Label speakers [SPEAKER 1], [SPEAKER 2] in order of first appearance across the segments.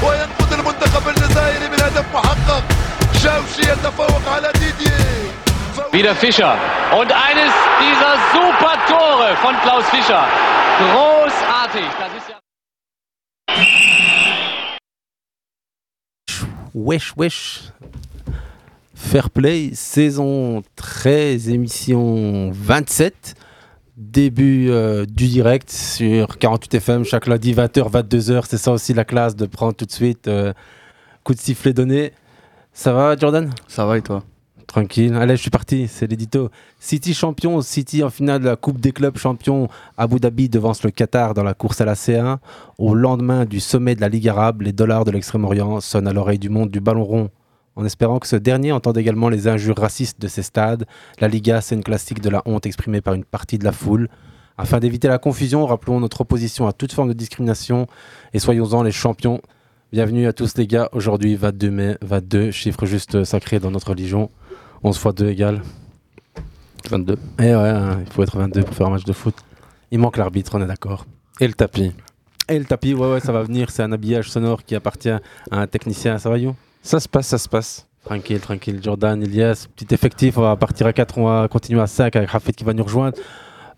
[SPEAKER 1] وينقذ المنتخب الجزائري من هدف محقق شاوشي يتفوق على ديدييه
[SPEAKER 2] Wieder Fischer. Und eines dieser super Tore von Klaus Fischer. Großartig. Das ist ja
[SPEAKER 3] Wesh Wesh Fair Play, saison 13, émission 27. Début euh, du direct sur 48FM chaque lundi 20h, 22h. C'est ça aussi la classe de prendre tout de suite euh, coup de sifflet donné. Ça va Jordan
[SPEAKER 4] Ça va et toi
[SPEAKER 3] Tranquille. Allez, je suis parti. C'est l'édito. City champion. City en finale de la Coupe des clubs champions. Abu Dhabi devance le Qatar dans la course à la C1. Au lendemain du sommet de la Ligue arabe, les dollars de l'extrême-orient sonnent à l'oreille du monde du ballon rond. En espérant que ce dernier entende également les injures racistes de ces stades, la Liga scène classique de la honte exprimée par une partie de la foule. Afin d'éviter la confusion, rappelons notre opposition à toute forme de discrimination et soyons-en les champions. Bienvenue à tous les gars, aujourd'hui 22 mai, 22, chiffre juste sacré dans notre religion. 11 x 2 égale.
[SPEAKER 4] 22.
[SPEAKER 3] Eh ouais, hein, il faut être 22 pour faire un match de foot. Il manque l'arbitre, on est d'accord. Et le tapis. Et le tapis, ouais, ouais, ça va venir. C'est un habillage sonore qui appartient à un technicien. Ça va, You
[SPEAKER 4] Ça se passe, ça se passe.
[SPEAKER 3] Tranquille, tranquille. Jordan, Elias, petit effectif. On va partir à 4, on va continuer à 5 avec Rafet qui va nous rejoindre.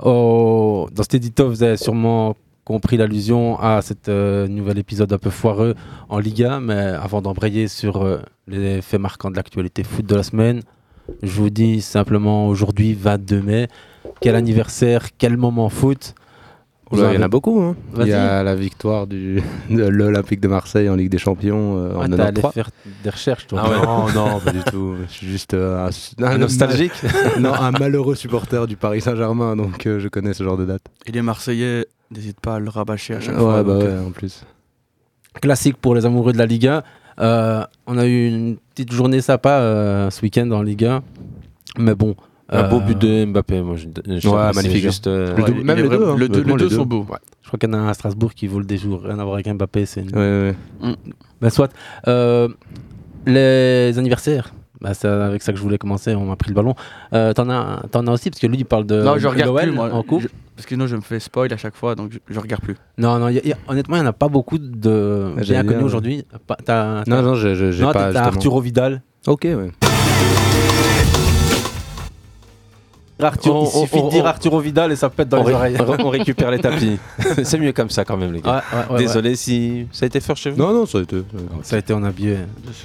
[SPEAKER 3] Oh, dans cet édito, vous avez sûrement compris l'allusion à cet euh, nouvel épisode un peu foireux en Liga. Mais avant d'embrayer sur euh, les faits marquants de l'actualité foot de la semaine, je vous dis simplement aujourd'hui, 22 mai, quel anniversaire, quel moment foot.
[SPEAKER 4] Il y en a beaucoup. hein. Il
[SPEAKER 3] Vas-y.
[SPEAKER 4] y a la victoire du, de l'Olympique de Marseille en Ligue des Champions euh, en
[SPEAKER 3] Ah, t'es allé
[SPEAKER 4] 93.
[SPEAKER 3] faire des recherches,
[SPEAKER 5] Ah
[SPEAKER 3] toi.
[SPEAKER 4] Non, non, pas du tout. Je suis juste euh, un,
[SPEAKER 3] Un nostalgique
[SPEAKER 4] non, un malheureux supporter du Paris Saint-Germain, donc euh, je connais ce genre de date.
[SPEAKER 6] Et les Marseillais n'hésitent pas à le rabâcher à chaque
[SPEAKER 4] ouais,
[SPEAKER 6] fois.
[SPEAKER 4] bah
[SPEAKER 6] donc,
[SPEAKER 4] ouais,
[SPEAKER 6] euh,
[SPEAKER 4] en plus.
[SPEAKER 3] classique pour les amoureux de la Liga. Euh, on a eu une petite journée sympa euh, ce week-end en Liga. Mais bon.
[SPEAKER 5] Un
[SPEAKER 3] euh,
[SPEAKER 5] beau but de Mbappé, moi je, je- je-
[SPEAKER 4] Ouais,
[SPEAKER 5] c'est
[SPEAKER 4] magnifique.
[SPEAKER 5] Juste, euh,
[SPEAKER 4] Le
[SPEAKER 6] ouais,
[SPEAKER 4] double-
[SPEAKER 6] il
[SPEAKER 4] même
[SPEAKER 6] est
[SPEAKER 4] les
[SPEAKER 6] vrai-
[SPEAKER 4] deux, hein.
[SPEAKER 6] le deux-
[SPEAKER 4] Honnêtement,
[SPEAKER 6] les deux
[SPEAKER 4] les
[SPEAKER 6] sont
[SPEAKER 4] deux.
[SPEAKER 6] beaux.
[SPEAKER 3] Je crois qu'il y en a un à Strasbourg qui vaut le déjour. Rien à voir avec Mbappé. C'est une...
[SPEAKER 4] Ouais, ouais.
[SPEAKER 5] Mm.
[SPEAKER 3] Ben, soit. Euh, les anniversaires. Ben, c'est avec ça que je voulais commencer. On m'a pris le ballon. Euh, T'en as, t'en as aussi parce que lui il parle de.
[SPEAKER 6] non, je regarde
[SPEAKER 3] l'OL
[SPEAKER 6] plus, moi.
[SPEAKER 3] en coupe.
[SPEAKER 6] Je- parce que sinon, je me fais spoil à chaque fois, donc je, je regarde plus.
[SPEAKER 3] Non, non. y a- y a- honnêtement, il n'y en a pas beaucoup de
[SPEAKER 4] Ah,
[SPEAKER 3] bien
[SPEAKER 4] j'allais
[SPEAKER 3] connus
[SPEAKER 4] dire.
[SPEAKER 3] aujourd'hui. Pas- T'as
[SPEAKER 4] Non, non, je- je- j'ai
[SPEAKER 3] non,
[SPEAKER 4] pas.
[SPEAKER 3] t'as
[SPEAKER 4] justement.
[SPEAKER 3] Arturo Vidal.
[SPEAKER 4] Ok, ouais.
[SPEAKER 3] Arthur,
[SPEAKER 5] On-
[SPEAKER 3] il
[SPEAKER 5] on-
[SPEAKER 3] suffit
[SPEAKER 5] on-
[SPEAKER 3] de dire
[SPEAKER 5] on-
[SPEAKER 3] Arturo Vidal et ça pète dans
[SPEAKER 5] on,
[SPEAKER 3] les
[SPEAKER 5] ré-
[SPEAKER 3] oreilles.
[SPEAKER 5] on récupère les tapis. c'est mieux comme ça quand même, les gars. Désolé si ça a été fort chez vous.
[SPEAKER 4] Non, non, ça a été. ça a été grave.
[SPEAKER 3] Ça a été un habillé,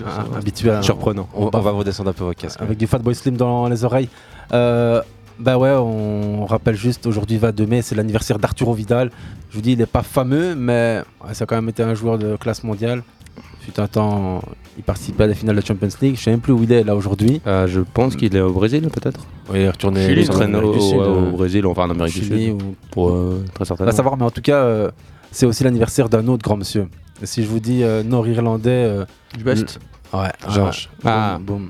[SPEAKER 3] un- habitué à,
[SPEAKER 5] Surprenant. On, on va vous descendre un peu vos casques.
[SPEAKER 3] avec du Fatboy Slim dans les oreilles. Euh, bah ouais, on rappelle juste, aujourd'hui 22 mai, c'est l'anniversaire d'Arturo Vidal. Je vous dis, il n'est pas fameux, mais ouais, ça a quand même été un joueur de classe mondiale. Fut un temps, il participait à des finales de Champions League. Je sais même plus où il est là aujourd'hui.
[SPEAKER 5] Euh,
[SPEAKER 4] Ah, je pense qu'il est au Brésil, peut-être.
[SPEAKER 5] Oui, retourner
[SPEAKER 4] Il
[SPEAKER 6] Chili,
[SPEAKER 5] sur
[SPEAKER 4] traîne au,
[SPEAKER 5] l'Amérique du Sud,
[SPEAKER 4] ouais, au
[SPEAKER 5] euh,
[SPEAKER 4] Brésil, enfin en Amérique du
[SPEAKER 3] Chili
[SPEAKER 4] Sud.
[SPEAKER 3] ou-
[SPEAKER 4] Pour, euh, très
[SPEAKER 3] On
[SPEAKER 4] certainement.
[SPEAKER 3] va savoir, mais en tout cas, euh, c'est aussi l'anniversaire d'un autre grand monsieur. Et si je vous dis euh, nord-irlandais, euh,
[SPEAKER 6] Du best.
[SPEAKER 3] ouais,
[SPEAKER 5] George.
[SPEAKER 4] Ah.
[SPEAKER 3] ah, boum.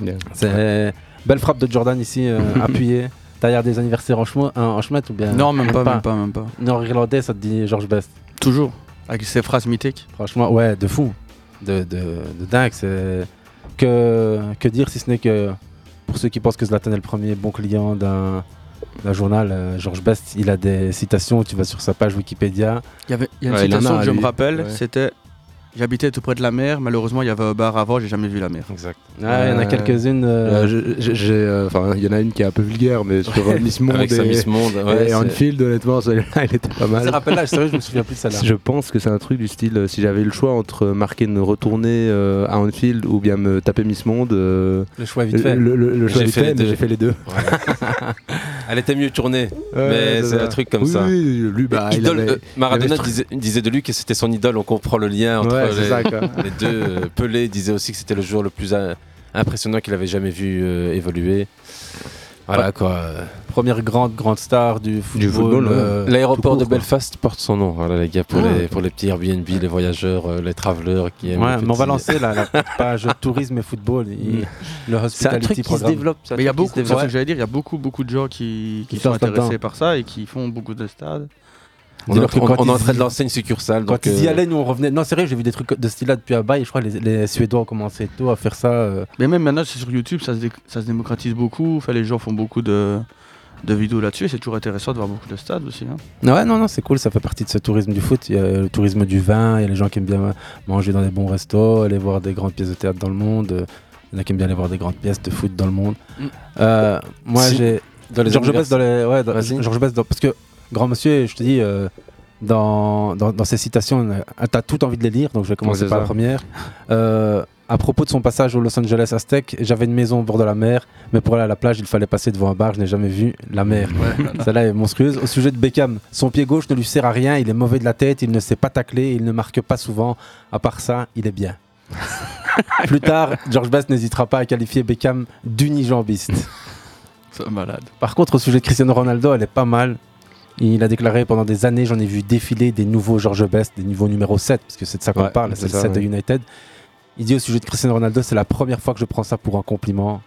[SPEAKER 4] Bien.
[SPEAKER 3] C'est belle frappe de Jordan ici, euh, appuyée. T'as regardé des anniversaires en, chemo- hein, en schmette ou bien
[SPEAKER 6] non, même pas,
[SPEAKER 3] pas.
[SPEAKER 6] même pas, même pas.
[SPEAKER 3] Nord-Irlandais, ça te dit George Best.
[SPEAKER 6] Toujours. Avec ses phrases mythiques.
[SPEAKER 3] Franchement, ouais, de fou. De, de, de dingue. C'est... Que, que dire si ce n'est que pour ceux qui pensent que Zlatan est le premier bon client d'un, d'un journal, euh, George Best, il a des citations. Tu vas sur sa page Wikipédia.
[SPEAKER 6] Il y avait il y a une
[SPEAKER 4] Ouais, il en a,
[SPEAKER 6] citation que je
[SPEAKER 4] lui.
[SPEAKER 6] me rappelle,
[SPEAKER 4] Ouais.
[SPEAKER 6] c'était J'habitais tout près de la mer, malheureusement, il y avait un bar avant, j'ai jamais vu la mer.
[SPEAKER 5] Exact.
[SPEAKER 3] Ouais, Ah, il y en a
[SPEAKER 4] Euh,
[SPEAKER 3] quelques-unes. euh,
[SPEAKER 4] Euh, je- je- j'ai, euh, Enfin, il y en a une qui est un peu vulgaire, mais sur euh, Miss Monde
[SPEAKER 5] Avec sa
[SPEAKER 4] et,
[SPEAKER 5] Miss Monde. ouais,
[SPEAKER 4] et
[SPEAKER 5] c'est-
[SPEAKER 4] Anfield, honnêtement, celle-là, elle était pas
[SPEAKER 3] Ça
[SPEAKER 4] mal.
[SPEAKER 3] rappelle là, sérieux, je me souviens plus de celle-là.
[SPEAKER 4] Je pense que c'est un truc du style euh, si j'avais le choix entre marquer une retournée euh, à Anfield ou bien me taper Miss Monde, euh,
[SPEAKER 3] Le choix est vite fait.
[SPEAKER 4] le, le- le choix
[SPEAKER 5] J'ai
[SPEAKER 4] est
[SPEAKER 5] fait les
[SPEAKER 4] fait, mais
[SPEAKER 5] deux.
[SPEAKER 4] j'ai fait les deux.
[SPEAKER 5] Elle était mieux tournée.
[SPEAKER 4] Ouais,
[SPEAKER 5] mais c'est un truc comme
[SPEAKER 4] oui,
[SPEAKER 5] ça.
[SPEAKER 4] Oui, lui, bah, il
[SPEAKER 5] Idole,
[SPEAKER 4] avait-
[SPEAKER 5] euh, Maradona
[SPEAKER 4] il avait ce
[SPEAKER 5] disait, disait de lui que c'était son idole. On comprend le lien entre
[SPEAKER 4] Ouais,
[SPEAKER 5] les,
[SPEAKER 4] c'est ça, quoi.
[SPEAKER 5] les deux. Euh, Pelé disait aussi que c'était le joueur le plus euh, impressionnant qu'il avait jamais vu euh, évoluer. Voilà quoi.
[SPEAKER 3] Première grande, grande star du football.
[SPEAKER 4] Du football,
[SPEAKER 3] euh,
[SPEAKER 5] L'aéroport
[SPEAKER 4] tout court,
[SPEAKER 5] de
[SPEAKER 4] quoi.
[SPEAKER 5] Belfast porte son nom, voilà les gars, pour,
[SPEAKER 3] Ah.
[SPEAKER 5] les, pour les petits Airbnb, les voyageurs, euh, les travelers qui aiment.
[SPEAKER 3] Ouais,
[SPEAKER 5] les
[SPEAKER 3] mais on va
[SPEAKER 5] petits-
[SPEAKER 3] lancer là, la petite page tourisme et football. Il- le
[SPEAKER 5] C'est un truc
[SPEAKER 3] hospitality
[SPEAKER 5] qui
[SPEAKER 3] programme.
[SPEAKER 5] se développe. c'est un
[SPEAKER 6] Mais il y a
[SPEAKER 5] truc qui se
[SPEAKER 6] beaucoup, c'est ce que
[SPEAKER 5] développe.
[SPEAKER 6] j'allais dire, il y a beaucoup, beaucoup de gens qui, qui
[SPEAKER 3] Qui
[SPEAKER 6] sont
[SPEAKER 3] sortent là-dedans.
[SPEAKER 6] intéressés par ça et qui font beaucoup de stades.
[SPEAKER 5] On,
[SPEAKER 3] Dis-leur
[SPEAKER 5] est-
[SPEAKER 3] que
[SPEAKER 5] on-
[SPEAKER 3] quand
[SPEAKER 5] on est en
[SPEAKER 3] ils
[SPEAKER 5] train
[SPEAKER 3] y-
[SPEAKER 5] de lancer une succale.
[SPEAKER 3] Quand
[SPEAKER 5] donc,
[SPEAKER 3] ils y
[SPEAKER 5] euh,
[SPEAKER 3] allaient, nous on revenait. Non, c'est vrai, j'ai vu des trucs de ce style-là depuis un bail. Je crois que les, les Suédois ont commencé tôt à faire ça. euh.
[SPEAKER 6] Mais même maintenant, c'est sur YouTube, ça se, dé- ça se démocratise beaucoup. Enfin, les gens font beaucoup de, de vidéos là-dessus. Et c'est toujours intéressant de voir beaucoup de stades aussi. hein.
[SPEAKER 3] Ouais, non, non, c'est cool, ça fait partie de ce tourisme du foot. Il y a le tourisme du vin, il y a les gens qui aiment bien manger dans des bons restos, aller voir des grandes pièces de théâtre dans le monde. euh, Il y en a qui aiment bien aller voir des grandes pièces de foot dans le monde.
[SPEAKER 6] Mm.
[SPEAKER 3] Euh, moi,
[SPEAKER 5] Si.
[SPEAKER 3] j'ai.
[SPEAKER 5] Dans les
[SPEAKER 3] Georges Best
[SPEAKER 5] universités.
[SPEAKER 3] dans les. Ouais, dans-
[SPEAKER 5] Vas-y.
[SPEAKER 3] Georges Best dans- Parce que, grand monsieur, je te dis, euh, dans, dans, dans ces citations, euh, t'as tout envie de les lire, donc je vais commencer
[SPEAKER 4] c'est
[SPEAKER 3] par
[SPEAKER 4] ça.
[SPEAKER 3] la première. Euh, à propos de son passage au Los Angeles Aztec, j'avais une maison au bord de la mer, mais pour aller à la plage, il fallait passer devant un bar, je n'ai jamais vu la mer. Celle-là est monstrueuse. Au sujet de Beckham, son pied gauche ne lui sert à rien, il est mauvais de la tête, il ne sait pas tacler, il ne marque pas souvent. À part ça, il est bien. Plus tard, George Best n'hésitera pas à qualifier Beckham d'unijambiste.
[SPEAKER 6] C'est malade.
[SPEAKER 3] Par contre, au sujet de Cristiano Ronaldo, elle est pas mal. Il a déclaré pendant des années, j'en ai vu défiler des nouveaux George Best, des nouveaux numéro 7, parce que c'est de ça qu'on
[SPEAKER 4] Ouais,
[SPEAKER 3] parle,
[SPEAKER 4] c'est
[SPEAKER 3] c'est le
[SPEAKER 4] ça,
[SPEAKER 3] 7 de
[SPEAKER 4] ouais.
[SPEAKER 3] United. Il dit au sujet de Cristiano Ronaldo, c'est la première fois que je prends ça pour un compliment.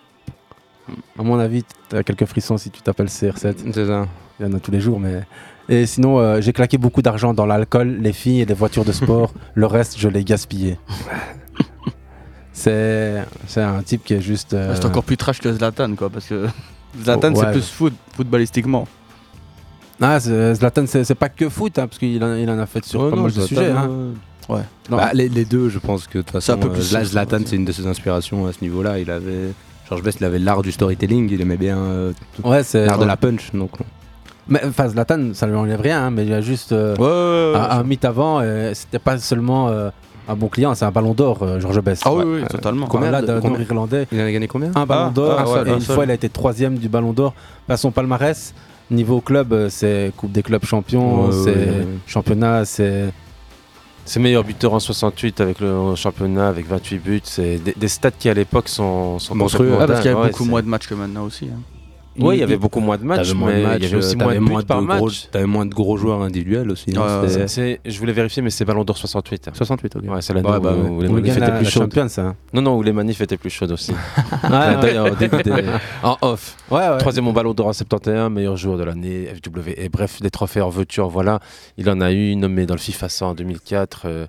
[SPEAKER 3] À mon avis, t'as quelques frissons si tu t'appelles CR7.
[SPEAKER 4] C'est ça.
[SPEAKER 3] Il y en a tous les jours, mais. Et sinon, euh, j'ai claqué beaucoup d'argent dans l'alcool, les filles et les voitures de sport. le reste, je l'ai gaspillé. c'est c'est un type qui est juste. euh,
[SPEAKER 6] Ah, Bah, C'est encore plus trash que Zlatan, quoi, parce que Zlatan,
[SPEAKER 3] Oh, ouais.
[SPEAKER 6] c'est plus foot, footballistiquement.
[SPEAKER 3] Ah, c'est- Zlatan, c'est c'est pas que foot, hein, parce qu'il en, il en a fait sur pas mal de sujets. hein.
[SPEAKER 6] euh, Ouais.
[SPEAKER 3] Non.
[SPEAKER 4] Bah, les, les deux, je pense que de toute
[SPEAKER 6] C'est un
[SPEAKER 4] façon,
[SPEAKER 6] peu
[SPEAKER 4] euh,
[SPEAKER 6] plus
[SPEAKER 4] Zla-
[SPEAKER 6] sens,
[SPEAKER 4] Zlatan,
[SPEAKER 6] ouais.
[SPEAKER 4] c'est une de ses inspirations à ce niveau-là. Il avait. George Best, il avait l'art du storytelling, il aimait bien euh, tout-
[SPEAKER 3] Ouais, c'est.
[SPEAKER 4] l'art de la punch. Donc,
[SPEAKER 3] Mais enfin, Zlatan, ça lui enlève rien, hein, mais il y a juste euh,
[SPEAKER 6] Ouais, ouais, ouais, ouais.
[SPEAKER 3] un, un mythe avant, et c'était pas seulement euh, un bon client, c'est un ballon d'or, euh, George Best.
[SPEAKER 6] Ah oui, oui, totalement.
[SPEAKER 3] Enfin, là, d'un
[SPEAKER 4] combien-
[SPEAKER 3] irlandais.
[SPEAKER 4] Il en a gagné combien
[SPEAKER 3] un ballon
[SPEAKER 6] Ah,
[SPEAKER 3] d'or
[SPEAKER 6] ah,
[SPEAKER 3] un
[SPEAKER 6] ouais,
[SPEAKER 3] seul, et
[SPEAKER 6] un
[SPEAKER 3] une
[SPEAKER 6] seul.
[SPEAKER 3] fois il a été troisième du ballon d'or Enfin, son palmarès niveau club euh, c'est coupe des clubs
[SPEAKER 4] Ouais,
[SPEAKER 3] champions
[SPEAKER 4] ouais,
[SPEAKER 3] c'est
[SPEAKER 4] ouais, ouais.
[SPEAKER 3] championnat c'est
[SPEAKER 5] C'est meilleur buteur en 68 avec le championnat, avec 28 buts. C'est des, des stats qui à l'époque sont, sont
[SPEAKER 4] Monstrueux.
[SPEAKER 5] complètement
[SPEAKER 6] Ah, parce qu'il y
[SPEAKER 5] dingues.
[SPEAKER 6] avait
[SPEAKER 5] Ouais,
[SPEAKER 6] beaucoup
[SPEAKER 5] c'est-
[SPEAKER 6] moins de matchs que maintenant aussi. hein.
[SPEAKER 5] Oui, il y avait beaucoup moins de matchs,
[SPEAKER 4] T'avais moins
[SPEAKER 5] mais
[SPEAKER 4] de matchs,
[SPEAKER 5] il y avait aussi
[SPEAKER 4] euh,
[SPEAKER 5] moins de
[SPEAKER 4] t'avais
[SPEAKER 5] buts
[SPEAKER 4] moins
[SPEAKER 5] par
[SPEAKER 4] gros-
[SPEAKER 5] match.
[SPEAKER 4] T'avais moins de gros joueurs individuels aussi. hein,
[SPEAKER 6] Ouais, ouais,
[SPEAKER 4] c'était-
[SPEAKER 6] ouais.
[SPEAKER 5] Ah, C'est- Je voulais vérifier, mais c'est Ballon d'Or 68. hein.
[SPEAKER 4] 68, ok.
[SPEAKER 5] Ouais, c'est l'année
[SPEAKER 4] Ouais,
[SPEAKER 5] où,
[SPEAKER 4] bah,
[SPEAKER 5] où les
[SPEAKER 3] on
[SPEAKER 5] manifs
[SPEAKER 3] gagne
[SPEAKER 5] étaient
[SPEAKER 3] la,
[SPEAKER 5] plus
[SPEAKER 3] la
[SPEAKER 5] chaudes.
[SPEAKER 3] Champions ça
[SPEAKER 5] Non, non, où les manifs étaient plus chaudes aussi.
[SPEAKER 3] Ah, ouais,
[SPEAKER 5] D'ailleurs, au début des- en off.
[SPEAKER 3] ouais, ouais.
[SPEAKER 5] Troisième au Ballon d'Or en 71, meilleur joueur de l'année, FW. Et bref, des trophées en veux-tu, en voilà. Il en a eu, nommé dans le FIFA 100 en 2004. euh,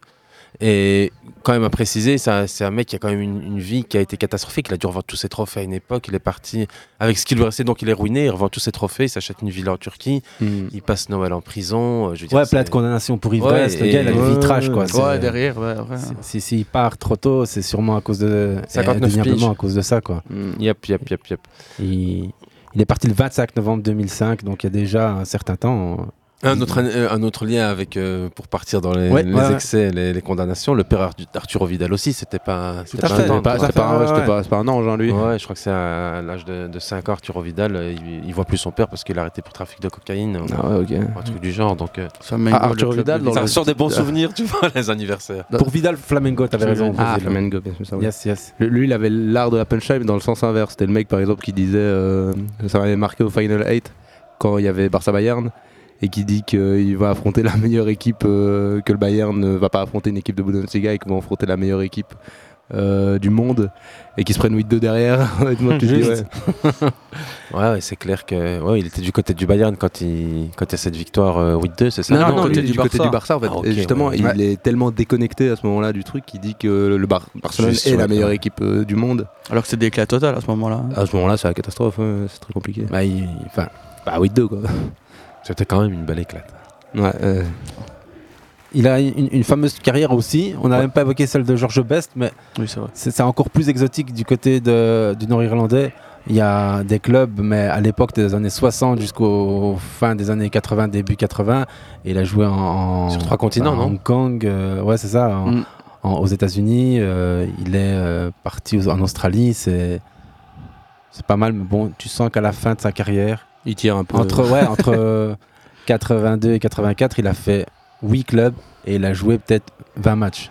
[SPEAKER 5] et quand même à préciser, c'est un, c'est un mec qui a quand même une, une vie qui a été catastrophique. Il a dû revendre tous ses trophées à une époque. Il est parti avec ce qu'il lui restait, donc il est ruiné. Il revend tous ses trophées, il s'achète une ville en Turquie.
[SPEAKER 4] Hmm.
[SPEAKER 5] Il passe Noël en prison. euh, je veux dire,
[SPEAKER 3] ouais
[SPEAKER 5] c'est-
[SPEAKER 3] plein de condamnations pour ivresse
[SPEAKER 5] Ouais,
[SPEAKER 3] le gars il a
[SPEAKER 5] et-
[SPEAKER 3] une vie trash quoi
[SPEAKER 4] Ouais,
[SPEAKER 3] C'est-
[SPEAKER 6] Ouais, derrière, ouais, ouais.
[SPEAKER 3] si- si s'il part trop tôt c'est sûrement à cause de
[SPEAKER 5] 59
[SPEAKER 3] eh, indéniablement
[SPEAKER 5] piges.
[SPEAKER 3] à cause de ça quoi
[SPEAKER 4] Hmm.
[SPEAKER 5] Yep, yep, yep, yep.
[SPEAKER 3] il, il est parti le 25 novembre 2005 donc il y a déjà un certain temps
[SPEAKER 5] Un autre, euh, un autre lien avec, euh, pour partir dans les,
[SPEAKER 3] Ouais,
[SPEAKER 5] les
[SPEAKER 3] ouais, ouais.
[SPEAKER 5] excès, Les, les condamnations, le père Ardu- d'Arturo Vidal aussi, c'était pas, c'était
[SPEAKER 3] à
[SPEAKER 5] pas
[SPEAKER 3] fait,
[SPEAKER 5] un
[SPEAKER 4] C'était
[SPEAKER 5] temps,
[SPEAKER 4] pas-
[SPEAKER 5] quoi.
[SPEAKER 4] c'était pas un-
[SPEAKER 3] Ouais,
[SPEAKER 4] c'était
[SPEAKER 3] ouais.
[SPEAKER 4] pas- c'était pas un ange, hein, lui.
[SPEAKER 5] Ouais, je crois que c'est à l'âge de, 5 ans, Arturo Vidal, euh, il, il voit plus son père parce qu'il a arrêté pour trafic de cocaïne ou
[SPEAKER 4] Ah ouais, ok.
[SPEAKER 5] un truc du genre. Donc, euh,
[SPEAKER 6] Ça met
[SPEAKER 4] Ah,
[SPEAKER 6] le
[SPEAKER 4] Arthur
[SPEAKER 6] club
[SPEAKER 4] Vidal,
[SPEAKER 6] de-
[SPEAKER 4] dans
[SPEAKER 5] ça
[SPEAKER 4] le-
[SPEAKER 5] ressort des bons souvenirs, tu vois, les anniversaires.
[SPEAKER 3] pour Vidal Flamengo t'avais raison
[SPEAKER 4] Bah, Ah,
[SPEAKER 3] Brésil.
[SPEAKER 4] Flamengo, bien sûr, ça, ouais.
[SPEAKER 3] yes yes
[SPEAKER 4] Le- Lui, il avait l'art de la punchline, mais dans le sens inverse. C'était le mec, par exemple, qui disait euh, ça m'avait marqué au Final 8 quand il y avait Barça-Bayern et qui dit qu'il va affronter la meilleure équipe, euh, que le Bayern ne va pas affronter une équipe de Bundesliga et qu'ils vont affronter la meilleure équipe euh, du monde et qu'ils se prennent 8-2 derrière. Honnêtement, tu te dis,
[SPEAKER 3] Juste.
[SPEAKER 4] ouais.
[SPEAKER 5] Ouais, ouais, c'est clair que ouais, il était du côté du Bayern quand il, quand il y a cette victoire euh, 8-2, c'est ça
[SPEAKER 6] Non, non,
[SPEAKER 4] lui,
[SPEAKER 6] côté du Barça.
[SPEAKER 4] en fait.
[SPEAKER 5] Ah, ok,
[SPEAKER 4] et justement,
[SPEAKER 5] ouais.
[SPEAKER 4] il
[SPEAKER 6] Ouais.
[SPEAKER 4] est tellement déconnecté à ce moment-là du truc qu'il dit que le Bar- Barcelone
[SPEAKER 5] Juste,
[SPEAKER 4] est
[SPEAKER 5] ouais,
[SPEAKER 4] la meilleure
[SPEAKER 5] ouais.
[SPEAKER 4] équipe euh, du monde.
[SPEAKER 6] Alors que c'est des éclats total à ce moment-là. hein.
[SPEAKER 5] Ah,
[SPEAKER 4] À ce moment-là, c'est la catastrophe, ouais, c'est très compliqué.
[SPEAKER 3] bah, il- enfin
[SPEAKER 4] Bah 8-2 quoi.
[SPEAKER 5] C'était quand même une belle éclate.
[SPEAKER 4] Ouais, euh,
[SPEAKER 3] Il a une, une fameuse carrière aussi. On n'a même pas évoqué celle de George Best, mais
[SPEAKER 6] Oui, c'est vrai.
[SPEAKER 3] c'est c'est encore plus exotique du côté de- du Nord-Irlandais. Il y a des clubs, mais à l'époque des années 60 jusqu'aux fin des années 80, début 80. Et il a joué en, en-
[SPEAKER 5] Sur trois continents,
[SPEAKER 3] en
[SPEAKER 5] non
[SPEAKER 3] Hong Kong, euh, ouais, c'est ça. en-
[SPEAKER 6] Mm.
[SPEAKER 3] en- aux États-Unis, euh, il est euh, parti aux- en Australie. C'est c'est pas mal, mais bon, tu sens qu'à la fin de sa carrière,
[SPEAKER 4] il tire un peu.
[SPEAKER 3] entre, ouais, entre euh, 82 et 84, il a fait 8 clubs et il a joué peut-être 20 matchs.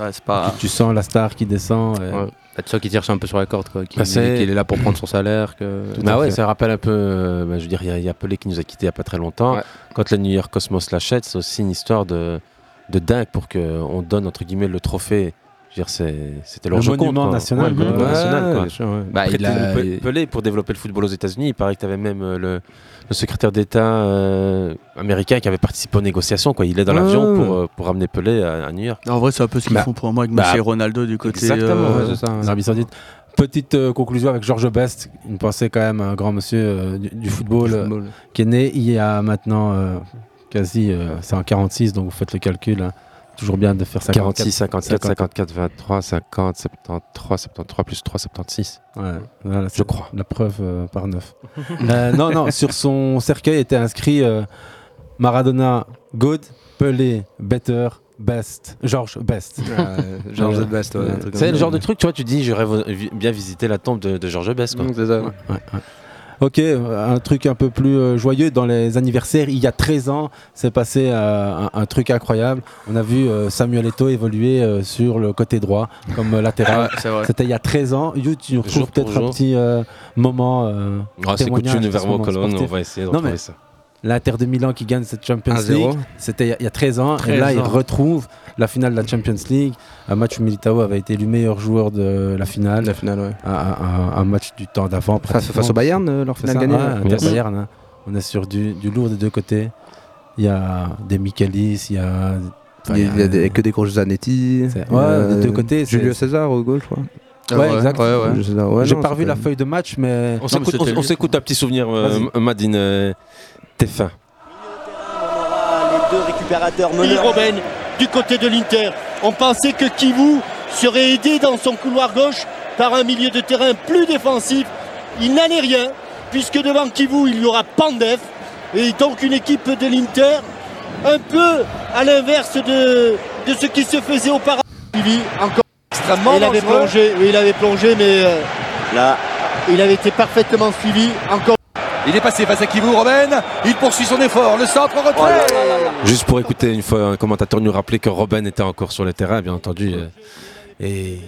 [SPEAKER 6] Ouais, c'est pas.
[SPEAKER 3] Tu sens la star qui descend. euh, et-
[SPEAKER 4] Ouais. Bah, tu sens qu'il tire un peu sur la corde, quoi. Qu'il
[SPEAKER 5] Bah, c'est-
[SPEAKER 4] qu'il est là pour prendre son salaire. Que...
[SPEAKER 5] Bah
[SPEAKER 4] Ah
[SPEAKER 5] ouais, ça rappelle un peu, euh, bah, je veux dire, il y, a- il y a Pelé qui nous a quittés il n'y a pas très longtemps.
[SPEAKER 4] Ouais.
[SPEAKER 5] Quand la New York Cosmos l'achète, c'est aussi une histoire de, de dingue pour qu'on donne, entre guillemets, le trophée. Je veux dire, c'est- c'était leur
[SPEAKER 3] Le
[SPEAKER 5] jeu contre,
[SPEAKER 3] monument
[SPEAKER 5] quoi.
[SPEAKER 3] national,
[SPEAKER 5] Ouais, le
[SPEAKER 6] quoi.
[SPEAKER 5] monument
[SPEAKER 4] Ouais,
[SPEAKER 5] national, quoi.
[SPEAKER 4] bien sûr, ouais.
[SPEAKER 5] Bah,
[SPEAKER 4] Après,
[SPEAKER 5] il a-
[SPEAKER 4] t'es-
[SPEAKER 5] Pe- Pelé, pour développer le football aux États-Unis, il paraît que tu avais même euh, le, le secrétaire d'État euh, américain qui avait participé aux négociations. Quoi. Il est dans
[SPEAKER 4] Ouais,
[SPEAKER 5] l'avion
[SPEAKER 4] ouais,
[SPEAKER 5] pour, euh, pour ramener Pelé à, à New York.
[SPEAKER 6] En vrai, c'est un peu ce qu'ils
[SPEAKER 4] Bah,
[SPEAKER 6] font pour moi avec
[SPEAKER 4] bah,
[SPEAKER 6] Messi et Ronaldo du côté.
[SPEAKER 5] exactement,
[SPEAKER 6] euh,
[SPEAKER 4] ouais, c'est ça, ouais.
[SPEAKER 3] Arabie Saoudite. Petite euh, conclusion avec Georges Best, une pensée quand même, un grand monsieur euh, du, du football, euh,
[SPEAKER 4] Football.
[SPEAKER 3] qui est né il y a maintenant euh, quasi, euh, c'est en 46, donc vous faites le calcul. hein. Toujours bien de faire ça.
[SPEAKER 5] 46, 54, 54, 23, 50, 73, 73 plus 3, 76.
[SPEAKER 3] je crois. La preuve euh, par neuf. Euh, non, non, sur son cercueil était inscrit euh, Maradona, Good, Pelé, Better, Best, Georges Best.
[SPEAKER 4] Ouais, George
[SPEAKER 3] Ouais.
[SPEAKER 4] the Ah, Best, ouais, un truc comme
[SPEAKER 5] C'est le
[SPEAKER 4] ça.
[SPEAKER 5] genre de truc, tu vois, tu dis, j'aurais vo- vi- bien visité la tombe de, de Georges Best, quoi.
[SPEAKER 4] Donc, Mm, c'est ça.
[SPEAKER 3] Ok, euh, un truc un peu plus euh, joyeux. Dans les anniversaires, il y a 13 ans, s'est passé euh, un, un truc incroyable. On a vu euh, Samuel Eto'o évoluer euh, sur le côté droit, comme euh, latéral.
[SPEAKER 6] c'est vrai.
[SPEAKER 3] C'était il y a 13 ans. You, tu nous retrouves
[SPEAKER 5] Jour pour
[SPEAKER 3] peut-être un
[SPEAKER 5] jour.
[SPEAKER 3] petit euh, moment. euh,
[SPEAKER 5] Ah, c'est
[SPEAKER 3] témoignage
[SPEAKER 5] Coutu,
[SPEAKER 3] de ce
[SPEAKER 5] Vermo,
[SPEAKER 3] moment
[SPEAKER 5] Colonne, on
[SPEAKER 3] sportif.
[SPEAKER 5] va essayer de
[SPEAKER 3] Non,
[SPEAKER 5] retrouver
[SPEAKER 3] mais-
[SPEAKER 5] ça.
[SPEAKER 3] L'Inter de Milan qui gagne cette Champions
[SPEAKER 4] 1-0.
[SPEAKER 3] League. C'était il y a- il y a 13 ans. Et là,
[SPEAKER 6] 13
[SPEAKER 3] il
[SPEAKER 6] ans.
[SPEAKER 3] retrouve la finale de la Champions League. Un match où Militao avait été élu meilleur joueur de la finale.
[SPEAKER 4] La finale, ouais.
[SPEAKER 3] Un, un- un match du temps d'avant.
[SPEAKER 4] Face, face
[SPEAKER 3] pratiquement.
[SPEAKER 4] au Bayern, euh, leur
[SPEAKER 3] C'est
[SPEAKER 4] finale
[SPEAKER 3] ça,
[SPEAKER 4] gagnée.
[SPEAKER 3] ouais,
[SPEAKER 4] ouais.
[SPEAKER 3] Inter
[SPEAKER 5] Yes.
[SPEAKER 3] Bayern, hein. On est sur du, du lourd des deux côtés. Il y a des Michaelis, il y a. enfin,
[SPEAKER 4] Il y a, il y a des- que des gros Zanetti. Euh,
[SPEAKER 3] C'est- ouais, euh, des deux côtés, c'est-
[SPEAKER 4] Julio César au gauche, je crois.
[SPEAKER 3] Ouais, exact.
[SPEAKER 6] Ouais, ouais.
[SPEAKER 4] Julio César, ouais,
[SPEAKER 3] J'ai
[SPEAKER 4] non,
[SPEAKER 3] pas
[SPEAKER 4] ça
[SPEAKER 3] revu
[SPEAKER 4] fait-
[SPEAKER 3] la feuille de match, mais.
[SPEAKER 5] On s'écoute-
[SPEAKER 6] mais c'était
[SPEAKER 5] On on
[SPEAKER 6] lui.
[SPEAKER 5] s'écoute un petit souvenir, euh,
[SPEAKER 3] Vas-y.
[SPEAKER 5] M- Madine, euh, t'es fin.
[SPEAKER 7] On aura les deux récupérateurs
[SPEAKER 8] Denis
[SPEAKER 7] meneurs.
[SPEAKER 8] Robben du côté de l'Inter. On pensait que Kivu serait aidé dans son couloir gauche par un milieu de terrain plus défensif. Il n'en est rien, puisque devant Kivu, il y aura Pandef. Et donc une équipe de l'Inter un peu à l'inverse de, de ce qui se faisait auparavant.
[SPEAKER 1] Kiwi, encore extrêmement
[SPEAKER 8] il avait
[SPEAKER 1] dangereux.
[SPEAKER 8] plongé, oui, il avait plongé, mais euh,
[SPEAKER 7] Là,
[SPEAKER 8] il avait été parfaitement suivi. Encore
[SPEAKER 1] Il est passé face à Kivu, Robben. Il poursuit son effort. Le
[SPEAKER 7] Oh
[SPEAKER 1] centre retrait.
[SPEAKER 5] Juste pour écouter une fois un commentateur nous rappeler que Robben était encore sur le terrain, bien entendu. euh, Et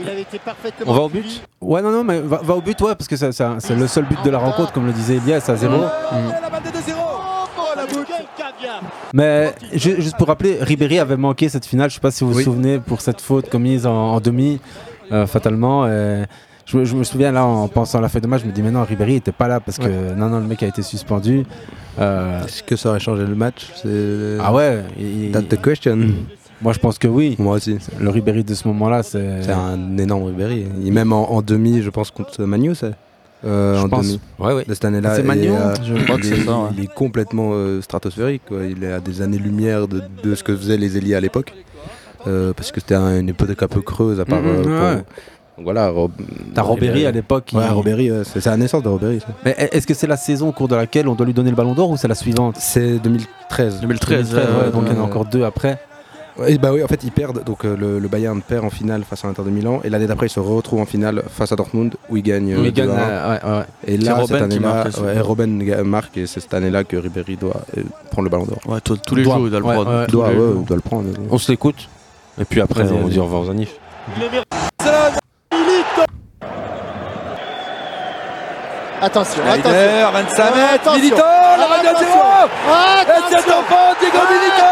[SPEAKER 8] il avait été parfaitement
[SPEAKER 5] on va au
[SPEAKER 8] suivi.
[SPEAKER 5] but
[SPEAKER 3] Ouais, non, non, mais va, va au but, ouais, parce que ça- ça- c'est le seul but de la rencontre, comme le disait Elias, à zéro. Mm.
[SPEAKER 1] La balle de 2-0. Oh, la boute.
[SPEAKER 8] Quel caviar
[SPEAKER 3] Mais ju- juste pour rappeler, Ribéry avait manqué cette finale, je sais pas si vous vous
[SPEAKER 4] Oui.
[SPEAKER 3] souvenez, pour cette faute commise en, en demi, euh, fatalement. et je, me- je me souviens là, en pensant à la feuille de match, je me dis, mais non, Ribéry était pas là, parce que non, non, le mec a été suspendu. Euh,
[SPEAKER 4] Est-ce que ça aurait changé le match C'est-
[SPEAKER 3] ah ouais, il-
[SPEAKER 4] That's the question.
[SPEAKER 3] moi je pense que oui.
[SPEAKER 4] Moi aussi.
[SPEAKER 3] Le Ribéry de ce moment-là, c'est.
[SPEAKER 4] C'est un énorme Ribéry. Et Même en, en demi, je pense, contre Manu, c'est euh,
[SPEAKER 3] Je
[SPEAKER 4] En
[SPEAKER 3] pense. Ah,
[SPEAKER 4] demi
[SPEAKER 5] Ouais, ouais.
[SPEAKER 4] de cette année-là.
[SPEAKER 3] C'est
[SPEAKER 4] et,
[SPEAKER 3] Magnon
[SPEAKER 4] euh,
[SPEAKER 6] Je crois que
[SPEAKER 4] il, est,
[SPEAKER 6] c'est ça. ouais.
[SPEAKER 4] il est complètement euh, stratosphérique. quoi. Il est à des années-lumière de, de ce que faisaient les ailiers à l'époque. Euh, parce que c'était un- une époque un peu creuse, à part.
[SPEAKER 3] Mhm,
[SPEAKER 4] euh, pour-
[SPEAKER 3] ouais.
[SPEAKER 4] Donc Voilà, Rob...
[SPEAKER 3] T'as Ribéry à l'époque. qui-
[SPEAKER 4] Ouais, Ribéry, ouais, c'est c'est la naissance de Ribéry. ça.
[SPEAKER 3] Mais est-ce que c'est la saison au cours de laquelle on doit lui donner le ballon d'or ou c'est la suivante
[SPEAKER 4] C'est 2013.
[SPEAKER 6] 2013,
[SPEAKER 3] ouais,
[SPEAKER 6] euh,
[SPEAKER 3] donc il y en a
[SPEAKER 4] ouais.
[SPEAKER 3] encore deux après.
[SPEAKER 4] Et bah oui, en fait, ils perdent. Donc euh, le, le Bayern perd en finale face à l'Inter de Milan. Et l'année d'après, ils se retrouvent en finale face à Dortmund où ils gagnent. euh,
[SPEAKER 3] Oui, gagne,
[SPEAKER 4] 2-1.
[SPEAKER 3] euh, ouais, ouais.
[SPEAKER 4] Et
[SPEAKER 6] C'est
[SPEAKER 4] là,
[SPEAKER 6] Robben
[SPEAKER 4] cette
[SPEAKER 6] qui
[SPEAKER 4] année-là,
[SPEAKER 6] marque,
[SPEAKER 4] ouais, Robben ga- marque. Et c'est cette année-là que Ribéry doit euh, prendre le ballon d'or.
[SPEAKER 6] Ouais, tous tous les
[SPEAKER 3] Doit.
[SPEAKER 6] jours, il doit le
[SPEAKER 3] Ouais,
[SPEAKER 6] prendre.
[SPEAKER 3] ouais.
[SPEAKER 6] Tous
[SPEAKER 4] Doit,
[SPEAKER 6] les
[SPEAKER 4] ouais,
[SPEAKER 6] jours.
[SPEAKER 4] doit le prendre.
[SPEAKER 5] On se l'écoute. Et puis après,
[SPEAKER 4] Vas-y,
[SPEAKER 5] on
[SPEAKER 4] vas-y.
[SPEAKER 5] dit au revoir aux Anif.
[SPEAKER 8] Il le mérite. Attention, attention.
[SPEAKER 1] Schneider, 25 mètres,
[SPEAKER 8] Attention. Ah,
[SPEAKER 1] Milito, la balle de
[SPEAKER 8] Attention.
[SPEAKER 1] 0 Et c'est
[SPEAKER 8] Attention
[SPEAKER 1] enfant, Diego Milito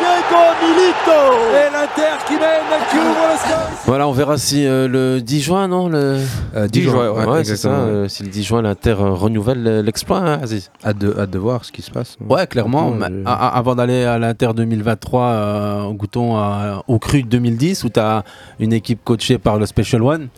[SPEAKER 8] Diego Milito
[SPEAKER 1] Et l'Inter qui mène, qui ouvre le score
[SPEAKER 5] Voilà, on verra si euh, le 10 juin, non le...
[SPEAKER 3] Euh,
[SPEAKER 4] 10 juin,
[SPEAKER 5] ouais, c'est ça. euh, si le 10 juin, l'Inter euh, renouvelle euh, l'exploit, hein, Aziz.
[SPEAKER 4] Hâte, de, hâte de voir ce qui se passe.
[SPEAKER 3] Ouais, clairement.
[SPEAKER 4] Ouais,
[SPEAKER 3] mais
[SPEAKER 6] euh,
[SPEAKER 3] ah,
[SPEAKER 4] j'ai-
[SPEAKER 3] a- a- avant d'aller à l'Inter 2023, euh, goûtons à- au cru de 2010 où tu as une équipe coachée par le Special One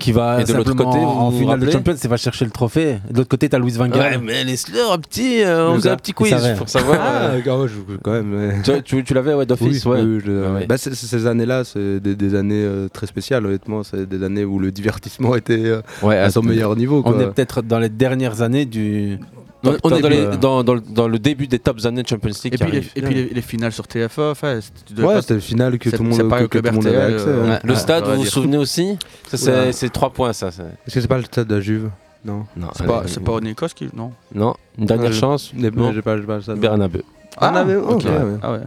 [SPEAKER 3] qui va
[SPEAKER 5] Et de l'autre
[SPEAKER 3] simplement
[SPEAKER 5] côté, vous
[SPEAKER 3] en
[SPEAKER 5] vous
[SPEAKER 3] finale de
[SPEAKER 5] rappelez
[SPEAKER 3] Champions et va chercher le trophée. Et de l'autre côté, tu as Louis Van Gaal.
[SPEAKER 5] mais laisse-le un petit. euh, on
[SPEAKER 4] Le
[SPEAKER 5] faisait
[SPEAKER 4] gars,
[SPEAKER 5] un petit
[SPEAKER 3] il savait.
[SPEAKER 5] quiz pour savoir.
[SPEAKER 4] Ah,
[SPEAKER 5] euh,
[SPEAKER 4] quand même.
[SPEAKER 5] tu tu- tu l'avais, ouais, d'office, ouais. Ah ouais.
[SPEAKER 4] Bah, c'est- c'est- ces années-là, c'est des, des années euh, très spéciales, honnêtement. C'est des années où le divertissement était euh,
[SPEAKER 5] Ouais,
[SPEAKER 4] à son
[SPEAKER 5] attends.
[SPEAKER 4] meilleur niveau.
[SPEAKER 3] On
[SPEAKER 4] quoi.
[SPEAKER 3] est peut-être dans les dernières années du.
[SPEAKER 5] On, on est dans,
[SPEAKER 3] Top,
[SPEAKER 5] les-
[SPEAKER 3] euh,
[SPEAKER 5] dans- dans le- dans le début des tops années de Champions League.
[SPEAKER 6] Et
[SPEAKER 5] qui
[SPEAKER 6] puis, les,
[SPEAKER 5] arrivent.
[SPEAKER 6] et puis les, les finales sur TF1, enfin, c'est- tu dois
[SPEAKER 4] Ouais,
[SPEAKER 6] pas-
[SPEAKER 4] c'était le final que
[SPEAKER 6] c'est-
[SPEAKER 4] tout le monde,
[SPEAKER 6] c'est pas
[SPEAKER 4] que,
[SPEAKER 6] avec
[SPEAKER 4] que
[SPEAKER 6] le
[SPEAKER 4] tout le monde
[SPEAKER 6] RTL,
[SPEAKER 4] avait accès.
[SPEAKER 6] euh,
[SPEAKER 4] hein.
[SPEAKER 6] ouais.
[SPEAKER 5] Le stade,
[SPEAKER 6] ça va
[SPEAKER 5] vous vous
[SPEAKER 6] dire.
[SPEAKER 5] souvenez aussi Ça,
[SPEAKER 4] Oula.
[SPEAKER 5] c'est- C'est 3 points, ça. ça.
[SPEAKER 4] Est-ce que c'est pas le stade de la Juve Non.
[SPEAKER 5] Non,
[SPEAKER 6] C'est pas,
[SPEAKER 5] euh,
[SPEAKER 6] c'est pas en Écosse qui. Non.
[SPEAKER 5] Non, une dernière
[SPEAKER 4] Euh,
[SPEAKER 5] chance.
[SPEAKER 4] Non, j'ai pas, j'ai pas le stade.
[SPEAKER 5] Bernabeu.
[SPEAKER 4] Ah, mais
[SPEAKER 6] ok.
[SPEAKER 4] bon, ok, ouais.
[SPEAKER 6] Ah ouais.
[SPEAKER 5] Bah,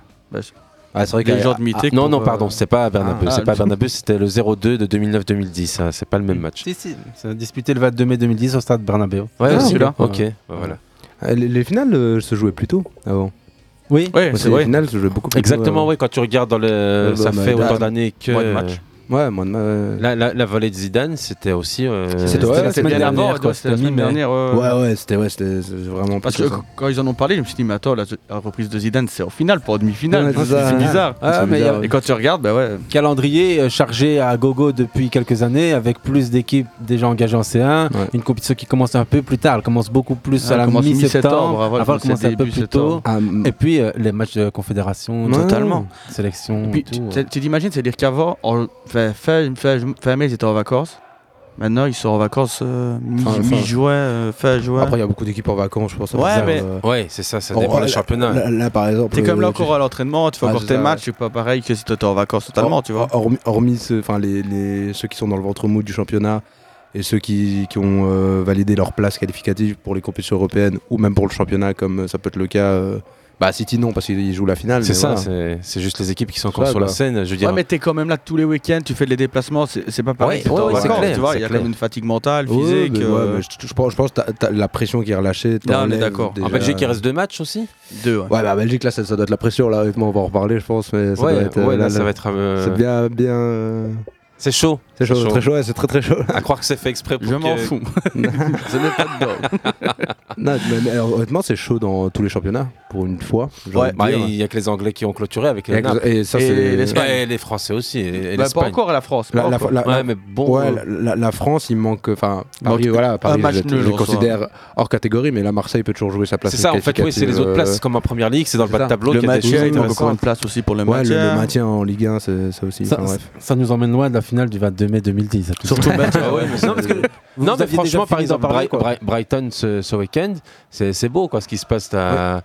[SPEAKER 4] Ah, c'est vrai
[SPEAKER 6] Les gens de mythique.
[SPEAKER 5] non,
[SPEAKER 6] pour,
[SPEAKER 5] non,
[SPEAKER 6] euh,
[SPEAKER 5] pardon, c'est pas à Bernabeu.
[SPEAKER 6] ah,
[SPEAKER 5] c'est
[SPEAKER 6] ah,
[SPEAKER 5] pas à
[SPEAKER 6] le-
[SPEAKER 5] Bernabeu, c'était le 0-2 de 2009-2010. hein, c'est pas le même match.
[SPEAKER 3] Si, si. Ça a disputé le 22 mai 2010 au stade Bernabeu.
[SPEAKER 5] Ouais,
[SPEAKER 6] Ah,
[SPEAKER 5] ouais,
[SPEAKER 6] celui-là.
[SPEAKER 5] Ok, bah voilà.
[SPEAKER 4] Ah, Les, les finales euh, se jouaient plus tôt avant.
[SPEAKER 3] Oui.
[SPEAKER 6] Ouais,
[SPEAKER 4] Parce que
[SPEAKER 6] c'est
[SPEAKER 4] les
[SPEAKER 6] vrai.
[SPEAKER 4] finales se jouaient beaucoup plus euh, tôt.
[SPEAKER 5] Exactement,
[SPEAKER 4] avant.
[SPEAKER 5] ouais, quand tu regardes dans le.
[SPEAKER 4] Ouais,
[SPEAKER 5] ça
[SPEAKER 4] bah,
[SPEAKER 5] fait
[SPEAKER 4] bah,
[SPEAKER 5] autant d'années que.
[SPEAKER 6] moins de matchs.
[SPEAKER 4] Ouais, moi, euh,
[SPEAKER 5] La, la, la volée de Zidane, c'était aussi. euh,
[SPEAKER 4] C'était
[SPEAKER 3] ouais,
[SPEAKER 4] la semaine
[SPEAKER 3] bien
[SPEAKER 4] dernière,
[SPEAKER 3] avant,
[SPEAKER 4] quoi,
[SPEAKER 3] ouais,
[SPEAKER 4] c'était
[SPEAKER 6] la semaine
[SPEAKER 4] mi-mai.
[SPEAKER 6] dernière. ouais, ouais.
[SPEAKER 4] Ouais, ouais, c'était ouais, c'était c'est vraiment
[SPEAKER 6] Parce que
[SPEAKER 4] plus ça.
[SPEAKER 6] quand ils en ont parlé, je me suis dit, mais attends, la, la reprise de Zidane, c'est en finale, pas en demi-finale.
[SPEAKER 4] Ouais,
[SPEAKER 6] c'est
[SPEAKER 4] c'est ça.
[SPEAKER 6] c'est bizarre.
[SPEAKER 4] Ah,
[SPEAKER 6] C'est
[SPEAKER 4] mais
[SPEAKER 6] bizarre.
[SPEAKER 4] y a-
[SPEAKER 6] Et quand tu regardes, bah ouais.
[SPEAKER 3] calendrier euh, chargé à gogo depuis quelques années avec plus d'équipes déjà engagées en C1
[SPEAKER 4] Ouais.
[SPEAKER 3] une compétition qui commence un peu plus tard elle commence beaucoup plus
[SPEAKER 6] Ah,
[SPEAKER 3] à la
[SPEAKER 6] elle commence
[SPEAKER 3] mi-septembre
[SPEAKER 6] mi-septembre, avant, elle
[SPEAKER 3] avant elle
[SPEAKER 6] commence
[SPEAKER 3] commence un peu
[SPEAKER 6] début
[SPEAKER 3] plus tôt
[SPEAKER 6] septembre.
[SPEAKER 4] Ah, m-
[SPEAKER 3] et puis euh, les matchs de confédération
[SPEAKER 4] Ouais.
[SPEAKER 3] totalement sélection
[SPEAKER 6] Et puis,
[SPEAKER 3] et tout,
[SPEAKER 6] tu-
[SPEAKER 3] ouais.
[SPEAKER 6] tu tu t'imagines, c'est-à-dire qu'avant, en- fin, fin, fin, fin mai, ils étaient en vacances. Maintenant, ils sont en vacances euh, mi-
[SPEAKER 4] Fin- fin-
[SPEAKER 6] mi-juin, euh, fin juin.
[SPEAKER 4] Après, il y a beaucoup d'équipes en vacances, je pense. ça
[SPEAKER 6] Ouais,
[SPEAKER 4] va faire,
[SPEAKER 6] mais-
[SPEAKER 4] euh,
[SPEAKER 5] Ouais, c'est ça, ça
[SPEAKER 4] Oh,
[SPEAKER 5] dépend
[SPEAKER 4] là-
[SPEAKER 5] des championnats.
[SPEAKER 4] Là, là, par exemple.
[SPEAKER 6] T'es comme là
[SPEAKER 4] euh,
[SPEAKER 6] encore à l'entraînement, tu fais
[SPEAKER 4] Ah,
[SPEAKER 6] encore
[SPEAKER 4] c'est
[SPEAKER 6] tes
[SPEAKER 4] ça,
[SPEAKER 6] matchs, c'est pas pareil que si t'étais en vacances totalement,
[SPEAKER 4] Hor-
[SPEAKER 6] tu vois.
[SPEAKER 4] Hormis, hormis ceux, enfin, les, les- ceux qui sont dans le ventre mou du championnat et ceux qui, qui ont euh, validé leur place qualificative pour les compétitions européennes ou même pour le championnat, comme euh, ça peut être le cas. euh, bah, City, non, parce qu'ils jouent la finale.
[SPEAKER 5] C'est
[SPEAKER 4] mais
[SPEAKER 5] ça,
[SPEAKER 4] voilà.
[SPEAKER 5] c'est- c'est juste les équipes qui sont encore
[SPEAKER 4] Ouais,
[SPEAKER 5] sur
[SPEAKER 4] bah.
[SPEAKER 5] la scène. Je veux dire,
[SPEAKER 6] Ouais, mais t'es quand même là tous les week-ends, tu fais les déplacements, c'est c'est pas pareil.
[SPEAKER 5] Ouais,
[SPEAKER 6] que t'es
[SPEAKER 5] ouais,
[SPEAKER 6] en
[SPEAKER 5] ouais, c'est
[SPEAKER 6] vacances,
[SPEAKER 5] clair,
[SPEAKER 6] tu vois, il y a
[SPEAKER 5] c'est
[SPEAKER 6] quand même
[SPEAKER 5] clair.
[SPEAKER 6] une fatigue mentale,
[SPEAKER 4] Ouais,
[SPEAKER 6] physique.
[SPEAKER 4] mais,
[SPEAKER 6] euh,
[SPEAKER 4] ouais, mais je, je pense, je pense que t'as- t'as la pression qui est relâchée.
[SPEAKER 6] Là, on est
[SPEAKER 4] t'enlèves
[SPEAKER 6] d'accord. En
[SPEAKER 4] déjà.
[SPEAKER 5] en Belgique, il reste deux matchs aussi.
[SPEAKER 6] Deux, ouais.
[SPEAKER 4] Ouais, bah, en Belgique, là, ça, ça doit être la pression. Là, honnêtement, on va en reparler, je pense. Mais ça
[SPEAKER 5] ouais,
[SPEAKER 4] doit être, euh,
[SPEAKER 5] ouais, là,
[SPEAKER 4] là,
[SPEAKER 5] ça
[SPEAKER 4] là,
[SPEAKER 5] va être. euh,
[SPEAKER 4] C'est bien. bien euh,
[SPEAKER 5] C'est chaud.
[SPEAKER 4] C'est chaud,
[SPEAKER 5] chaud.
[SPEAKER 4] très chaud, ouais, c'est très très chaud.
[SPEAKER 5] À croire que c'est fait exprès pour.
[SPEAKER 6] Je
[SPEAKER 5] que-
[SPEAKER 6] m'en fous. Ce n'est pas dedans.
[SPEAKER 4] Non, mais, mais, alors, honnêtement, c'est chaud dans tous les championnats, pour une fois. j'ai
[SPEAKER 5] Ouais,
[SPEAKER 4] envie de
[SPEAKER 5] bah,
[SPEAKER 4] dire.
[SPEAKER 5] il y a que les Anglais qui ont clôturé avec
[SPEAKER 4] Et,
[SPEAKER 5] les Naples.
[SPEAKER 4] ça,
[SPEAKER 6] Et
[SPEAKER 4] c'est
[SPEAKER 6] l'Espagne.
[SPEAKER 5] Ouais, et les Français aussi. Et, et
[SPEAKER 6] Bah, pas
[SPEAKER 5] l'Espagne.
[SPEAKER 6] encore à la France. pas
[SPEAKER 4] La, la-
[SPEAKER 6] encore.
[SPEAKER 4] la-
[SPEAKER 5] Ouais,
[SPEAKER 4] la-
[SPEAKER 5] mais bon.
[SPEAKER 4] ouais,
[SPEAKER 5] euh,
[SPEAKER 4] la- la- la France, il manque. Enfin, Paris,
[SPEAKER 6] Manque
[SPEAKER 4] voilà, Paris,
[SPEAKER 6] match
[SPEAKER 4] je,
[SPEAKER 6] nul,
[SPEAKER 4] je
[SPEAKER 6] en
[SPEAKER 4] les considère hors catégorie, mais là, Marseille peut toujours jouer sa place.
[SPEAKER 5] C'est ça, en fait, oui, c'est les autres places. Comme en première ligue, c'est dans le
[SPEAKER 4] C'est
[SPEAKER 5] bas de
[SPEAKER 4] ça.
[SPEAKER 5] tableau.
[SPEAKER 6] le
[SPEAKER 5] qu'il y a des
[SPEAKER 6] match,
[SPEAKER 5] choses
[SPEAKER 6] il manque
[SPEAKER 5] intéressantes.
[SPEAKER 6] encore une place aussi pour le
[SPEAKER 4] Ouais,
[SPEAKER 6] match.
[SPEAKER 4] le, le maintien en Ligue 1, c'est ça aussi.
[SPEAKER 3] ça,
[SPEAKER 4] enfin, bref.
[SPEAKER 3] ça nous emmène loin de la finale du 22 mai 2010
[SPEAKER 6] Surtout le match.
[SPEAKER 5] Ah ouais, mais c'est-
[SPEAKER 3] Non, parce que Vous
[SPEAKER 5] non, mais
[SPEAKER 3] aviez déjà
[SPEAKER 5] franchement, par
[SPEAKER 3] fini d'en
[SPEAKER 5] exemple,
[SPEAKER 3] parler,
[SPEAKER 5] Bri-
[SPEAKER 3] quoi.
[SPEAKER 5] Bri- Brighton ce, ce week-end, c'est c'est beau quoi, ce qui se passe. T'as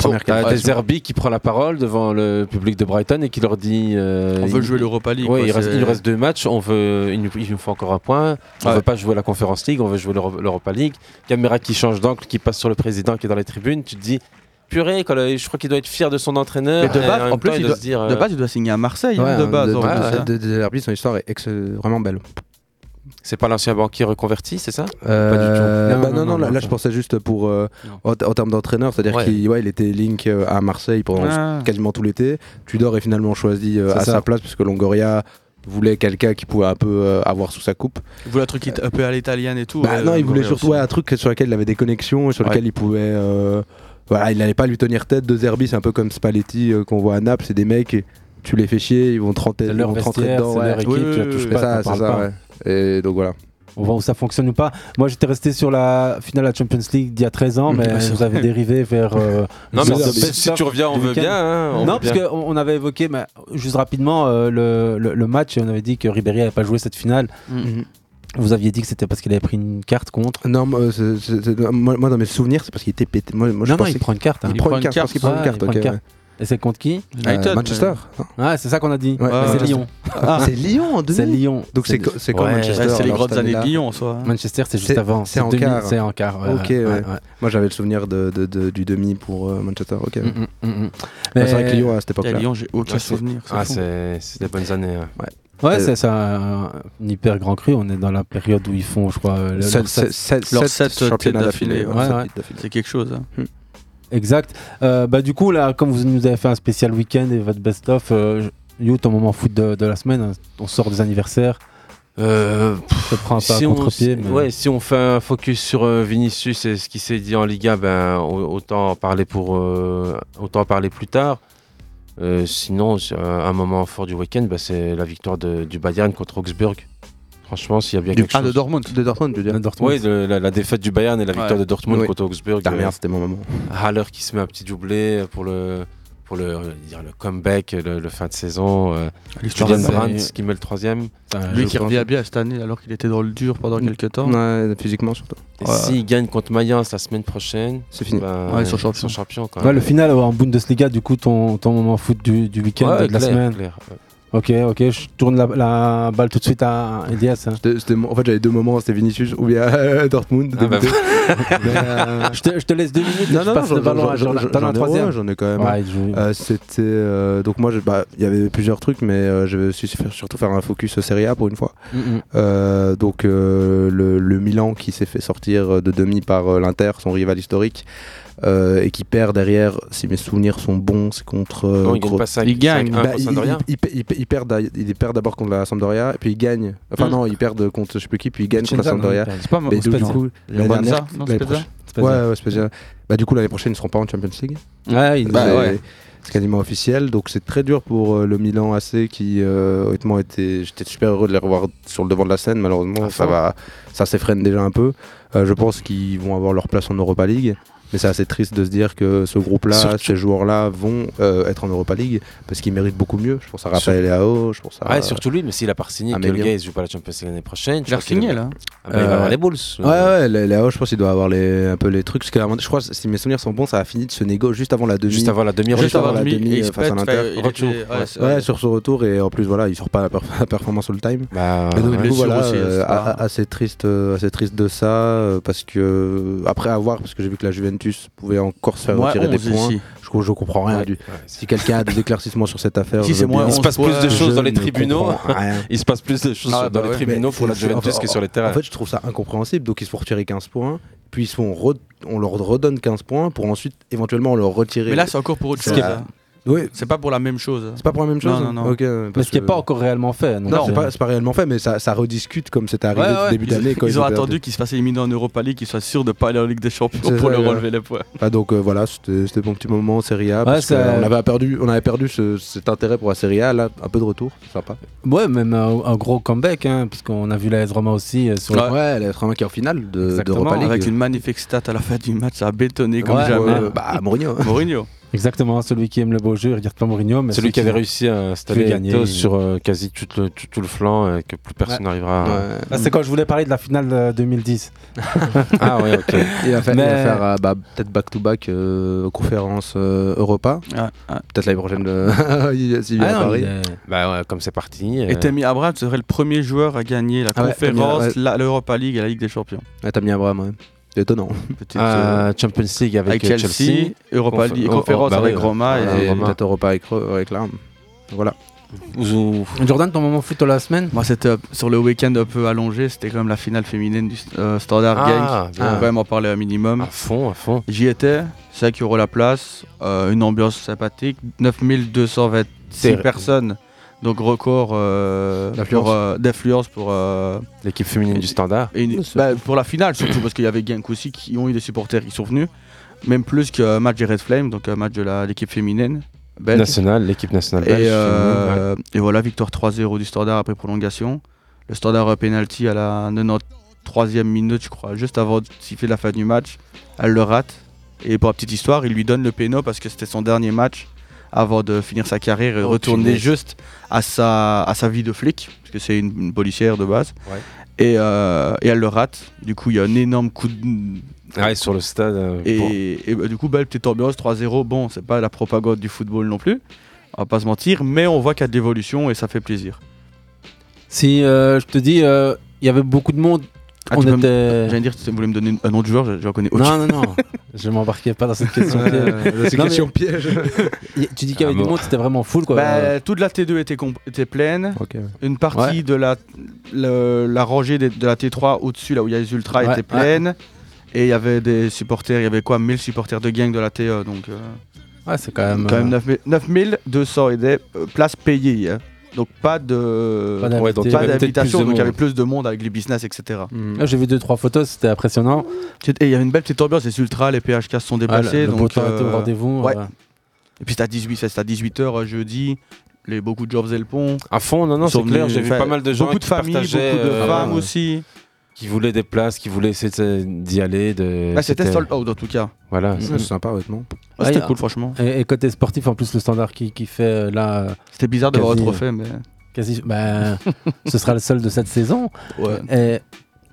[SPEAKER 4] Première
[SPEAKER 5] t'as
[SPEAKER 4] qualification.
[SPEAKER 5] des Herbie qui prend la parole devant le public de Brighton et qui leur dit euh,
[SPEAKER 6] On veut
[SPEAKER 5] il-
[SPEAKER 6] jouer l'Europa League.
[SPEAKER 5] Ouais,
[SPEAKER 6] quoi,
[SPEAKER 5] il, reste,
[SPEAKER 6] c'est-
[SPEAKER 5] il reste deux matchs, on veut, il, nous, il nous faut encore un point. On
[SPEAKER 6] Ouais.
[SPEAKER 5] veut pas jouer la Conference League, on veut jouer l'Euro- l'Europa League. Caméra qui change d'angle, qui passe sur le président qui est dans les tribunes. Tu te dis, purée, quoi, le- Euh, je crois qu'il doit être fier de son entraîneur.
[SPEAKER 6] Mais de
[SPEAKER 5] Et
[SPEAKER 6] base,
[SPEAKER 5] même
[SPEAKER 6] en plus,
[SPEAKER 5] temps,
[SPEAKER 6] il
[SPEAKER 5] doit se dire,
[SPEAKER 6] De
[SPEAKER 5] euh,
[SPEAKER 6] base, il doit signer à Marseille, hein,
[SPEAKER 4] Ouais,
[SPEAKER 6] de base.
[SPEAKER 4] de-
[SPEAKER 6] en plus, hein.
[SPEAKER 4] de- de- de Derby, son histoire est ex- vraiment belle.
[SPEAKER 5] c'est pas l'ancien banquier reconverti, c'est ça
[SPEAKER 4] Euh,
[SPEAKER 3] Pas du tout.
[SPEAKER 4] bah Non, non, là, là, je pensais juste pour euh, en, en termes d'entraîneur, c'est-à-dire
[SPEAKER 5] Ouais.
[SPEAKER 4] qu'il ouais, il était link euh, à Marseille pendant
[SPEAKER 6] Ah.
[SPEAKER 4] quasiment tout l'été. Tudor est finalement choisi euh,
[SPEAKER 3] C'est
[SPEAKER 4] à
[SPEAKER 3] ça.
[SPEAKER 4] sa place puisque Longoria voulait quelqu'un qui pouvait un peu euh, avoir sous sa coupe.
[SPEAKER 6] Il voulait un truc qui t- un peu à l'italienne et tout.
[SPEAKER 4] Bah
[SPEAKER 6] euh,
[SPEAKER 4] non, il voulait
[SPEAKER 6] Longoria
[SPEAKER 4] surtout
[SPEAKER 6] aussi.
[SPEAKER 4] ouais, un truc sur lequel il avait des connexions et sur
[SPEAKER 6] Ouais.
[SPEAKER 4] lequel il pouvait. euh, voilà, il n'allait pas lui tenir tête. De Zerbi, c'est un peu comme Spalletti euh, qu'on voit à Naples, c'est des mecs, tu les fais chier, ils vont te rentrer,
[SPEAKER 3] c'est
[SPEAKER 4] ils
[SPEAKER 3] leur
[SPEAKER 4] vont te rentrer
[SPEAKER 3] vestiaire
[SPEAKER 4] dedans.
[SPEAKER 3] c'est
[SPEAKER 4] ouais.
[SPEAKER 3] leur équipe
[SPEAKER 6] Oui,
[SPEAKER 3] tu la
[SPEAKER 6] oui,
[SPEAKER 4] C'est
[SPEAKER 3] touches
[SPEAKER 6] oui.
[SPEAKER 3] pas
[SPEAKER 4] ça,
[SPEAKER 3] t'en
[SPEAKER 4] c'est
[SPEAKER 3] parles
[SPEAKER 4] ça,
[SPEAKER 3] pas.
[SPEAKER 4] ouais. Et donc voilà.
[SPEAKER 3] on voit où ça fonctionne ou pas moi j'étais resté sur la finale à Champions League d'il y a 13
[SPEAKER 5] Mm,
[SPEAKER 3] ans mais vous avez dérivé vers euh,
[SPEAKER 5] bah, Non, mais
[SPEAKER 3] une sorte de
[SPEAKER 5] si, si
[SPEAKER 3] best-of
[SPEAKER 5] tu reviens, on
[SPEAKER 3] du
[SPEAKER 5] veut
[SPEAKER 3] week-end.
[SPEAKER 5] bien. hein, on
[SPEAKER 3] non,
[SPEAKER 5] veut
[SPEAKER 3] parce
[SPEAKER 5] bien.
[SPEAKER 3] qu'on avait évoqué, mais juste rapidement, euh, le, le- le match, et on avait dit que Ribéry n'avait pas joué cette finale.
[SPEAKER 6] Mhm.
[SPEAKER 3] Vous aviez dit que c'était parce qu'il avait pris une carte contre.
[SPEAKER 4] Non, moi, c'est- c'est- c'est- moi- moi, dans mes souvenirs, c'est parce qu'il était pété. Moi, moi, je
[SPEAKER 3] non, non,
[SPEAKER 4] pensais
[SPEAKER 3] il prend une carte. hein.
[SPEAKER 4] Il prend une carte, parce qu'il prend une
[SPEAKER 3] Ah,
[SPEAKER 4] carte,
[SPEAKER 3] il prend une
[SPEAKER 4] ok,
[SPEAKER 3] carte.
[SPEAKER 4] ouais.
[SPEAKER 3] Et c'est contre qui
[SPEAKER 6] United,
[SPEAKER 4] Euh, Manchester
[SPEAKER 3] Ah, c'est ça qu'on a dit.
[SPEAKER 4] Ouais,
[SPEAKER 3] Mais c'est
[SPEAKER 6] Manchester.
[SPEAKER 3] Lyon.
[SPEAKER 6] Ah.
[SPEAKER 4] C'est Lyon en
[SPEAKER 3] C'est Lyon.
[SPEAKER 4] Donc c'est co- c'est quand
[SPEAKER 5] Ouais,
[SPEAKER 6] Ouais,
[SPEAKER 4] Manchester
[SPEAKER 6] c'est les
[SPEAKER 4] alors,
[SPEAKER 6] grosses
[SPEAKER 4] cette
[SPEAKER 6] années de
[SPEAKER 4] année-là
[SPEAKER 6] Lyon en soi. hein.
[SPEAKER 3] Manchester, c'est juste
[SPEAKER 4] C'est-
[SPEAKER 3] avant.
[SPEAKER 4] c'est en
[SPEAKER 3] 2000,
[SPEAKER 4] quart.
[SPEAKER 3] C'est en quart. ouais,
[SPEAKER 4] Ok, ouais.
[SPEAKER 3] ouais, ouais.
[SPEAKER 4] Moi j'avais le souvenir de, de- de- du demi pour euh, Manchester. Ok.
[SPEAKER 3] Mm, mm, mm, mm.
[SPEAKER 4] Ouais, C'est vrai que
[SPEAKER 3] Mais-
[SPEAKER 4] Lyon à
[SPEAKER 6] Et
[SPEAKER 4] cette
[SPEAKER 6] à
[SPEAKER 4] époque-là.
[SPEAKER 6] Lyon, j'ai aucun
[SPEAKER 5] Ah, c'est-
[SPEAKER 6] souvenir. c'est
[SPEAKER 5] Ah,
[SPEAKER 6] fou.
[SPEAKER 5] c'est c'est des bonnes années. ouais.
[SPEAKER 3] Ouais,
[SPEAKER 4] Euh,
[SPEAKER 3] c'est ça, un, un hyper grand cru. On est dans la période où ils font, je crois, euh, le- leur sept-
[SPEAKER 6] leurs
[SPEAKER 4] sept
[SPEAKER 6] sept
[SPEAKER 4] championnats
[SPEAKER 6] têtes
[SPEAKER 4] d'affilée.
[SPEAKER 6] d'affilée,
[SPEAKER 3] ouais.
[SPEAKER 4] sept
[SPEAKER 3] Ouais,
[SPEAKER 4] titres d'affilée.
[SPEAKER 6] C'est quelque chose. hein.
[SPEAKER 3] Exact. Euh, bah, du coup, là, comme vous nous avez fait un spécial week-end et votre best-of, euh, je- You, ton moment foot de, de la semaine, hein. on sort des anniversaires,
[SPEAKER 5] Euh,
[SPEAKER 3] je te prends un peu à
[SPEAKER 5] on-
[SPEAKER 3] contre-pied.
[SPEAKER 5] si-
[SPEAKER 3] mais-
[SPEAKER 5] ouais, si on fait un focus sur euh, Vinicius et ce qui s'est dit en Liga, ben, au- autant en parler, pour, euh, autant en parler plus tard. Euh, sinon, c'est un- un moment fort du week-end, ben, c'est la victoire de- du Bayern contre Augsburg. Franchement, s'il y a bien quelque
[SPEAKER 6] Ah, de
[SPEAKER 5] chose.
[SPEAKER 6] Dortmund.
[SPEAKER 4] De Dortmund, je veux dire.
[SPEAKER 3] Le Dortmund.
[SPEAKER 5] Oui, le- la, la défaite du Bayern et la victoire
[SPEAKER 6] Ouais.
[SPEAKER 5] de Dortmund
[SPEAKER 4] Oui.
[SPEAKER 5] contre Augsburg.
[SPEAKER 4] Putain,
[SPEAKER 5] euh,
[SPEAKER 4] merde, c'était mon moment.
[SPEAKER 5] Haller qui se met un petit doublé pour le, pour le, euh, dire le comeback, le, le fin de saison. euh,
[SPEAKER 6] L'histoire
[SPEAKER 5] Julian
[SPEAKER 6] de-
[SPEAKER 5] Brandt qui met le troisième.
[SPEAKER 3] Putain,
[SPEAKER 6] Lui
[SPEAKER 3] je-
[SPEAKER 6] qui revient bien cette année alors qu'il était dans le dur pendant quelques temps.
[SPEAKER 4] Mm. Ouais, physiquement surtout.
[SPEAKER 5] Et
[SPEAKER 6] Ouais.
[SPEAKER 5] s'il gagne contre Mayence la semaine prochaine,
[SPEAKER 4] C'est fini.
[SPEAKER 5] ben,
[SPEAKER 6] Ouais, ils sont
[SPEAKER 5] ils
[SPEAKER 6] champions.
[SPEAKER 5] sont champions quand
[SPEAKER 3] Ouais,
[SPEAKER 5] même.
[SPEAKER 3] le final ouais, en Bundesliga, du coup, ton, ton moment foot du, du week-end
[SPEAKER 5] Ouais,
[SPEAKER 3] de la
[SPEAKER 5] clair,
[SPEAKER 3] semaine.
[SPEAKER 5] clair.
[SPEAKER 3] Ok, ok, je tourne la, la balle tout de suite à Elias. hein.
[SPEAKER 4] C'était- c'était mon- En fait, j'avais deux moments, c'était Vinicius ou bien euh, Dortmund.
[SPEAKER 5] Ah, bah,
[SPEAKER 4] débuté. Mais, euh,
[SPEAKER 3] Ben, Je, te, je te laisse deux minutes,
[SPEAKER 4] Non,
[SPEAKER 3] je
[SPEAKER 4] non, non,
[SPEAKER 3] passe le
[SPEAKER 4] j'en-
[SPEAKER 3] ballon à
[SPEAKER 4] j'en- j'en-
[SPEAKER 3] Jordan. T'en as
[SPEAKER 4] j'en ai-
[SPEAKER 3] un
[SPEAKER 4] ouais,
[SPEAKER 3] troisième
[SPEAKER 4] J'en ai quand même. un.
[SPEAKER 3] Ouais, il joue.
[SPEAKER 4] Euh, c'était euh, donc moi je- bah, il y avait plusieurs trucs mais euh, je vais aussi faire- surtout faire un focus Serie A pour une fois
[SPEAKER 3] Mm, mm.
[SPEAKER 4] Euh, donc euh, le, le Milan qui s'est fait sortir euh, de demi par euh, l'Inter son rival historique euh, et qui perd derrière, si mes souvenirs sont bons, c'est contre. euh,
[SPEAKER 5] Non, il gagne
[SPEAKER 4] Gro-
[SPEAKER 5] pas 5
[SPEAKER 6] il gagne.
[SPEAKER 4] Bah, il, il- il- il- il- il perd d'a- il perd d'abord contre la Sampdoria, et puis il gagne. Enfin, non, il perd contre je sais plus qui, puis il gagne contre la Sampdoria.
[SPEAKER 6] C'est pas moi.
[SPEAKER 4] Mais du coup,
[SPEAKER 6] Le Monza,
[SPEAKER 4] l'année dernière-
[SPEAKER 6] non, c'est
[SPEAKER 4] l'année
[SPEAKER 6] pas ça
[SPEAKER 4] prochaine- Ouais, ouais, c'est pas ça. Bah, du coup, l'année prochaine, ils seront pas en Champions League.
[SPEAKER 3] Ouais, il-
[SPEAKER 4] Bah,
[SPEAKER 3] il-
[SPEAKER 4] ouais. C'est quasiment officiel, donc c'est très dur pour euh, le Milan AC qui, euh, honnêtement, était, j'étais super heureux de les revoir sur le devant de la scène. Malheureusement,
[SPEAKER 5] Ah,
[SPEAKER 4] ça
[SPEAKER 5] fort.
[SPEAKER 4] va, ça s'effraîne déjà un peu. Euh, je pense qu'ils vont avoir leur place en Europa League, mais c'est assez triste de se dire que ce groupe-là,
[SPEAKER 5] Surtout-
[SPEAKER 4] ces joueurs-là, vont euh, être en Europa League parce qu'ils méritent beaucoup mieux. Je pense à Raphaël Leao, je pense à.
[SPEAKER 5] Ouais, surtout lui, mais s'il a pas signé,
[SPEAKER 4] Ah,
[SPEAKER 5] que
[SPEAKER 4] mais
[SPEAKER 5] le
[SPEAKER 4] bien.
[SPEAKER 5] gars il joue pas la Champions League l'année prochaine. je
[SPEAKER 6] Il a
[SPEAKER 5] crois qu'il
[SPEAKER 6] signé
[SPEAKER 5] est-
[SPEAKER 6] là.
[SPEAKER 5] Ah, bah, Il va
[SPEAKER 4] Euh,
[SPEAKER 5] avoir les balls. euh.
[SPEAKER 4] Ouais, ouais, Le- Leao, je pense qu'il doit avoir les, un peu les trucs. Parce que, la- je crois, si mes souvenirs sont bons, ça a fini de se négo juste avant la demi.
[SPEAKER 5] Juste avant la demi bah,
[SPEAKER 4] Juste avant la
[SPEAKER 6] demi,
[SPEAKER 4] demi, euh,
[SPEAKER 6] et il se
[SPEAKER 4] face à
[SPEAKER 6] pète,
[SPEAKER 4] l'Inter.
[SPEAKER 6] enfin, il était-
[SPEAKER 5] Retour.
[SPEAKER 6] ouais, c'est
[SPEAKER 4] Ouais,
[SPEAKER 6] vrai.
[SPEAKER 4] sur son retour et en plus voilà, il sort pas la, perf- la performance sur le time.
[SPEAKER 5] Bah,
[SPEAKER 4] Et donc,
[SPEAKER 5] ouais.
[SPEAKER 4] du coup,
[SPEAKER 6] blessure
[SPEAKER 4] voilà,
[SPEAKER 6] aussi,
[SPEAKER 4] euh,
[SPEAKER 6] c'est pas-
[SPEAKER 4] a- a- assez triste, euh, assez triste de ça euh, parce que euh, après avoir parce que j'ai vu que la Juventus pouvait encore se faire
[SPEAKER 6] Moi,
[SPEAKER 4] retirer des
[SPEAKER 6] 11
[SPEAKER 4] points.
[SPEAKER 6] ici.
[SPEAKER 4] Je, je comprends rien
[SPEAKER 5] Ouais.
[SPEAKER 4] du.
[SPEAKER 5] Ouais, c'est-
[SPEAKER 4] Si quelqu'un a des éclaircissements sur cette affaire,
[SPEAKER 6] Si,
[SPEAKER 4] je
[SPEAKER 6] c'est
[SPEAKER 4] veux
[SPEAKER 6] moi,
[SPEAKER 4] bien.
[SPEAKER 5] Il se passe plus de
[SPEAKER 6] Ouais,
[SPEAKER 5] choses
[SPEAKER 4] Je
[SPEAKER 5] dans les
[SPEAKER 4] ne
[SPEAKER 5] tribunaux.
[SPEAKER 4] comprends rien.
[SPEAKER 5] Il se passe plus de choses
[SPEAKER 6] Ah, bah
[SPEAKER 5] dans les
[SPEAKER 6] ouais.
[SPEAKER 5] tribunaux pour la
[SPEAKER 4] C'est- en
[SPEAKER 5] Juventus
[SPEAKER 4] fait,
[SPEAKER 5] que sur les terrains.
[SPEAKER 4] En fait, je trouve ça incompréhensible. Donc ils se font retirer 15 points, puis ils se font re- on leur redonne 15 points pour ensuite éventuellement leur retirer.
[SPEAKER 6] Mais là, c'est encore pour autre
[SPEAKER 4] Ce
[SPEAKER 6] chose.
[SPEAKER 4] qui est-
[SPEAKER 6] hein.
[SPEAKER 4] oui,
[SPEAKER 6] C'est pas pour la même chose.
[SPEAKER 4] c'est pas pour la même chose. hein.
[SPEAKER 6] Non, non, non.
[SPEAKER 4] Ok,
[SPEAKER 3] mais
[SPEAKER 4] parce
[SPEAKER 3] ce qui n'est
[SPEAKER 4] que-
[SPEAKER 3] pas encore réellement fait. donc,
[SPEAKER 4] Non, c'est
[SPEAKER 3] euh,
[SPEAKER 4] pas, c'est pas réellement fait, mais ça, ça rediscute comme c'était arrivé
[SPEAKER 6] Ouais,
[SPEAKER 4] au
[SPEAKER 6] ouais.
[SPEAKER 4] début
[SPEAKER 6] Ils-
[SPEAKER 4] d'année. quand
[SPEAKER 6] Ils, ont
[SPEAKER 4] perdu.
[SPEAKER 6] attendu qu'ils se fassent éliminer en Europa League, qu'ils soient sûrs de pas aller en Ligue des Champions
[SPEAKER 4] C'est
[SPEAKER 6] pour
[SPEAKER 4] ça,
[SPEAKER 6] leur
[SPEAKER 4] ouais.
[SPEAKER 6] enlever les points.
[SPEAKER 4] Ah, donc euh, voilà, c'était c'était mon petit moment Serie A. parce
[SPEAKER 3] c'est-
[SPEAKER 4] que on, avait perdu, on avait perdu ce- cet intérêt pour la Serie A, là, un peu de retour, c'est sympa.
[SPEAKER 3] Ouais, même un, un gros comeback, hein, parce qu'on a vu la S Roma aussi euh, sur
[SPEAKER 4] Ouais, ouais la Roma qui est en finale de,
[SPEAKER 3] Exactement,
[SPEAKER 4] d'Europa League.
[SPEAKER 6] Avec une magnifique stat à la fin du match, ça a bétonné comme
[SPEAKER 3] Ouais.
[SPEAKER 6] jamais.
[SPEAKER 4] Euh, bah, Mourinho.
[SPEAKER 6] Mourinho.
[SPEAKER 3] Exactement, celui qui aime le beau jeu, il regarde pas Mourinho, mais
[SPEAKER 5] Celui qui avait réussi à installer
[SPEAKER 3] gagner.
[SPEAKER 5] Eto'o sur euh, quasi tout le, tout, tout le flanc, euh, que plus personne n'arrivera à-
[SPEAKER 4] Ouais.
[SPEAKER 3] Ah, c'est quand je voulais parler de la finale euh, 2010.
[SPEAKER 5] Ah ouais, ok.
[SPEAKER 4] Il va faire, il va
[SPEAKER 3] Mais-
[SPEAKER 4] faire, euh, bah, peut-être back-to-back euh, conférence euh, Europa.
[SPEAKER 6] Ah, ah.
[SPEAKER 4] Peut-être l'année prochaine euh, il- s'il vient à Paris.
[SPEAKER 5] bah ouais, comme c'est parti. euh,
[SPEAKER 6] Et Tammy Abraham serait le premier joueur à gagner la
[SPEAKER 4] Ah ouais,
[SPEAKER 6] conférence,
[SPEAKER 4] Tammy-
[SPEAKER 6] la- l'Europa League et la Ligue des Champions.
[SPEAKER 4] Ah, t'as mis Abraham, ouais. C'est étonnant. Ah,
[SPEAKER 6] Petite, euh,
[SPEAKER 5] euh, Champions League
[SPEAKER 6] avec
[SPEAKER 5] avec, euh,
[SPEAKER 6] Chelsea, Europa
[SPEAKER 5] Conf-
[SPEAKER 6] League,
[SPEAKER 5] oh, oh,
[SPEAKER 6] conférence
[SPEAKER 5] bah
[SPEAKER 6] avec
[SPEAKER 5] oui,
[SPEAKER 6] Roma.
[SPEAKER 5] voilà.
[SPEAKER 6] et-
[SPEAKER 4] Et
[SPEAKER 5] Romain.
[SPEAKER 4] peut-être Europa avec, avec Larme. Voilà.
[SPEAKER 5] Zou-
[SPEAKER 3] Jordan, ton moment foot de la semaine
[SPEAKER 6] Moi, c'était euh, sur le week-end un peu allongé, c'était quand même la finale féminine du euh, Standard
[SPEAKER 5] Ah,
[SPEAKER 6] Games. On
[SPEAKER 5] bien.
[SPEAKER 6] va quand même en parler un minimum.
[SPEAKER 5] À fond, à fond.
[SPEAKER 6] J'y étais, 5 euros la place, euh, une ambiance sympathique, 9226
[SPEAKER 5] C'est-
[SPEAKER 6] personnes, donc record euh,
[SPEAKER 4] D'affluence.
[SPEAKER 6] pour, euh, d'affluence pour, euh,
[SPEAKER 5] L'équipe féminine du Standard.
[SPEAKER 6] et une- bah, pour la finale, surtout parce qu'il y avait Genk aussi qui ont eu des supporters qui sont venus, même plus qu'un match des Red Flames, donc un match de la- l'équipe féminine. belge.
[SPEAKER 5] Nationale, l'équipe nationale belge.
[SPEAKER 6] Et,
[SPEAKER 5] féminine, ouais.
[SPEAKER 6] euh, et voilà, victoire 3-0 du Standard après prolongation. Le Standard a penalty à la 93e minute, je crois, juste avant de siffler la fin du match. Elle le rate. Et pour la petite histoire, il lui donne le péno parce que c'était son dernier match avant de finir sa carrière et
[SPEAKER 5] Oh,
[SPEAKER 6] retourner
[SPEAKER 5] punaise.
[SPEAKER 6] juste à sa, à sa vie de flic, parce que c'est une, une policière de base.
[SPEAKER 5] Ouais.
[SPEAKER 6] Et, euh, et elle le rate. Du coup, il y a un énorme coup de,
[SPEAKER 5] Ouais, sur le stade. euh,
[SPEAKER 6] et,
[SPEAKER 5] pour-
[SPEAKER 6] et bah, du coup, belle petite ambiance, 3-0. Bon, c'est pas la propagande du football non plus, on va pas se mentir, mais on voit qu'il y a de l'évolution et ça fait plaisir.
[SPEAKER 3] Si euh, je te dis, euh, il y avait beaucoup de monde.
[SPEAKER 6] Ah,
[SPEAKER 3] on
[SPEAKER 6] tu peux me-
[SPEAKER 3] était.
[SPEAKER 6] J'allais dire, tu voulais me donner un autre joueur, je, je reconnais aucun.
[SPEAKER 3] Non, non, non, je m'embarquais pas dans cette question.
[SPEAKER 4] C'est
[SPEAKER 3] Non,
[SPEAKER 4] question piège.
[SPEAKER 3] Y- tu dis qu'il y avait
[SPEAKER 5] Ah,
[SPEAKER 3] du
[SPEAKER 5] bon.
[SPEAKER 3] monde, c'était vraiment full quoi. Euh,
[SPEAKER 6] Bah, toute la T2 était, com- était pleine,
[SPEAKER 4] Ok.
[SPEAKER 6] une partie de la, le- la rangée des- de la T3 au-dessus, là où il y a les Ultras,
[SPEAKER 3] Ouais,
[SPEAKER 6] était pleine. Et il y avait des supporters, il y avait quoi 1000 supporters de gang de la T1, donc euh,
[SPEAKER 3] Ouais, c'est quand même.
[SPEAKER 6] quand même
[SPEAKER 3] euh,
[SPEAKER 6] 9000 9200 et des euh, places payées. hein. Donc pas de...
[SPEAKER 3] pas
[SPEAKER 5] Ouais, donc
[SPEAKER 3] d'invité.
[SPEAKER 6] pas
[SPEAKER 5] avait peut-être
[SPEAKER 6] d'habitation, donc il y
[SPEAKER 5] plus de monde. Mm. Ah,
[SPEAKER 6] avait plus de monde avec les business, etc.
[SPEAKER 3] Là, J'ai vu deux trois photos, c'était impressionnant.
[SPEAKER 6] Et il y avait une belle petite ambiance, les ultras, les PHK se sont
[SPEAKER 3] Ah, le
[SPEAKER 6] déplacés.
[SPEAKER 3] le beau
[SPEAKER 6] donc,
[SPEAKER 3] temps était au
[SPEAKER 6] euh,
[SPEAKER 5] hein,
[SPEAKER 3] rendez-vous.
[SPEAKER 6] ouais.
[SPEAKER 3] euh,
[SPEAKER 6] et puis c'était à 18, c'était à 18h jeudi, les, beaucoup de gens faisaient le pont.
[SPEAKER 5] À fond, non, non,
[SPEAKER 6] Ils sont
[SPEAKER 5] c'est clair.
[SPEAKER 6] venus
[SPEAKER 5] J'ai vu
[SPEAKER 6] faire-
[SPEAKER 5] pas mal de gens
[SPEAKER 6] beaucoup de
[SPEAKER 5] qui
[SPEAKER 6] familles, beaucoup de
[SPEAKER 5] partageaient, euh,
[SPEAKER 6] femmes
[SPEAKER 5] euh,
[SPEAKER 6] aussi.
[SPEAKER 5] qui voulaient des places, qui voulaient essayer de- d'y aller. De...
[SPEAKER 6] Bah, c'était sold out en tout cas.
[SPEAKER 5] Voilà.
[SPEAKER 4] Ouais, C'est sympa, honnêtement.
[SPEAKER 6] Ouais,
[SPEAKER 3] Ah,
[SPEAKER 6] c'était
[SPEAKER 3] y a-
[SPEAKER 6] cool, franchement.
[SPEAKER 3] Et, et côté sportif, en plus, le standard qui, qui fait euh, là. euh,
[SPEAKER 6] C'était bizarre d'avoir un
[SPEAKER 3] Quasi,
[SPEAKER 6] trophée, mais.
[SPEAKER 3] Quasi, ben, ce sera le seul de cette saison.
[SPEAKER 6] Ouais.
[SPEAKER 3] Et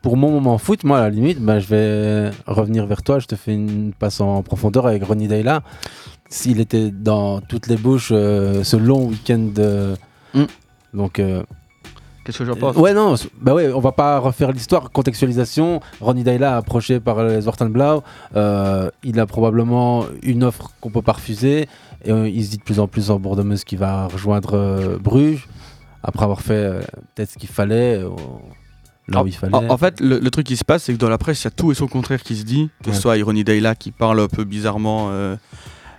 [SPEAKER 3] pour mon moment foot, moi, à la limite, ben, je vais revenir vers toi. Je te fais une passe en profondeur avec Ronnie Dayla. S'il était dans toutes les bouches euh, ce long week-end. euh,
[SPEAKER 6] Mm.
[SPEAKER 3] Donc, euh,
[SPEAKER 6] Qu'est-ce que j'en pense
[SPEAKER 3] ouais, non, c- bah ouais, on va pas refaire l'histoire. Contextualisation Ronnie Dayla, approché par les Zwartenblau, euh, il a probablement une offre qu'on peut pas refuser. Et euh, il se dit de plus en plus en Bordemeuse qu'il va rejoindre euh, Bruges. Après avoir fait euh, peut-être ce qu'il fallait, euh, là où il fallait.
[SPEAKER 6] En, en fait, le, le truc qui se passe, c'est que dans la presse, il y a tout et son contraire qui se dit. Que ce
[SPEAKER 3] Ouais.
[SPEAKER 6] soit Irony Dayla qui parle un peu bizarrement euh,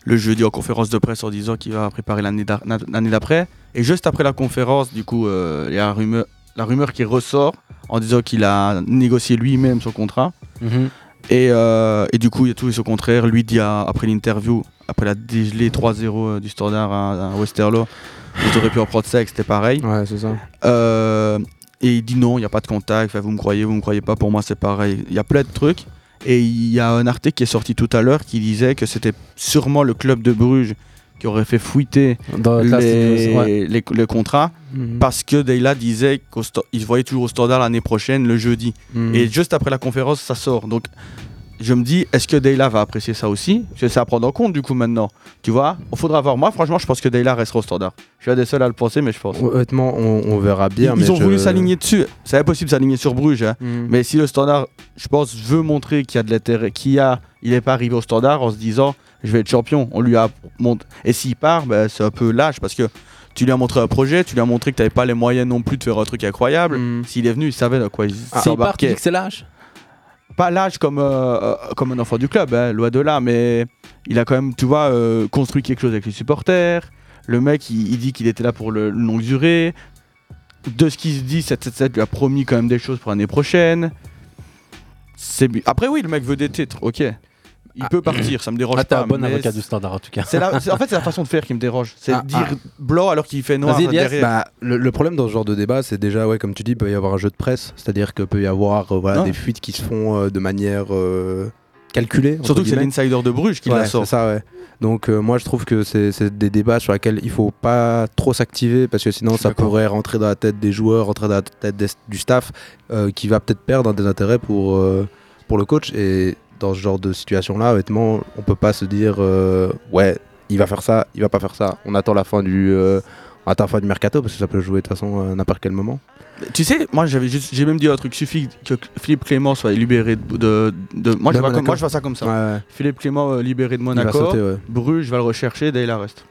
[SPEAKER 6] le jeudi en conférence de presse en disant qu'il va préparer l'année d'a- na- l'année d'après. Et juste après la conférence, du coup, euh, il y a la rumeur, la rumeur qui ressort en disant qu'il a négocié lui-même son contrat.
[SPEAKER 3] Mhm.
[SPEAKER 6] Et, euh, et du coup, il y a tout et son contraire. Lui dit à- après l'interview, après la dégelée 3-0 du standard à, à Westerlo, ils auraient pu en prendre ça et que c'était pareil.
[SPEAKER 4] Ouais, c'est ça.
[SPEAKER 6] Euh, et il dit non, il n'y a pas de contact, enfin, vous me croyez, vous me croyez pas, pour moi c'est pareil. Il y a plein de trucs. Et il y a un article qui est sorti tout à l'heure qui disait que c'était sûrement le club de Bruges qui aurait fait fuiter
[SPEAKER 3] Dans Class
[SPEAKER 6] les,
[SPEAKER 3] Studios, ouais. Mhm.
[SPEAKER 6] les- les contrats parce que Deyla disait qu'il se voyait toujours au standard l'année prochaine, le jeudi.
[SPEAKER 3] Mhm.
[SPEAKER 6] Et juste après la conférence, ça sort. Donc je me dis, est-ce que Deyla va apprécier ça aussi Parce que C'est à prendre en compte du coup maintenant. Tu vois Il faudra voir. Moi, franchement, je pense que Deyla restera au standard. Je suis un des seuls à le penser, mais je pense.
[SPEAKER 4] Honnêtement, on, on verra bien.
[SPEAKER 6] Ils, ils
[SPEAKER 4] mais
[SPEAKER 6] ont
[SPEAKER 4] je-
[SPEAKER 6] voulu s'aligner dessus. C'est impossible de s'aligner sur Bruges. hein.
[SPEAKER 4] Mhm.
[SPEAKER 6] Mais si le standard, je pense, veut montrer qu'il y a de l'intérêt, qu'il y a, il n'est pas arrivé au standard en se disant je vais être champion. On lui a mont- Et s'il part, ben, c'est un peu lâche parce que tu lui as montré un projet, tu lui as montré que tu n'avais pas les moyens non plus de faire un truc incroyable.
[SPEAKER 4] Mhm.
[SPEAKER 6] S'il est venu, il savait dans quoi il
[SPEAKER 3] Ah, S'il part, tu dis
[SPEAKER 6] s'embarquait.
[SPEAKER 3] que c'est lâche
[SPEAKER 6] Pas lâche comme, euh, euh, comme un enfant du club, hein, loin de là, mais il a quand même, tu vois, euh, construit quelque chose avec les supporters. Le mec, il, il dit qu'il était là pour le le longue durée. De ce qu'il se dit, 777 lui a promis quand même des choses pour l'année prochaine. C'est bu- Après, oui, le mec veut des titres, ok. Il
[SPEAKER 3] Ah.
[SPEAKER 6] peut partir, ça me dérange
[SPEAKER 3] Ah, t'es
[SPEAKER 6] pas.
[SPEAKER 3] un bon
[SPEAKER 6] mais
[SPEAKER 3] avocat
[SPEAKER 6] c'est-
[SPEAKER 3] du standard en tout cas.
[SPEAKER 6] c'est la- c'est- En fait, c'est la façon de faire qui me dérange. C'est
[SPEAKER 4] Ah,
[SPEAKER 6] dire blanc alors qu'il fait noir
[SPEAKER 3] Vas-y, Elias,
[SPEAKER 6] derrière.
[SPEAKER 4] Bah, le, le problème dans ce genre de débat, c'est déjà, ouais, comme tu dis, il peut y avoir un jeu de presse, c'est-à-dire que peut y avoir euh, voilà,
[SPEAKER 6] Ouais.
[SPEAKER 4] des fuites qui se font euh, de manière euh, calculée. entre
[SPEAKER 6] Surtout que c'est
[SPEAKER 4] guillemets.
[SPEAKER 6] l'insider de Bruges qui
[SPEAKER 4] Ouais,
[SPEAKER 6] la sort.
[SPEAKER 4] c'est ça, ouais. Donc euh, moi je trouve que c'est c'est des débats sur lesquels il faut pas trop s'activer parce que sinon
[SPEAKER 5] Je suis
[SPEAKER 4] ça
[SPEAKER 5] d'accord.
[SPEAKER 4] pourrait rentrer dans la tête des joueurs, rentrer dans la tête des- du staff euh, qui va peut-être perdre un des intérêts pour, euh, pour le coach. Et dans ce genre de situation là, honnêtement, on peut pas se dire euh, ouais, il va faire ça, il va pas faire ça. On attend la fin du, euh, on attend la fin du mercato parce que ça peut jouer de toute façon à n'importe quel moment.
[SPEAKER 6] Tu sais, moi j'avais juste, j'ai même dit un truc suffit que Philippe Clément soit libéré de, de- de- moi, je
[SPEAKER 4] De
[SPEAKER 6] vois comme-
[SPEAKER 4] Monaco.
[SPEAKER 6] moi, je vois ça comme ça.
[SPEAKER 4] Ouais,
[SPEAKER 6] Philippe Clément euh, libéré de
[SPEAKER 4] il va
[SPEAKER 6] Monaco,
[SPEAKER 4] sauter, ouais.
[SPEAKER 6] Bruges va le rechercher, Dayla reste.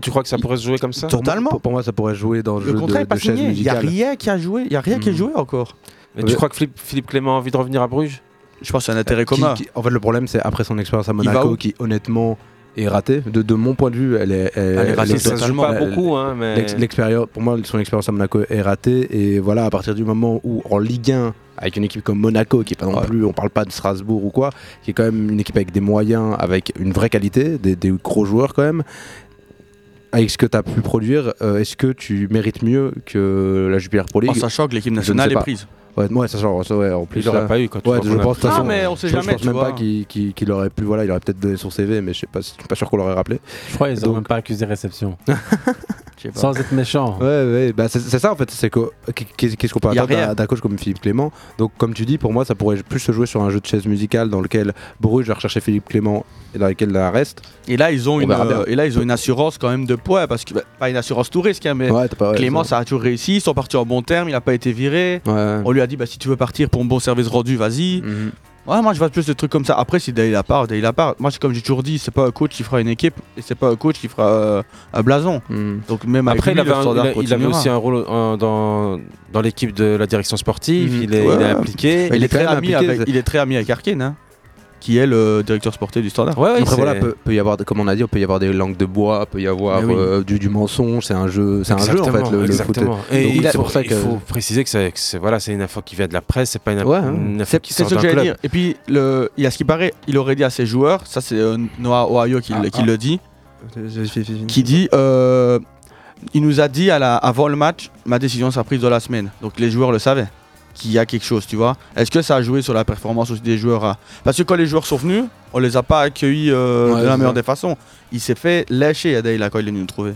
[SPEAKER 5] Tu crois que ça pourrait se jouer comme ça
[SPEAKER 6] Totalement.
[SPEAKER 4] Pour, pour moi ça pourrait jouer dans le,
[SPEAKER 6] Le
[SPEAKER 4] jeu
[SPEAKER 6] contrat
[SPEAKER 4] de,
[SPEAKER 6] n'est pas
[SPEAKER 4] de chaise
[SPEAKER 6] signé, il y a
[SPEAKER 4] musicale. Hmm.
[SPEAKER 6] rien qui a joué, il y a rien qui est joué encore.
[SPEAKER 5] Et tu crois que Philippe, Philippe Clément a envie de revenir à Bruges
[SPEAKER 6] Je pense que c'est un intérêt
[SPEAKER 4] Euh, Qui-
[SPEAKER 6] commun.
[SPEAKER 4] qui- en fait, le problème, c'est après son expérience à
[SPEAKER 6] va où
[SPEAKER 4] Monaco, qui honnêtement est ratée. De, de mon point de vue, elle est, elle,
[SPEAKER 6] Elle est ratée,
[SPEAKER 4] elle
[SPEAKER 5] Ça se joue
[SPEAKER 6] totalement.
[SPEAKER 5] pas
[SPEAKER 4] elle-
[SPEAKER 5] beaucoup, hein, mais...
[SPEAKER 4] l'ex- l'expérience- pour moi, son expérience à Monaco est ratée. Et voilà, à partir du moment où en Ligue 1, avec une équipe comme Monaco, qui est pas non
[SPEAKER 6] Ouais.
[SPEAKER 4] plus, on parle pas de Strasbourg ou quoi, qui est quand même une équipe avec des moyens, avec une vraie qualité, des, des gros joueurs quand même. Avec ce que tu as pu produire, euh, est-ce que tu mérites mieux que la Jupiler Pro League
[SPEAKER 6] En sachant que l'équipe
[SPEAKER 4] ne
[SPEAKER 6] nationale
[SPEAKER 4] sais
[SPEAKER 6] est
[SPEAKER 4] pas.
[SPEAKER 6] prise.
[SPEAKER 4] ouais, ouais, ça, genre, ça, ouais, en plus.
[SPEAKER 5] Il l'aurait
[SPEAKER 4] ça-
[SPEAKER 5] pas eu quand tu
[SPEAKER 4] Ouais,
[SPEAKER 5] vois
[SPEAKER 4] je
[SPEAKER 5] qu'on a-
[SPEAKER 4] pense, de toute
[SPEAKER 6] Ah,
[SPEAKER 4] façon,
[SPEAKER 6] mais on sait
[SPEAKER 4] je, je
[SPEAKER 6] jamais.
[SPEAKER 4] pense
[SPEAKER 6] tu
[SPEAKER 4] même
[SPEAKER 6] vois.
[SPEAKER 4] pas qu'il qu'il- qu'il aurait pu. Voilà, il aurait peut-être donné son CV, mais je sais pas, je suis pas sûr qu'on l'aurait rappelé.
[SPEAKER 3] Je crois qu'ils ont
[SPEAKER 4] Donc-
[SPEAKER 3] même pas accusé réception.
[SPEAKER 6] Je sais pas.
[SPEAKER 3] Sans être méchant.
[SPEAKER 4] Ouais, ouais, bah c'est c'est ça en fait. C'est que qu'est- qu'est-ce qu'on peut
[SPEAKER 6] Y a
[SPEAKER 4] attendre
[SPEAKER 6] rien.
[SPEAKER 4] d'un- d'un coach comme Philippe Clément Donc, comme tu dis, pour moi, ça pourrait plus se jouer sur un jeu de chaise musicale dans lequel Bruges va rechercher Philippe Clément et dans lequel la reste.
[SPEAKER 6] Et là, ils ont
[SPEAKER 4] On
[SPEAKER 6] une,
[SPEAKER 4] verra bien.
[SPEAKER 6] euh, et là, ils ont une assurance quand même de poids, parce que bah, pas une assurance tout risque, hein, mais
[SPEAKER 4] Ouais, t'as pas. ouais,
[SPEAKER 6] Clément,
[SPEAKER 4] ça-
[SPEAKER 6] ça a toujours réussi. Ils sont partis en bon terme, il n'a pas été viré.
[SPEAKER 4] Ouais.
[SPEAKER 6] On lui a dit, bah, si tu veux partir pour un bon service rendu, vas-y.
[SPEAKER 4] Mhm.
[SPEAKER 6] Ouais, moi je vois plus de trucs comme ça. Après, si Dayla part, Dayla part. Moi, c'est comme j'ai toujours dit, c'est pas un coach qui fera une équipe et c'est pas un coach qui fera euh, un blason.
[SPEAKER 4] Mhm.
[SPEAKER 6] Donc, même
[SPEAKER 5] Après, il
[SPEAKER 6] avec lui,
[SPEAKER 5] avait,
[SPEAKER 6] le
[SPEAKER 5] un-
[SPEAKER 6] standard
[SPEAKER 5] il a- il avait
[SPEAKER 6] continuera.
[SPEAKER 5] aussi
[SPEAKER 4] hein.
[SPEAKER 5] un rôle euh, dans, dans l'équipe de la direction sportive,
[SPEAKER 6] Mhm.
[SPEAKER 5] il, est, il
[SPEAKER 6] Ouais.
[SPEAKER 5] est impliqué.
[SPEAKER 6] Il,
[SPEAKER 4] Il
[SPEAKER 6] est
[SPEAKER 4] est quand
[SPEAKER 6] très
[SPEAKER 4] même
[SPEAKER 6] ami
[SPEAKER 4] impliqué,
[SPEAKER 6] avec,
[SPEAKER 4] c'est-
[SPEAKER 6] il est très ami avec Arkane, hein, qui est le Euh, directeur sportif du Standard.
[SPEAKER 5] Ouais, ouais,
[SPEAKER 4] Après
[SPEAKER 5] c'est-
[SPEAKER 4] voilà, peut, peut y avoir, des- comme on a dit, on peut y avoir des langues de bois, peut y avoir
[SPEAKER 6] Mais oui.
[SPEAKER 4] euh, du, du mensonge. C'est un jeu, c'est un jeu en
[SPEAKER 5] Exactement,
[SPEAKER 4] fait. Le, le foot.
[SPEAKER 5] exactement. Et
[SPEAKER 4] Donc,
[SPEAKER 5] il
[SPEAKER 4] c'est
[SPEAKER 5] faut-
[SPEAKER 4] pour ça
[SPEAKER 5] il
[SPEAKER 4] que-
[SPEAKER 5] faut préciser que c'est- que c'est voilà, c'est une info qui vient de la presse, c'est pas une,
[SPEAKER 4] Ouais, hein.
[SPEAKER 5] une info
[SPEAKER 6] hein. C'est
[SPEAKER 5] qui
[SPEAKER 6] c'est
[SPEAKER 5] sort
[SPEAKER 6] ce que
[SPEAKER 5] d'un
[SPEAKER 6] j'allais
[SPEAKER 5] club.
[SPEAKER 6] dire. Et puis, le, il y a ce qui paraît, il aurait dit à ses joueurs, ça c'est euh, Noah Ohio qui,
[SPEAKER 4] Ah,
[SPEAKER 6] le- qui le dit, qui dit euh, il nous a dit à la- avant le match, ma décision sera prise dans la semaine. Donc les joueurs le savaient, qu'il y a quelque chose, tu vois. Est-ce que ça a joué sur la performance aussi des joueurs à- Parce que quand les joueurs sont venus, on les a pas accueillis euh,
[SPEAKER 4] Ouais,
[SPEAKER 6] de la
[SPEAKER 4] c'est
[SPEAKER 6] meilleure
[SPEAKER 4] ça.
[SPEAKER 6] des façons. Il s'est fait lâcher à Dayla quand il est venu nous trouver.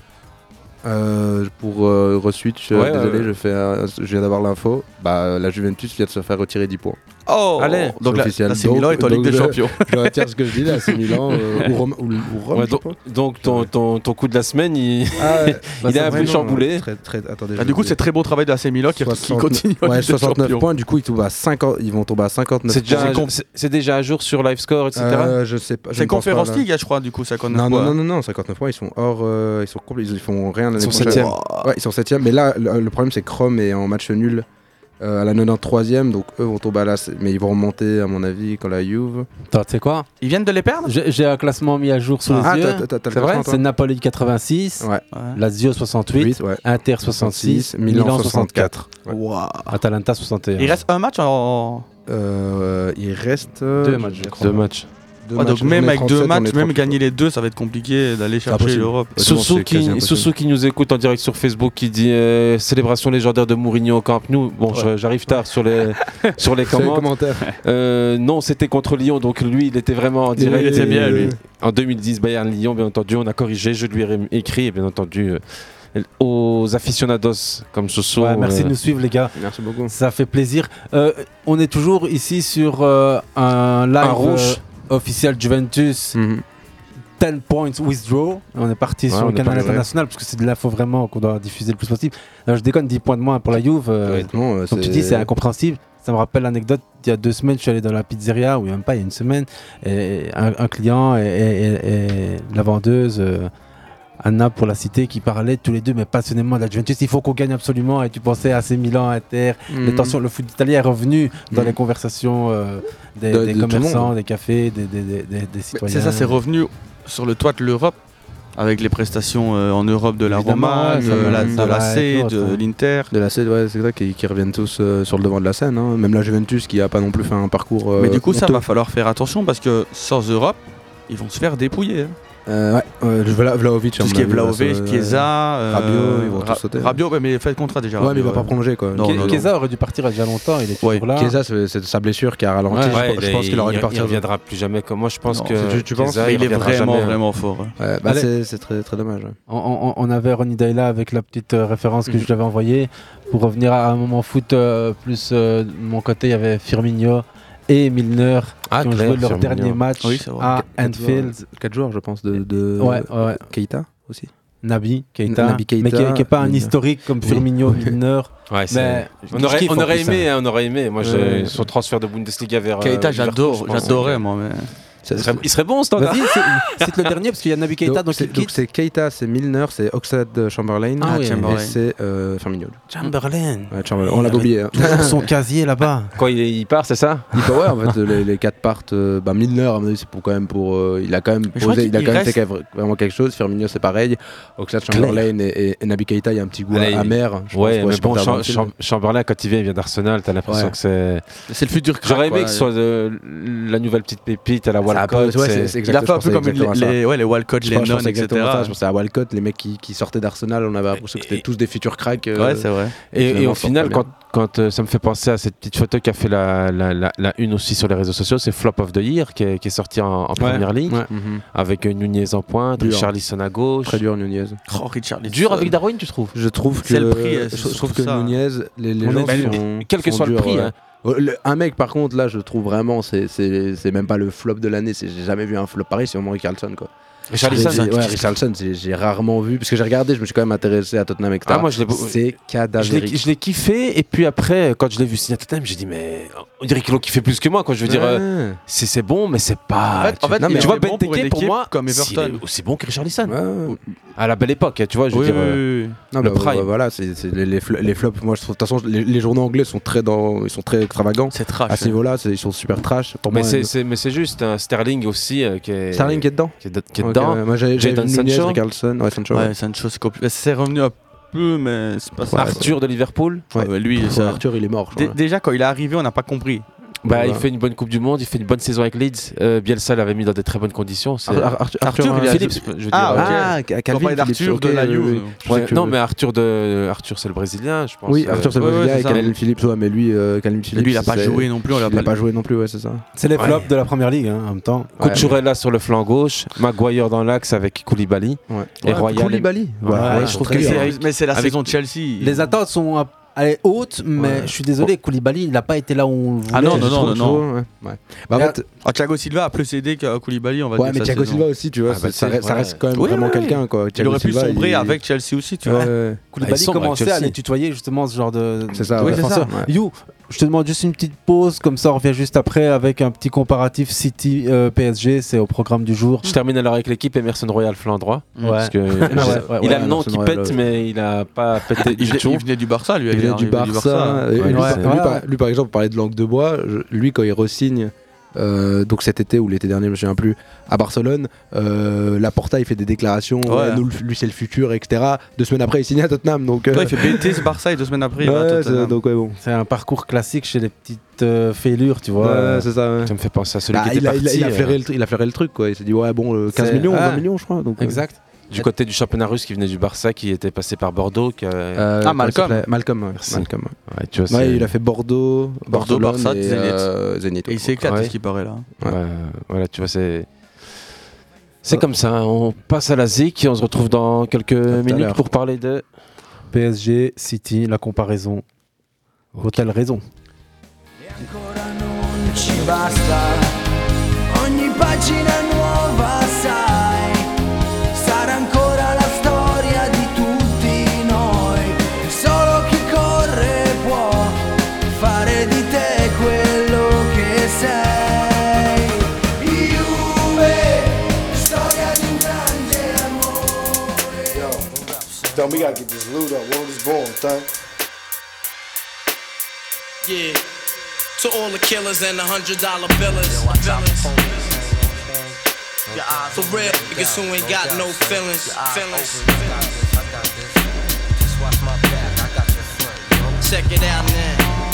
[SPEAKER 4] Euh, pour euh, re-switch, euh,
[SPEAKER 5] Ouais,
[SPEAKER 4] désolé,
[SPEAKER 5] ouais.
[SPEAKER 4] je, fais, un- je viens d'avoir l'info. Bah, la Juventus vient de se faire retirer 10 points.
[SPEAKER 6] Oh
[SPEAKER 5] Allez,
[SPEAKER 6] Donc
[SPEAKER 4] c'est
[SPEAKER 6] là,
[SPEAKER 4] officiel.
[SPEAKER 6] là, c'est
[SPEAKER 4] Donc-
[SPEAKER 6] Milan est en Ligue
[SPEAKER 4] donc euh,
[SPEAKER 6] des
[SPEAKER 4] je-
[SPEAKER 6] Champions.
[SPEAKER 4] Je retire ce que je dis là, c'est Milan euh, ou Rome. Ou, ou Rome
[SPEAKER 5] Ouais,
[SPEAKER 4] je
[SPEAKER 5] donc,
[SPEAKER 4] crois.
[SPEAKER 5] donc ton, ton, ton coup de la semaine, il...
[SPEAKER 4] Ah, ouais.
[SPEAKER 5] Il est un
[SPEAKER 4] c'est
[SPEAKER 5] peu
[SPEAKER 4] vraiment,
[SPEAKER 5] chamboulé.
[SPEAKER 4] euh, Très, très, attendez,
[SPEAKER 6] Ah,
[SPEAKER 4] je
[SPEAKER 6] du coup,
[SPEAKER 4] vais-
[SPEAKER 6] c'est très bon travail de AC Milan qui, qui
[SPEAKER 4] 69
[SPEAKER 6] continue en
[SPEAKER 4] Ouais,
[SPEAKER 6] Ligue des
[SPEAKER 4] 69
[SPEAKER 6] Champions.
[SPEAKER 4] points, du coup, ils, tombent à 50, ils vont tomber à 59
[SPEAKER 5] c'est déjà,
[SPEAKER 6] C'est
[SPEAKER 5] à-
[SPEAKER 6] com-
[SPEAKER 5] c'est- c'est déjà à jour sur Live Score, etc.
[SPEAKER 4] Euh, je sais pas. je
[SPEAKER 6] C'est
[SPEAKER 4] ne pense pas,
[SPEAKER 6] Conférence
[SPEAKER 4] là.
[SPEAKER 6] League, je crois, du coup, ça connaît
[SPEAKER 4] Non,
[SPEAKER 6] pas.
[SPEAKER 4] non, non, non, non, 59 points, ils sont hors. euh, ils, sont complets, ils font rien l'année
[SPEAKER 5] Ils sont
[SPEAKER 4] prochaine.
[SPEAKER 5] septième.
[SPEAKER 4] Ouais, ils sont 7 Mais là, le, le problème, c'est que Rome est en match nul. euh, à la 93e, donc eux vont tomber à la. Mais ils vont remonter, à mon avis, quand la Juve.
[SPEAKER 3] Attends, tu sais quoi
[SPEAKER 6] Ils viennent de les perdre
[SPEAKER 3] J'ai j'ai un classement mis à jour sous
[SPEAKER 4] Ah,
[SPEAKER 3] les yeux.
[SPEAKER 4] t'as- t'as- t'as le
[SPEAKER 3] C'est vrai
[SPEAKER 4] classement, toi
[SPEAKER 3] C'est Napoli 86,
[SPEAKER 4] Ouais.
[SPEAKER 3] Lazio 68,
[SPEAKER 4] Huit, ouais.
[SPEAKER 3] Inter 66, Milan, 64,
[SPEAKER 4] Ouais.
[SPEAKER 6] Waouh.
[SPEAKER 3] Atalanta 61.
[SPEAKER 6] Il reste un match en.
[SPEAKER 4] Euh, il reste. euh,
[SPEAKER 3] deux matchs, je crois.
[SPEAKER 5] Deux matchs.
[SPEAKER 4] deux
[SPEAKER 6] Ah, donc
[SPEAKER 4] matchs. On
[SPEAKER 6] même
[SPEAKER 4] est
[SPEAKER 6] avec deux
[SPEAKER 4] 37, on
[SPEAKER 6] matchs,
[SPEAKER 4] est
[SPEAKER 6] même
[SPEAKER 4] 38,
[SPEAKER 6] gagner les deux, ça va être compliqué d'aller chercher
[SPEAKER 4] impossible.
[SPEAKER 6] l'Europe.
[SPEAKER 4] Ouais, sinon,
[SPEAKER 5] Soussou
[SPEAKER 4] c'est quasi
[SPEAKER 5] qui,
[SPEAKER 4] impossible.
[SPEAKER 5] Soussou qui nous écoute en direct sur Facebook qui dit euh, célébration légendaire de Mourinho au Camp Nou. Bon, je- j'arrive tard sur les, sur les
[SPEAKER 4] C'est les
[SPEAKER 5] commentaires.
[SPEAKER 4] commentaires.
[SPEAKER 5] Euh, non, c'était contre Lyon, donc lui, il était vraiment en direct.
[SPEAKER 6] il était bien, lui.
[SPEAKER 5] En 2010, Bayern-Lyon, bien entendu, on a corrigé, je lui ai ré- écrit, et bien entendu, euh, aux aficionados comme Soussou.
[SPEAKER 3] Ouais, merci
[SPEAKER 5] euh,
[SPEAKER 3] de nous suivre, les gars.
[SPEAKER 4] Merci beaucoup.
[SPEAKER 3] Ça fait plaisir. Euh, on est toujours ici sur euh, un live
[SPEAKER 5] Un rouge.
[SPEAKER 3] euh, officiel Juventus
[SPEAKER 4] Mhm.
[SPEAKER 3] 10 points withdraw. On est parti
[SPEAKER 5] Ouais,
[SPEAKER 3] sur
[SPEAKER 5] on
[SPEAKER 3] le
[SPEAKER 5] est
[SPEAKER 3] canal
[SPEAKER 5] pas vrai.
[SPEAKER 3] international parce que c'est de l'info vraiment qu'on doit diffuser le plus possible. Non, je déconne, 10 points de moins pour la Juve. euh,
[SPEAKER 4] Honnêtement, euh,
[SPEAKER 3] Comme tu dis, c'est incompréhensible. Ça me rappelle l'anecdote, il y a deux semaines, je suis allé dans la pizzeria, ou même pas, il y a une semaine, et un, un client et, et- et- et la vendeuse, euh, Anna pour la cité, qui parlaient tous les deux, mais passionnément de la Juventus. Il faut qu'on gagne absolument, et tu pensais à ces Milan, Inter, les tensions, le foot italien est revenu dans
[SPEAKER 4] Mhm.
[SPEAKER 3] les conversations euh, des,
[SPEAKER 4] De-
[SPEAKER 3] des
[SPEAKER 4] de tout le
[SPEAKER 3] commerçants,
[SPEAKER 4] monde.
[SPEAKER 3] des cafés, des, des- des- des- des citoyens.
[SPEAKER 6] C'est ça, c'est revenu sur le toit de l'Europe avec les prestations euh, en Europe de la
[SPEAKER 3] Évidemment,
[SPEAKER 6] Roma,
[SPEAKER 3] ouais,
[SPEAKER 6] de,
[SPEAKER 3] ça va-
[SPEAKER 6] euh, la,
[SPEAKER 3] ça
[SPEAKER 6] de
[SPEAKER 3] va
[SPEAKER 6] la
[SPEAKER 3] avec
[SPEAKER 6] C,
[SPEAKER 3] l'autre,
[SPEAKER 6] de
[SPEAKER 3] hein.
[SPEAKER 6] l'Inter.
[SPEAKER 4] euh, De la scène, ouais, c'est ça, qui, qui reviennent tous euh, sur le devant de la scène. hein. Même la Juventus qui a pas non plus fait un parcours. euh,
[SPEAKER 6] Mais du coup, ça
[SPEAKER 4] honteux.
[SPEAKER 6] va falloir faire attention parce que sans Europe, ils vont se faire dépouiller. hein.
[SPEAKER 4] Euh, ouais, euh, je- Vla- Vlahovic, à
[SPEAKER 6] Tout ce
[SPEAKER 4] mon
[SPEAKER 6] qui est
[SPEAKER 4] avis, là, ça
[SPEAKER 6] Vlahovic,
[SPEAKER 4] va-
[SPEAKER 6] Chiesa, euh,
[SPEAKER 4] Rabiot, ils vont tous sauter. hein.
[SPEAKER 6] Rabiot, ouais, mais faites le contrat déjà.
[SPEAKER 4] Ouais, mais
[SPEAKER 6] Rabiot,
[SPEAKER 4] il va pas
[SPEAKER 6] ouais.
[SPEAKER 4] prolonger quoi.
[SPEAKER 6] Non,
[SPEAKER 3] Ke-
[SPEAKER 6] non, non.
[SPEAKER 3] Keza aurait dû partir il y a déjà longtemps, il est toujours
[SPEAKER 6] Ouais,
[SPEAKER 3] là.
[SPEAKER 4] Chiesa, c'est c'est sa blessure qui a
[SPEAKER 5] Ouais,
[SPEAKER 4] ralenti. je
[SPEAKER 5] ouais,
[SPEAKER 4] pense- je
[SPEAKER 5] il
[SPEAKER 4] pense
[SPEAKER 5] est-
[SPEAKER 4] qu'il aurait dû
[SPEAKER 5] il- Il
[SPEAKER 4] partir.
[SPEAKER 5] reviendra plus jamais. comme Moi, je pense
[SPEAKER 6] Non,
[SPEAKER 5] que.
[SPEAKER 4] tu- tu penses
[SPEAKER 5] Chiesa,
[SPEAKER 6] Mais il est
[SPEAKER 5] reviendra
[SPEAKER 6] vraiment,
[SPEAKER 5] jamais, hein.
[SPEAKER 3] euh,
[SPEAKER 6] vraiment fort. hein.
[SPEAKER 4] Ouais, bah,
[SPEAKER 3] Allez.
[SPEAKER 4] c'est c'est très, très dommage. ouais.
[SPEAKER 3] On, on- on avait Ronny Dayla avec la petite euh, référence
[SPEAKER 6] Mm.
[SPEAKER 3] que je lui avais envoyée. Pour revenir à un moment foot, euh, plus euh, de mon côté, il y avait Firmino et Milner
[SPEAKER 5] Ah,
[SPEAKER 3] qui ont
[SPEAKER 5] clair,
[SPEAKER 3] joué leur
[SPEAKER 5] Firmino.
[SPEAKER 3] dernier match
[SPEAKER 6] Oui, c'est vrai.
[SPEAKER 3] à
[SPEAKER 4] Quatre
[SPEAKER 3] Anfield.
[SPEAKER 4] joueurs, Quatre joueurs, je pense, de,
[SPEAKER 6] Euh,
[SPEAKER 4] de
[SPEAKER 3] Ouais, ouais.
[SPEAKER 4] Keita aussi.
[SPEAKER 3] Nabi Keita,
[SPEAKER 4] Nabi Keita,
[SPEAKER 3] mais qui n'est pas un
[SPEAKER 4] Milner.
[SPEAKER 3] historique comme
[SPEAKER 4] Oui.
[SPEAKER 3] Firmino, Milner.
[SPEAKER 5] Ouais, c'est-
[SPEAKER 3] mais
[SPEAKER 5] on aurait,
[SPEAKER 3] je kiffe
[SPEAKER 5] on
[SPEAKER 3] en
[SPEAKER 5] aurait
[SPEAKER 3] plus,
[SPEAKER 5] aimé,
[SPEAKER 3] hein.
[SPEAKER 5] hein, on aurait aimé. Moi,
[SPEAKER 3] Ouais.
[SPEAKER 5] j'ai- son transfert de Bundesliga vers. euh,
[SPEAKER 6] Keita,
[SPEAKER 5] Liverpool, je
[SPEAKER 6] j'adore,
[SPEAKER 5] pense,
[SPEAKER 6] j'adorais
[SPEAKER 5] donc,
[SPEAKER 6] moi. mais-
[SPEAKER 5] euh,
[SPEAKER 4] C'est-
[SPEAKER 5] il serait- Il serait bon, ce temps
[SPEAKER 3] Vas-y, c'est- cite le dernier parce qu'il y a Nabi Keita, donc,
[SPEAKER 4] c'est-
[SPEAKER 3] il quitte.
[SPEAKER 4] c'est Keita, c'est Milner, c'est Oxlade Chamberlain,
[SPEAKER 3] Ah
[SPEAKER 4] et
[SPEAKER 3] oui.
[SPEAKER 6] Chamberlain.
[SPEAKER 4] c'est euh, Firmino.
[SPEAKER 3] Chamberlain.
[SPEAKER 4] Ouais, Chamberlain. On l'a oublié. hein.
[SPEAKER 3] Toujours son casier là-bas.
[SPEAKER 5] Quand il, il part, c'est ça
[SPEAKER 4] Il peut- ouais, en fait, les, les quatre partent. euh, bah, Milner, à mon avis, c'est pour quand même pour. euh, il a quand même
[SPEAKER 6] Mais je crois
[SPEAKER 4] posé, il a
[SPEAKER 6] qu'il
[SPEAKER 4] quand même
[SPEAKER 6] reste-
[SPEAKER 4] fait quand même vraiment quelque chose. Firmino, c'est pareil. Oxlade Chamberlain et, et- et Naby Keita, il y a un petit goût
[SPEAKER 5] Allez,
[SPEAKER 4] amer. je
[SPEAKER 5] Ouais,
[SPEAKER 4] pense,
[SPEAKER 5] mais
[SPEAKER 4] pour
[SPEAKER 5] bon,
[SPEAKER 4] Inter
[SPEAKER 5] Cham-
[SPEAKER 4] Anfield.
[SPEAKER 5] Cham- Chamberlain, quand il vient, il vient d'Arsenal, t'as l'impression
[SPEAKER 4] Ouais.
[SPEAKER 5] que c'est.
[SPEAKER 6] C'est le futur crack,
[SPEAKER 5] J'aurais aimé
[SPEAKER 6] quoi.
[SPEAKER 5] que ce soit euh, la nouvelle petite pépite à la
[SPEAKER 4] Ça a
[SPEAKER 5] Walcott.
[SPEAKER 4] pas- ouais, c'est-
[SPEAKER 5] c'est-
[SPEAKER 4] c'est
[SPEAKER 6] Il a fait un
[SPEAKER 4] exact- je
[SPEAKER 6] peu
[SPEAKER 4] pensais
[SPEAKER 6] comme
[SPEAKER 4] exactement
[SPEAKER 6] les-
[SPEAKER 4] ça.
[SPEAKER 6] les ouais, les Walcott,
[SPEAKER 4] Je pense- je
[SPEAKER 6] Lennon,
[SPEAKER 4] pense
[SPEAKER 6] etc.
[SPEAKER 4] exactement ça, Je pensais à Walcott, les mecs qui, qui sortaient d'Arsenal, on avait l'impression que c'était tous des futurs cracks. euh,
[SPEAKER 6] Ouais, c'est vrai.
[SPEAKER 5] Et, et
[SPEAKER 4] finalement,
[SPEAKER 5] au
[SPEAKER 4] ça
[SPEAKER 5] final,
[SPEAKER 4] sort pas
[SPEAKER 5] quand, quand, euh, ça me fait penser à cette petite photo qu'a fait la, la, la- la une aussi sur les réseaux sociaux, c'est Flop of the Year qui est, qui est sorti en, en première ligne
[SPEAKER 3] ouais.
[SPEAKER 4] Mhm.
[SPEAKER 5] avec euh, Nunez en pointe,
[SPEAKER 4] Dur.
[SPEAKER 5] Richarlison à gauche.
[SPEAKER 4] Très dur, Nunez.
[SPEAKER 6] Oh, Richard
[SPEAKER 5] Dur avec Darwin, tu trouves
[SPEAKER 4] Je trouve que
[SPEAKER 6] C'est le prix, euh, c'est
[SPEAKER 4] je trouve
[SPEAKER 6] surtout
[SPEAKER 4] que
[SPEAKER 6] ça.
[SPEAKER 4] Nunez, les, les
[SPEAKER 5] On
[SPEAKER 4] gens
[SPEAKER 5] est-
[SPEAKER 4] sont-
[SPEAKER 5] Quel que
[SPEAKER 4] sont
[SPEAKER 5] soit le
[SPEAKER 4] durs,
[SPEAKER 5] prix.
[SPEAKER 4] ouais.
[SPEAKER 5] hein.
[SPEAKER 4] Oh, le- un mec, par contre, là, je trouve vraiment, c'est- c'est c'est même pas le flop de l'année. c'est- J'ai jamais vu un flop pareil, c'est au moins Richarlison, quoi.
[SPEAKER 5] Richarlison,
[SPEAKER 4] J'ai-
[SPEAKER 5] c'est-
[SPEAKER 4] ouais, Richarlison, c'est- j'ai rarement vu, parce que j'ai regardé, je me suis quand même intéressé à Tottenham, etc.
[SPEAKER 5] Ah, moi, je l'ai-
[SPEAKER 4] c'est
[SPEAKER 5] Je l'ai-
[SPEAKER 4] cadavérique.
[SPEAKER 5] je l'ai kiffé et puis après quand je l'ai vu signer à Tottenham j'ai dit mais on dirait qu'il l'ont kiffé plus que moi quand je veux dire euh,
[SPEAKER 4] Ouais.
[SPEAKER 5] c'est c'est bon mais c'est pas
[SPEAKER 6] En fait-
[SPEAKER 5] tu,
[SPEAKER 6] en fait,
[SPEAKER 5] non,
[SPEAKER 4] il
[SPEAKER 5] mais tu
[SPEAKER 4] est
[SPEAKER 5] vois
[SPEAKER 6] bon pour
[SPEAKER 5] Benteke
[SPEAKER 6] une
[SPEAKER 5] pour,
[SPEAKER 6] équipe
[SPEAKER 5] moi
[SPEAKER 6] comme
[SPEAKER 5] s'il
[SPEAKER 6] Everton.
[SPEAKER 5] est aussi bon que Richarlison
[SPEAKER 4] Ouais.
[SPEAKER 5] à la belle époque tu vois je veux
[SPEAKER 6] Oui,
[SPEAKER 5] dire
[SPEAKER 6] oui,
[SPEAKER 5] euh,
[SPEAKER 6] oui, oui.
[SPEAKER 4] Non,
[SPEAKER 5] Le
[SPEAKER 4] bah,
[SPEAKER 5] prime.
[SPEAKER 4] bah, voilà, c'est c'est les, les, fl- les flops. Moi, je trouve, de toute façon, les, les journaux anglais sont très dans, ils sont très extravagants.
[SPEAKER 6] C'est
[SPEAKER 4] À
[SPEAKER 6] trash.
[SPEAKER 4] ce niveau-là, c'est- ils sont super trash. Pour
[SPEAKER 5] hein. mais
[SPEAKER 4] moi,
[SPEAKER 5] c'est
[SPEAKER 4] euh,
[SPEAKER 5] c'est- mais c'est juste hein, Sterling aussi euh, qui est
[SPEAKER 4] Sterling qui est dedans.
[SPEAKER 5] qui est de- qui est
[SPEAKER 4] Ok,
[SPEAKER 5] dedans
[SPEAKER 4] ouais, moi, j'avais j'avais
[SPEAKER 5] Jadon
[SPEAKER 4] vu Nunez,
[SPEAKER 5] Sancho.
[SPEAKER 4] Richarlison, ouais, Sancho. ouais.
[SPEAKER 6] Ouais, Sancho, c'est compliqué. C'est revenu un peu, mais c'est pas ça.
[SPEAKER 5] Arthur de Liverpool
[SPEAKER 6] Ouais, mais lui,
[SPEAKER 4] Pour
[SPEAKER 6] ça-
[SPEAKER 4] Arthur, il est mort. je
[SPEAKER 6] Dé-
[SPEAKER 4] crois.
[SPEAKER 6] Déjà, quand il est arrivé, on n'a pas compris.
[SPEAKER 5] bah
[SPEAKER 4] Ouais.
[SPEAKER 5] il fait une bonne Coupe du Monde il fait une bonne saison avec Leeds euh, Bielsa l'avait mis dans de très bonnes conditions c'est-
[SPEAKER 4] Ar- Ar- Arthur,
[SPEAKER 6] Arthur, il a-
[SPEAKER 5] Phillips je veux dire
[SPEAKER 6] Ah,
[SPEAKER 5] euh,
[SPEAKER 6] ok.
[SPEAKER 4] Ah, Ca-
[SPEAKER 6] Quand on
[SPEAKER 4] Calvin
[SPEAKER 6] parlait d'Arthur,
[SPEAKER 4] Phillips, ok,
[SPEAKER 6] de la
[SPEAKER 4] oui,
[SPEAKER 6] Juve.
[SPEAKER 4] oui. Je
[SPEAKER 5] ouais,
[SPEAKER 4] sais que-
[SPEAKER 5] non mais Arthur de Arthur c'est le brésilien je pense
[SPEAKER 4] Oui,
[SPEAKER 5] euh,
[SPEAKER 4] Arthur c'est le
[SPEAKER 6] ouais, ouais,
[SPEAKER 4] Brésilien
[SPEAKER 6] c'est ça.
[SPEAKER 4] et Calvin Phillips, ouais, mais lui, euh, Calvin Phillips.
[SPEAKER 6] Lui, il a pas
[SPEAKER 4] c'est-
[SPEAKER 6] joué non plus. On l'a
[SPEAKER 4] Il
[SPEAKER 6] pas
[SPEAKER 4] a pas joué non plus, ouais, c'est ça.
[SPEAKER 3] C'est les
[SPEAKER 5] Ouais.
[SPEAKER 3] flops de la première ligue hein, en même temps.
[SPEAKER 4] Ouais.
[SPEAKER 5] Kuchurella sur le flanc gauche, Maguire dans l'axe avec Koulibaly
[SPEAKER 4] Ouais. Ah,
[SPEAKER 5] et Royal.
[SPEAKER 4] Koulibaly. Ouais,
[SPEAKER 3] Ouais,
[SPEAKER 4] ouais,
[SPEAKER 3] je
[SPEAKER 4] je
[SPEAKER 3] trouve
[SPEAKER 4] trouve
[SPEAKER 6] Mais
[SPEAKER 3] que
[SPEAKER 6] c'est-
[SPEAKER 5] Avec-
[SPEAKER 6] Mais c'est la
[SPEAKER 5] avec-
[SPEAKER 6] saison de Chelsea.
[SPEAKER 3] Les attentes sont à- elle est haute, mais
[SPEAKER 4] Ouais.
[SPEAKER 3] je suis désolé, Koulibaly, il n'a pas été là où on le voulait.
[SPEAKER 6] Ah non, non, non, non, non.
[SPEAKER 4] Bah, en
[SPEAKER 3] Et
[SPEAKER 4] fait,
[SPEAKER 6] Ah, Thiago Silva a plus aidé que Koulibaly, on va
[SPEAKER 4] ouais,
[SPEAKER 6] dire.
[SPEAKER 4] mais
[SPEAKER 6] sa
[SPEAKER 4] Thiago
[SPEAKER 6] saison.
[SPEAKER 4] Silva aussi, tu vois,
[SPEAKER 5] Ah,
[SPEAKER 4] ça-
[SPEAKER 5] bah,
[SPEAKER 4] ça
[SPEAKER 5] c'est-
[SPEAKER 4] reste- ça
[SPEAKER 5] ouais.
[SPEAKER 4] reste quand même
[SPEAKER 6] Oui,
[SPEAKER 4] vraiment
[SPEAKER 6] oui, oui.
[SPEAKER 4] quelqu'un, quoi.
[SPEAKER 6] Il
[SPEAKER 4] Thiago
[SPEAKER 6] aurait pu
[SPEAKER 4] Silva,
[SPEAKER 6] sombrer
[SPEAKER 4] il-
[SPEAKER 6] avec Chelsea aussi, tu
[SPEAKER 4] Ouais,
[SPEAKER 6] vois.
[SPEAKER 4] ouais.
[SPEAKER 5] Ah, il
[SPEAKER 6] Bah,
[SPEAKER 3] Koulibaly
[SPEAKER 5] sombre avec
[SPEAKER 3] commençait à
[SPEAKER 5] Chelsea.
[SPEAKER 3] les tutoyer justement ce genre de
[SPEAKER 4] C'est ça,
[SPEAKER 3] de
[SPEAKER 4] ouais.
[SPEAKER 3] défenseur.
[SPEAKER 4] Ouais.
[SPEAKER 3] You, Je te demande juste une petite pause, comme ça on revient juste après avec un petit comparatif euh, City-PSG, c'est au programme du jour.
[SPEAKER 5] Je termine alors avec l'équipe Emerson Royal flanc droit. Parce que
[SPEAKER 3] ouais,
[SPEAKER 5] il
[SPEAKER 3] ouais,
[SPEAKER 5] a le nom
[SPEAKER 4] Emerson
[SPEAKER 5] qui
[SPEAKER 4] Royal,
[SPEAKER 5] pète,
[SPEAKER 4] Ah ouais.
[SPEAKER 5] mais il a pas pété
[SPEAKER 6] Ah, Il
[SPEAKER 5] du
[SPEAKER 6] venait,
[SPEAKER 5] tout.
[SPEAKER 6] il venait du Barça, lui.
[SPEAKER 4] Il vient
[SPEAKER 6] Aguilar,
[SPEAKER 4] du Barça. et
[SPEAKER 5] Ouais,
[SPEAKER 4] lui,
[SPEAKER 5] ouais,
[SPEAKER 4] par-
[SPEAKER 5] c'est-
[SPEAKER 4] lui, par-
[SPEAKER 3] ouais.
[SPEAKER 4] lui, par exemple, parlait de langue de bois. Je- lui, quand il re-signe, euh, donc cet été ou l'été dernier, je me souviens plus, à Barcelone, euh, Laporta, il fait des déclarations.
[SPEAKER 6] Ouais.
[SPEAKER 4] ouais, nous, le- lui, c'est le futur, etc. Deux semaines après, il signe à Tottenham. Donc, euh,
[SPEAKER 6] Toi, il fait Betis, Barça et deux semaines après, il va à
[SPEAKER 4] ouais,
[SPEAKER 6] Tottenham.
[SPEAKER 4] c'est- donc, ouais, bon.
[SPEAKER 3] C'est un parcours classique chez les petites euh, fêlures, tu vois.
[SPEAKER 4] Ouais, c'est ça. ouais.
[SPEAKER 5] Ça me fait penser à celui
[SPEAKER 4] Bah,
[SPEAKER 5] qui était
[SPEAKER 4] il, a,
[SPEAKER 5] parti
[SPEAKER 4] il a- il a
[SPEAKER 5] euh,
[SPEAKER 4] flairé le, tru- il a flairé le truc, quoi. Il s'est dit, ouais, bon, le 15
[SPEAKER 3] C'est-
[SPEAKER 4] millions,
[SPEAKER 3] ah.
[SPEAKER 4] 20 millions, je crois. Donc, euh,
[SPEAKER 3] Exact.
[SPEAKER 5] du côté du championnat russe qui venait du Barça, qui était passé par Bordeaux. qui a-
[SPEAKER 4] euh,
[SPEAKER 3] Ah,
[SPEAKER 4] comment il
[SPEAKER 6] Ah, Malcolm.
[SPEAKER 4] s'appelait Malcolm, ouais,
[SPEAKER 5] Merci.
[SPEAKER 4] Malcolm, ouais.
[SPEAKER 5] Ouais, tu vois,
[SPEAKER 4] Ouais,
[SPEAKER 5] c'est-
[SPEAKER 4] il a fait Bordeaux,
[SPEAKER 6] Bordeaux,
[SPEAKER 4] Barcelone
[SPEAKER 6] Barça,
[SPEAKER 4] et,
[SPEAKER 6] Zenit.
[SPEAKER 4] euh, Zenit.
[SPEAKER 6] Et il s'éclate,
[SPEAKER 5] Ouais.
[SPEAKER 6] c'est ce qui paraît là. hein.
[SPEAKER 4] Ouais. Euh,
[SPEAKER 5] Ouais, Bah, voilà, tu vois, c'est. C'est comme ça, hein. on passe à la ZIC et on se retrouve dans quelques
[SPEAKER 4] à
[SPEAKER 5] minutes
[SPEAKER 4] l'heure.
[SPEAKER 5] pour parler de.
[SPEAKER 3] PSG, City, la comparaison. Vaut-elle raison
[SPEAKER 9] Ancora non ci basta, ogni pagina nuova sai, sarà ancora la storia di tutti noi, e solo chi corre può fare di te quello che sei. Juve, storia di un grande amore.
[SPEAKER 10] Dumb, we gotta get this loot up. Where was born, thug?
[SPEAKER 9] Yeah, to all the killers and the hundred dollar billers. For real, niggas who ain't got no feelings. feelings. Check it out now.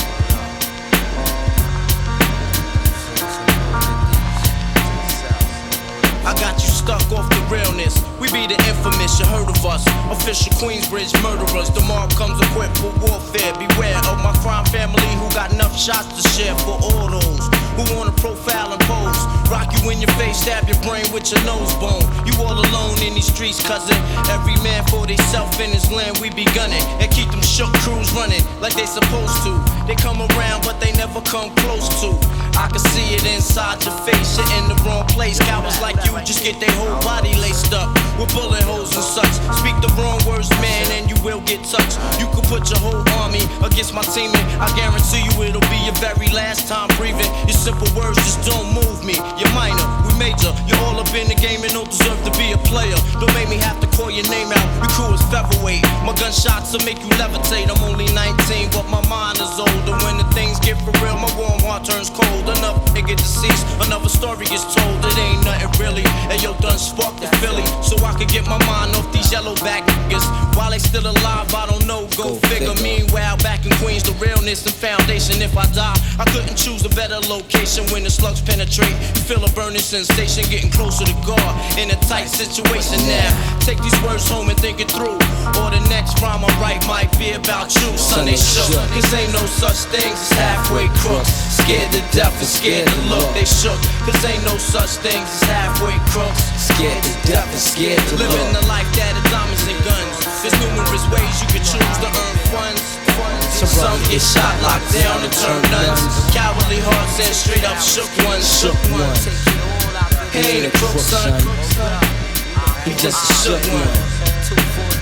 [SPEAKER 9] I got you stuck off the realness. We be the infamous, you heard of us. Official Queensbridge murderers. The mob comes equipped for warfare. Beware of my crime family who got enough shots to share for all those who wanna profile and pose. Rock you in your face, stab your brain with your nose bone. You all alone in these streets, cousin. Every man for theyself in his land, we be gunning. And keep them shook crews running like they supposed to. They come around, but they never come close to. I can see it inside your face. You're in the wrong place. Cowards like you just get their whole body laced up with bullet holes and such. Speak the wrong words, man, and you will get touched. You could put your whole army against my teammate. I guarantee you it'll be your very last time breathing. Your simple words just don't move me. You're minor, we major. You're all up in the game and don't deserve to be a player. Don't make me have to call your name out. Your crew is featherweight. My gunshots will make you levitate. I'm only 19, but my mind is older. When the things get for real, my warm heart turns cold. Another nigga deceased, another story is told. It ain't nothing really. And yo, done sparked the Philly. So I could get my mind off these yellow back niggas. While they still alive, I don't know. Go, figure. Meanwhile, back in Queens, the realness and foundation. If I die, I couldn't choose a better location when the slugs penetrate. You feel a burning sensation getting closer to God in a tight situation now. Take these words home and think it through. Or the next rhyme I write might be about you, son. They shook. Cause ain't no such thing as halfway crooks. Scared to death and scared to look. They shook. Cause ain't no such thing as halfway crooks. Scared to death and scared to look. Living the life that of diamonds and guns. There's numerous ways you can choose to earn funds. Some get shot, locked down, and turn nuns. Cowardly hearts and straight up shook ones. Shook ones. He ain't a crook, son. He just a shook one.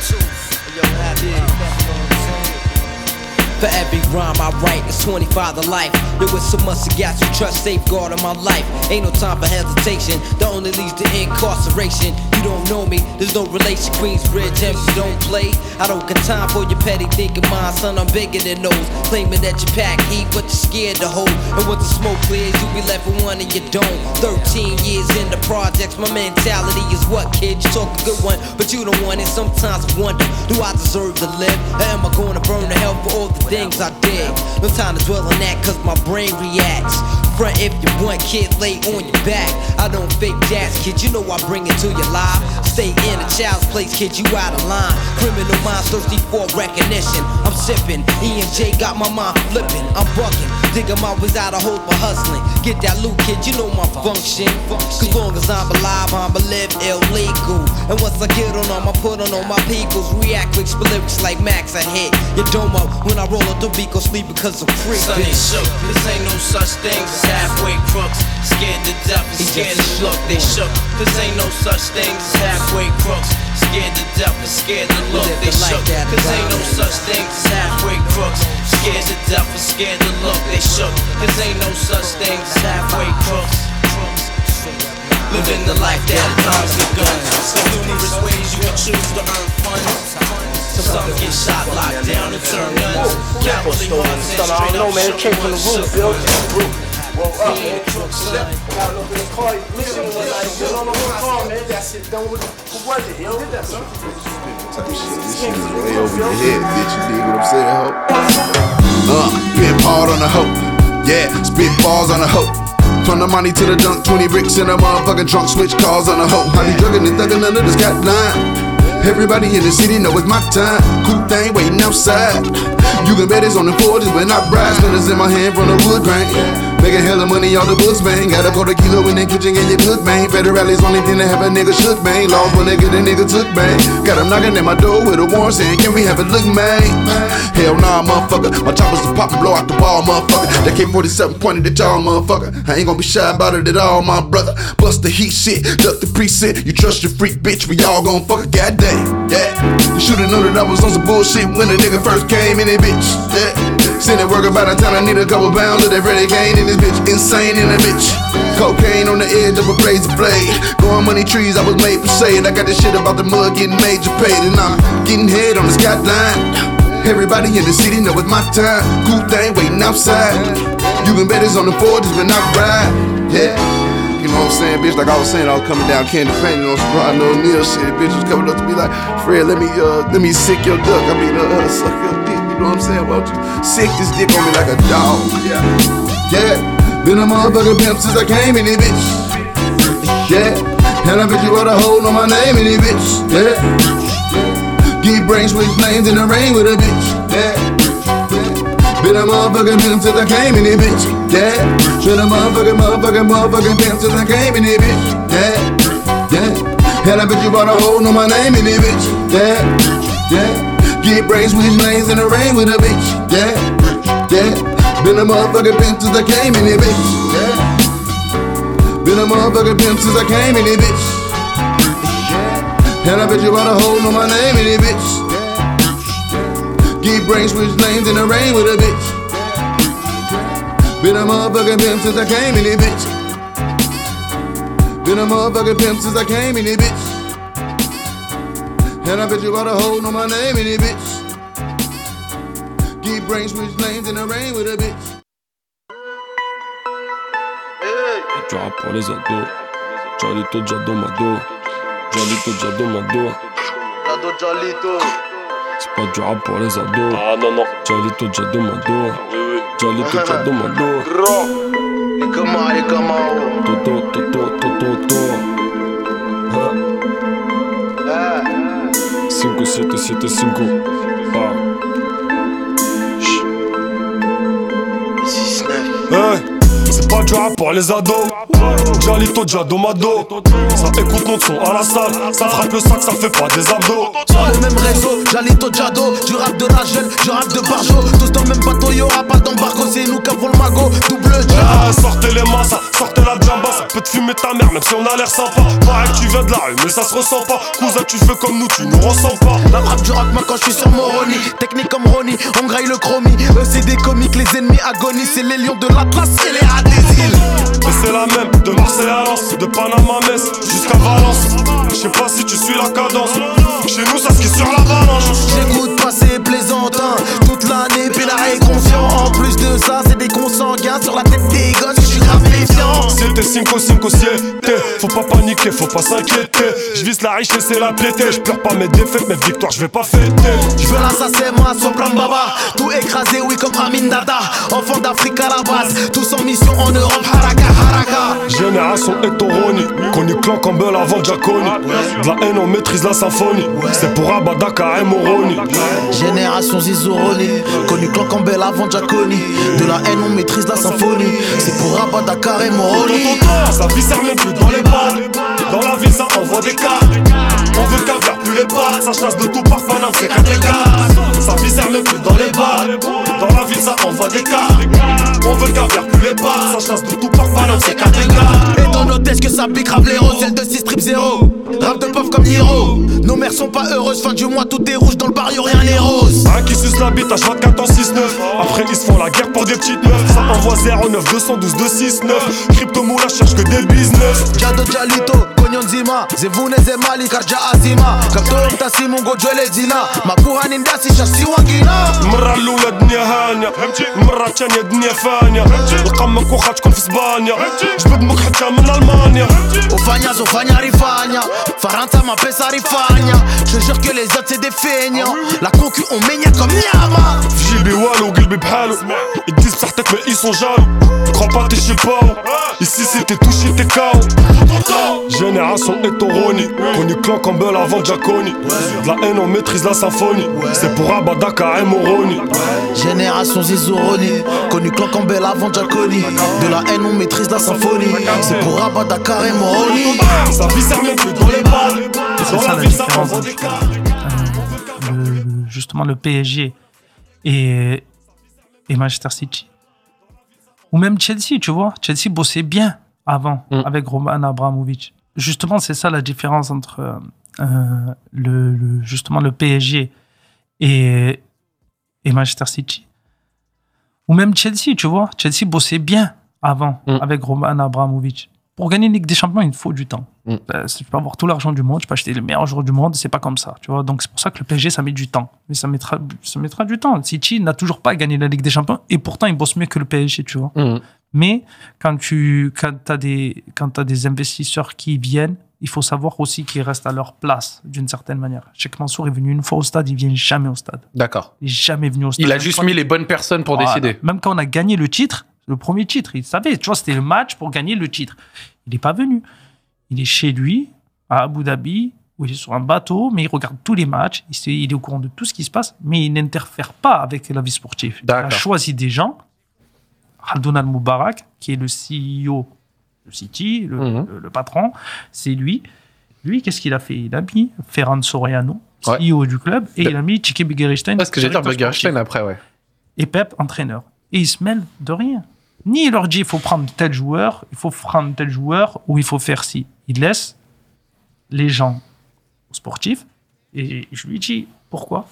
[SPEAKER 9] For every rhyme I write, it's 25 to life. There was so much to gas, you trust safeguard on my life. Ain't no time for hesitation, that only leads to incarceration. You don't know me, there's no relation. Queensbridge, and you don't play. I don't got time for your petty thinking, mind, son. I'm bigger than those. Claiming that you pack heat, but you're scared to hold. And once the smoke clears, you be left with one and you don't. 13 years in the projects, my mentality is what, kid? You talk a good one, but you don't want it. Sometimes I wonder, do I deserve to live? Or am I going to burn to hell for all the things I did? No time to dwell on that, cause my brain reacts. Front if you want, kid, lay on your back. I don't fake jazz, kid, you know I bring it to your life. Stay in a child's place, kid, you out of line. Criminal minds thirsty for recognition. I'm sipping, E and J got my mind flipping. I'm bucking, digging my ways out of hope for hustling. Get that loot, kid, you know my function. Cause long as I'm alive, I'ma live illegal. And once I get on 'em, I put on all my peoples. React quick, split lyrics like Max, I hit your dome up. When I roll up the beat, go sleep because I'm free.
[SPEAKER 11] Sunday shook. This ain't no such thing as halfway crooks. Scared to death and scared to look. They shook. This ain't no such thing as halfway crooks. Scared to death and scared to look. They shook. This ain't no such thing as halfway crooks. Scared to death and scared to look, they shook. Cause ain't no such thing as halfway crooks. Living the life that comes with guns. There's numerous ways you can choose to earn funds. Some get shot, locked down, and turn nuns.
[SPEAKER 12] Capital stolen and stuff. I don't know, man. It came from the roof, Bill. Roof. Well, up, man. Got it up in the car. Mission was like, good on the one car, man. That shit done with who was it, yo? Did that, son?
[SPEAKER 13] Type shit. This shit is way over your head, bitch. You dig what I'm saying, ho? Uh, been hard on a hoe. Yeah, spit balls on a hoe. From the money to the junk, 20 bricks in a motherfucking trunk, switch cars on a hoe. I be drugging and thugging under this cat line. Everybody in the city know it's my time. Cool thing waiting outside. You can bet it's on the 40s when I ride. Spinners in my hand from the wood grain. Making hella money on the bus bang. Got a quarter kilo in the kitchen and your cook bang. Federale's only thing that have a nigga shook bang. Laws when they get a nigga took bang. Got him knocking at my door with a warrant saying, Can we have a look, man? Hell nah, motherfucker. My choppers to pop and blow out the ball, motherfucker. That K47 pointed at y'all, motherfucker. I ain't gonna be shy about it at all, my brother. Bust the heat shit, duck the preset. You trust your freak bitch, we all gon' fuck a goddamn. Yeah. You shoulda known that I was on some bullshit when the nigga first came in it, bitch. Yeah. Sending work by the time I need a couple pounds of that renegade in this bitch. Insane in a bitch. Cocaine on the edge of a razor blade. Growing money trees, I was made for shade. I got this shit about the mud getting major paid, and I'm getting head on the skyline. Everybody in the city know it's my time. Cool thing waiting outside. You can bet it's on the forges when I ride. Yeah. You know what I'm saying, bitch? Like I was saying, I was coming down candy painting on some Ryan O'Neal shit. The bitch was coming up to me like, Fred, let me uh, let me sick your duck. I mean, uh, suck your dick. You know what I'm saying? Why don't you sick this dick on me like a dog? Yeah. Yeah. Been a motherfucking pimp since I came in it, bitch. Yeah. And I bet you what a hold on my name in it, bitch. Yeah. Get brains with names in the rain with a bitch. Yeah. Been a motherfucking pimp since I came in it, bitch. Yeah. Been a motherfucking, motherfucking, motherfucking pimp since I came in it, bitch. Yeah. Yeah. And I bet you bought a hole on my name in it, bitch. Yeah. Yeah. Get brains with names in the rain with a bitch. Yeah. Yeah. Been a motherfucking pimp since I came in it, bitch. Yeah. Been a motherfucking pimp since I came in it, bitch. And I bet you bought a hole on my name in it, bitch. Get brains with names in the rain with a bitch. Been a motherfucking pimp since I came in it, bitch. Been a motherfucking pimp since I came in it, bitch. And I bet you bought a hole on my name in it, bitch. Get brains with names in the rain with a bitch.
[SPEAKER 14] Tu rap pour les ados. Jolito Jadomado. Jolito Jadomado.
[SPEAKER 12] Jado Jolito.
[SPEAKER 14] C'est pas du rap pour les ados. Ah non, non. Jolito Jadomado. Jolito Jadomado.
[SPEAKER 12] Gros. Et comment, et comment, oh.
[SPEAKER 14] Toto, Toto, Toto, Toto.
[SPEAKER 12] Ah.
[SPEAKER 14] 5, 7, 7, 5. Ah.
[SPEAKER 15] Hey, c'est pas du rap pour les ados. Jalito, Jadomado. Ça écoute mon son à la salle. Ça frappe le sac, ça fait pas des abdos.
[SPEAKER 16] Sur le même réseau, Jalito Jado, du rap de la jeune, du rap de Barjo. Tous dans le même bateau, y'aura pas d'embargo, c'est nous qui avons le magot, double
[SPEAKER 15] Ah, sortez les mains, ça, sortez la jamba, ça peut te fumer ta mère, même si on a l'air sympa. Pareil que tu viens de la rue, mais ça se ressent pas. Cousin, tu fais comme nous, tu nous ressens pas.
[SPEAKER 16] La rap du rap, moi quand je suis sur mon Ronnie, technique comme Ronnie, on graille le chromie. Eux c'est des comiques, les ennemis agonisent, c'est les lions de l'Atlas, c'est les rats des îles.
[SPEAKER 15] Mais c'est la même, de Marseille à Lens, de Panama à Metz, jusqu'à Valence. Je sais pas si tu suis la cadence. Chez nous, ça skie sur la balance.
[SPEAKER 16] J'écoute passer plaisantin toute l'année, puis la est confiant. En plus de ça, c'est des consanguins sur la tête des gosses, je suis grave méfiant.
[SPEAKER 15] C'était 5 5 siete Faut pas paniquer, faut pas s'inquiéter Je vise la richesse et la piété Je pleure pas mes défaites, mes victoires je vais pas fêter
[SPEAKER 16] Je veux l'assassin, moi, son plan baba. Tout écrasé, oui, comme Amin Dada. Enfant d'Afrique à la base, tous en mission en Europe, haraka haraka.
[SPEAKER 15] Génération Etoroni, connu clan Campbell avant Giaconi. De la haine, on maîtrise la symphonie. C'est pour Abadaka et Moroni.
[SPEAKER 16] Génération Zizoroni, connu clan Campbell avant Giaconi. De la haine, on maîtrise la symphonie. C'est pour Rabat, Dakar et Moroni.
[SPEAKER 15] Sa vie sert même plus dans les bars. Dans la ville, ça envoie des cartes. On veut caviar, plus les bars. Ça chasse de tout par Paname, c'est quatre gars. Sa vie sert même plus dans les bars. Dans la ville, ça envoie des cartes. On veut caviar, plus les bars. Ça chasse de tout par Paname, c'est quatre gars.
[SPEAKER 16] Et dans nos têtes que ça pique rap l'héros, celle de 6 strip 0 Rap de pauvre comme Niro Nos mères sont pas heureuses, fin du mois tout est rouge dans le bar, y'a rien n'est rose
[SPEAKER 15] Un qui suce j'habite H24 en 6-9 Après ils se font la guerre pour des petites meufs Ça envoie 09 212 269 Crypto moula cherche que des business
[SPEAKER 16] Jado Jalito, konyon zima zivune zemali karja azima kamtoyo mtasimu ngojwele zina makuhani ndasi shasiwangina
[SPEAKER 15] مرة الاولى الدنيا هانية مرة الثانية الدنيا فانية القمك واخا تكون في اسبانيا جبد مك حتى من المانيا
[SPEAKER 16] Ufanya zofanya rifanya Faransa mapesa rifanya Je jure que les autres c'est des feignants
[SPEAKER 15] Ah
[SPEAKER 16] La concu on maigne comme Nyama
[SPEAKER 15] في جيبي والو وقلبي بحالو الديس بصحتك ما يسون جالو كرو با تي شي باو Ici si t'es touché t'es KO Génération hétéronyme Connu clan Campbell avant Giaconi De la haine on maîtrise la symphonie C'est pour Abadaka et Moroni
[SPEAKER 16] Génération Zizoroni Connu clan Campbell avant Giaconi De la haine on maîtrise la symphonie C'est pour Rabat Dakar et Moroni
[SPEAKER 15] Sa vie sert même plus dans les balles
[SPEAKER 17] C'est ça la différence entre, euh, le- justement le PSG et, et Manchester City. Ou même Chelsea, tu vois. Chelsea bossait bien avant avec Roman Abramovich. Justement, c'est ça la différence entre euh, euh, le, le- justement le PSG et, et Manchester City. Ou même Chelsea, tu vois. Chelsea bossait bien avant
[SPEAKER 18] Mm.
[SPEAKER 17] avec Roman Abramovich. Pour gagner une Ligue des Champions, il te faut du temps.
[SPEAKER 18] Mm.
[SPEAKER 17] Euh, tu peux avoir tout l'argent du monde, tu peux acheter les meilleurs joueurs du monde, c'est pas comme ça. Tu vois Donc c'est pour ça que le PSG, ça met du temps. Mais ça mettra, ça mettra du temps. City n'a toujours pas gagné la Ligue des Champions et pourtant il bosse mieux que le PSG, tu vois.
[SPEAKER 18] Mm.
[SPEAKER 5] Mhm.
[SPEAKER 17] Mais quand tu quand as, des, quand as des investisseurs qui viennent, il faut savoir aussi qu'ils restent à leur place d'une certaine manière. Cheikh Mansour est venu une fois au stade, il vient jamais au stade.
[SPEAKER 18] D'accord.
[SPEAKER 17] Il est jamais venu au stade.
[SPEAKER 18] Il a
[SPEAKER 17] Même
[SPEAKER 18] juste
[SPEAKER 17] quand-
[SPEAKER 18] mis les bonnes personnes pour
[SPEAKER 17] Voilà.
[SPEAKER 18] décider.
[SPEAKER 17] Même quand on a gagné le titre, le premier titre, il savait, tu vois, c'était le match pour gagner le titre. Il n'est pas venu. Il est chez lui, à Abu Dhabi, où il est sur un bateau, mais il regarde tous les matchs, il, sait- il est au courant de tout ce qui se passe, mais il n'interfère pas avec la vie sportive. Il a choisi des gens, Khaldun Al-Moubarak, qui est le CEO de City, le,
[SPEAKER 18] Mhm.
[SPEAKER 17] le- le patron, c'est lui. Lui, qu'est-ce qu'il a fait Il a mis Ferran Soriano, CEO du club, et il a mis Tiki Begerstein.
[SPEAKER 18] Parce Bah, que j'ai dit
[SPEAKER 17] directeur
[SPEAKER 18] Bergerstein
[SPEAKER 17] sportif
[SPEAKER 18] après, ouais.
[SPEAKER 17] et Pep entraîneur. Et ils se mêlent de rien. Ni il leur dit il faut prendre tel joueur, il faut prendre tel joueur ou il faut faire ci. Il laisse les gens sportifs et je lui dis pourquoi.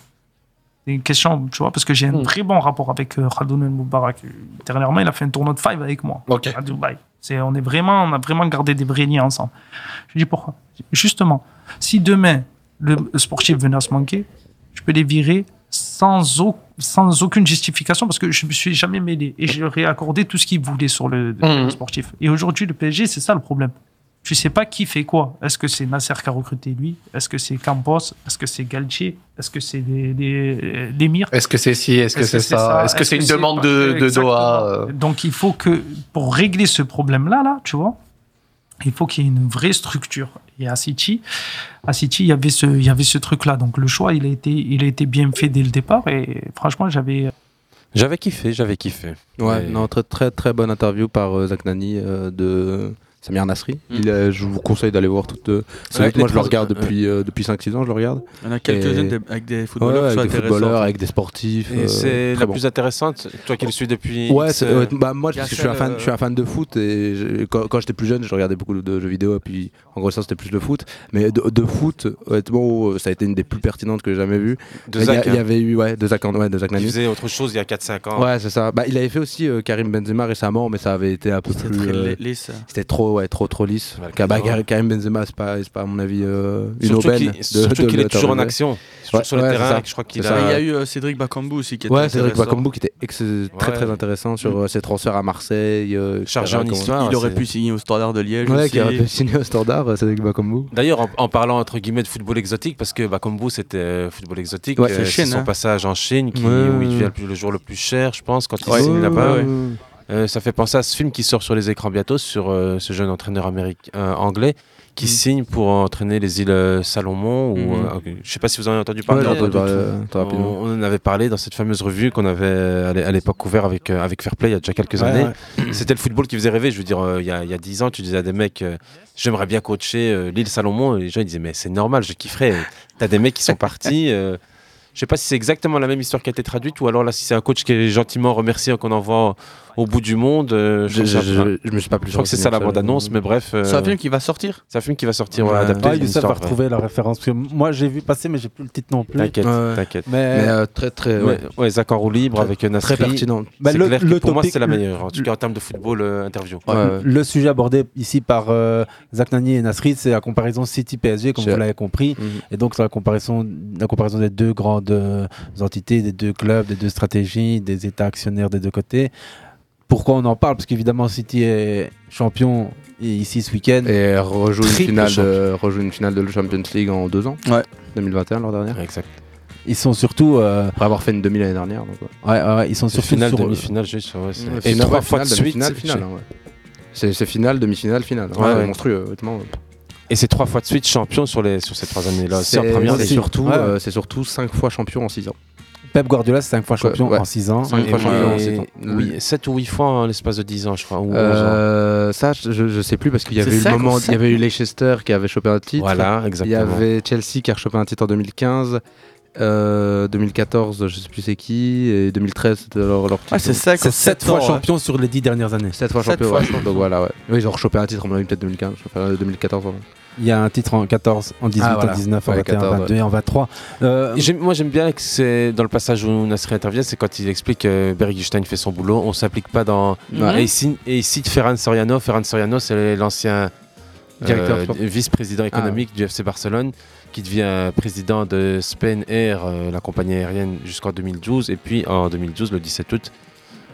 [SPEAKER 17] C'est une question, tu vois, parce que j'ai un très bon rapport avec euh, Khaldoun El Moubarak. Dernièrement, il a fait un tournoi de five avec moi à Dubaï. C'est, on est vraiment, on a vraiment gardé des vrais liens ensemble. Je lui dis pourquoi. Justement, si demain le sportif venait à se manquer, je peux les virer sans, au- sans aucune justification parce que je me suis jamais mêlé et je leur ai accordé tout ce qu'ils voulaient sur le, le sportif. Et aujourd'hui, le PSG, c'est ça le problème. Tu sais pas qui fait quoi. Est-ce que c'est Nasser qui a recruté lui Est-ce que c'est Campos Est-ce que c'est Galtier Est-ce que c'est les, euh, les, l'émir
[SPEAKER 18] Est-ce que c'est ci Est-ce que c'est ça Est-ce que c'est une demande de, de
[SPEAKER 17] Exactement.
[SPEAKER 18] Doha euh,
[SPEAKER 17] Donc il faut que, pour régler ce problème-là, là, tu vois, il faut qu'il y ait une vraie structure. Et à City, à City, il y avait ce, il y avait ce truc-là. Donc le choix, il a été, il a été bien fait dès le départ. Et franchement, j'avais,
[SPEAKER 5] J'avais kiffé, j'avais kiffé.
[SPEAKER 4] Ouais,
[SPEAKER 5] Et-
[SPEAKER 4] non, très très très bonne interview par euh, Zach Nani euh, de Samir Nasri. Il, euh, je vous conseille d'aller voir toutes. euh, c'est
[SPEAKER 6] Ouais,
[SPEAKER 4] vrai que moi
[SPEAKER 6] les
[SPEAKER 4] je le
[SPEAKER 6] trans-
[SPEAKER 4] regarde
[SPEAKER 6] euh,
[SPEAKER 4] depuis, euh, depuis 5-6 ans, je le regarde.
[SPEAKER 6] Il y en a quelques-unes
[SPEAKER 4] Et-
[SPEAKER 6] des- avec des footballeurs
[SPEAKER 4] Ouais,
[SPEAKER 6] qui sont
[SPEAKER 4] avec des
[SPEAKER 6] intéressants.
[SPEAKER 4] footballeurs, avec des sportifs.
[SPEAKER 5] Et
[SPEAKER 4] euh,
[SPEAKER 5] c'est
[SPEAKER 4] très
[SPEAKER 5] la
[SPEAKER 4] bon.
[SPEAKER 5] plus intéressante, toi qui le suis depuis.
[SPEAKER 4] Ouais,
[SPEAKER 5] X,
[SPEAKER 4] c'est-
[SPEAKER 5] euh,
[SPEAKER 4] ouais, bah, moi parce que je suis un fan,
[SPEAKER 5] euh,
[SPEAKER 4] je suis un fan de foot et je- quand, quand j'étais plus jeune, je regardais beaucoup de jeux vidéo et puis en gros ça c'était plus le foot. Mais de, de foot, honnêtement, oh, ça a été une des plus pertinentes que j'ai jamais vues. Il
[SPEAKER 5] De
[SPEAKER 4] y a-
[SPEAKER 5] Zach,
[SPEAKER 4] il y,
[SPEAKER 5] hein.
[SPEAKER 4] avait eu ouais, de Zach, ouais, de Zach
[SPEAKER 5] Il
[SPEAKER 4] Nani.
[SPEAKER 5] faisait autre chose il y a 4-5 ans.
[SPEAKER 4] Ouais, c'est ça. Bah, il avait fait aussi euh, Karim Benzema récemment, mais ça avait été un peu plus.
[SPEAKER 6] très
[SPEAKER 4] euh,
[SPEAKER 6] li- lisse.
[SPEAKER 5] hein.
[SPEAKER 4] C'était trop, ouais, trop, trop lisse.
[SPEAKER 5] Karim-
[SPEAKER 4] Bah, Karim- Karim Benzema, c'est pas, c'est pas à mon avis euh, une
[SPEAKER 5] Surtout
[SPEAKER 4] aubaine.
[SPEAKER 5] qu'il- surtout qu'il est toujours en action. Sur- sur le terrain,
[SPEAKER 4] c'est ça.
[SPEAKER 5] je crois qu'il
[SPEAKER 4] C'est
[SPEAKER 5] a-
[SPEAKER 4] ça.
[SPEAKER 6] Il y a eu euh, Cédric Bakambu aussi qui était
[SPEAKER 4] Ouais, Cédric
[SPEAKER 6] intéressant.
[SPEAKER 4] Bakambu qui était ex- très
[SPEAKER 6] Ouais.
[SPEAKER 4] très intéressant sur euh, ses transferts à Marseille. euh,
[SPEAKER 5] Chargé
[SPEAKER 4] etc.,
[SPEAKER 5] en
[SPEAKER 4] comment-
[SPEAKER 5] histoire,
[SPEAKER 6] Il aurait pu signer au Standard de Liège
[SPEAKER 4] Ouais,
[SPEAKER 6] aussi.
[SPEAKER 4] qui aurait pu signer au standard, euh, Cédric Bakambu.
[SPEAKER 5] D'ailleurs, en, en parlant entre guillemets de football exotique, parce que bah, Bakambu c'était euh, football exotique,
[SPEAKER 4] Ouais, c'est
[SPEAKER 5] euh,
[SPEAKER 4] Chine,
[SPEAKER 5] son
[SPEAKER 4] hein.
[SPEAKER 5] passage en Chine qui,
[SPEAKER 4] Ouais.
[SPEAKER 5] où il devient le, plus- le jour le plus cher, je pense, quand il
[SPEAKER 4] Ouais.
[SPEAKER 5] signe là-bas.
[SPEAKER 4] Ouais, ouais.
[SPEAKER 5] Euh, ça fait penser à ce film qui sort sur les écrans bientôt sur euh, ce jeune entraîneur américain anglais
[SPEAKER 4] Mm.
[SPEAKER 5] qui signe pour entraîner les îles euh, Salomon. Ou,
[SPEAKER 4] Mhm.
[SPEAKER 5] euh, ok, je sais pas si vous en avez entendu parler.
[SPEAKER 4] Ouais, j'ai entendu
[SPEAKER 5] On-
[SPEAKER 4] parler, euh, très rapidement.
[SPEAKER 5] on, en avait parlé dans cette fameuse revue qu'on avait euh, à l'é- à l'époque couvert avec, euh, avec Fairplay il y a déjà quelques
[SPEAKER 4] Ouais,
[SPEAKER 5] années.
[SPEAKER 4] ouais.
[SPEAKER 5] C'était le football qui faisait rêver. Je veux dire, euh, il y, a, il y a 10 ans, tu disais à des mecs, euh, j'aimerais bien coacher euh, l'île Salomon. Et les gens ils disaient, mais c'est normal, je kifferais. T'as des mecs qui sont partis. euh, Je sais pas si c'est exactement la même histoire qui a été traduite ou alors là si c'est un coach qui est gentiment remercié qu'on envoie au bout du monde. euh,
[SPEAKER 4] Je-
[SPEAKER 5] trouve
[SPEAKER 4] je-
[SPEAKER 5] ça-
[SPEAKER 4] je- je me suis pas plus
[SPEAKER 5] Je crois que c'est
[SPEAKER 4] renseigné
[SPEAKER 5] ça la
[SPEAKER 4] que ça.
[SPEAKER 5] bande annonce, mais bref. euh,
[SPEAKER 4] C'est un film
[SPEAKER 6] qui va sortir.
[SPEAKER 5] C'est un film qui va sortir. ouais,
[SPEAKER 4] Ouais.
[SPEAKER 5] adapté
[SPEAKER 3] Ah,
[SPEAKER 5] d'une
[SPEAKER 3] Youssef va
[SPEAKER 5] histoire vraie.
[SPEAKER 3] retrouver la référence. Parce que moi, j'ai vu passer, mais j'ai plus le titre non plus.
[SPEAKER 5] T'inquiète,
[SPEAKER 3] Ouais.
[SPEAKER 5] t'inquiète.
[SPEAKER 3] Mais,
[SPEAKER 5] euh, Mais, ouais. Zach en roue libre avec Nasri.
[SPEAKER 3] très pertinent. Bah,
[SPEAKER 5] c'est
[SPEAKER 3] le-
[SPEAKER 5] clair que
[SPEAKER 3] le
[SPEAKER 5] pour moi
[SPEAKER 3] topic-
[SPEAKER 5] c'est la
[SPEAKER 3] le-
[SPEAKER 5] meilleure. En tout cas en termes de football euh, interview.
[SPEAKER 3] Le sujet abordé ici par euh, Zach Nani et Nasri, c'est la comparaison City-PSG, comme
[SPEAKER 5] C'est-
[SPEAKER 3] vous l'avez compris. Et donc, c'est la comparaison, la comparaison des deux grandes euh, entités, des deux clubs, des deux stratégies, des États actionnaires des deux côtés. Pourquoi on en parle Parce qu'évidemment, City est champion ici ce week-end.
[SPEAKER 4] Et rejoue une,
[SPEAKER 3] Triple
[SPEAKER 4] finale
[SPEAKER 3] champion.
[SPEAKER 4] de, rejoue une finale de la Champions League en deux ans.
[SPEAKER 6] Ouais.
[SPEAKER 4] 2021, l'an dernier.
[SPEAKER 5] Exact.
[SPEAKER 3] Ils sont surtout. euh,
[SPEAKER 4] Après avoir fait une demi l'année dernière. Donc, ouais.
[SPEAKER 3] Ouais, ouais, ouais, ils sont surtout
[SPEAKER 5] Finale,
[SPEAKER 3] sur-
[SPEAKER 5] demi-finale, juste. ouais, c'est-
[SPEAKER 4] Ouais,
[SPEAKER 5] Et
[SPEAKER 4] finale,
[SPEAKER 5] trois
[SPEAKER 4] finale,
[SPEAKER 5] fois de suite.
[SPEAKER 4] demi-finale,
[SPEAKER 5] c'est-
[SPEAKER 4] finale, hein, ouais. C'est c'est finale, demi-finale, finale.
[SPEAKER 5] Ouais,
[SPEAKER 4] Ouais,
[SPEAKER 5] ouais.
[SPEAKER 4] monstrueux, honnêtement.
[SPEAKER 5] Et c'est trois fois de suite champion sur, les, sur ces trois années-là. C'est en première
[SPEAKER 4] C'est
[SPEAKER 5] ligue.
[SPEAKER 4] surtout,
[SPEAKER 5] Ouais.
[SPEAKER 4] euh, c'est surtout 5 fois champion en 6 ans.
[SPEAKER 3] Pep Guardiola, c'est 5 fois champion
[SPEAKER 4] Ouais.
[SPEAKER 3] en 6 ans.
[SPEAKER 4] Cinq
[SPEAKER 3] Et
[SPEAKER 4] fois
[SPEAKER 3] moi,
[SPEAKER 4] champion en
[SPEAKER 3] et-
[SPEAKER 4] six ans.
[SPEAKER 5] Oui, 7 ou 8 fois en l'espace de 10 ans, je crois. Ou 11 ans.
[SPEAKER 4] Euh, ça, je, je sais plus parce qu'il y
[SPEAKER 5] C'est
[SPEAKER 4] avait eu le
[SPEAKER 5] cinq ou
[SPEAKER 4] moment, il y
[SPEAKER 5] sept,
[SPEAKER 4] avait eu Leicester qui avait chopé un titre.
[SPEAKER 5] Voilà,
[SPEAKER 4] Il y
[SPEAKER 5] exactement.
[SPEAKER 4] avait Chelsea qui a chopé un titre en 2015. euh, 2014, je sais plus c'est qui, et 2013, c'était leur, leur titre.
[SPEAKER 6] c'est cinq ou
[SPEAKER 3] C'est 7 fois champion sur les 10 dernières années.
[SPEAKER 4] 7 fois
[SPEAKER 3] Sept
[SPEAKER 4] champion,
[SPEAKER 3] fois
[SPEAKER 4] ouais.
[SPEAKER 3] champion.
[SPEAKER 4] donc voilà, ouais. Ouais, Ils ont rechopé un titre, à mon avis, peut-être 2015, enfin, euh, 2014. pardon.
[SPEAKER 3] Il y a un titre en 14, en 18,
[SPEAKER 4] Ah, voilà.
[SPEAKER 3] en 19, en
[SPEAKER 4] Ouais,
[SPEAKER 3] 21, en
[SPEAKER 4] 14,
[SPEAKER 3] 22 et
[SPEAKER 4] ouais.
[SPEAKER 3] en 23. Euh,
[SPEAKER 5] Et j'aime- moi j'aime bien que c'est dans le passage où Nasri intervient, c'est quand il explique que Bergistein fait son boulot, on s'applique pas dans.
[SPEAKER 4] Ouais.
[SPEAKER 5] Et, il signe- et il cite Ferran Soriano. Ferran Soriano, c'est l'ancien euh,
[SPEAKER 4] Directeur Ah. sportif.
[SPEAKER 5] vice-président économique du FC Barcelone, qui devient euh, président de Spain Air, euh, la compagnie aérienne, jusqu'en 2012. Et puis en 2012, le 17 août,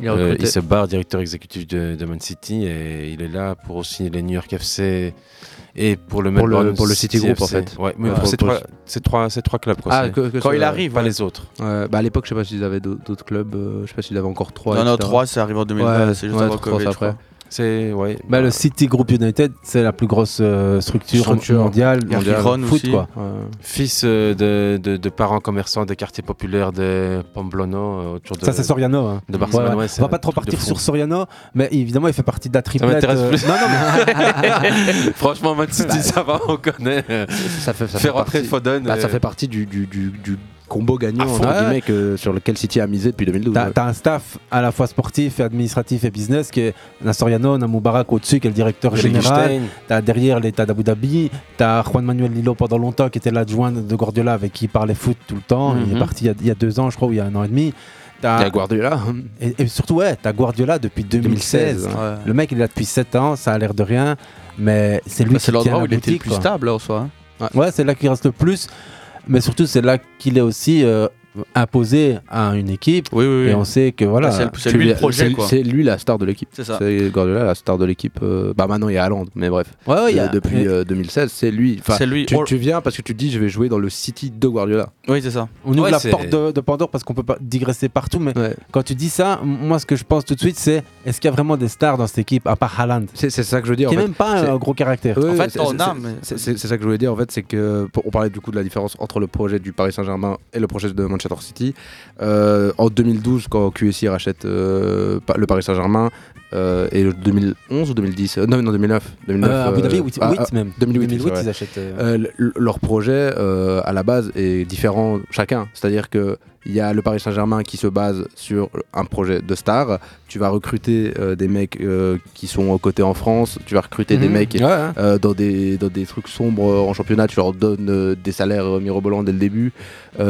[SPEAKER 4] Il est
[SPEAKER 5] euh,
[SPEAKER 4] recruté.
[SPEAKER 5] il se barre directeur exécutif de, de Man City et il est là pour aussi les New York FC. Et pour le
[SPEAKER 4] Pour le-
[SPEAKER 5] Melbourne
[SPEAKER 4] pour le City Group, en
[SPEAKER 5] FC.
[SPEAKER 4] fait.
[SPEAKER 5] Ouais, mais
[SPEAKER 4] Ouais.
[SPEAKER 5] pour ces
[SPEAKER 4] Pour-
[SPEAKER 5] trois, ces trois, ces trois clubs. Quoi.
[SPEAKER 4] Ah,
[SPEAKER 5] C'est-
[SPEAKER 4] que- que ceux-là.
[SPEAKER 5] pas les autres.
[SPEAKER 4] Ouais, bah à l'époque, je sais pas s'ils avaient d'au- d'autres clubs, euh, je sais pas s'ils avaient encore 3.
[SPEAKER 6] Non, non, trois, c'est arrivé en 2020, c'est juste avant Covid, je crois.
[SPEAKER 5] C'est ouais.
[SPEAKER 3] bah, le City Group United, c'est la plus grosse euh, structure,
[SPEAKER 4] Structure.
[SPEAKER 3] mondiale,
[SPEAKER 5] Il y a
[SPEAKER 3] mondiale
[SPEAKER 5] Giron
[SPEAKER 3] foot
[SPEAKER 5] aussi.
[SPEAKER 3] quoi.
[SPEAKER 5] Fils euh, de, de- de parents commerçants des quartiers populaires de Pamplona euh, autour de.
[SPEAKER 3] Ça c'est Soriano. hein.
[SPEAKER 5] De Barcelone.
[SPEAKER 3] Ouais, ouais.
[SPEAKER 5] ouais,
[SPEAKER 3] On
[SPEAKER 5] c'est
[SPEAKER 3] va pas
[SPEAKER 5] un
[SPEAKER 3] trop
[SPEAKER 5] truc de
[SPEAKER 3] partir
[SPEAKER 5] fou.
[SPEAKER 3] sur Soriano, mais évidemment il fait partie de la
[SPEAKER 5] Ça
[SPEAKER 3] triplette.
[SPEAKER 5] m'intéresse
[SPEAKER 3] euh,
[SPEAKER 5] plus.
[SPEAKER 3] Non non. mais- Bah,
[SPEAKER 5] Franchement, Man City, ça va, on connaît. Ça
[SPEAKER 4] fait,
[SPEAKER 5] Faire rentrer Foden.
[SPEAKER 4] Bah, Ça
[SPEAKER 5] euh,
[SPEAKER 4] fait partie du, du, du, du combo gagnant
[SPEAKER 3] À fond.
[SPEAKER 4] entre
[SPEAKER 3] Ouais.
[SPEAKER 4] guillemets, que- sur lequel City a misé depuis 2012.
[SPEAKER 3] T'as t'as un staff à la fois sportif, et administratif et business qui est on a Soriano, on a Moubarak au-dessus qui est le directeur
[SPEAKER 5] Sheikh
[SPEAKER 3] général.
[SPEAKER 5] Stein.
[SPEAKER 3] T'as derrière l'État d'Abu Dhabi, t'as Juan Manuel Lillo pendant longtemps qui était l'adjoint de Guardiola avec qui il parlait foot tout le temps. Il
[SPEAKER 4] Mhm.
[SPEAKER 3] est parti il y a- il y, a deux ans, je crois, ou il y a un an et demi. T'as
[SPEAKER 4] Il y a Guardiola.
[SPEAKER 3] Et, et surtout, ouais, t'as Guardiola depuis 2016.
[SPEAKER 4] 2016, ouais.
[SPEAKER 3] Le mec, il est là depuis 7 ans, ça a l'air de rien, mais c'est lui
[SPEAKER 6] Bah,
[SPEAKER 3] qui
[SPEAKER 6] c'est
[SPEAKER 3] tient
[SPEAKER 6] l'endroit
[SPEAKER 3] la
[SPEAKER 6] où il était le
[SPEAKER 3] boutique,
[SPEAKER 6] plus
[SPEAKER 3] quoi.
[SPEAKER 6] stable, en soi. hein.
[SPEAKER 3] Ouais, c'est là qu'il reste le plus. Mais surtout, c'est là qu'il est aussi euh, imposé à une équipe.
[SPEAKER 6] oui.
[SPEAKER 3] Et on sait que voilà.
[SPEAKER 6] Bah, c'est- c'est lui le projet,
[SPEAKER 4] c'est-
[SPEAKER 6] quoi.
[SPEAKER 4] C'est lui la star de l'équipe.
[SPEAKER 6] C'est ça.
[SPEAKER 4] Guardiola la star de l'équipe. euh, bah maintenant il y a Haaland, mais bref.
[SPEAKER 3] Ouais, ouais, il y
[SPEAKER 4] Euh,
[SPEAKER 3] a-
[SPEAKER 4] depuis
[SPEAKER 3] mais-
[SPEAKER 4] euh, 2016, c'est lui. Enfin,
[SPEAKER 6] C'est lui.
[SPEAKER 4] Tu,
[SPEAKER 6] Or-
[SPEAKER 4] tu viens parce que tu te dis je vais jouer dans le City de Guardiola.
[SPEAKER 6] Oui, c'est ça.
[SPEAKER 3] On ouvre la porte de, de Pandore parce qu'on peut pas digresser partout, mais quand tu dis ça, m- moi ce que je pense tout de suite, c'est est-ce qu'il y a vraiment des stars dans cette équipe à part Haaland
[SPEAKER 4] C'est c'est ça que je veux dire.
[SPEAKER 3] Qui est
[SPEAKER 4] en fait.
[SPEAKER 3] même pas
[SPEAKER 4] C'est-
[SPEAKER 3] un gros caractère.
[SPEAKER 4] Ouais, ouais, c'est- c'est- c'est c'est- c'est ça que je voulais dire en fait, c'est que pour- on parlait du coup de la différence entre le projet du Paris Saint-Germain et le projet de Manchester City. Euh, en 2012, quand QSI rachète euh, pa- le Paris Saint-Germain, euh, et le 2011 ou 2010, euh, non, non 2009, 2009
[SPEAKER 3] Euh, Abu Dhabi, huit-
[SPEAKER 4] ah,
[SPEAKER 3] huit
[SPEAKER 4] ah,
[SPEAKER 3] même.
[SPEAKER 4] 2008,
[SPEAKER 3] 2008,
[SPEAKER 4] ouais.
[SPEAKER 3] ils achètent, euh,
[SPEAKER 4] Euh, le- le- leur projet euh, à la base est différent chacun. C'est-à-dire que il y a le Paris Saint-Germain qui se base sur un projet de star. Tu vas recruter euh, des mecs euh, qui sont côté en France. Tu vas recruter des
[SPEAKER 3] Mhm.
[SPEAKER 4] mecs
[SPEAKER 3] Ouais, ouais.
[SPEAKER 4] euh, dans, des, dans des trucs sombres euh, en championnat. Tu leur donnes euh, des salaires euh, mirobolants dès le début.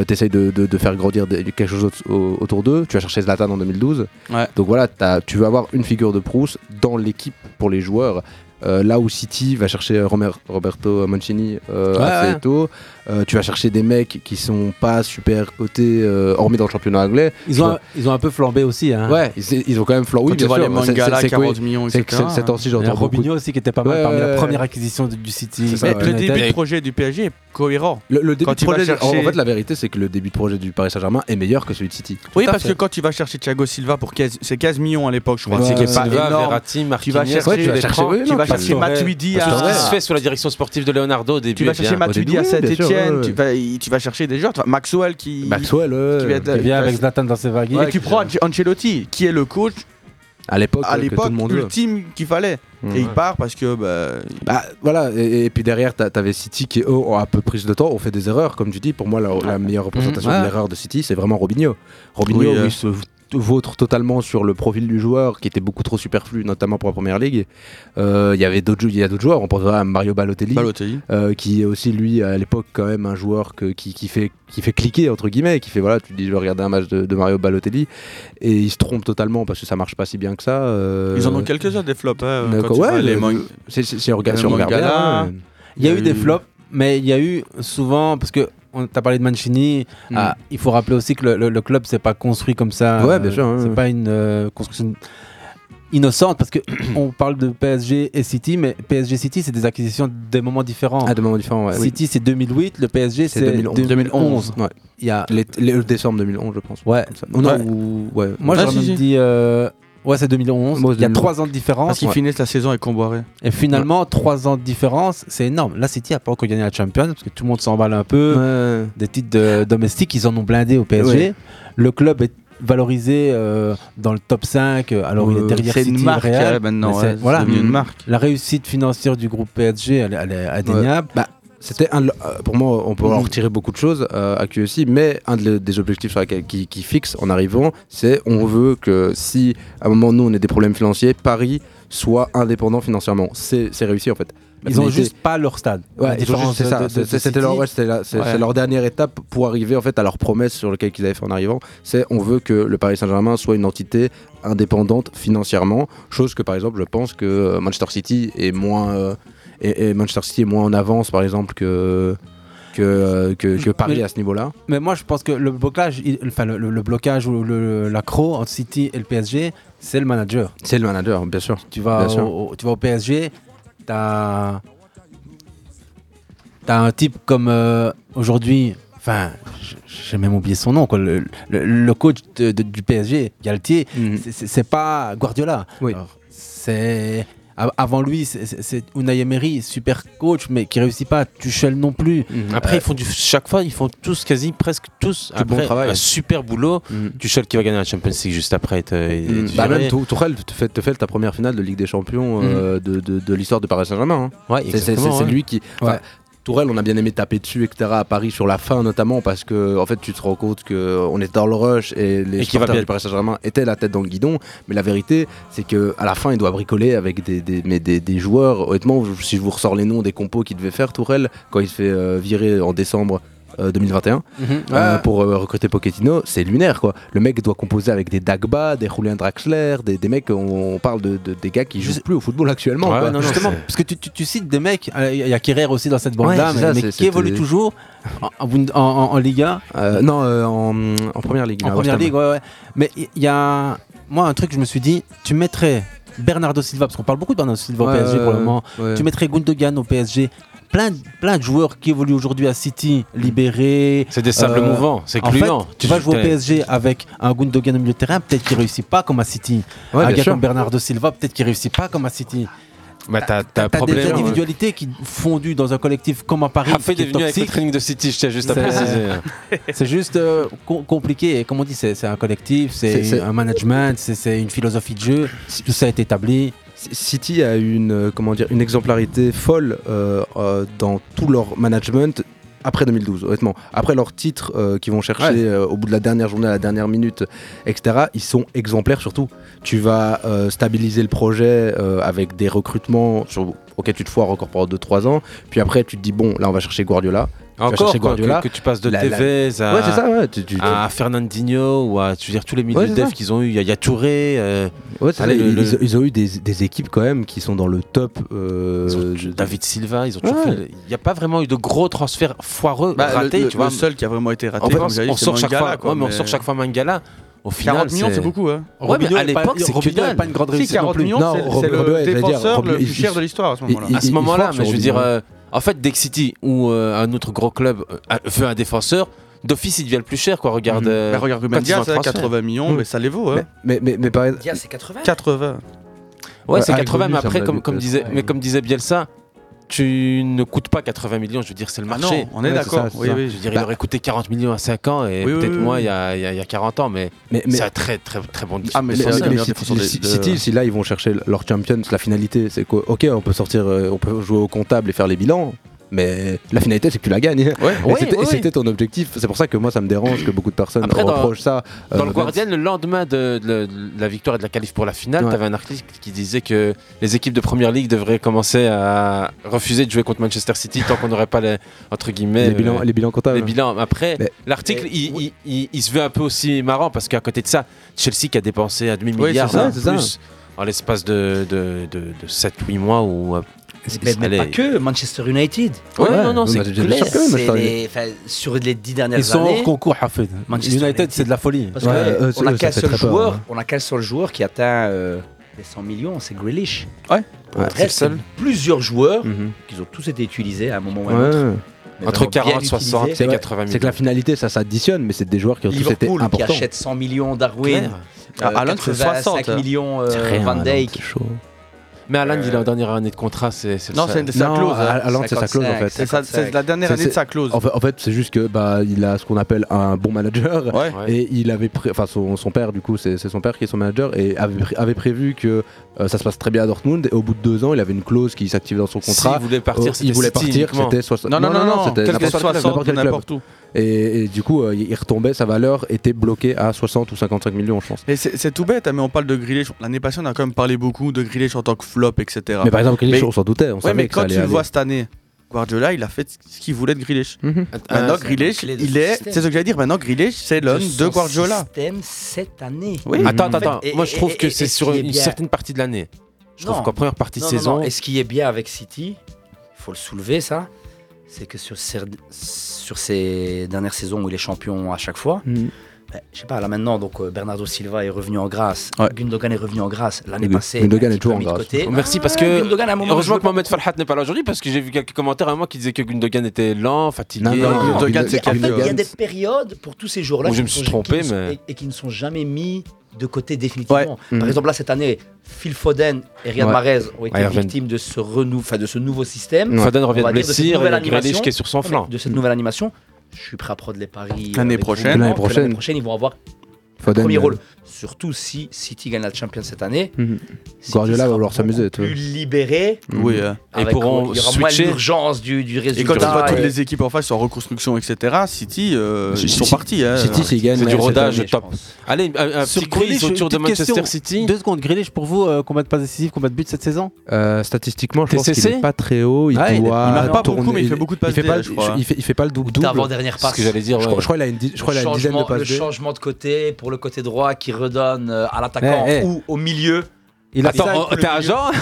[SPEAKER 4] tu essayes de, de- de faire grandir des- quelque chose au- au- autour d'eux. Tu vas chercher Zlatan en 2012. Donc voilà, t'as- tu vas avoir une figure de Proust dans l'équipe pour les joueurs. Euh, là où City va chercher euh, Romer- Roberto Mancini euh,
[SPEAKER 3] Ouais,
[SPEAKER 4] assez
[SPEAKER 3] ouais.
[SPEAKER 4] tôt, Euh, tu vas chercher des mecs qui sont pas super cotés, euh, hormis dans le championnat anglais. Tu
[SPEAKER 3] Ils ont,
[SPEAKER 4] vois-
[SPEAKER 3] un, ils ont un peu flambé aussi. Hein.
[SPEAKER 4] Ouais, ils, ils ont quand même flambé.
[SPEAKER 3] Quand
[SPEAKER 4] Oui,
[SPEAKER 3] tu
[SPEAKER 4] bien
[SPEAKER 3] vois
[SPEAKER 4] sûr.
[SPEAKER 3] les
[SPEAKER 4] C'est-
[SPEAKER 3] Mangala,
[SPEAKER 4] c'est- c'est quoi-
[SPEAKER 6] 40 millions,
[SPEAKER 4] c'est-
[SPEAKER 6] etc.,
[SPEAKER 4] c'est- Ces temps-ci,
[SPEAKER 3] Il y a
[SPEAKER 4] j'entends beaucoup.
[SPEAKER 3] Robinho aussi qui était pas mal
[SPEAKER 4] Ouais,
[SPEAKER 3] parmi
[SPEAKER 4] ouais,
[SPEAKER 3] la
[SPEAKER 4] ouais.
[SPEAKER 3] première acquisition du, du City.
[SPEAKER 4] C'est ça,
[SPEAKER 6] Mais
[SPEAKER 4] ouais.
[SPEAKER 6] le début
[SPEAKER 4] Mais-
[SPEAKER 6] du projet du PSG est cohérent.
[SPEAKER 4] Le, le début
[SPEAKER 6] Quand
[SPEAKER 4] de
[SPEAKER 6] il va
[SPEAKER 4] projet,
[SPEAKER 6] chercher-
[SPEAKER 4] en fait, la vérité, c'est que le début de projet du Paris Saint-Germain est meilleur que celui de City.
[SPEAKER 6] Oui,
[SPEAKER 4] Tout à
[SPEAKER 6] parce
[SPEAKER 4] fait.
[SPEAKER 6] que quand tu vas chercher Thiago Silva pour 15, c'est 15 millions à l'époque, je crois.
[SPEAKER 4] Ouais,
[SPEAKER 6] c'est qui est pas
[SPEAKER 4] Silva,
[SPEAKER 6] énorme.
[SPEAKER 4] Verratti,
[SPEAKER 6] tu vas
[SPEAKER 4] Marquinhos,
[SPEAKER 6] chercher,
[SPEAKER 4] ouais, tu vas
[SPEAKER 6] des
[SPEAKER 4] chercher-
[SPEAKER 6] grands,
[SPEAKER 4] oui,
[SPEAKER 6] tu
[SPEAKER 4] non,
[SPEAKER 6] vas
[SPEAKER 4] parce
[SPEAKER 6] chercher
[SPEAKER 4] que-
[SPEAKER 6] Matuidi
[SPEAKER 4] parce que-
[SPEAKER 6] à.
[SPEAKER 4] ouais.
[SPEAKER 5] Ce qui se fait sous la direction sportive de Leonardo au début.
[SPEAKER 6] Tu vas
[SPEAKER 5] eh bien,
[SPEAKER 6] chercher
[SPEAKER 5] au début,
[SPEAKER 6] Matuidi à
[SPEAKER 5] oui, bien sûr, ouais,
[SPEAKER 6] Saint-Etienne,
[SPEAKER 5] ouais.
[SPEAKER 6] tu, vas- il- tu vas chercher des joueurs. tu vois, Maxwell qui.
[SPEAKER 4] Maxwell,
[SPEAKER 6] qui vient de-
[SPEAKER 5] euh,
[SPEAKER 3] Il vient avec Zlatan dans ses vagues.
[SPEAKER 6] et tu prends Ange- Ancelotti, qui est le coach
[SPEAKER 4] À l'époque,
[SPEAKER 6] à
[SPEAKER 4] euh, que tout
[SPEAKER 6] l'époque
[SPEAKER 4] le monde veut.
[SPEAKER 6] ultime qu'il fallait.
[SPEAKER 4] Mmh.
[SPEAKER 6] Et il part parce que bah,
[SPEAKER 4] Bah, voilà, et, et puis derrière, t'as- t'avais City qui, eux, ont un peu prise de temps, ont fait des erreurs. Comme tu dis, pour moi, la, la meilleure représentation
[SPEAKER 6] Ouais.
[SPEAKER 4] de l'erreur de City, c'est vraiment Robinho. Robinho,
[SPEAKER 6] Oui,
[SPEAKER 4] où
[SPEAKER 6] euh.
[SPEAKER 4] il se v- vautre totalement sur le profil du joueur qui était beaucoup trop superflu, notamment pour la première ligue. Euh, Il y avait d'autres jou- il y a d'autres joueurs, on pense à Mario Balotelli, euh, qui est aussi, lui, à l'époque, quand même, un joueur que- qui, qui fait, qui fait cliquer, entre guillemets, qui fait, voilà, tu te dis, je vais regarder un match de, de Mario Balotelli, et il se trompe totalement parce que ça marche pas si bien que ça. euh.
[SPEAKER 6] ils en ont quelques-uns des flops. hein,
[SPEAKER 4] Mais
[SPEAKER 3] Euh,
[SPEAKER 6] quand
[SPEAKER 4] quoi,
[SPEAKER 6] tu
[SPEAKER 4] ouais,
[SPEAKER 6] vois les
[SPEAKER 4] le-
[SPEAKER 6] Mang-
[SPEAKER 4] c'est- c'est- si on regarde-
[SPEAKER 6] le
[SPEAKER 4] si on regarde
[SPEAKER 6] Mangala,
[SPEAKER 4] bien, euh,
[SPEAKER 3] Il y a eu des flops, mais il y a eu souvent, parce que on t'a parlé de Mancini,
[SPEAKER 4] Mm.
[SPEAKER 3] ah, il faut rappeler aussi que le, le- le club s'est pas construit comme ça.
[SPEAKER 4] Ouais, bien sûr, hein.
[SPEAKER 3] C'est pas une euh, construction innocente, parce que on parle de PSG et City, mais PSG City, c'est des acquisitions des moments différents.
[SPEAKER 4] À Ah, des moments différents, ouais.
[SPEAKER 3] City, c'est 2008, le PSG, c'est 2011.
[SPEAKER 4] 2011. ouais.
[SPEAKER 3] Il y a...
[SPEAKER 4] Les- le décembre 2011, je pense.
[SPEAKER 3] Ouais.
[SPEAKER 4] Ou non,
[SPEAKER 3] Ouais.
[SPEAKER 4] ou- ouais.
[SPEAKER 3] Moi,
[SPEAKER 4] Ouais,
[SPEAKER 3] j'aurais
[SPEAKER 4] si,
[SPEAKER 3] même
[SPEAKER 4] si.
[SPEAKER 3] dit. euh, Ouais, c'est 2011.
[SPEAKER 4] Moi, c'est
[SPEAKER 3] Il y a
[SPEAKER 4] 2011.
[SPEAKER 3] trois ans de différence.
[SPEAKER 6] Parce qu'ils
[SPEAKER 3] Ouais.
[SPEAKER 6] finissent la saison avec Comboiré.
[SPEAKER 3] Et finalement, trois ans de différence, c'est énorme. Là, City a pas encore gagné la Champions parce que tout le monde s'emballe un peu. Des titres de- domestiques, ils en ont blindé au PSG.
[SPEAKER 4] Ouais.
[SPEAKER 3] Le club est valorisé euh, dans le top 5. euh, Alors, il est
[SPEAKER 6] Euh,
[SPEAKER 3] derrière
[SPEAKER 6] c'est
[SPEAKER 3] City
[SPEAKER 6] une
[SPEAKER 3] et
[SPEAKER 6] marque,
[SPEAKER 3] Real.
[SPEAKER 6] euh, maintenant,
[SPEAKER 3] Mais
[SPEAKER 6] ouais,
[SPEAKER 3] c'est-
[SPEAKER 6] c'est
[SPEAKER 3] voilà. Mm.
[SPEAKER 6] devenu une marque.
[SPEAKER 3] La réussite financière du groupe PSG, elle, est- elle est indéniable.
[SPEAKER 4] Bah, c'était un de le- euh, pour moi, on peut en retirer beaucoup de choses euh, à QSI, mais un de le- des objectifs sur lesquels qui, qui fixe en arrivant, c'est on veut que si à un moment nous on a des problèmes financiers, Paris soit indépendant financièrement. C'est c'est réussi en fait. La
[SPEAKER 3] Ils ont
[SPEAKER 4] finalité-
[SPEAKER 3] juste pas leur stade.
[SPEAKER 4] Ouais,
[SPEAKER 3] La
[SPEAKER 4] ils ont
[SPEAKER 3] différence
[SPEAKER 4] juste- c'est
[SPEAKER 3] de-
[SPEAKER 4] ça.
[SPEAKER 3] de-
[SPEAKER 4] c'est-
[SPEAKER 3] de
[SPEAKER 4] c'est- C'était
[SPEAKER 3] City.
[SPEAKER 4] leur, ouais, c'était la- c'est-
[SPEAKER 3] Ouais.
[SPEAKER 4] c'est leur dernière étape pour arriver en fait à leur promesse sur laquelle ils avaient fait en arrivant. C'est on veut que le Paris Saint-Germain soit une entité indépendante financièrement, chose que par exemple je pense que euh, Manchester City est moins euh, et, et Manchester City est moins en avance par exemple que que, euh, que, que Paris
[SPEAKER 3] Mais-
[SPEAKER 4] à ce niveau-là.
[SPEAKER 3] Hein. Mais moi, je pense que le blocage, il- enfin le, le- le blocage ou le- l'accro entre City et le PSG, c'est le manager.
[SPEAKER 4] C'est le manager, bien sûr.
[SPEAKER 3] Tu vas,
[SPEAKER 4] Bien sûr.
[SPEAKER 3] au, au- tu vas au PSG, t'as t'as un type comme euh, aujourd'hui, enfin, j- j'ai même oublié son nom, quoi, le, le- le coach de- de- du PSG, Galtier,
[SPEAKER 5] Mhm.
[SPEAKER 3] c'est- c'est c'est pas Guardiola. Alors, C'est a- avant lui, c'est- c'est c'est Unai Emery, super coach, mais qui réussit pas. Tuchel non plus.
[SPEAKER 5] Mhm. Après,
[SPEAKER 3] Euh,
[SPEAKER 5] ils font du, chaque fois, ils font tous, quasi presque tous,
[SPEAKER 3] Du bon
[SPEAKER 5] après,
[SPEAKER 3] travail.
[SPEAKER 5] un super boulot.
[SPEAKER 4] Mhm.
[SPEAKER 5] Tuchel qui va gagner la Champions League juste après. t'es- t'es
[SPEAKER 4] Mm.
[SPEAKER 5] viré.
[SPEAKER 4] Bah même Tou- Tourelle te fait, te fait ta première finale de Ligue des Champions euh, de, de- de l'histoire de Paris Saint-Germain. hein.
[SPEAKER 5] Mm. Ouais,
[SPEAKER 4] c'est c'est-
[SPEAKER 5] exactement,
[SPEAKER 4] c'est- c'est
[SPEAKER 5] ouais.
[SPEAKER 4] lui qui. enfin,
[SPEAKER 5] Ouais.
[SPEAKER 4] Tourelle, on a bien aimé taper dessus, etc. à Paris sur la fin notamment parce que en fait tu te rends compte que on est dans le rush et les
[SPEAKER 5] Et qu'il va
[SPEAKER 4] supporters
[SPEAKER 5] bien.
[SPEAKER 4] du Paris Saint-Germain étaient la tête dans le guidon. Mais la vérité, c'est que à la fin, il doit bricoler avec des, des- mais des, des joueurs. Honnêtement, je- si je vous ressors les noms des compos qu'il devait faire, Tourelle, quand il se fait euh, virer en décembre. euh, 2021
[SPEAKER 3] Mhm.
[SPEAKER 4] euh,
[SPEAKER 5] Ah.
[SPEAKER 3] Ouais.
[SPEAKER 4] pour euh, recruter Pochettino, c'est lunaire quoi. Le mec doit composer avec des Dagba, des Julian Draxler, des, des mecs, on, on parle de, de- des gars qui jouent plus au football actuellement.
[SPEAKER 3] Ouais,
[SPEAKER 4] quoi.
[SPEAKER 3] non, non, justement, parce que tu, tu- tu cites des mecs, euh, il y a Kerrer aussi dans cette
[SPEAKER 4] Ouais,
[SPEAKER 3] bande-là,
[SPEAKER 4] c'est
[SPEAKER 3] mais-
[SPEAKER 4] ça,
[SPEAKER 3] mais,
[SPEAKER 4] c'est-
[SPEAKER 3] qui évolue
[SPEAKER 4] c'était-
[SPEAKER 3] toujours en, en Bund- en- en- en Liga.
[SPEAKER 4] Euh, non, euh, en, en première ligue.
[SPEAKER 3] En
[SPEAKER 4] là,
[SPEAKER 3] première
[SPEAKER 4] West Ham.
[SPEAKER 3] ligue, ouais, ouais. Mais il y, y a. Moi, un truc, je me suis dit, tu mettrais Bernardo Silva, parce qu'on parle beaucoup de Bernardo Silva au
[SPEAKER 4] Ouais,
[SPEAKER 3] PSG pour
[SPEAKER 4] ouais,
[SPEAKER 3] le moment.
[SPEAKER 4] ouais.
[SPEAKER 3] Tu mettrais Gundogan au PSG. Plein, de- plein de joueurs qui évoluent aujourd'hui à City, libérés.
[SPEAKER 5] C'est des sables
[SPEAKER 4] euh,
[SPEAKER 5] mouvants, c'est
[SPEAKER 3] en fait,
[SPEAKER 5] gluant.
[SPEAKER 3] tu
[SPEAKER 5] Tu-
[SPEAKER 3] vas jouer au
[SPEAKER 5] t'es-
[SPEAKER 3] PSG avec un Gundogan au milieu de terrain, peut-être qu'il réussit pas comme à City.
[SPEAKER 5] Ouais,
[SPEAKER 3] un
[SPEAKER 5] bien
[SPEAKER 3] gars
[SPEAKER 5] sûr.
[SPEAKER 3] comme Bernardo Silva, peut-être qu'il réussit pas comme à City.
[SPEAKER 5] Bah, t'as
[SPEAKER 3] T'as
[SPEAKER 5] t'as problème,
[SPEAKER 3] des
[SPEAKER 5] ouais.
[SPEAKER 3] individualités qui fondues dans un collectif comme à Paris.
[SPEAKER 5] Hafid
[SPEAKER 3] qui
[SPEAKER 5] est
[SPEAKER 3] est
[SPEAKER 5] venu avec le
[SPEAKER 3] toxique.
[SPEAKER 5] training de City, je tiens juste à
[SPEAKER 3] C'est-
[SPEAKER 5] préciser.
[SPEAKER 3] C'est juste euh, com- compliqué. Et comme on dit, c'est c'est un collectif,
[SPEAKER 4] C'est-
[SPEAKER 3] c'est
[SPEAKER 4] c'est-
[SPEAKER 3] un management, c'est- c'est une philosophie de jeu. Tout ça est établi.
[SPEAKER 4] C- City a une euh, comment dire une exemplarité folle euh, euh, dans tout leur management après 2012 honnêtement après leurs titres euh, qu'ils vont chercher
[SPEAKER 3] Ouais.
[SPEAKER 4] euh, au bout de la dernière journée à la dernière minute etc ils sont exemplaires surtout tu vas euh, stabiliser le projet euh, avec des recrutements sur auxquels tu te foires encore pendant 2-3 ans puis après tu te dis bon là on va chercher Guardiola Tu vas
[SPEAKER 5] Encore
[SPEAKER 4] chercher
[SPEAKER 5] quoi, que, que tu passes de
[SPEAKER 4] La- la-
[SPEAKER 5] Tevez à,
[SPEAKER 4] ouais, c'est ça, ouais, tu- tu-
[SPEAKER 3] Ah,
[SPEAKER 5] à Fernandinho ou à tu veux dire, tous les milieux
[SPEAKER 4] Ouais,
[SPEAKER 5] de
[SPEAKER 4] c'est
[SPEAKER 5] def
[SPEAKER 4] ça.
[SPEAKER 5] qu'ils ont eu. Il y, a- il y a Touré. euh,
[SPEAKER 4] Ouais, c'est
[SPEAKER 5] allez,
[SPEAKER 4] ça,
[SPEAKER 5] le-
[SPEAKER 4] ils,
[SPEAKER 5] le-
[SPEAKER 4] ils ont- ils ont eu des, des équipes quand même qui sont dans le top euh, de-
[SPEAKER 5] David Silva, ils ont toujours
[SPEAKER 4] Ouais.
[SPEAKER 5] fait le- Il n'y a pas vraiment eu de gros transferts foireux,
[SPEAKER 4] Bah, le-
[SPEAKER 5] ratés.
[SPEAKER 4] le-
[SPEAKER 5] tu vois.
[SPEAKER 4] le seul qui a vraiment été raté,
[SPEAKER 5] En fait,
[SPEAKER 4] comme j'avais dit,
[SPEAKER 5] on
[SPEAKER 4] c'est
[SPEAKER 5] sort chaque
[SPEAKER 4] Mangala,
[SPEAKER 5] fois.
[SPEAKER 4] quoi,
[SPEAKER 5] ouais, mais on
[SPEAKER 4] mais-
[SPEAKER 5] sort chaque fois Mangala. Au final,
[SPEAKER 6] 40 millions, c'est beaucoup, hein.
[SPEAKER 5] Ouais,
[SPEAKER 6] Robinho
[SPEAKER 5] mais à
[SPEAKER 6] est pas-
[SPEAKER 5] l'époque, c'est
[SPEAKER 6] Robinho
[SPEAKER 5] que
[SPEAKER 6] est pas une grande réussite non plus. Non, Rob-
[SPEAKER 5] Robinho,
[SPEAKER 6] Robinho, j'allais
[SPEAKER 5] ouais,
[SPEAKER 6] dire,
[SPEAKER 5] défenseur
[SPEAKER 6] Robinho, il- il- il-
[SPEAKER 5] À ce
[SPEAKER 6] il-
[SPEAKER 5] moment-là,
[SPEAKER 6] il
[SPEAKER 5] mais je veux
[SPEAKER 6] force
[SPEAKER 5] dire,
[SPEAKER 6] Robinho.
[SPEAKER 5] euh, en fait, dès que City ou euh, un autre gros club euh, a- veut un défenseur, d'office, il devient le plus cher, quoi. Regarde. euh,
[SPEAKER 6] Bah, regarde Ruben
[SPEAKER 5] quand ils ont
[SPEAKER 6] Diaz,
[SPEAKER 5] un
[SPEAKER 6] hein,
[SPEAKER 5] transfert. Mmh. Bah,
[SPEAKER 6] 80 millions, mais ça les vaut. hein.
[SPEAKER 4] Mais, mais, mais par-
[SPEAKER 6] c'est 80 80.
[SPEAKER 5] Ouais, c'est
[SPEAKER 4] Ouais, ah,
[SPEAKER 5] 80,
[SPEAKER 4] Agoglu,
[SPEAKER 5] mais
[SPEAKER 4] ça
[SPEAKER 5] après,
[SPEAKER 4] me l'a
[SPEAKER 5] comme,
[SPEAKER 4] dit,
[SPEAKER 5] comme
[SPEAKER 4] peut-être.
[SPEAKER 5] disait, mais comme disait Bielsa,
[SPEAKER 3] tu ne coûtes pas 80 millions, je veux dire, c'est le
[SPEAKER 6] Ah
[SPEAKER 3] marché.
[SPEAKER 6] non, on est
[SPEAKER 3] c'est
[SPEAKER 6] d'accord,
[SPEAKER 3] ça, c'est
[SPEAKER 6] oui,
[SPEAKER 3] ça.
[SPEAKER 6] oui.
[SPEAKER 3] Je veux dire,
[SPEAKER 6] Bah-
[SPEAKER 3] il aurait coûté 40 millions à 5 ans et
[SPEAKER 6] Oui, oui,
[SPEAKER 3] peut-être
[SPEAKER 6] oui,
[SPEAKER 3] moins
[SPEAKER 6] oui.
[SPEAKER 3] il y a, il y a- il y a 40 ans, mais,
[SPEAKER 4] Mais- mais-
[SPEAKER 3] c'est un très, très, très bon
[SPEAKER 6] Ah, mais
[SPEAKER 4] Mais-
[SPEAKER 6] c'est
[SPEAKER 4] mais
[SPEAKER 6] un des meilleurs
[SPEAKER 4] si-
[SPEAKER 6] défenseurs
[SPEAKER 4] les
[SPEAKER 6] de-
[SPEAKER 4] Si
[SPEAKER 6] de-
[SPEAKER 4] City, si là ils vont chercher leur champions, la finalité, c'est quoi Ok, on peut sortir, euh, on peut jouer au comptable et faire les bilans, mais la finalité, c'est que tu la gagnes. Et
[SPEAKER 3] ouais,
[SPEAKER 4] c'était-
[SPEAKER 3] ouais,
[SPEAKER 4] et c'était ton objectif. C'est pour ça que moi, ça me dérange que beaucoup de personnes
[SPEAKER 3] Après, dans-
[SPEAKER 4] reprochent ça.
[SPEAKER 3] Dans
[SPEAKER 4] euh,
[SPEAKER 3] le Guardian, le lendemain de, de- de la victoire et de la qualif pour la finale,
[SPEAKER 4] Ouais.
[SPEAKER 3] tu avais un article qui disait que les équipes de première ligue devraient commencer à refuser de jouer contre Manchester City tant qu'on n'aurait pas les, entre guillemets, euh,
[SPEAKER 4] Les bilans- les bilans comptables.
[SPEAKER 3] Les bilans. Après,
[SPEAKER 4] Mais-
[SPEAKER 3] l'article, il, il- il- il se veut un peu aussi marrant parce qu'à côté de ça, Chelsea qui a dépensé un demi-milliard
[SPEAKER 4] c'est ça,
[SPEAKER 3] en
[SPEAKER 4] c'est ça.
[SPEAKER 3] plus en l'espace de, de, 7-8 mois ou. euh,
[SPEAKER 19] Mais, mais
[SPEAKER 3] allez,
[SPEAKER 19] pas que Manchester United.
[SPEAKER 3] Ouais, Ouais, non, non, c'est
[SPEAKER 19] Mais
[SPEAKER 3] clair.
[SPEAKER 19] les-
[SPEAKER 3] Champion, Manchester
[SPEAKER 19] c'est les-
[SPEAKER 3] United.
[SPEAKER 19] enfin, sur les dix dernières
[SPEAKER 17] Ils sont
[SPEAKER 19] années.
[SPEAKER 17] hors concours, Hafid.
[SPEAKER 19] Manchester
[SPEAKER 17] United, c'est de la folie.
[SPEAKER 19] Parce
[SPEAKER 17] Ouais,
[SPEAKER 19] que
[SPEAKER 17] euh,
[SPEAKER 19] on a
[SPEAKER 17] eux, ça
[SPEAKER 19] qu'un
[SPEAKER 17] fait
[SPEAKER 19] seul
[SPEAKER 17] très peur,
[SPEAKER 19] joueur,
[SPEAKER 17] hein.
[SPEAKER 19] on a qu'un seul joueur qui atteint euh, les 100 millions, c'est Grealish.
[SPEAKER 6] Ouais.
[SPEAKER 19] Pour
[SPEAKER 3] Ouais,
[SPEAKER 19] le
[SPEAKER 3] c'est le
[SPEAKER 19] reste,
[SPEAKER 3] seul.
[SPEAKER 19] plusieurs joueurs
[SPEAKER 4] Mhm.
[SPEAKER 19] qui ont tous été utilisés à un moment ou à un
[SPEAKER 4] Ouais.
[SPEAKER 19] autre. Mais vraiment bien utilisés.
[SPEAKER 4] C'est vrai, C'est que la finalité, ça s'additionne, mais c'est des joueurs qui ont tous été
[SPEAKER 19] Liverpool qui
[SPEAKER 4] importants.
[SPEAKER 19] achète 100 millions d'Arwin, euh,
[SPEAKER 3] Ah, Haaland, c'est
[SPEAKER 19] 85
[SPEAKER 3] 60, hein.
[SPEAKER 19] millions euh,
[SPEAKER 3] C'est rien,
[SPEAKER 19] Van
[SPEAKER 3] Haaland,
[SPEAKER 19] Dijk.
[SPEAKER 3] Mais Alan, il est en dernière année de contrat, c'est c'est le
[SPEAKER 6] Non,
[SPEAKER 3] seul.
[SPEAKER 6] c'est sa clause. hein.
[SPEAKER 4] Haaland, c'est sa clause en fait.
[SPEAKER 6] C'est sa- c'est la dernière
[SPEAKER 4] C'est-
[SPEAKER 6] année de sa
[SPEAKER 4] c'est-
[SPEAKER 6] clause.
[SPEAKER 4] En fait, en fait, c'est juste que bah il a ce qu'on appelle un bon manager
[SPEAKER 6] Ouais.
[SPEAKER 4] et il avait pré- enfin son, son père du coup c'est c'est son père qui est son manager et avait, pré- avait prévu que euh, ça se passe très bien à Dortmund et au bout de deux ans il avait une clause qui s'activait dans son contrat.
[SPEAKER 3] S'il voulait partir,
[SPEAKER 4] Euh, il
[SPEAKER 3] c'était
[SPEAKER 4] voulait
[SPEAKER 3] City
[SPEAKER 4] partir
[SPEAKER 3] uniquement.
[SPEAKER 4] c'était 60
[SPEAKER 3] Non, non, non, non,
[SPEAKER 4] c'était
[SPEAKER 3] quel que
[SPEAKER 4] n'importe
[SPEAKER 3] soit
[SPEAKER 4] quel club,
[SPEAKER 3] sorte,
[SPEAKER 4] n'importe quel club.
[SPEAKER 3] n'importe où.
[SPEAKER 4] Et, et du coup euh, il retombait sa valeur était bloquée à 60 ou 55 millions je pense.
[SPEAKER 6] Mais c'est c'est tout bête, hein, mais on parle de Grealish. L'année passée, on a quand même parlé beaucoup de Grealish en tant que flop, etc.
[SPEAKER 4] Mais par exemple, Grealish,
[SPEAKER 6] Mais-
[SPEAKER 4] on s'en doutait, on
[SPEAKER 6] Ouais,
[SPEAKER 4] savait
[SPEAKER 6] mais
[SPEAKER 4] que ça
[SPEAKER 6] quand
[SPEAKER 4] allait
[SPEAKER 6] tu le
[SPEAKER 4] aller.
[SPEAKER 6] vois cette année, Guardiola, il a fait ce qu'il voulait de Grealish.
[SPEAKER 19] Ah,
[SPEAKER 6] Maintenant,
[SPEAKER 19] c'est
[SPEAKER 6] Grealish,
[SPEAKER 19] la clé de
[SPEAKER 6] il
[SPEAKER 19] son
[SPEAKER 6] est.
[SPEAKER 19] système.
[SPEAKER 6] C'est ce que j'allais dire. Maintenant, Grealish, c'est l'homme
[SPEAKER 19] son
[SPEAKER 6] de Guardiola.
[SPEAKER 19] système cette année.
[SPEAKER 3] Oui. Attends, attends, attends.
[SPEAKER 19] Et-
[SPEAKER 3] Moi, je
[SPEAKER 19] et-
[SPEAKER 3] trouve
[SPEAKER 19] et-
[SPEAKER 3] que
[SPEAKER 19] et
[SPEAKER 3] c'est
[SPEAKER 19] ce
[SPEAKER 3] sur
[SPEAKER 19] qui est
[SPEAKER 3] une
[SPEAKER 19] bien-
[SPEAKER 3] certaine partie de l'année. Je trouve
[SPEAKER 19] Non.
[SPEAKER 3] qu'en première partie de
[SPEAKER 19] Non, non,
[SPEAKER 3] saison.
[SPEAKER 19] non. Et ce qui est bien avec City, il faut le soulever ça, c'est que sur ces, sur ces dernières saisons où il est champion à chaque fois,
[SPEAKER 6] Mm.
[SPEAKER 4] Mhm.
[SPEAKER 19] ben, je sais pas, là maintenant, donc euh, Bernardo Silva est revenu en grâce, Gundogan est revenu en grâce l'année passée. ben,
[SPEAKER 4] Gundogan
[SPEAKER 19] un
[SPEAKER 4] est
[SPEAKER 19] petit
[SPEAKER 4] toujours
[SPEAKER 19] peu
[SPEAKER 4] en
[SPEAKER 19] mis de
[SPEAKER 4] grâce.
[SPEAKER 19] côté.
[SPEAKER 3] Merci parce
[SPEAKER 19] Ah,
[SPEAKER 3] que.
[SPEAKER 19] Gundogan, à un moment,
[SPEAKER 3] heureusement
[SPEAKER 19] je
[SPEAKER 3] que Mohamed Falhat n'est pas là aujourd'hui parce que j'ai vu quelques commentaires à moi qui disaient que Gundogan était lent, fatigué.
[SPEAKER 4] Non, non, Non, Gundogan,
[SPEAKER 19] Il y, a, en fait, il y a des périodes pour tous ces joueurs-là
[SPEAKER 3] Où je
[SPEAKER 19] qui
[SPEAKER 3] me
[SPEAKER 19] ne
[SPEAKER 3] suis
[SPEAKER 19] sont- qui
[SPEAKER 3] trompé,
[SPEAKER 19] ne sont-
[SPEAKER 3] mais-
[SPEAKER 19] et, et qui ne sont jamais mis de côté définitivement.
[SPEAKER 3] Ouais.
[SPEAKER 19] Par
[SPEAKER 3] Mhm.
[SPEAKER 19] exemple, là, cette année, Phil Foden et Riyad
[SPEAKER 3] Ouais.
[SPEAKER 19] Mahrez ont été
[SPEAKER 3] Ouais, ils reviennent.
[SPEAKER 19] victimes de ce, renou enfin, de ce nouveau système.
[SPEAKER 3] Ouais. Foden
[SPEAKER 19] On
[SPEAKER 3] revient
[SPEAKER 19] va
[SPEAKER 3] de
[SPEAKER 19] dire cette
[SPEAKER 3] blessure,
[SPEAKER 19] nouvelle
[SPEAKER 3] il y a Grealish
[SPEAKER 19] animation-
[SPEAKER 3] qui est sur son
[SPEAKER 19] Non, mais
[SPEAKER 3] flanc. Mhm.
[SPEAKER 19] De cette nouvelle animation, je suis prêt à prendre les paris. euh,
[SPEAKER 6] L'année
[SPEAKER 19] avec vous,
[SPEAKER 6] prochaine.
[SPEAKER 19] que
[SPEAKER 6] L'année
[SPEAKER 19] L'année
[SPEAKER 6] prochaine.
[SPEAKER 19] prochaine, ils vont avoir
[SPEAKER 4] Foden,
[SPEAKER 19] un premier
[SPEAKER 4] euh,
[SPEAKER 19] rôle. Surtout si City gagne la Champions cette année.
[SPEAKER 4] Mhm. Guardiola va vouloir s'amuser. tu vois.
[SPEAKER 19] Plus libéré.
[SPEAKER 6] Oui, hein. Et
[SPEAKER 19] Avec-
[SPEAKER 6] pourront
[SPEAKER 19] il y aura moins
[SPEAKER 6] switcher.
[SPEAKER 19] l'urgence du, du
[SPEAKER 6] Et
[SPEAKER 19] résultat.
[SPEAKER 6] quand tu vois toutes
[SPEAKER 19] et-
[SPEAKER 6] les équipes en face en reconstruction, etc., City, euh, ils sont partis. hein.
[SPEAKER 3] C'est du rodage top. Allez, un, un
[SPEAKER 17] Sur
[SPEAKER 3] petit quiz
[SPEAKER 17] Grealish,
[SPEAKER 3] autour
[SPEAKER 17] une
[SPEAKER 3] de
[SPEAKER 17] petite
[SPEAKER 3] Manchester
[SPEAKER 17] question.
[SPEAKER 3] City.
[SPEAKER 17] Deux secondes, Grealish, pour vous, euh, combien de passes décisives, combien de buts cette saison
[SPEAKER 4] Euh, statistiquement, je pense
[SPEAKER 17] TCC?
[SPEAKER 4] qu'il est pas très haut. Il
[SPEAKER 17] Ah, il-
[SPEAKER 4] doit
[SPEAKER 17] il marque pas
[SPEAKER 4] tourner-
[SPEAKER 17] beaucoup, mais il fait beaucoup de passes
[SPEAKER 4] Il fait pas,
[SPEAKER 17] D, je crois, hein.
[SPEAKER 4] il fait, il fait pas le double double.
[SPEAKER 19] D'avant-dernière passe.
[SPEAKER 4] Ce que j'allais dire. Je, crois- je crois qu'il a une, di- je crois
[SPEAKER 19] le
[SPEAKER 4] qu'il a une dizaine de
[SPEAKER 19] changement-
[SPEAKER 4] passes
[SPEAKER 19] Le
[SPEAKER 4] D.
[SPEAKER 19] changement de côté pour le côté droit qui redonne euh, à l'attaquant
[SPEAKER 4] Eh, eh.
[SPEAKER 19] ou au milieu.
[SPEAKER 4] Il a
[SPEAKER 19] Attends,
[SPEAKER 4] cinq
[SPEAKER 19] oh,
[SPEAKER 4] pour le
[SPEAKER 19] t'es
[SPEAKER 4] milieu.
[SPEAKER 19] agent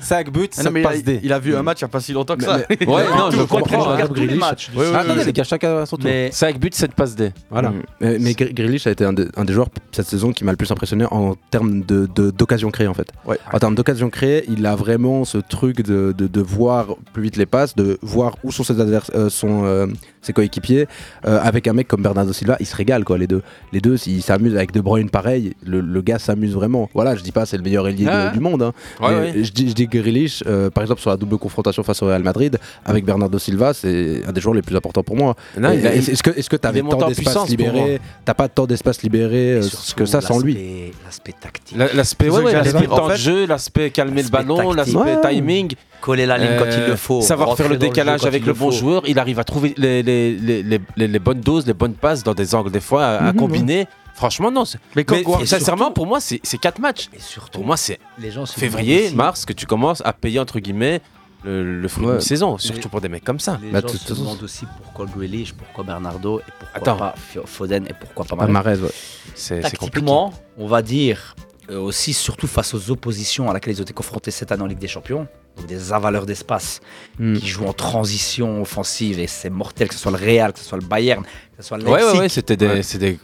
[SPEAKER 3] 5 buts,
[SPEAKER 6] Ah non, mais il, a, il a vu un match il n'y a pas si longtemps que ça. Ah,
[SPEAKER 3] Attendez, les gars,
[SPEAKER 4] chacun son
[SPEAKER 3] tour. 5 buts, 7 passes D.
[SPEAKER 4] Voilà. Mais, Mm. Euh, mais Gr- Grealish a été un, des- un des joueurs cette saison qui m'a le plus impressionné en termes de- de- d'occasion créée en fait. En termes d'occasion créée, il a vraiment ce truc de, de- de voir plus vite les passes, de voir où sont ses, advers- euh, son, euh, ses coéquipiers. Euh, avec un mec comme Bernardo Silva, il se régale quoi les deux. Les deux, ils s'amusent avec De Bruyne pareil, le, le gars s'amuse vraiment. Voilà, je dis pas c'est le meilleur ailier de-
[SPEAKER 3] Ouais.
[SPEAKER 4] du monde. hein.
[SPEAKER 3] Ah. Ouais,
[SPEAKER 4] Mais
[SPEAKER 3] ouais.
[SPEAKER 4] je dis, je dis Grealish, euh, par exemple, sur la double confrontation face au Real Madrid, avec Bernardo Silva, c'est un des joueurs les plus importants pour moi.
[SPEAKER 3] Non,
[SPEAKER 4] Et-
[SPEAKER 3] il a-
[SPEAKER 4] et- Est-ce que est-ce que
[SPEAKER 3] il est
[SPEAKER 4] t'avais
[SPEAKER 3] monté
[SPEAKER 4] tant
[SPEAKER 3] en
[SPEAKER 4] d'espace
[SPEAKER 3] puissance pour moi.
[SPEAKER 4] libéré T'as pas tant d'espace libéré euh, que ça sans lui.
[SPEAKER 19] L'aspect tactique.
[SPEAKER 3] La- L'aspect
[SPEAKER 4] C'est
[SPEAKER 3] ouais,
[SPEAKER 4] ça que
[SPEAKER 3] ouais,
[SPEAKER 4] j'allais
[SPEAKER 3] l'aspect
[SPEAKER 4] dire. En
[SPEAKER 3] temps de
[SPEAKER 4] fait-
[SPEAKER 3] jeu, l'aspect calmer le ballon,
[SPEAKER 4] tactique.
[SPEAKER 3] l'aspect
[SPEAKER 4] Ouais.
[SPEAKER 3] timing. Euh,
[SPEAKER 19] Coller la ligne quand il le faut,
[SPEAKER 3] Savoir
[SPEAKER 19] rentrer
[SPEAKER 3] faire le
[SPEAKER 19] dans le jeu
[SPEAKER 3] décalage
[SPEAKER 19] quand
[SPEAKER 3] avec
[SPEAKER 19] il
[SPEAKER 3] le
[SPEAKER 19] le
[SPEAKER 3] bon
[SPEAKER 19] faut.
[SPEAKER 3] joueur. Il arrive à trouver les, les, les, les, les- les bonnes doses, les bonnes passes dans des angles des fois à, à
[SPEAKER 19] Mhm,
[SPEAKER 3] combiner. Franchement, non. c'est- Mais,
[SPEAKER 19] quand Guardiola-
[SPEAKER 3] sincèrement, pour moi, c'est c'est quatre matchs. pour moi, c'est
[SPEAKER 19] les gens se demandent
[SPEAKER 3] février,
[SPEAKER 19] si-
[SPEAKER 3] mars que tu commences à payer entre guillemets le, le fruit
[SPEAKER 4] Ouais.
[SPEAKER 3] d'une saison, surtout
[SPEAKER 19] Les-
[SPEAKER 3] pour des mecs comme ça.
[SPEAKER 19] Les
[SPEAKER 4] Bah,
[SPEAKER 19] gens se demandent aussi pourquoi Grealish, pourquoi Bernardo, et pourquoi
[SPEAKER 3] Attends.
[SPEAKER 19] pas Fio- Foden, et pourquoi pas
[SPEAKER 3] Pas
[SPEAKER 19] Mahrez.
[SPEAKER 3] Mahrez, ouais. C'est- c'est
[SPEAKER 19] Tactiquement, on va dire euh, aussi, surtout face aux oppositions à laquelle ils ont été confrontés cette année en Ligue des Champions, donc des avaleurs d'espace
[SPEAKER 3] Hmm.
[SPEAKER 4] Mm.
[SPEAKER 19] qui jouent en transition offensive, et c'est mortel, que ce soit le Real, que ce soit le Bayern, que ce soit le
[SPEAKER 3] Ouais,
[SPEAKER 19] Leipzig.
[SPEAKER 3] ouais, ouais, c'était des, c'est des-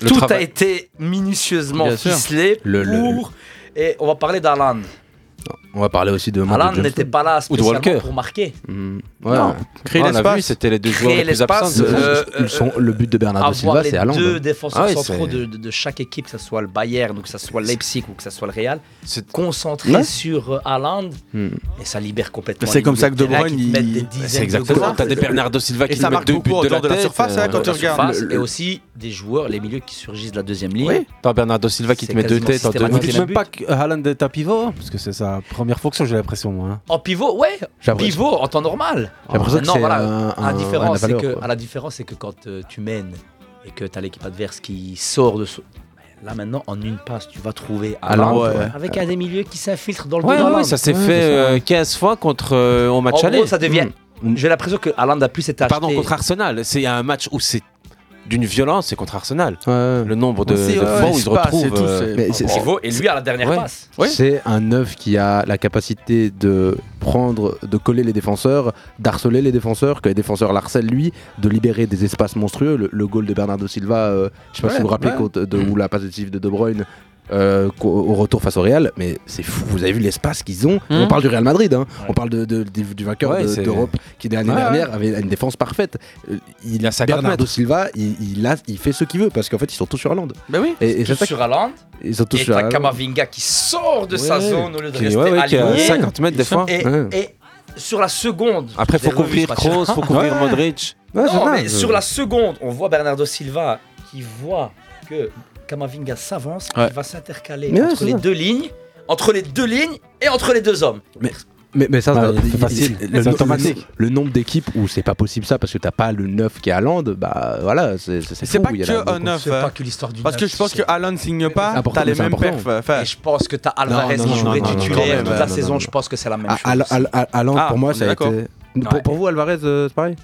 [SPEAKER 3] le
[SPEAKER 19] Tout
[SPEAKER 3] travail-
[SPEAKER 19] a été minutieusement
[SPEAKER 3] Bien sûr.
[SPEAKER 19] ficelé
[SPEAKER 3] Le- le-
[SPEAKER 19] pour... Et on va parler d'Alan.
[SPEAKER 4] On va parler aussi de.
[SPEAKER 19] Haaland
[SPEAKER 4] Marco James.
[SPEAKER 19] n'était pas là
[SPEAKER 4] Ou de
[SPEAKER 19] spécialement
[SPEAKER 4] Walker.
[SPEAKER 19] pour marquer.
[SPEAKER 4] Mm, ouais.
[SPEAKER 19] Non.
[SPEAKER 4] Créer
[SPEAKER 19] On a
[SPEAKER 4] l'espace.
[SPEAKER 19] vu,
[SPEAKER 4] c'était les deux
[SPEAKER 19] Créer
[SPEAKER 4] joueurs les plus
[SPEAKER 19] l'espace,
[SPEAKER 4] absents.
[SPEAKER 19] euh,
[SPEAKER 4] Le- le- son- le but de Bernardo
[SPEAKER 19] avoir
[SPEAKER 4] Silva,
[SPEAKER 19] les
[SPEAKER 4] c'est Haaland,
[SPEAKER 19] deux
[SPEAKER 4] hein.
[SPEAKER 19] défenseurs
[SPEAKER 4] Ah ouais,
[SPEAKER 19] centraux
[SPEAKER 4] c'est-
[SPEAKER 19] de, de- de chaque équipe, que ce soit le Bayern ou que ce soit Leipzig ou que ce soit le Real, concentrés
[SPEAKER 6] Ouais.
[SPEAKER 19] sur euh, Haaland
[SPEAKER 4] Hmm.
[SPEAKER 19] et ça libère complètement.
[SPEAKER 6] C'est
[SPEAKER 19] les
[SPEAKER 6] comme ça que
[SPEAKER 19] milieux
[SPEAKER 6] De
[SPEAKER 19] terrain
[SPEAKER 6] Bruyne,
[SPEAKER 19] qui te mettent
[SPEAKER 6] il-
[SPEAKER 19] des
[SPEAKER 6] Bah,
[SPEAKER 19] dizaines
[SPEAKER 6] c'est
[SPEAKER 19] de
[SPEAKER 6] exactement.
[SPEAKER 19] goals.
[SPEAKER 6] T'as des Bernardo Silva Et qui ça te met marque deux beaucoup buts en de dehors la de la tête, surface, hein, euh, quand tu
[SPEAKER 19] la
[SPEAKER 6] regardes.
[SPEAKER 19] surface,
[SPEAKER 6] Le-
[SPEAKER 19] Et
[SPEAKER 6] le-
[SPEAKER 19] aussi des joueurs, les milieux qui surgissent de la deuxième ligne.
[SPEAKER 20] Oui.
[SPEAKER 3] T'as Bernardo Silva qui
[SPEAKER 19] C'est
[SPEAKER 3] te met deux
[SPEAKER 19] quasiment
[SPEAKER 3] têtes en deux
[SPEAKER 20] Vous
[SPEAKER 3] minutes.
[SPEAKER 20] dites même pas que Haaland est un pivot Parce que c'est sa première fonction, j'ai l'impression, moi. hein.
[SPEAKER 19] En pivot, ouais.
[SPEAKER 20] J'ai l'impression-
[SPEAKER 19] Pivot en temps normal.
[SPEAKER 20] J'ai l'impression que
[SPEAKER 19] Non,
[SPEAKER 20] c'est
[SPEAKER 19] voilà.
[SPEAKER 20] un-
[SPEAKER 19] à,
[SPEAKER 20] un-
[SPEAKER 19] la différence,
[SPEAKER 20] un
[SPEAKER 19] c'est
[SPEAKER 20] avaleur,
[SPEAKER 19] que,
[SPEAKER 20] quoi.
[SPEAKER 19] à la différence, c'est que quand euh, tu mènes et que tu as l'équipe adverse qui sort de. ce- Là maintenant, en une passe, tu vas trouver Haaland
[SPEAKER 3] Haaland, ouais.
[SPEAKER 19] avec un des milieux qui s'infiltre dans le
[SPEAKER 3] Ouais,
[SPEAKER 19] dos
[SPEAKER 3] ouais,
[SPEAKER 19] d'Haaland.
[SPEAKER 3] ouais, ça s'est fait euh, 15 fois contre euh, au match
[SPEAKER 19] En
[SPEAKER 3] aller. Hmm.
[SPEAKER 19] gros, ça devient. J'ai l'impression que Haaland a plus été
[SPEAKER 3] Pardon,
[SPEAKER 19] acheté.
[SPEAKER 3] contre Arsenal. C'est un match où c'est d'une violence, c'est contre Arsenal. Le nombre de,
[SPEAKER 19] Aussi,
[SPEAKER 3] de
[SPEAKER 19] ouais,
[SPEAKER 3] fois où
[SPEAKER 19] l'espace et
[SPEAKER 3] ils retrouvent.
[SPEAKER 19] tout, c'est-
[SPEAKER 3] euh,
[SPEAKER 19] Mais c'est- Pivot, et lui à la dernière passe. Ouais.
[SPEAKER 4] C'est un 9 qui a la capacité de prendre, de coller les défenseurs, d'harceler les défenseurs, que les défenseurs l'harcèlent lui, de libérer des espaces monstrueux. Le, le goal de Bernardo Silva, euh, je sais pas
[SPEAKER 20] Ouais,
[SPEAKER 4] si vous vous rappelez,
[SPEAKER 20] ouais.
[SPEAKER 4] contre- de, ou la passe décisive de De Bruyne. euh, qu'au- au retour face au Real, mais c'est fou, vous avez vu l'espace qu'ils ont.
[SPEAKER 20] Mhm.
[SPEAKER 4] On parle du Real Madrid, hein. on parle de- de- du, du vainqueur
[SPEAKER 20] Ouais,
[SPEAKER 4] de-
[SPEAKER 20] c'est-
[SPEAKER 4] d'Europe qui l'année
[SPEAKER 20] Ouais,
[SPEAKER 4] dernière
[SPEAKER 20] ouais.
[SPEAKER 4] avait une défense parfaite. Euh, Il,
[SPEAKER 3] a 50
[SPEAKER 4] Bernardo
[SPEAKER 3] mètres.
[SPEAKER 4] Silva, il, il a- il fait ce qu'il veut parce qu'en fait ils sont tous sur Hollande.
[SPEAKER 20] Ben
[SPEAKER 3] Bah oui,
[SPEAKER 4] et, et c'est
[SPEAKER 19] Tous
[SPEAKER 4] ça qui-
[SPEAKER 19] sur Haaland.
[SPEAKER 4] Ils sont tous
[SPEAKER 19] et
[SPEAKER 4] sur
[SPEAKER 19] t'as
[SPEAKER 4] Haaland.
[SPEAKER 19] Kamavinga qui sort de sa
[SPEAKER 4] Ouais.
[SPEAKER 19] zone au lieu de
[SPEAKER 4] Qui-
[SPEAKER 19] rester
[SPEAKER 4] ouais, ouais, qui est à
[SPEAKER 19] aligné.
[SPEAKER 4] 50 mètres des fois.
[SPEAKER 19] Et,
[SPEAKER 4] Ouais.
[SPEAKER 19] et sur la seconde.
[SPEAKER 3] Après,
[SPEAKER 19] je l'ai
[SPEAKER 3] faut
[SPEAKER 19] revu ce
[SPEAKER 3] couvrir
[SPEAKER 19] match-là.
[SPEAKER 3] Kroos, faut couvrir Modric. Ouais, c'est
[SPEAKER 19] non,
[SPEAKER 3] ça.
[SPEAKER 19] mais sur la seconde, on voit Bernardo Silva qui voit que Kamavinga s'avance,
[SPEAKER 4] Ouais.
[SPEAKER 19] il va s'intercaler
[SPEAKER 4] Mais ouais,
[SPEAKER 19] entre
[SPEAKER 4] c'est
[SPEAKER 19] les
[SPEAKER 4] ça.
[SPEAKER 19] deux lignes, entre les deux lignes et entre les deux hommes.
[SPEAKER 4] Mais, mais, mais ça,
[SPEAKER 19] Ah,
[SPEAKER 4] ça-
[SPEAKER 19] c'est
[SPEAKER 4] il-
[SPEAKER 19] facile.
[SPEAKER 4] il-
[SPEAKER 19] C'est
[SPEAKER 4] le,
[SPEAKER 19] automatique.
[SPEAKER 4] le- le nombre d'équipes où c'est pas possible ça parce que t'as pas le 9 qui est à Land, bah voilà, c'est
[SPEAKER 6] C'est pas que un 9.
[SPEAKER 19] pas que l'histoire du
[SPEAKER 6] Parce que
[SPEAKER 19] neuf,
[SPEAKER 6] je pense
[SPEAKER 19] c'est-
[SPEAKER 6] que Alan signe
[SPEAKER 19] C'est
[SPEAKER 6] pas,
[SPEAKER 19] important,
[SPEAKER 6] t'as les
[SPEAKER 19] mais c'est
[SPEAKER 6] mêmes
[SPEAKER 19] important.
[SPEAKER 6] perfs. enfin-
[SPEAKER 19] Et je pense que t'as Alvarez
[SPEAKER 6] Non, non,
[SPEAKER 19] qui
[SPEAKER 6] non,
[SPEAKER 19] jouerait
[SPEAKER 6] non, non,
[SPEAKER 19] titulaire
[SPEAKER 6] non,
[SPEAKER 19] toute
[SPEAKER 6] non,
[SPEAKER 19] la
[SPEAKER 6] non,
[SPEAKER 19] saison,
[SPEAKER 6] non.
[SPEAKER 19] je pense que c'est la même
[SPEAKER 4] À, à,
[SPEAKER 19] chose.
[SPEAKER 4] à- à- à Land,
[SPEAKER 19] Ah,
[SPEAKER 4] pour
[SPEAKER 19] on
[SPEAKER 4] moi,
[SPEAKER 19] est
[SPEAKER 4] ça a
[SPEAKER 19] d'accord.
[SPEAKER 4] été. Pour, pour vous, Alvarez, euh, c'est pareil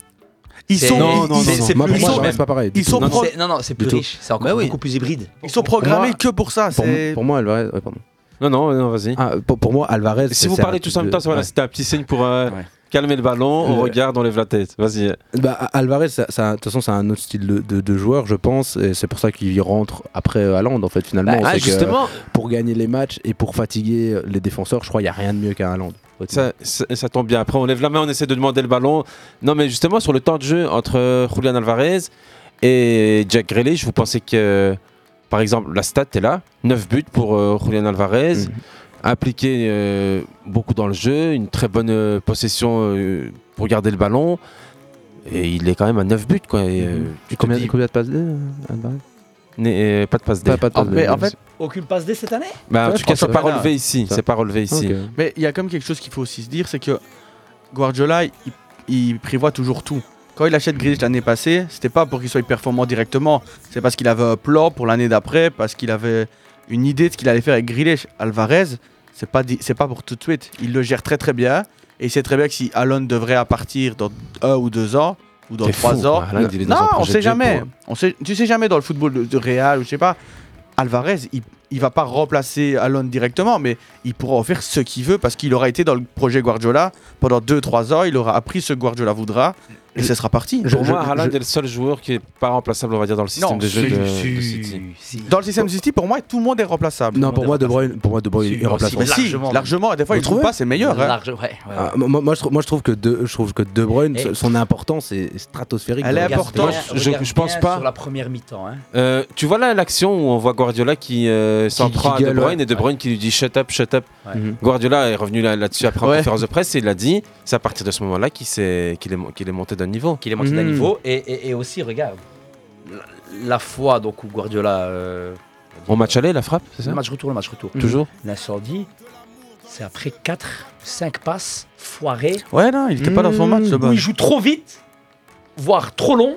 [SPEAKER 6] Ils sont- Non, ils- non, non, c'est- non.
[SPEAKER 19] Bah,
[SPEAKER 6] c'est plus-
[SPEAKER 4] Moi, Bah, pour
[SPEAKER 6] ils
[SPEAKER 4] moi,
[SPEAKER 6] sont-
[SPEAKER 4] Alvarez, c'est pas pareil. du
[SPEAKER 6] ils
[SPEAKER 4] tout.
[SPEAKER 6] sont
[SPEAKER 4] Non,
[SPEAKER 6] pro-
[SPEAKER 4] non.
[SPEAKER 6] C'est- non, non, c'est plus
[SPEAKER 4] Du tout.
[SPEAKER 19] riche, c'est encore beaucoup plus hybride.
[SPEAKER 6] Ils sont programmés
[SPEAKER 4] Pour moi-
[SPEAKER 6] que pour ça.
[SPEAKER 4] Pour,
[SPEAKER 6] c'est-
[SPEAKER 4] pour moi, Alvarez. ouais, pardon. Ah,
[SPEAKER 3] Non, non, non, vas-y.
[SPEAKER 4] pour, pour moi, Alvarez.
[SPEAKER 3] Si vous
[SPEAKER 4] c'est
[SPEAKER 3] parlez
[SPEAKER 4] un
[SPEAKER 3] tous en
[SPEAKER 4] de-
[SPEAKER 3] même temps, c'est voilà,
[SPEAKER 4] ouais.
[SPEAKER 3] c'était un petit signe pour euh, calmer le ballon. On
[SPEAKER 20] Euh,
[SPEAKER 4] Ouais.
[SPEAKER 3] regarde, on lève la tête. Vas-y.
[SPEAKER 4] Bah, Al- Alvarez, ça- ça- de toute façon, c'est un autre style de, de- de joueur, je pense, et c'est pour ça qu'il y rentre après euh, Haaland, en fait, finalement.
[SPEAKER 3] Bah,
[SPEAKER 4] On
[SPEAKER 3] ah,
[SPEAKER 4] sait que,
[SPEAKER 3] justement.
[SPEAKER 4] euh, pour gagner les matchs et pour fatiguer euh, les défenseurs, je crois qu'il n'y a rien de mieux qu'un Haaland.
[SPEAKER 3] Ça, ça, ça tombe bien. Après, on lève la main, on essaie de demander le ballon. Non, mais justement, sur le temps de jeu entre euh, Julian Alvarez et Jack Grealish, vous pensez que, euh, par exemple, la stat est là 9 buts pour euh, Julian Alvarez,
[SPEAKER 4] Mhm.
[SPEAKER 3] impliqué euh, beaucoup dans le jeu, une très bonne euh, possession euh, pour garder le ballon. Et il est quand même à 9 buts. Quoi. Et, euh, tu te
[SPEAKER 4] Mhm. Combien,
[SPEAKER 3] dis-
[SPEAKER 4] combien de passes D, euh, Alvarez
[SPEAKER 3] Né- euh, pas de passe D.
[SPEAKER 4] Pas- pas de passe D, bien sûr.
[SPEAKER 19] Aucune passe D cette année
[SPEAKER 3] Bah, en
[SPEAKER 6] Ouais,
[SPEAKER 3] tout cas, c'est
[SPEAKER 6] François
[SPEAKER 3] pas
[SPEAKER 6] Bernard.
[SPEAKER 3] relevé ici. C'est pas relevé ici.
[SPEAKER 6] Mais il y a quand même quelque chose qu'il faut aussi se dire, c'est que Guardiola, il, il prévoit toujours tout. Quand il achète Grealish l'année passée, c'était pas pour qu'il soit performant directement. C'est parce qu'il avait un plan pour l'année d'après, parce qu'il avait une idée de ce qu'il allait faire avec Grealish. Alvarez, c'est pas di- c'est pas pour tout de suite. Il le gère très très bien et il sait très bien que si Alon devrait à partir dans un ou deux ans ou dans
[SPEAKER 3] T'es
[SPEAKER 6] trois
[SPEAKER 3] fou,
[SPEAKER 6] ans,
[SPEAKER 3] quoi. Haaland, il est dans
[SPEAKER 6] non,
[SPEAKER 3] un
[SPEAKER 6] on
[SPEAKER 3] projet de
[SPEAKER 6] sait
[SPEAKER 3] jeu
[SPEAKER 6] jamais.
[SPEAKER 3] pour-
[SPEAKER 6] On sait, tu sais jamais dans le football de, de Real ou je sais pas. Alvarez, il, il va pas remplacer Alon directement, mais il pourra en faire ce qu'il veut parce qu'il aura été dans le projet Guardiola pendant 2-3 ans, il aura appris ce que Guardiola voudra et ce sera parti.
[SPEAKER 3] Pour moi, Haaland est le seul joueur qui est pas remplaçable, on va dire, dans le système
[SPEAKER 6] Non,
[SPEAKER 3] de
[SPEAKER 6] si,
[SPEAKER 3] jeu de,
[SPEAKER 6] si,
[SPEAKER 3] de City.
[SPEAKER 6] Dans le système City, pour moi, tout le monde est remplaçable.
[SPEAKER 4] Non, pour moi, De Bruyne, pour moi, De Bruyne, il remplace
[SPEAKER 6] Mais si, largement. Des fois, il trouve pas, c'est meilleur. hein.
[SPEAKER 19] Large- ouais, ouais, ouais.
[SPEAKER 4] Ah, moi, moi, je trouve, moi, je trouve que de, je trouve que De Bruyne,
[SPEAKER 19] Et-
[SPEAKER 4] son importance est stratosphérique. dans le-
[SPEAKER 19] Regarde bien-
[SPEAKER 3] Je- je-
[SPEAKER 19] regarde
[SPEAKER 3] je pense
[SPEAKER 19] bien
[SPEAKER 3] pas.
[SPEAKER 19] Sur la première mi-temps, hein.
[SPEAKER 3] Euh, tu vois là l'action où on voit Guardiola qui euh, s'en
[SPEAKER 4] Qui-
[SPEAKER 3] prend
[SPEAKER 4] qui
[SPEAKER 3] à De
[SPEAKER 4] gueule,
[SPEAKER 3] Bruyne
[SPEAKER 4] ouais.
[SPEAKER 3] et De Bruyne qui lui dit shut up, shut up.
[SPEAKER 19] Ouais.
[SPEAKER 4] Mhm.
[SPEAKER 3] Guardiola est revenu là- là-dessus après en
[SPEAKER 4] Ouais.
[SPEAKER 3] conférence de presse et il a dit c'est à partir de ce moment-là qu'il s'est- qu'il est, mo- qu'il est monté d'un niveau.
[SPEAKER 19] Qu'il est monté
[SPEAKER 3] Mhm. Hmm.
[SPEAKER 19] d'un niveau. Et, et- et aussi, regarde, la, la fois donc, où Guardiola. euh,
[SPEAKER 3] Au match aller, la frappe, c'est ça
[SPEAKER 19] le match retour, le match retour. Mm-hmm.
[SPEAKER 3] Toujours.
[SPEAKER 19] L'incendie, c'est après 4, 5 passes foirées. Mm.
[SPEAKER 6] Ouais, non, il était pas dans son match, le
[SPEAKER 19] Où
[SPEAKER 6] bon.
[SPEAKER 19] il joue trop vite, voire trop long.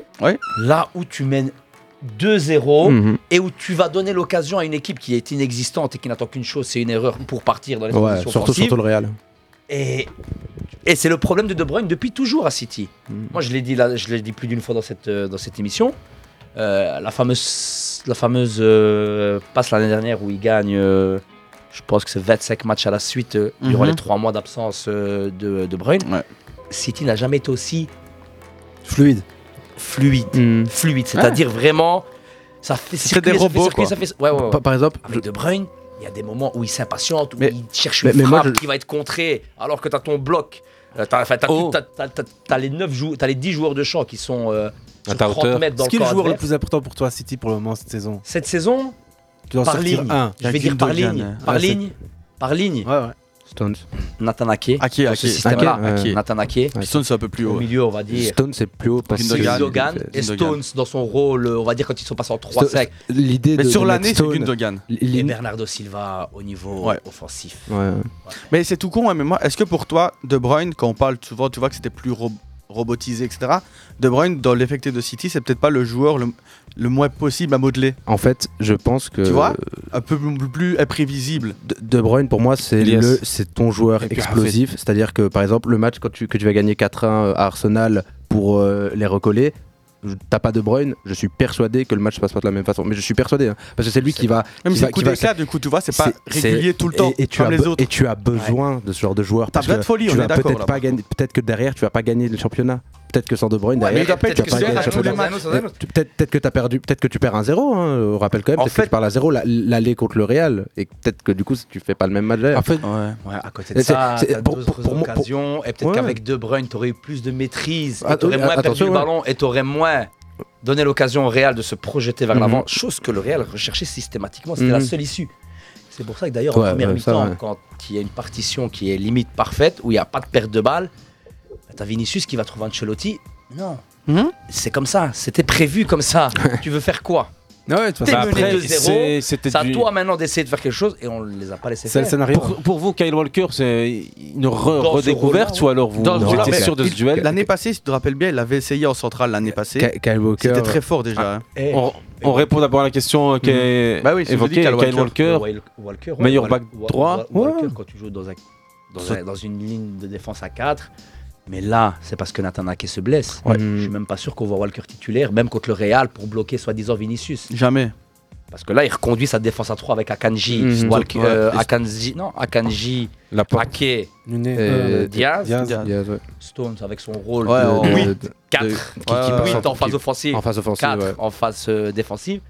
[SPEAKER 19] Là où tu mènes 2-0
[SPEAKER 4] Mhm.
[SPEAKER 19] et où tu vas donner l'occasion à une équipe qui est inexistante et qui n'attend qu'une chose, c'est une erreur pour partir dans les
[SPEAKER 4] Ouais,
[SPEAKER 19] conditions
[SPEAKER 4] surtout,
[SPEAKER 19] offensives.
[SPEAKER 4] surtout le Real.
[SPEAKER 19] Et, et c'est le problème de De Bruyne depuis toujours à City.
[SPEAKER 4] Mm.
[SPEAKER 19] Moi, je l'ai dit, là, je l'ai dit plus d'une fois dans cette, euh, dans cette émission. Euh, la fameuse, la fameuse euh, passe l'année dernière où il gagne, euh, je pense que c'est 25 matchs à la suite euh, durant
[SPEAKER 6] Mhm.
[SPEAKER 19] les trois mois d'absence euh, de De Bruyne. City n'a jamais été aussi
[SPEAKER 4] Fluide. Mm.
[SPEAKER 19] Fluide. Fluide. C'est-à-dire vraiment, ça fait
[SPEAKER 6] C'était
[SPEAKER 19] circuler, ça
[SPEAKER 6] des
[SPEAKER 19] fait
[SPEAKER 6] robots,
[SPEAKER 19] circuler, ça
[SPEAKER 6] quoi.
[SPEAKER 19] fait- ouais, ouais, ouais.
[SPEAKER 4] Par, par exemple,
[SPEAKER 19] Avec De Bruyne, il y a des moments où il s'impatiente, où
[SPEAKER 4] Mais-
[SPEAKER 19] il cherche une
[SPEAKER 4] mais- mais moi,
[SPEAKER 19] frappe
[SPEAKER 4] je-
[SPEAKER 19] qui va être contrée, alors que tu as ton bloc. Euh, T'as enfin, t'as-
[SPEAKER 4] Oh.
[SPEAKER 19] t'as- t'as- t'as- t'as les 9 jou- t'as les 10 joueurs de champ qui sont euh,
[SPEAKER 4] Ah,
[SPEAKER 19] sur 30 mètres dans
[SPEAKER 3] Ce
[SPEAKER 19] le
[SPEAKER 3] qui est
[SPEAKER 19] camp
[SPEAKER 3] le joueur le
[SPEAKER 19] adverse.
[SPEAKER 3] plus important pour toi à City pour le moment cette saison
[SPEAKER 19] Cette saison
[SPEAKER 3] Tu dois en
[SPEAKER 19] par
[SPEAKER 3] sortir
[SPEAKER 19] ligne.
[SPEAKER 3] un.
[SPEAKER 19] Je vais dire par ligne. Par
[SPEAKER 3] Ouais, c'est-
[SPEAKER 19] ligne. Par ligne.
[SPEAKER 4] Stones.
[SPEAKER 19] Nathan Ake.
[SPEAKER 6] Ake,
[SPEAKER 19] dans
[SPEAKER 6] Ake,
[SPEAKER 19] ce système-là.
[SPEAKER 4] Ake, ouais.
[SPEAKER 19] Nathan Ake.
[SPEAKER 4] Ouais. Stones, c'est un peu plus haut,
[SPEAKER 19] Au
[SPEAKER 4] ouais.
[SPEAKER 19] milieu, on va dire.
[SPEAKER 4] Stones, c'est plus haut parce que-
[SPEAKER 19] Gundogan.
[SPEAKER 4] Gundogan.
[SPEAKER 19] Et Stones
[SPEAKER 4] Gundogan.
[SPEAKER 19] dans son rôle, euh, on va dire quand ils sont passés en 3
[SPEAKER 4] Sto-
[SPEAKER 19] secs.
[SPEAKER 4] l'idée Mais de- sur de l'année, mettre c'est Stone. Gundogan.
[SPEAKER 19] Et Bernardo Silva au niveau offensif.
[SPEAKER 6] Mais c'est tout con, hein, mais moi, est-ce que pour toi, De Bruyne, quand on parle souvent, tu vois que c'était plus ro- robotisé, etc. De Bruyne, dans l'effectif de City, c'est peut-être pas le joueur le, le moins possible à modeler.
[SPEAKER 4] En fait, je pense que
[SPEAKER 6] Tu vois Un peu plus imprévisible.
[SPEAKER 4] De- De Bruyne, pour moi, c'est
[SPEAKER 6] Elias.
[SPEAKER 4] le- c'est ton joueur
[SPEAKER 6] Et puis
[SPEAKER 4] explosif. C'est-à-dire que, par exemple, le match quand tu, que tu vas gagner 4-1 à Arsenal pour euh, les recoller, je- t'as pas De Bruyne, je suis persuadé que le match se passe pas de la même façon. Mais je suis persuadé, hein, parce que c'est lui qui va.
[SPEAKER 6] Non, mais
[SPEAKER 4] qui
[SPEAKER 6] c'est
[SPEAKER 4] va-
[SPEAKER 6] le coup
[SPEAKER 4] qui va-
[SPEAKER 6] d'éclat, du coup, tu vois, c'est pas
[SPEAKER 4] c'est-
[SPEAKER 6] régulier tout le
[SPEAKER 4] et-
[SPEAKER 6] temps,
[SPEAKER 4] Et tu
[SPEAKER 6] comme
[SPEAKER 4] as
[SPEAKER 6] les
[SPEAKER 4] be-
[SPEAKER 6] autres.
[SPEAKER 4] et tu as besoin de ce genre de joueur. parce
[SPEAKER 6] besoin
[SPEAKER 4] que
[SPEAKER 6] de folie,
[SPEAKER 4] tu
[SPEAKER 6] on
[SPEAKER 4] vas
[SPEAKER 6] est d'accord, là,
[SPEAKER 4] Peut-être pas
[SPEAKER 6] par
[SPEAKER 4] gagner- peut-être que derrière, tu vas pas gagner le championnat. Peut-être que sans De Bruyne,
[SPEAKER 19] Ouais, mais
[SPEAKER 4] derrière,
[SPEAKER 19] il va pas être
[SPEAKER 4] tu vas
[SPEAKER 19] que
[SPEAKER 4] gagner
[SPEAKER 19] c'est
[SPEAKER 4] le
[SPEAKER 19] Arnaud
[SPEAKER 4] championnat.
[SPEAKER 19] Lemos, Lemos.
[SPEAKER 4] Et tu- Peut-être peut-être que t'as perdu, peut-être que tu perds un 0 hein, on rappelle quand même. Peut-être que tu parles à 0 la- la- l'aller contre le Real, et peut-être que du coup tu fais pas le même match. derrière.
[SPEAKER 19] Ouais, à côté de
[SPEAKER 4] Et c'est-
[SPEAKER 19] ça,
[SPEAKER 4] c'est-
[SPEAKER 19] t'as
[SPEAKER 4] pour-
[SPEAKER 19] d'autres
[SPEAKER 4] pour- pour moi- pour-
[SPEAKER 19] occasions. Et peut-être
[SPEAKER 4] Ouais.
[SPEAKER 19] qu'avec De Bruyne, t'aurais eu plus de maîtrise.
[SPEAKER 4] Ah,
[SPEAKER 19] et t'aurais
[SPEAKER 4] oui,
[SPEAKER 19] moins perdu
[SPEAKER 4] attention,
[SPEAKER 19] le
[SPEAKER 4] ouais.
[SPEAKER 19] ballon et t'aurais moins donné l'occasion au Real de se projeter vers
[SPEAKER 4] Mhm.
[SPEAKER 19] l'avant. Chose que le Real recherchait systématiquement. C'était
[SPEAKER 4] Mhm.
[SPEAKER 19] la seule issue. C'est pour ça que d'ailleurs, en
[SPEAKER 4] Ouais,
[SPEAKER 19] première
[SPEAKER 4] ouais, ça,
[SPEAKER 19] mi-temps,
[SPEAKER 4] ouais.
[SPEAKER 19] quand il y a une partition qui est limite parfaite, où il n'y a pas de perte de balle, bah, t'as Vinicius qui va trouver Ancelotti. Non. C'est comme ça. C'était prévu comme ça. tu veux faire quoi
[SPEAKER 5] toute
[SPEAKER 19] T'es mené
[SPEAKER 5] façon, après,
[SPEAKER 19] 2-0,
[SPEAKER 5] c'est- c'était
[SPEAKER 19] c'est à
[SPEAKER 5] du-
[SPEAKER 19] toi maintenant d'essayer de faire quelque chose et on ne les a pas laissés faire.
[SPEAKER 5] Pour, pour vous, Kyle Walker, c'est une
[SPEAKER 19] Dans
[SPEAKER 5] re-
[SPEAKER 19] ce
[SPEAKER 5] redécouverte
[SPEAKER 19] rôle-là,
[SPEAKER 5] ou alors vous,
[SPEAKER 6] Dans le
[SPEAKER 5] vous
[SPEAKER 6] rôle-là,
[SPEAKER 5] étiez
[SPEAKER 6] mais
[SPEAKER 5] sûr de
[SPEAKER 6] il-
[SPEAKER 5] ce duel
[SPEAKER 6] L'année passée, si tu te rappelles bien, il avait essayé en centrale l'année passée.
[SPEAKER 5] Ka- Kyle Walker,
[SPEAKER 6] C'était très fort déjà. hein.
[SPEAKER 5] Ah,
[SPEAKER 19] Eh,
[SPEAKER 5] on, on répond d'abord à la question
[SPEAKER 3] Mhm.
[SPEAKER 5] qui est
[SPEAKER 6] Bah oui, si vous
[SPEAKER 5] évoquée.
[SPEAKER 6] dites
[SPEAKER 5] Kyle
[SPEAKER 6] Kyle
[SPEAKER 5] Walker,
[SPEAKER 19] Walker, Walker, ouais,
[SPEAKER 5] meilleur
[SPEAKER 19] Wal-
[SPEAKER 5] back
[SPEAKER 19] Wa-
[SPEAKER 5] droit.
[SPEAKER 19] Wa- Walker, quand tu joues dans, un- dans, un- dans une ligne de défense à 4. Mais là, c'est parce que Nathan Ake se blesse. Je suis même pas sûr qu'on voit Walker titulaire, même contre le Real, pour bloquer soi-disant Vinicius.
[SPEAKER 6] Jamais.
[SPEAKER 19] Parce que là, il reconduit sa défense à 3 avec Akanji.
[SPEAKER 4] Mhm.
[SPEAKER 19] Walker-
[SPEAKER 4] Ouais.
[SPEAKER 19] euh, Akanji, non, Akanji, Ake, euh, Diaz,
[SPEAKER 4] Diaz, ouais.
[SPEAKER 19] Stones avec son rôle
[SPEAKER 4] Ouais,
[SPEAKER 6] oh.
[SPEAKER 19] de,
[SPEAKER 4] en-
[SPEAKER 19] 8,
[SPEAKER 4] de- de-
[SPEAKER 19] 4,
[SPEAKER 4] de-
[SPEAKER 19] qui,
[SPEAKER 4] ouais, ouais,
[SPEAKER 19] huit
[SPEAKER 4] ouais.
[SPEAKER 19] en phase
[SPEAKER 4] Qui-
[SPEAKER 19] offensive,
[SPEAKER 4] en phase offensive,
[SPEAKER 19] 4
[SPEAKER 4] ouais.
[SPEAKER 19] en phase euh, défensive.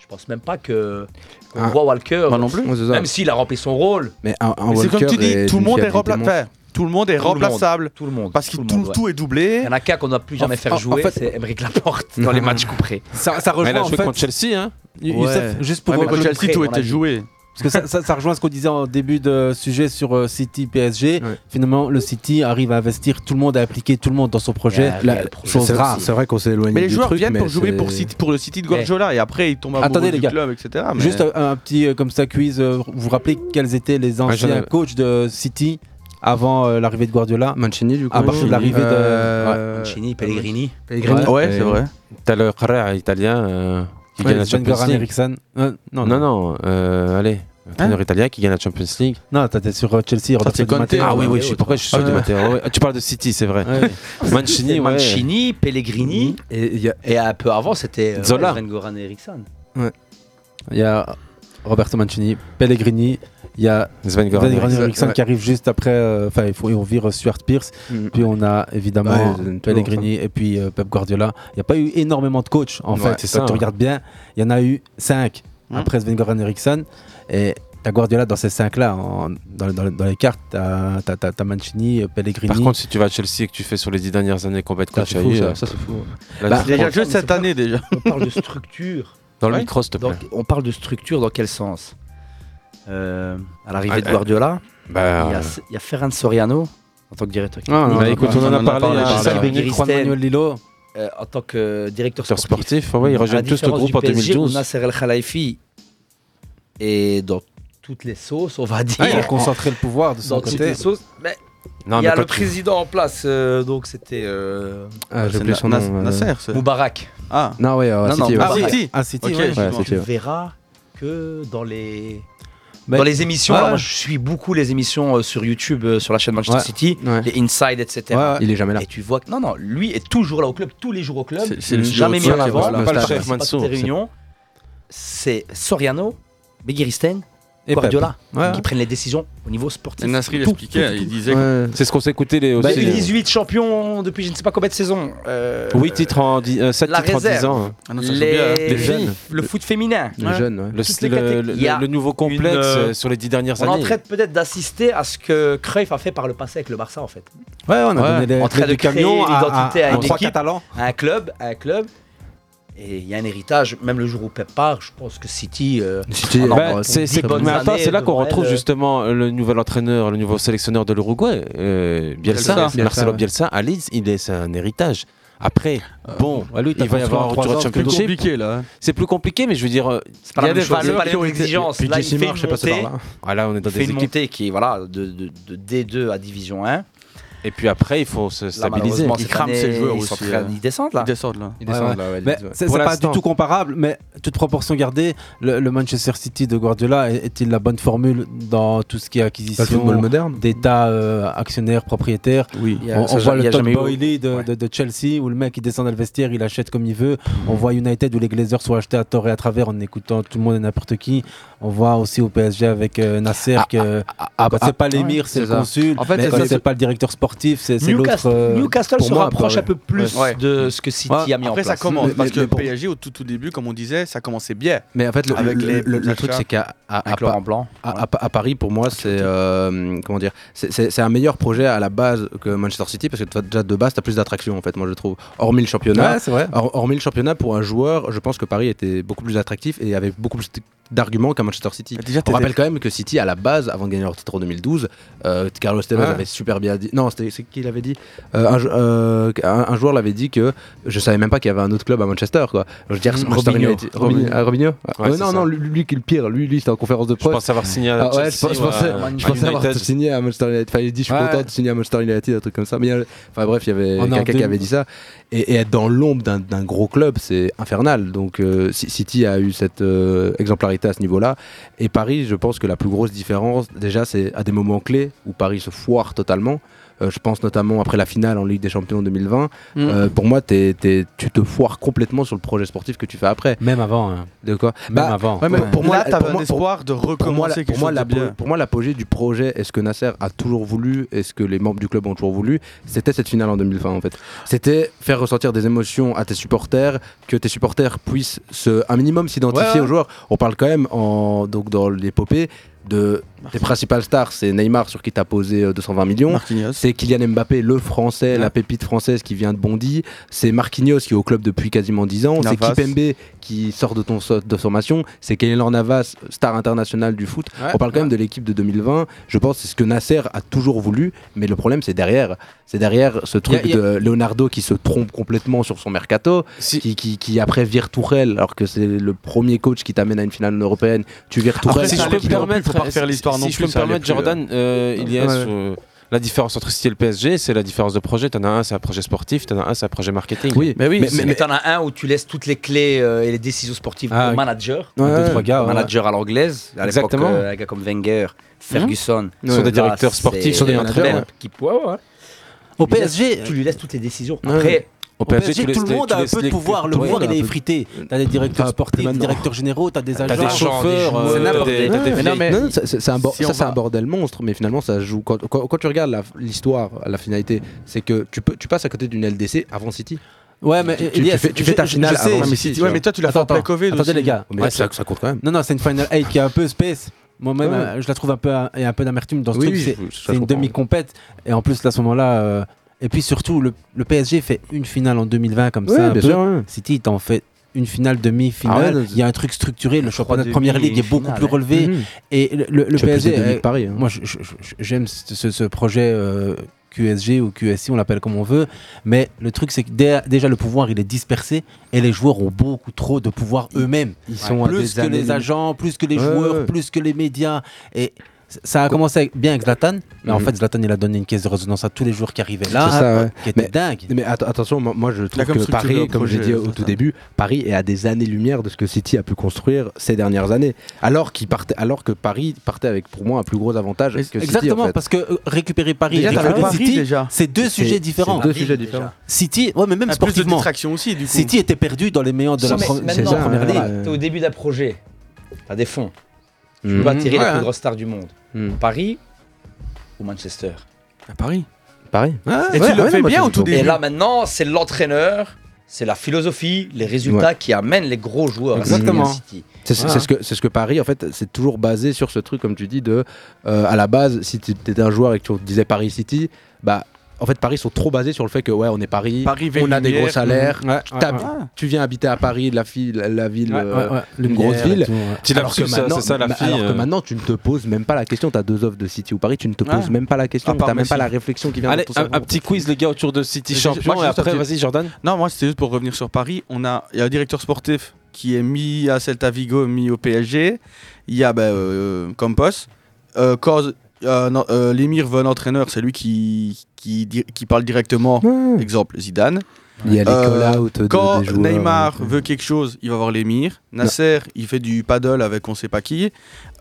[SPEAKER 19] Je pense même pas que qu'on
[SPEAKER 4] Ah.
[SPEAKER 19] voit Walker,
[SPEAKER 4] Moi non plus. Ouais, c'est ça.
[SPEAKER 19] même s'il a rempli son rôle.
[SPEAKER 4] Mais un, un
[SPEAKER 19] Mais c'est
[SPEAKER 4] Walker
[SPEAKER 19] comme tu dis,
[SPEAKER 4] est
[SPEAKER 6] tout le
[SPEAKER 4] d'une
[SPEAKER 6] monde est
[SPEAKER 4] fiabilité
[SPEAKER 6] remplaçable.
[SPEAKER 4] monstre.
[SPEAKER 6] Tout le monde est
[SPEAKER 19] Tout le monde.
[SPEAKER 6] remplaçable.
[SPEAKER 19] Tout le monde.
[SPEAKER 6] Parce que tout,
[SPEAKER 19] monde, ouais.
[SPEAKER 6] tout est doublé.
[SPEAKER 19] Il y en a qu'un qu'on ne doit plus jamais
[SPEAKER 6] En-
[SPEAKER 19] faire
[SPEAKER 6] en- en
[SPEAKER 19] jouer,
[SPEAKER 6] fait-
[SPEAKER 19] c'est Emmerich Laporte dans les matchs couperés.
[SPEAKER 3] Ça, ça rejoint
[SPEAKER 19] Elle a joué
[SPEAKER 3] en fait-
[SPEAKER 19] contre Chelsea, hein.
[SPEAKER 3] Y-
[SPEAKER 19] Ouais.
[SPEAKER 3] Youssef, juste pour
[SPEAKER 4] Ah,
[SPEAKER 19] Ouais, mais contre
[SPEAKER 3] conclure-
[SPEAKER 19] Chelsea, tout était joué.
[SPEAKER 3] Parce que ça, ça- ça rejoint ce qu'on disait en début de sujet sur euh, City PSG. Finalement, le City arrive à investir, tout le monde a appliqué, tout le monde dans son projet.
[SPEAKER 4] La-
[SPEAKER 3] La chose
[SPEAKER 4] c'est-
[SPEAKER 3] rare.
[SPEAKER 4] C'est vrai qu'on s'est éloigné
[SPEAKER 6] Mais les
[SPEAKER 4] du
[SPEAKER 6] joueurs
[SPEAKER 4] truc,
[SPEAKER 6] viennent
[SPEAKER 4] mais
[SPEAKER 6] pour jouer
[SPEAKER 4] c'est-
[SPEAKER 6] pour, City- pour le City de Guardiola
[SPEAKER 19] Eh.
[SPEAKER 6] et après ils tombent amoureux
[SPEAKER 3] Attendez
[SPEAKER 6] du
[SPEAKER 3] les gars,
[SPEAKER 6] club, etc. mais-
[SPEAKER 3] juste un, un petit euh, comme ça quiz. euh, vous vous rappelez quels étaient les anciens
[SPEAKER 4] j'en ai-
[SPEAKER 3] coachs de City avant euh, l'arrivée de Guardiola
[SPEAKER 4] Mancini du coup.
[SPEAKER 3] À partir
[SPEAKER 4] Mancini.
[SPEAKER 3] de l'arrivée de
[SPEAKER 4] Euh,
[SPEAKER 3] Ouais.
[SPEAKER 19] Mancini, Pellegrini.
[SPEAKER 4] Pellegrini, ouais, c'est vrai.
[SPEAKER 5] T'as le Carrera italien euh, qui
[SPEAKER 3] Ouais,
[SPEAKER 5] gagne la
[SPEAKER 3] Sven
[SPEAKER 5] Champions
[SPEAKER 3] Goran
[SPEAKER 5] League.
[SPEAKER 3] Eriksson. Euh, non, Hein
[SPEAKER 5] non, non, euh, allez. Un entraîneur italien qui gagne la Champions League.
[SPEAKER 3] Non, t'étais sur euh, Chelsea. Roberto Di Matteo.
[SPEAKER 5] Ah oui, oui, je sais pourquoi je suis sûr de Matteo. ouais. Tu parles de City, c'est vrai. Mancini, ouais. Mm.
[SPEAKER 19] Mancini, Pellegrini.
[SPEAKER 4] Et,
[SPEAKER 19] un peu avant, c'était euh,
[SPEAKER 3] Zola.
[SPEAKER 19] Goran Eriksson.
[SPEAKER 3] Ouais. Il y a Roberto Mancini, Pellegrini, il y a
[SPEAKER 5] Sven Goran Eriksson,
[SPEAKER 3] Eriksson
[SPEAKER 5] ouais.
[SPEAKER 3] qui arrive juste après. euh, Enfin, il faut et on vire Stuart Pearce.
[SPEAKER 4] Mhm.
[SPEAKER 3] Puis on a évidemment euh,
[SPEAKER 4] Ouais, ils donnent toujours
[SPEAKER 3] Pellegrini et puis euh, Pep Guardiola. Il n'y a pas eu énormément de coachs en
[SPEAKER 4] Ouais,
[SPEAKER 3] fait.
[SPEAKER 4] c'est ça,
[SPEAKER 3] Quand tu
[SPEAKER 5] hein.
[SPEAKER 4] ouais.
[SPEAKER 3] regardes bien, il y en a eu 5
[SPEAKER 19] Hmm.
[SPEAKER 3] après Sven Goran Eriksson et T'as Guardiola dans ces 5-là, en- dans, dans- dans les cartes, t'as t'as- t'as- t'as Mancini, euh, Pellegrini.
[SPEAKER 5] Par contre, si tu vas à Chelsea et que tu fais sur les dix dernières années combien de
[SPEAKER 3] Ça,
[SPEAKER 5] coachs
[SPEAKER 3] c'est
[SPEAKER 5] il y
[SPEAKER 3] fou,
[SPEAKER 5] a eu,
[SPEAKER 3] ça,
[SPEAKER 5] euh,
[SPEAKER 3] ça, c'est fou.
[SPEAKER 5] là,
[SPEAKER 19] Bah,
[SPEAKER 5] tu prends-
[SPEAKER 6] cette année déjà.
[SPEAKER 19] On parle de structure.
[SPEAKER 5] Dans le micro, s'il te plaît.
[SPEAKER 19] Donc, on parle de structure dans quel sens Euh, À l'arrivée de
[SPEAKER 5] Ah,
[SPEAKER 19] Guardiola,
[SPEAKER 5] bah,
[SPEAKER 19] il y a-
[SPEAKER 5] euh,
[SPEAKER 19] il y, a Ferran Soriano en tant que directeur.
[SPEAKER 5] Ah, non, bah, écoute, on en a parlé, il y a Salvini,
[SPEAKER 19] Guiristen,
[SPEAKER 5] Juan Manuel
[SPEAKER 19] euh, en tant que directeur
[SPEAKER 5] Directeur
[SPEAKER 19] sportif.
[SPEAKER 5] sportif,
[SPEAKER 19] À
[SPEAKER 5] ouais, ils
[SPEAKER 19] la
[SPEAKER 5] rejoignent tous le
[SPEAKER 19] différence
[SPEAKER 5] groupe
[SPEAKER 19] du
[SPEAKER 5] en
[SPEAKER 19] PSG,
[SPEAKER 5] 2012.
[SPEAKER 19] où Nasser El Khalifi et dans toutes les sauces, on va dire.
[SPEAKER 5] Ah,
[SPEAKER 3] il a concentré le pouvoir de son
[SPEAKER 19] dans
[SPEAKER 3] côté.
[SPEAKER 19] toutes les sauces. Mais
[SPEAKER 3] Non,
[SPEAKER 19] il y
[SPEAKER 3] mais
[SPEAKER 19] a
[SPEAKER 3] quand
[SPEAKER 19] le
[SPEAKER 3] tu-
[SPEAKER 19] président en place, euh, donc c'était. euh,
[SPEAKER 4] Ah, j'ai
[SPEAKER 19] c'est
[SPEAKER 4] oublié son
[SPEAKER 19] Na-
[SPEAKER 4] nom, euh,
[SPEAKER 19] Nasser, c'est- Moubarak.
[SPEAKER 6] Ah.
[SPEAKER 4] Non, ouais, ouais,
[SPEAKER 19] non,
[SPEAKER 4] City, ouais.
[SPEAKER 19] Moubarak.
[SPEAKER 4] Ah, City. Ah, City,
[SPEAKER 19] Ok,
[SPEAKER 4] ouais, ouais,
[SPEAKER 19] justement.
[SPEAKER 4] City,
[SPEAKER 19] Tu
[SPEAKER 4] ouais.
[SPEAKER 19] verras que dans les.
[SPEAKER 4] Mais-
[SPEAKER 3] Bah,
[SPEAKER 19] Dans les émissions,
[SPEAKER 4] Ouais.
[SPEAKER 19] alors moi, Bah, je suis beaucoup les émissions euh, sur YouTube, euh, sur la chaîne Manchester
[SPEAKER 4] Ouais.
[SPEAKER 19] City, les Inside, etc.
[SPEAKER 4] Il est jamais là.
[SPEAKER 19] Et tu vois que non, non, lui est toujours là au club, tous les jours au club. Mmh.
[SPEAKER 4] C'est- c'est le
[SPEAKER 19] jamais mis
[SPEAKER 4] studio
[SPEAKER 19] en
[SPEAKER 4] au club,
[SPEAKER 19] avant.
[SPEAKER 4] voilà. Pas le
[SPEAKER 19] participe
[SPEAKER 4] chef
[SPEAKER 19] à toutes
[SPEAKER 4] Mansour,
[SPEAKER 19] les
[SPEAKER 4] c'est-
[SPEAKER 19] réunions. C'est Soriano, Begiristen et Guardiola,
[SPEAKER 3] Pep. Ouais.
[SPEAKER 19] qui prennent les décisions au niveau sportif.
[SPEAKER 6] Et Nasri
[SPEAKER 19] Tout,
[SPEAKER 6] l'expliquait,
[SPEAKER 19] tout, tout,
[SPEAKER 6] il
[SPEAKER 19] tout.
[SPEAKER 6] disait
[SPEAKER 3] C'est ce qu'on s'est écouté les
[SPEAKER 19] Bah,
[SPEAKER 3] aussi. les-
[SPEAKER 19] 18 champions depuis je ne sais pas combien de saisons. Euh,
[SPEAKER 3] Huit titres en dix- euh, sept
[SPEAKER 19] la
[SPEAKER 3] titres en dix
[SPEAKER 19] réserve,
[SPEAKER 3] ans. Ah non, ça joue bien, hein.
[SPEAKER 19] les,
[SPEAKER 3] Les jeunes.
[SPEAKER 19] le foot féminin, hein.
[SPEAKER 3] Les jeunes, ouais. Le-
[SPEAKER 19] Toutes les
[SPEAKER 3] le-
[SPEAKER 19] catégories.
[SPEAKER 3] le-
[SPEAKER 19] Il y a
[SPEAKER 3] le nouveau complexe, euh, sur les dix dernières
[SPEAKER 19] On est
[SPEAKER 3] années.
[SPEAKER 19] en train de- peut-être d'assister à ce que Cruyff a fait par le passé avec le Barça en fait.
[SPEAKER 3] Ouais, on a donné les
[SPEAKER 19] en train
[SPEAKER 3] clés
[SPEAKER 19] de
[SPEAKER 3] du
[SPEAKER 19] créer
[SPEAKER 3] camion à-
[SPEAKER 19] l'identité
[SPEAKER 3] à-
[SPEAKER 19] à,
[SPEAKER 3] aux
[SPEAKER 19] une
[SPEAKER 3] trois
[SPEAKER 19] équipe,
[SPEAKER 3] Catalans.
[SPEAKER 19] à un club, à un club. Et il y a un héritage, même le jour où Pep part, je pense que City. euh,
[SPEAKER 3] City,
[SPEAKER 19] en
[SPEAKER 3] bah,
[SPEAKER 19] aura pour
[SPEAKER 3] c'est
[SPEAKER 19] 10
[SPEAKER 3] c'est-
[SPEAKER 19] bonnes
[SPEAKER 3] mais attends,
[SPEAKER 19] années
[SPEAKER 3] c'est là qu'on
[SPEAKER 19] devrait
[SPEAKER 3] retrouve
[SPEAKER 19] le-
[SPEAKER 3] justement euh, le nouvel entraîneur, le nouveau sélectionneur de l'Uruguay, euh,
[SPEAKER 4] Bielsa,
[SPEAKER 3] Bielsa,
[SPEAKER 4] Bielsa,
[SPEAKER 3] Marcelo
[SPEAKER 4] ouais.
[SPEAKER 3] Bielsa, à Leeds, il est c'est un héritage. Après, bon,
[SPEAKER 4] ouais, lui, il t'a
[SPEAKER 3] il va y
[SPEAKER 4] construit
[SPEAKER 3] avoir
[SPEAKER 4] en
[SPEAKER 3] un
[SPEAKER 4] trois
[SPEAKER 3] retour
[SPEAKER 4] ans,
[SPEAKER 3] à
[SPEAKER 4] c'est plus
[SPEAKER 3] Championship.
[SPEAKER 4] compliqué, là, hein.
[SPEAKER 3] C'est plus compliqué, mais je veux dire, euh,
[SPEAKER 19] pas
[SPEAKER 3] il y
[SPEAKER 19] la
[SPEAKER 3] a des
[SPEAKER 19] même chose, c'est
[SPEAKER 3] valeurs
[SPEAKER 19] pas les
[SPEAKER 3] qui ont
[SPEAKER 19] mêmes
[SPEAKER 3] été-
[SPEAKER 19] exigences.
[SPEAKER 3] Puis
[SPEAKER 19] Là, il
[SPEAKER 3] Jesse
[SPEAKER 19] fait
[SPEAKER 3] Marsh
[SPEAKER 19] une
[SPEAKER 3] est passé par
[SPEAKER 19] montée.
[SPEAKER 3] là. Ah, là, on est dans
[SPEAKER 19] Il fait
[SPEAKER 3] des
[SPEAKER 19] une
[SPEAKER 3] équipes.
[SPEAKER 19] montée qui est voilà, de, de- de D2 à Division 1.
[SPEAKER 3] Et puis après, il faut se stabiliser.
[SPEAKER 19] malheureusement, cette année, ils sont
[SPEAKER 3] euh.
[SPEAKER 19] en train- ils descendent là.
[SPEAKER 6] Ils descendent là.
[SPEAKER 3] Ouais, ouais. Mais c'est
[SPEAKER 6] Pour
[SPEAKER 3] c'est pas du
[SPEAKER 6] l'instant.
[SPEAKER 3] tout comparable, mais toute proportion gardée, le, le Manchester City de Guardiola est- est-il la bonne formule dans tout ce qui est acquisition
[SPEAKER 4] football moderne
[SPEAKER 3] d'État euh, actionnaire, propriétaire
[SPEAKER 4] Oui.
[SPEAKER 3] On-
[SPEAKER 4] Il y a-
[SPEAKER 3] on,
[SPEAKER 4] ça,
[SPEAKER 3] voit
[SPEAKER 4] il y
[SPEAKER 3] le
[SPEAKER 4] a
[SPEAKER 3] Todd
[SPEAKER 4] jamais eu-
[SPEAKER 3] Boehly de, de- de Chelsea où le mec il descend dans le vestiaire, il achète comme il veut. On voit United où les Glazers sont achetés à tort et à travers en écoutant tout le monde et n'importe qui. On voit aussi au PSG avec euh, Nasser que quand
[SPEAKER 4] ah,
[SPEAKER 3] c'est pas
[SPEAKER 4] ouais,
[SPEAKER 3] l'émir, c'est
[SPEAKER 4] c'est
[SPEAKER 3] le
[SPEAKER 4] ça.
[SPEAKER 3] consul.
[SPEAKER 4] En fait,
[SPEAKER 3] mais
[SPEAKER 4] c'est
[SPEAKER 3] quand
[SPEAKER 4] ça,
[SPEAKER 3] c'est
[SPEAKER 4] c'est-
[SPEAKER 3] pas le directeur sportif, c'est c'est l'autre.
[SPEAKER 19] Newcastle,
[SPEAKER 3] euh,
[SPEAKER 19] Newcastle
[SPEAKER 3] pour
[SPEAKER 19] se
[SPEAKER 3] moi,
[SPEAKER 19] rapproche
[SPEAKER 3] ouais.
[SPEAKER 19] un peu plus
[SPEAKER 3] Ouais.
[SPEAKER 19] de ce que City
[SPEAKER 3] Ouais.
[SPEAKER 19] a mis en
[SPEAKER 6] Après,
[SPEAKER 19] place.
[SPEAKER 6] ça commence
[SPEAKER 4] Mais-
[SPEAKER 6] parce
[SPEAKER 4] mais-
[SPEAKER 6] que
[SPEAKER 4] mais pour-
[SPEAKER 6] PSG, au tout, tout début, comme on disait, ça commençait bien.
[SPEAKER 4] Mais en fait, le,
[SPEAKER 6] Avec
[SPEAKER 4] le-
[SPEAKER 6] les-
[SPEAKER 4] le- le
[SPEAKER 6] les
[SPEAKER 4] truc,
[SPEAKER 6] achats.
[SPEAKER 4] c'est qu'à à, à
[SPEAKER 6] Avec
[SPEAKER 4] Pa-
[SPEAKER 6] Laurent Blanc.
[SPEAKER 4] à, à Pa- à Paris, pour moi, c'est euh, comment dire, c'est- c'est c'est un meilleur projet à la base que Manchester City parce que toi, déjà de base, t'as plus d'attraction en fait. Moi, je trouve. Hormis le championnat,
[SPEAKER 3] Ouais, c'est vrai.
[SPEAKER 4] hor- hormis le championnat pour un joueur, je pense que Paris était beaucoup plus attractif et avait beaucoup plus d'arguments qu'à Manchester City.
[SPEAKER 3] Bah,
[SPEAKER 4] On rappelle quand même que City, à la base, avant de gagner leur titre en 2012, euh, Carlos Tevez
[SPEAKER 3] Ouais.
[SPEAKER 4] avait super bien dit. Non, c'était c'est qui l'avait dit Euh, un, jou- euh, un- un joueur l'avait dit que je savais même pas qu'il y avait un autre club à Manchester. Quoi. Je veux dire,
[SPEAKER 3] Mm,
[SPEAKER 4] Manchester
[SPEAKER 3] Robinho.
[SPEAKER 4] United- Robinho.
[SPEAKER 3] Robinho.
[SPEAKER 4] ah, Robinho
[SPEAKER 3] Ouais,
[SPEAKER 4] Euh,
[SPEAKER 3] c'est
[SPEAKER 4] Non,
[SPEAKER 3] ça.
[SPEAKER 4] non, lui, lui qui est le pire. Lui, lui c'était en conférence de presse.
[SPEAKER 3] Je pensais avoir signé à
[SPEAKER 4] Ah ouais, je,
[SPEAKER 3] Chelsea
[SPEAKER 4] je
[SPEAKER 3] ou à-
[SPEAKER 4] pensais,
[SPEAKER 3] à
[SPEAKER 4] je pensais avoir
[SPEAKER 3] United.
[SPEAKER 4] signé à Manchester United. Enfin, il dit, je suis
[SPEAKER 3] Ouais.
[SPEAKER 4] content de signer à Manchester United, un truc comme ça. Mais il y a- enfin bref, il y avait
[SPEAKER 3] On est en
[SPEAKER 4] quelqu'un qui
[SPEAKER 3] deux-
[SPEAKER 4] avait dit ça. Et, et être dans l'ombre d'un- d'un gros club, c'est infernal. Donc euh, C- City a eu cette euh, exemplarité à ce niveau-là. Et Paris, je pense que la plus grosse différence, déjà, c'est à des moments clés où Paris se foire totalement. Euh, je pense notamment après la finale en Ligue des Champions 2020.
[SPEAKER 3] Mm.
[SPEAKER 4] Euh, pour moi, t'es- t'es- tu te foires complètement sur le projet sportif que tu fais après.
[SPEAKER 3] Même avant. hein.
[SPEAKER 4] De quoi Bah,
[SPEAKER 3] Même avant.
[SPEAKER 4] ouais, mais
[SPEAKER 3] Ouais.
[SPEAKER 4] pour moi,
[SPEAKER 6] Là, t'avais
[SPEAKER 4] pour
[SPEAKER 6] un
[SPEAKER 4] moi- pour-
[SPEAKER 6] espoir de
[SPEAKER 4] pour moi,
[SPEAKER 6] recommencer
[SPEAKER 4] la-
[SPEAKER 6] quelque
[SPEAKER 4] pour moi,
[SPEAKER 6] chose de
[SPEAKER 4] la-
[SPEAKER 6] bien.
[SPEAKER 4] Pour moi, l'apogée du projet, est-ce que Nasser a toujours voulu, est-ce que les membres du club ont toujours voulu, c'était cette finale en 2020 en fait. C'était faire ressortir des émotions à tes supporters, que tes supporters puissent se, un minimum s'identifier
[SPEAKER 3] Ouais, ouais.
[SPEAKER 4] aux joueurs. On parle quand même en, donc dans l'épopée de tes principales stars, c'est Neymar sur qui t'as posé euh, 220 millions, c'est Kylian Mbappé, le français, la pépite française qui vient de Bondy, c'est Marquinhos qui est au club depuis quasiment 10 ans, c'est
[SPEAKER 6] Navas.
[SPEAKER 4] Kipembe Kimpembe qui sort de ton so- de formation, c'est Keylor Navas, star international du foot.
[SPEAKER 3] Ouais,
[SPEAKER 4] On parle quand même de l'équipe de 2020. Je pense que c'est ce que Nasser a toujours voulu, mais le problème c'est derrière. C'est derrière ce truc
[SPEAKER 3] y a-
[SPEAKER 4] de Leonardo qui se trompe complètement sur son mercato, qui, qui, qui après vire Tourelle, alors que c'est le premier coach qui t'amène à une finale européenne. Tu vires Tourelle.
[SPEAKER 3] si
[SPEAKER 4] ça
[SPEAKER 3] je
[SPEAKER 4] allait
[SPEAKER 3] peux me
[SPEAKER 4] plus,
[SPEAKER 3] permettre,
[SPEAKER 4] faut pas refaire
[SPEAKER 3] si-
[SPEAKER 4] l'histoire
[SPEAKER 3] si
[SPEAKER 4] non
[SPEAKER 3] je
[SPEAKER 4] plus,
[SPEAKER 3] peux me
[SPEAKER 4] ça allait
[SPEAKER 3] permettre,
[SPEAKER 4] plus,
[SPEAKER 3] Jordan, euh,
[SPEAKER 4] Ouais.
[SPEAKER 3] Ilias,
[SPEAKER 4] Ouais.
[SPEAKER 3] euh, la différence entre City et le PSG, c'est la différence de projet. T'en as un, c'est un projet sportif, t'en as un, c'est un projet marketing.
[SPEAKER 4] Oui, mais oui,
[SPEAKER 19] Mais, mais, t'en as un où tu laisses toutes les clés euh, et les décisions sportives
[SPEAKER 3] Ah,
[SPEAKER 19] au manager.
[SPEAKER 3] ouais, ouais.
[SPEAKER 19] Au manager à l'anglaise. À l'époque,
[SPEAKER 3] Exactement. Mmh.
[SPEAKER 19] euh, un gars comme Wenger, Ferguson.
[SPEAKER 3] Ils sont des
[SPEAKER 19] Là,
[SPEAKER 3] directeurs
[SPEAKER 19] c'est
[SPEAKER 3] sportifs, sont des
[SPEAKER 19] un
[SPEAKER 3] entraîneurs,
[SPEAKER 19] entraîneur
[SPEAKER 3] ouais.
[SPEAKER 19] qui- ouais, ouais.
[SPEAKER 3] Au
[SPEAKER 19] Tu lui
[SPEAKER 3] PSG,
[SPEAKER 19] laisses- tu lui laisses toutes les décisions.
[SPEAKER 3] euh, Ouais.
[SPEAKER 19] Après,
[SPEAKER 3] Au PSG, tu laisses tout le les-
[SPEAKER 19] tu
[SPEAKER 3] monde a un
[SPEAKER 19] laisses
[SPEAKER 3] peu de
[SPEAKER 19] les-
[SPEAKER 3] pouvoir. Le
[SPEAKER 19] tout le
[SPEAKER 3] pouvoir,
[SPEAKER 19] monde a
[SPEAKER 3] il est
[SPEAKER 19] un peu-
[SPEAKER 3] effrité. T'as des directeurs sportifs, des directeurs généraux, t'as des agents,
[SPEAKER 4] des chauffeurs,
[SPEAKER 3] euh,
[SPEAKER 4] c'est n'importe-
[SPEAKER 3] des-
[SPEAKER 4] Ouais,
[SPEAKER 3] t'as des
[SPEAKER 4] mais non,
[SPEAKER 3] filles.
[SPEAKER 4] mais non, ça, c'est- c'est un, bor-
[SPEAKER 3] Si
[SPEAKER 4] ça,
[SPEAKER 3] on
[SPEAKER 4] c'est un
[SPEAKER 3] va-
[SPEAKER 4] bordel monstre, mais finalement, ça se joue. Quand, quand- quand tu regardes la- l'histoire, la, finalité, c'est que tu, peux, tu passes à côté d'une LDC avant City.
[SPEAKER 3] Ouais, mais
[SPEAKER 4] tu, tu-
[SPEAKER 3] Elias,
[SPEAKER 4] tu fais, tu
[SPEAKER 3] je-
[SPEAKER 4] fais ta
[SPEAKER 3] je-
[SPEAKER 4] finale
[SPEAKER 3] je sais,
[SPEAKER 4] avant
[SPEAKER 3] mais
[SPEAKER 4] City.
[SPEAKER 3] si-
[SPEAKER 4] tu
[SPEAKER 3] ouais,
[SPEAKER 4] vois.
[SPEAKER 3] mais toi, tu l'as fait en
[SPEAKER 4] Attends,
[SPEAKER 3] pré-Covid
[SPEAKER 4] attends, Attendez,
[SPEAKER 3] aussi.
[SPEAKER 4] les gars.
[SPEAKER 3] Mais
[SPEAKER 4] Ouais,
[SPEAKER 3] ça-
[SPEAKER 4] ça, ça compte quand même.
[SPEAKER 3] Non, non, c'est une Final 8 qui est un peu space. Moi-même,
[SPEAKER 4] Ouais, ouais.
[SPEAKER 3] euh, je la trouve un peu, il y a un peu d'amertume dans ce
[SPEAKER 4] Oui,
[SPEAKER 3] truc.
[SPEAKER 4] oui,
[SPEAKER 3] c'est-
[SPEAKER 4] je- je- ça,
[SPEAKER 3] c'est
[SPEAKER 4] je
[SPEAKER 3] une
[SPEAKER 4] comprends.
[SPEAKER 3] demi-compète. Et en plus, là, à ce moment-là. euh, et puis surtout, le, le PSG fait une finale en 2020 comme
[SPEAKER 4] Ouais,
[SPEAKER 3] ça. un
[SPEAKER 4] bien
[SPEAKER 3] peu.
[SPEAKER 4] sûr, ouais.
[SPEAKER 3] City, il t'en fait une finale, demi-finale.
[SPEAKER 4] Ah ouais,
[SPEAKER 3] il y a un truc structuré. Le championnat de
[SPEAKER 4] demi
[SPEAKER 3] première ligue
[SPEAKER 4] et
[SPEAKER 3] est beaucoup
[SPEAKER 4] finale,
[SPEAKER 3] plus
[SPEAKER 4] hein.
[SPEAKER 3] relevé.
[SPEAKER 4] Mhm.
[SPEAKER 3] Et le, le- le
[SPEAKER 4] Tu as plus
[SPEAKER 3] PSG.
[SPEAKER 4] de demi
[SPEAKER 3] euh,
[SPEAKER 4] que Paris, hein.
[SPEAKER 3] Moi, je- je- je- j'aime ce, ce- ce projet euh, QSG ou QSI, on l'appelle comme on veut. Mais le truc, c'est que dé- déjà, le pouvoir, il est dispersé et les joueurs ont beaucoup trop de pouvoir eux-mêmes.
[SPEAKER 4] Ils sont à
[SPEAKER 3] plus
[SPEAKER 4] des
[SPEAKER 3] que les
[SPEAKER 4] années-
[SPEAKER 3] agents, plus que les
[SPEAKER 4] Ouais,
[SPEAKER 3] joueurs,
[SPEAKER 4] ouais.
[SPEAKER 3] plus que les médias. Et c- ça a commencé avec- bien avec Zlatan, mais en
[SPEAKER 4] Mhm.
[SPEAKER 3] fait, Zlatan, il a donné une caisse de résonance à tous les joueurs qui arrivaient là,
[SPEAKER 4] C'est ça, ouais.
[SPEAKER 3] qui étaient
[SPEAKER 4] Mais-
[SPEAKER 3] dingues.
[SPEAKER 4] Mais att- attention, moi, moi, je trouve
[SPEAKER 3] comme
[SPEAKER 4] que
[SPEAKER 3] structure
[SPEAKER 4] Paris,
[SPEAKER 3] leur
[SPEAKER 4] comme j'ai
[SPEAKER 3] projet,
[SPEAKER 4] dit au
[SPEAKER 3] c'est
[SPEAKER 4] tout
[SPEAKER 3] ça.
[SPEAKER 4] début, Paris est à des années-lumière de ce que City a pu construire ces dernières années. Alors, qu'il partait, alors que Paris partait avec, pour moi, un plus gros avantage que City, en
[SPEAKER 3] Exactement,
[SPEAKER 4] fait.
[SPEAKER 3] parce que euh, récupérer Paris
[SPEAKER 4] Déjà,
[SPEAKER 3] et
[SPEAKER 4] t'as
[SPEAKER 3] récupérer
[SPEAKER 4] le Paris,
[SPEAKER 3] City,
[SPEAKER 4] déjà.
[SPEAKER 3] c'est deux
[SPEAKER 4] C'est-
[SPEAKER 3] sujets
[SPEAKER 4] c'est
[SPEAKER 3] différents.
[SPEAKER 4] deux sujets différents.
[SPEAKER 3] City, ouais, mais même
[SPEAKER 6] Ah, plus de
[SPEAKER 3] sportivement.
[SPEAKER 6] distraction aussi, du coup.
[SPEAKER 3] City était perdu dans les méandres de la, pro-
[SPEAKER 19] Maintenant, euh,
[SPEAKER 3] de la première
[SPEAKER 19] voilà,
[SPEAKER 3] ligue.
[SPEAKER 19] t'es au début d'un projet. T'as des fonds. Tu
[SPEAKER 3] Mmh.
[SPEAKER 19] peux
[SPEAKER 4] Mhm.
[SPEAKER 19] pas tirer
[SPEAKER 4] Ouais,
[SPEAKER 19] les
[SPEAKER 4] hein.
[SPEAKER 19] plus grosses stars du monde.
[SPEAKER 4] Mhm.
[SPEAKER 19] Paris ou Manchester
[SPEAKER 4] À Paris. Paris.
[SPEAKER 3] Hein
[SPEAKER 19] Et tu le fais bien au tout début. Et là
[SPEAKER 4] là,
[SPEAKER 19] maintenant, c'est l'entraîneur, c'est la philosophie, les résultats
[SPEAKER 4] Ouais.
[SPEAKER 19] qui amènent les gros joueurs. à
[SPEAKER 3] hein,
[SPEAKER 19] Man City.
[SPEAKER 4] C'est c'est-
[SPEAKER 19] Voilà.
[SPEAKER 4] c'est ce, que- c'est ce que Paris, en fait, c'est toujours basé sur ce truc, comme tu dis, de euh, à la base, si tu étais un joueur et que tu disais Paris City, bah. En fait, Paris sont trop basés sur le fait que ouais, on est Paris,
[SPEAKER 6] Paris,
[SPEAKER 4] on a des
[SPEAKER 6] Vélière,
[SPEAKER 4] gros salaires.
[SPEAKER 3] Mmh.
[SPEAKER 6] mm, ouais,
[SPEAKER 4] tu
[SPEAKER 6] ouais,
[SPEAKER 4] t'hab-
[SPEAKER 6] ouais.
[SPEAKER 4] Tu viens habiter à Paris, la, fille, la, la ville,
[SPEAKER 3] Ouais,
[SPEAKER 4] euh,
[SPEAKER 3] ouais, ouais,
[SPEAKER 4] une
[SPEAKER 3] Lumière
[SPEAKER 4] grosse
[SPEAKER 3] et
[SPEAKER 4] ville.
[SPEAKER 3] tout, ouais.
[SPEAKER 4] Tu
[SPEAKER 3] Alors que maintenant-
[SPEAKER 4] ma- alors
[SPEAKER 3] euh.
[SPEAKER 4] que maintenant, tu ne te poses même pas la question. Tu as deux offres de City ou Paris, tu ne te poses
[SPEAKER 3] Ouais.
[SPEAKER 4] même pas la question.
[SPEAKER 3] Ah. À
[SPEAKER 4] Tu
[SPEAKER 3] part
[SPEAKER 4] même
[SPEAKER 3] Messi.
[SPEAKER 4] pas la réflexion qui vient.
[SPEAKER 3] Allez,
[SPEAKER 4] dans ton
[SPEAKER 3] un,
[SPEAKER 4] cerveau.
[SPEAKER 3] un petit quiz, les gars, autour de City champion.
[SPEAKER 6] Moi,
[SPEAKER 3] et
[SPEAKER 6] juste un
[SPEAKER 3] après,
[SPEAKER 6] petit-
[SPEAKER 3] vas-y, Jordan.
[SPEAKER 6] Non, moi c'était juste pour revenir sur Paris. On a, il y a un directeur sportif qui est mis à Celta Vigo, mis au PSG. Il y a ben, euh, Campos. Euh, quand euh, non, euh, l'émir veut un entraîneur, c'est lui qui, qui, di- qui parle directement. Exemple Zidane. Euh,
[SPEAKER 4] Il y a les call-out de-
[SPEAKER 6] Quand
[SPEAKER 4] des joueurs, euh,
[SPEAKER 6] Neymar veut quelque chose, il va voir l'émir. Nasser, il fait du paddle avec on sait pas qui.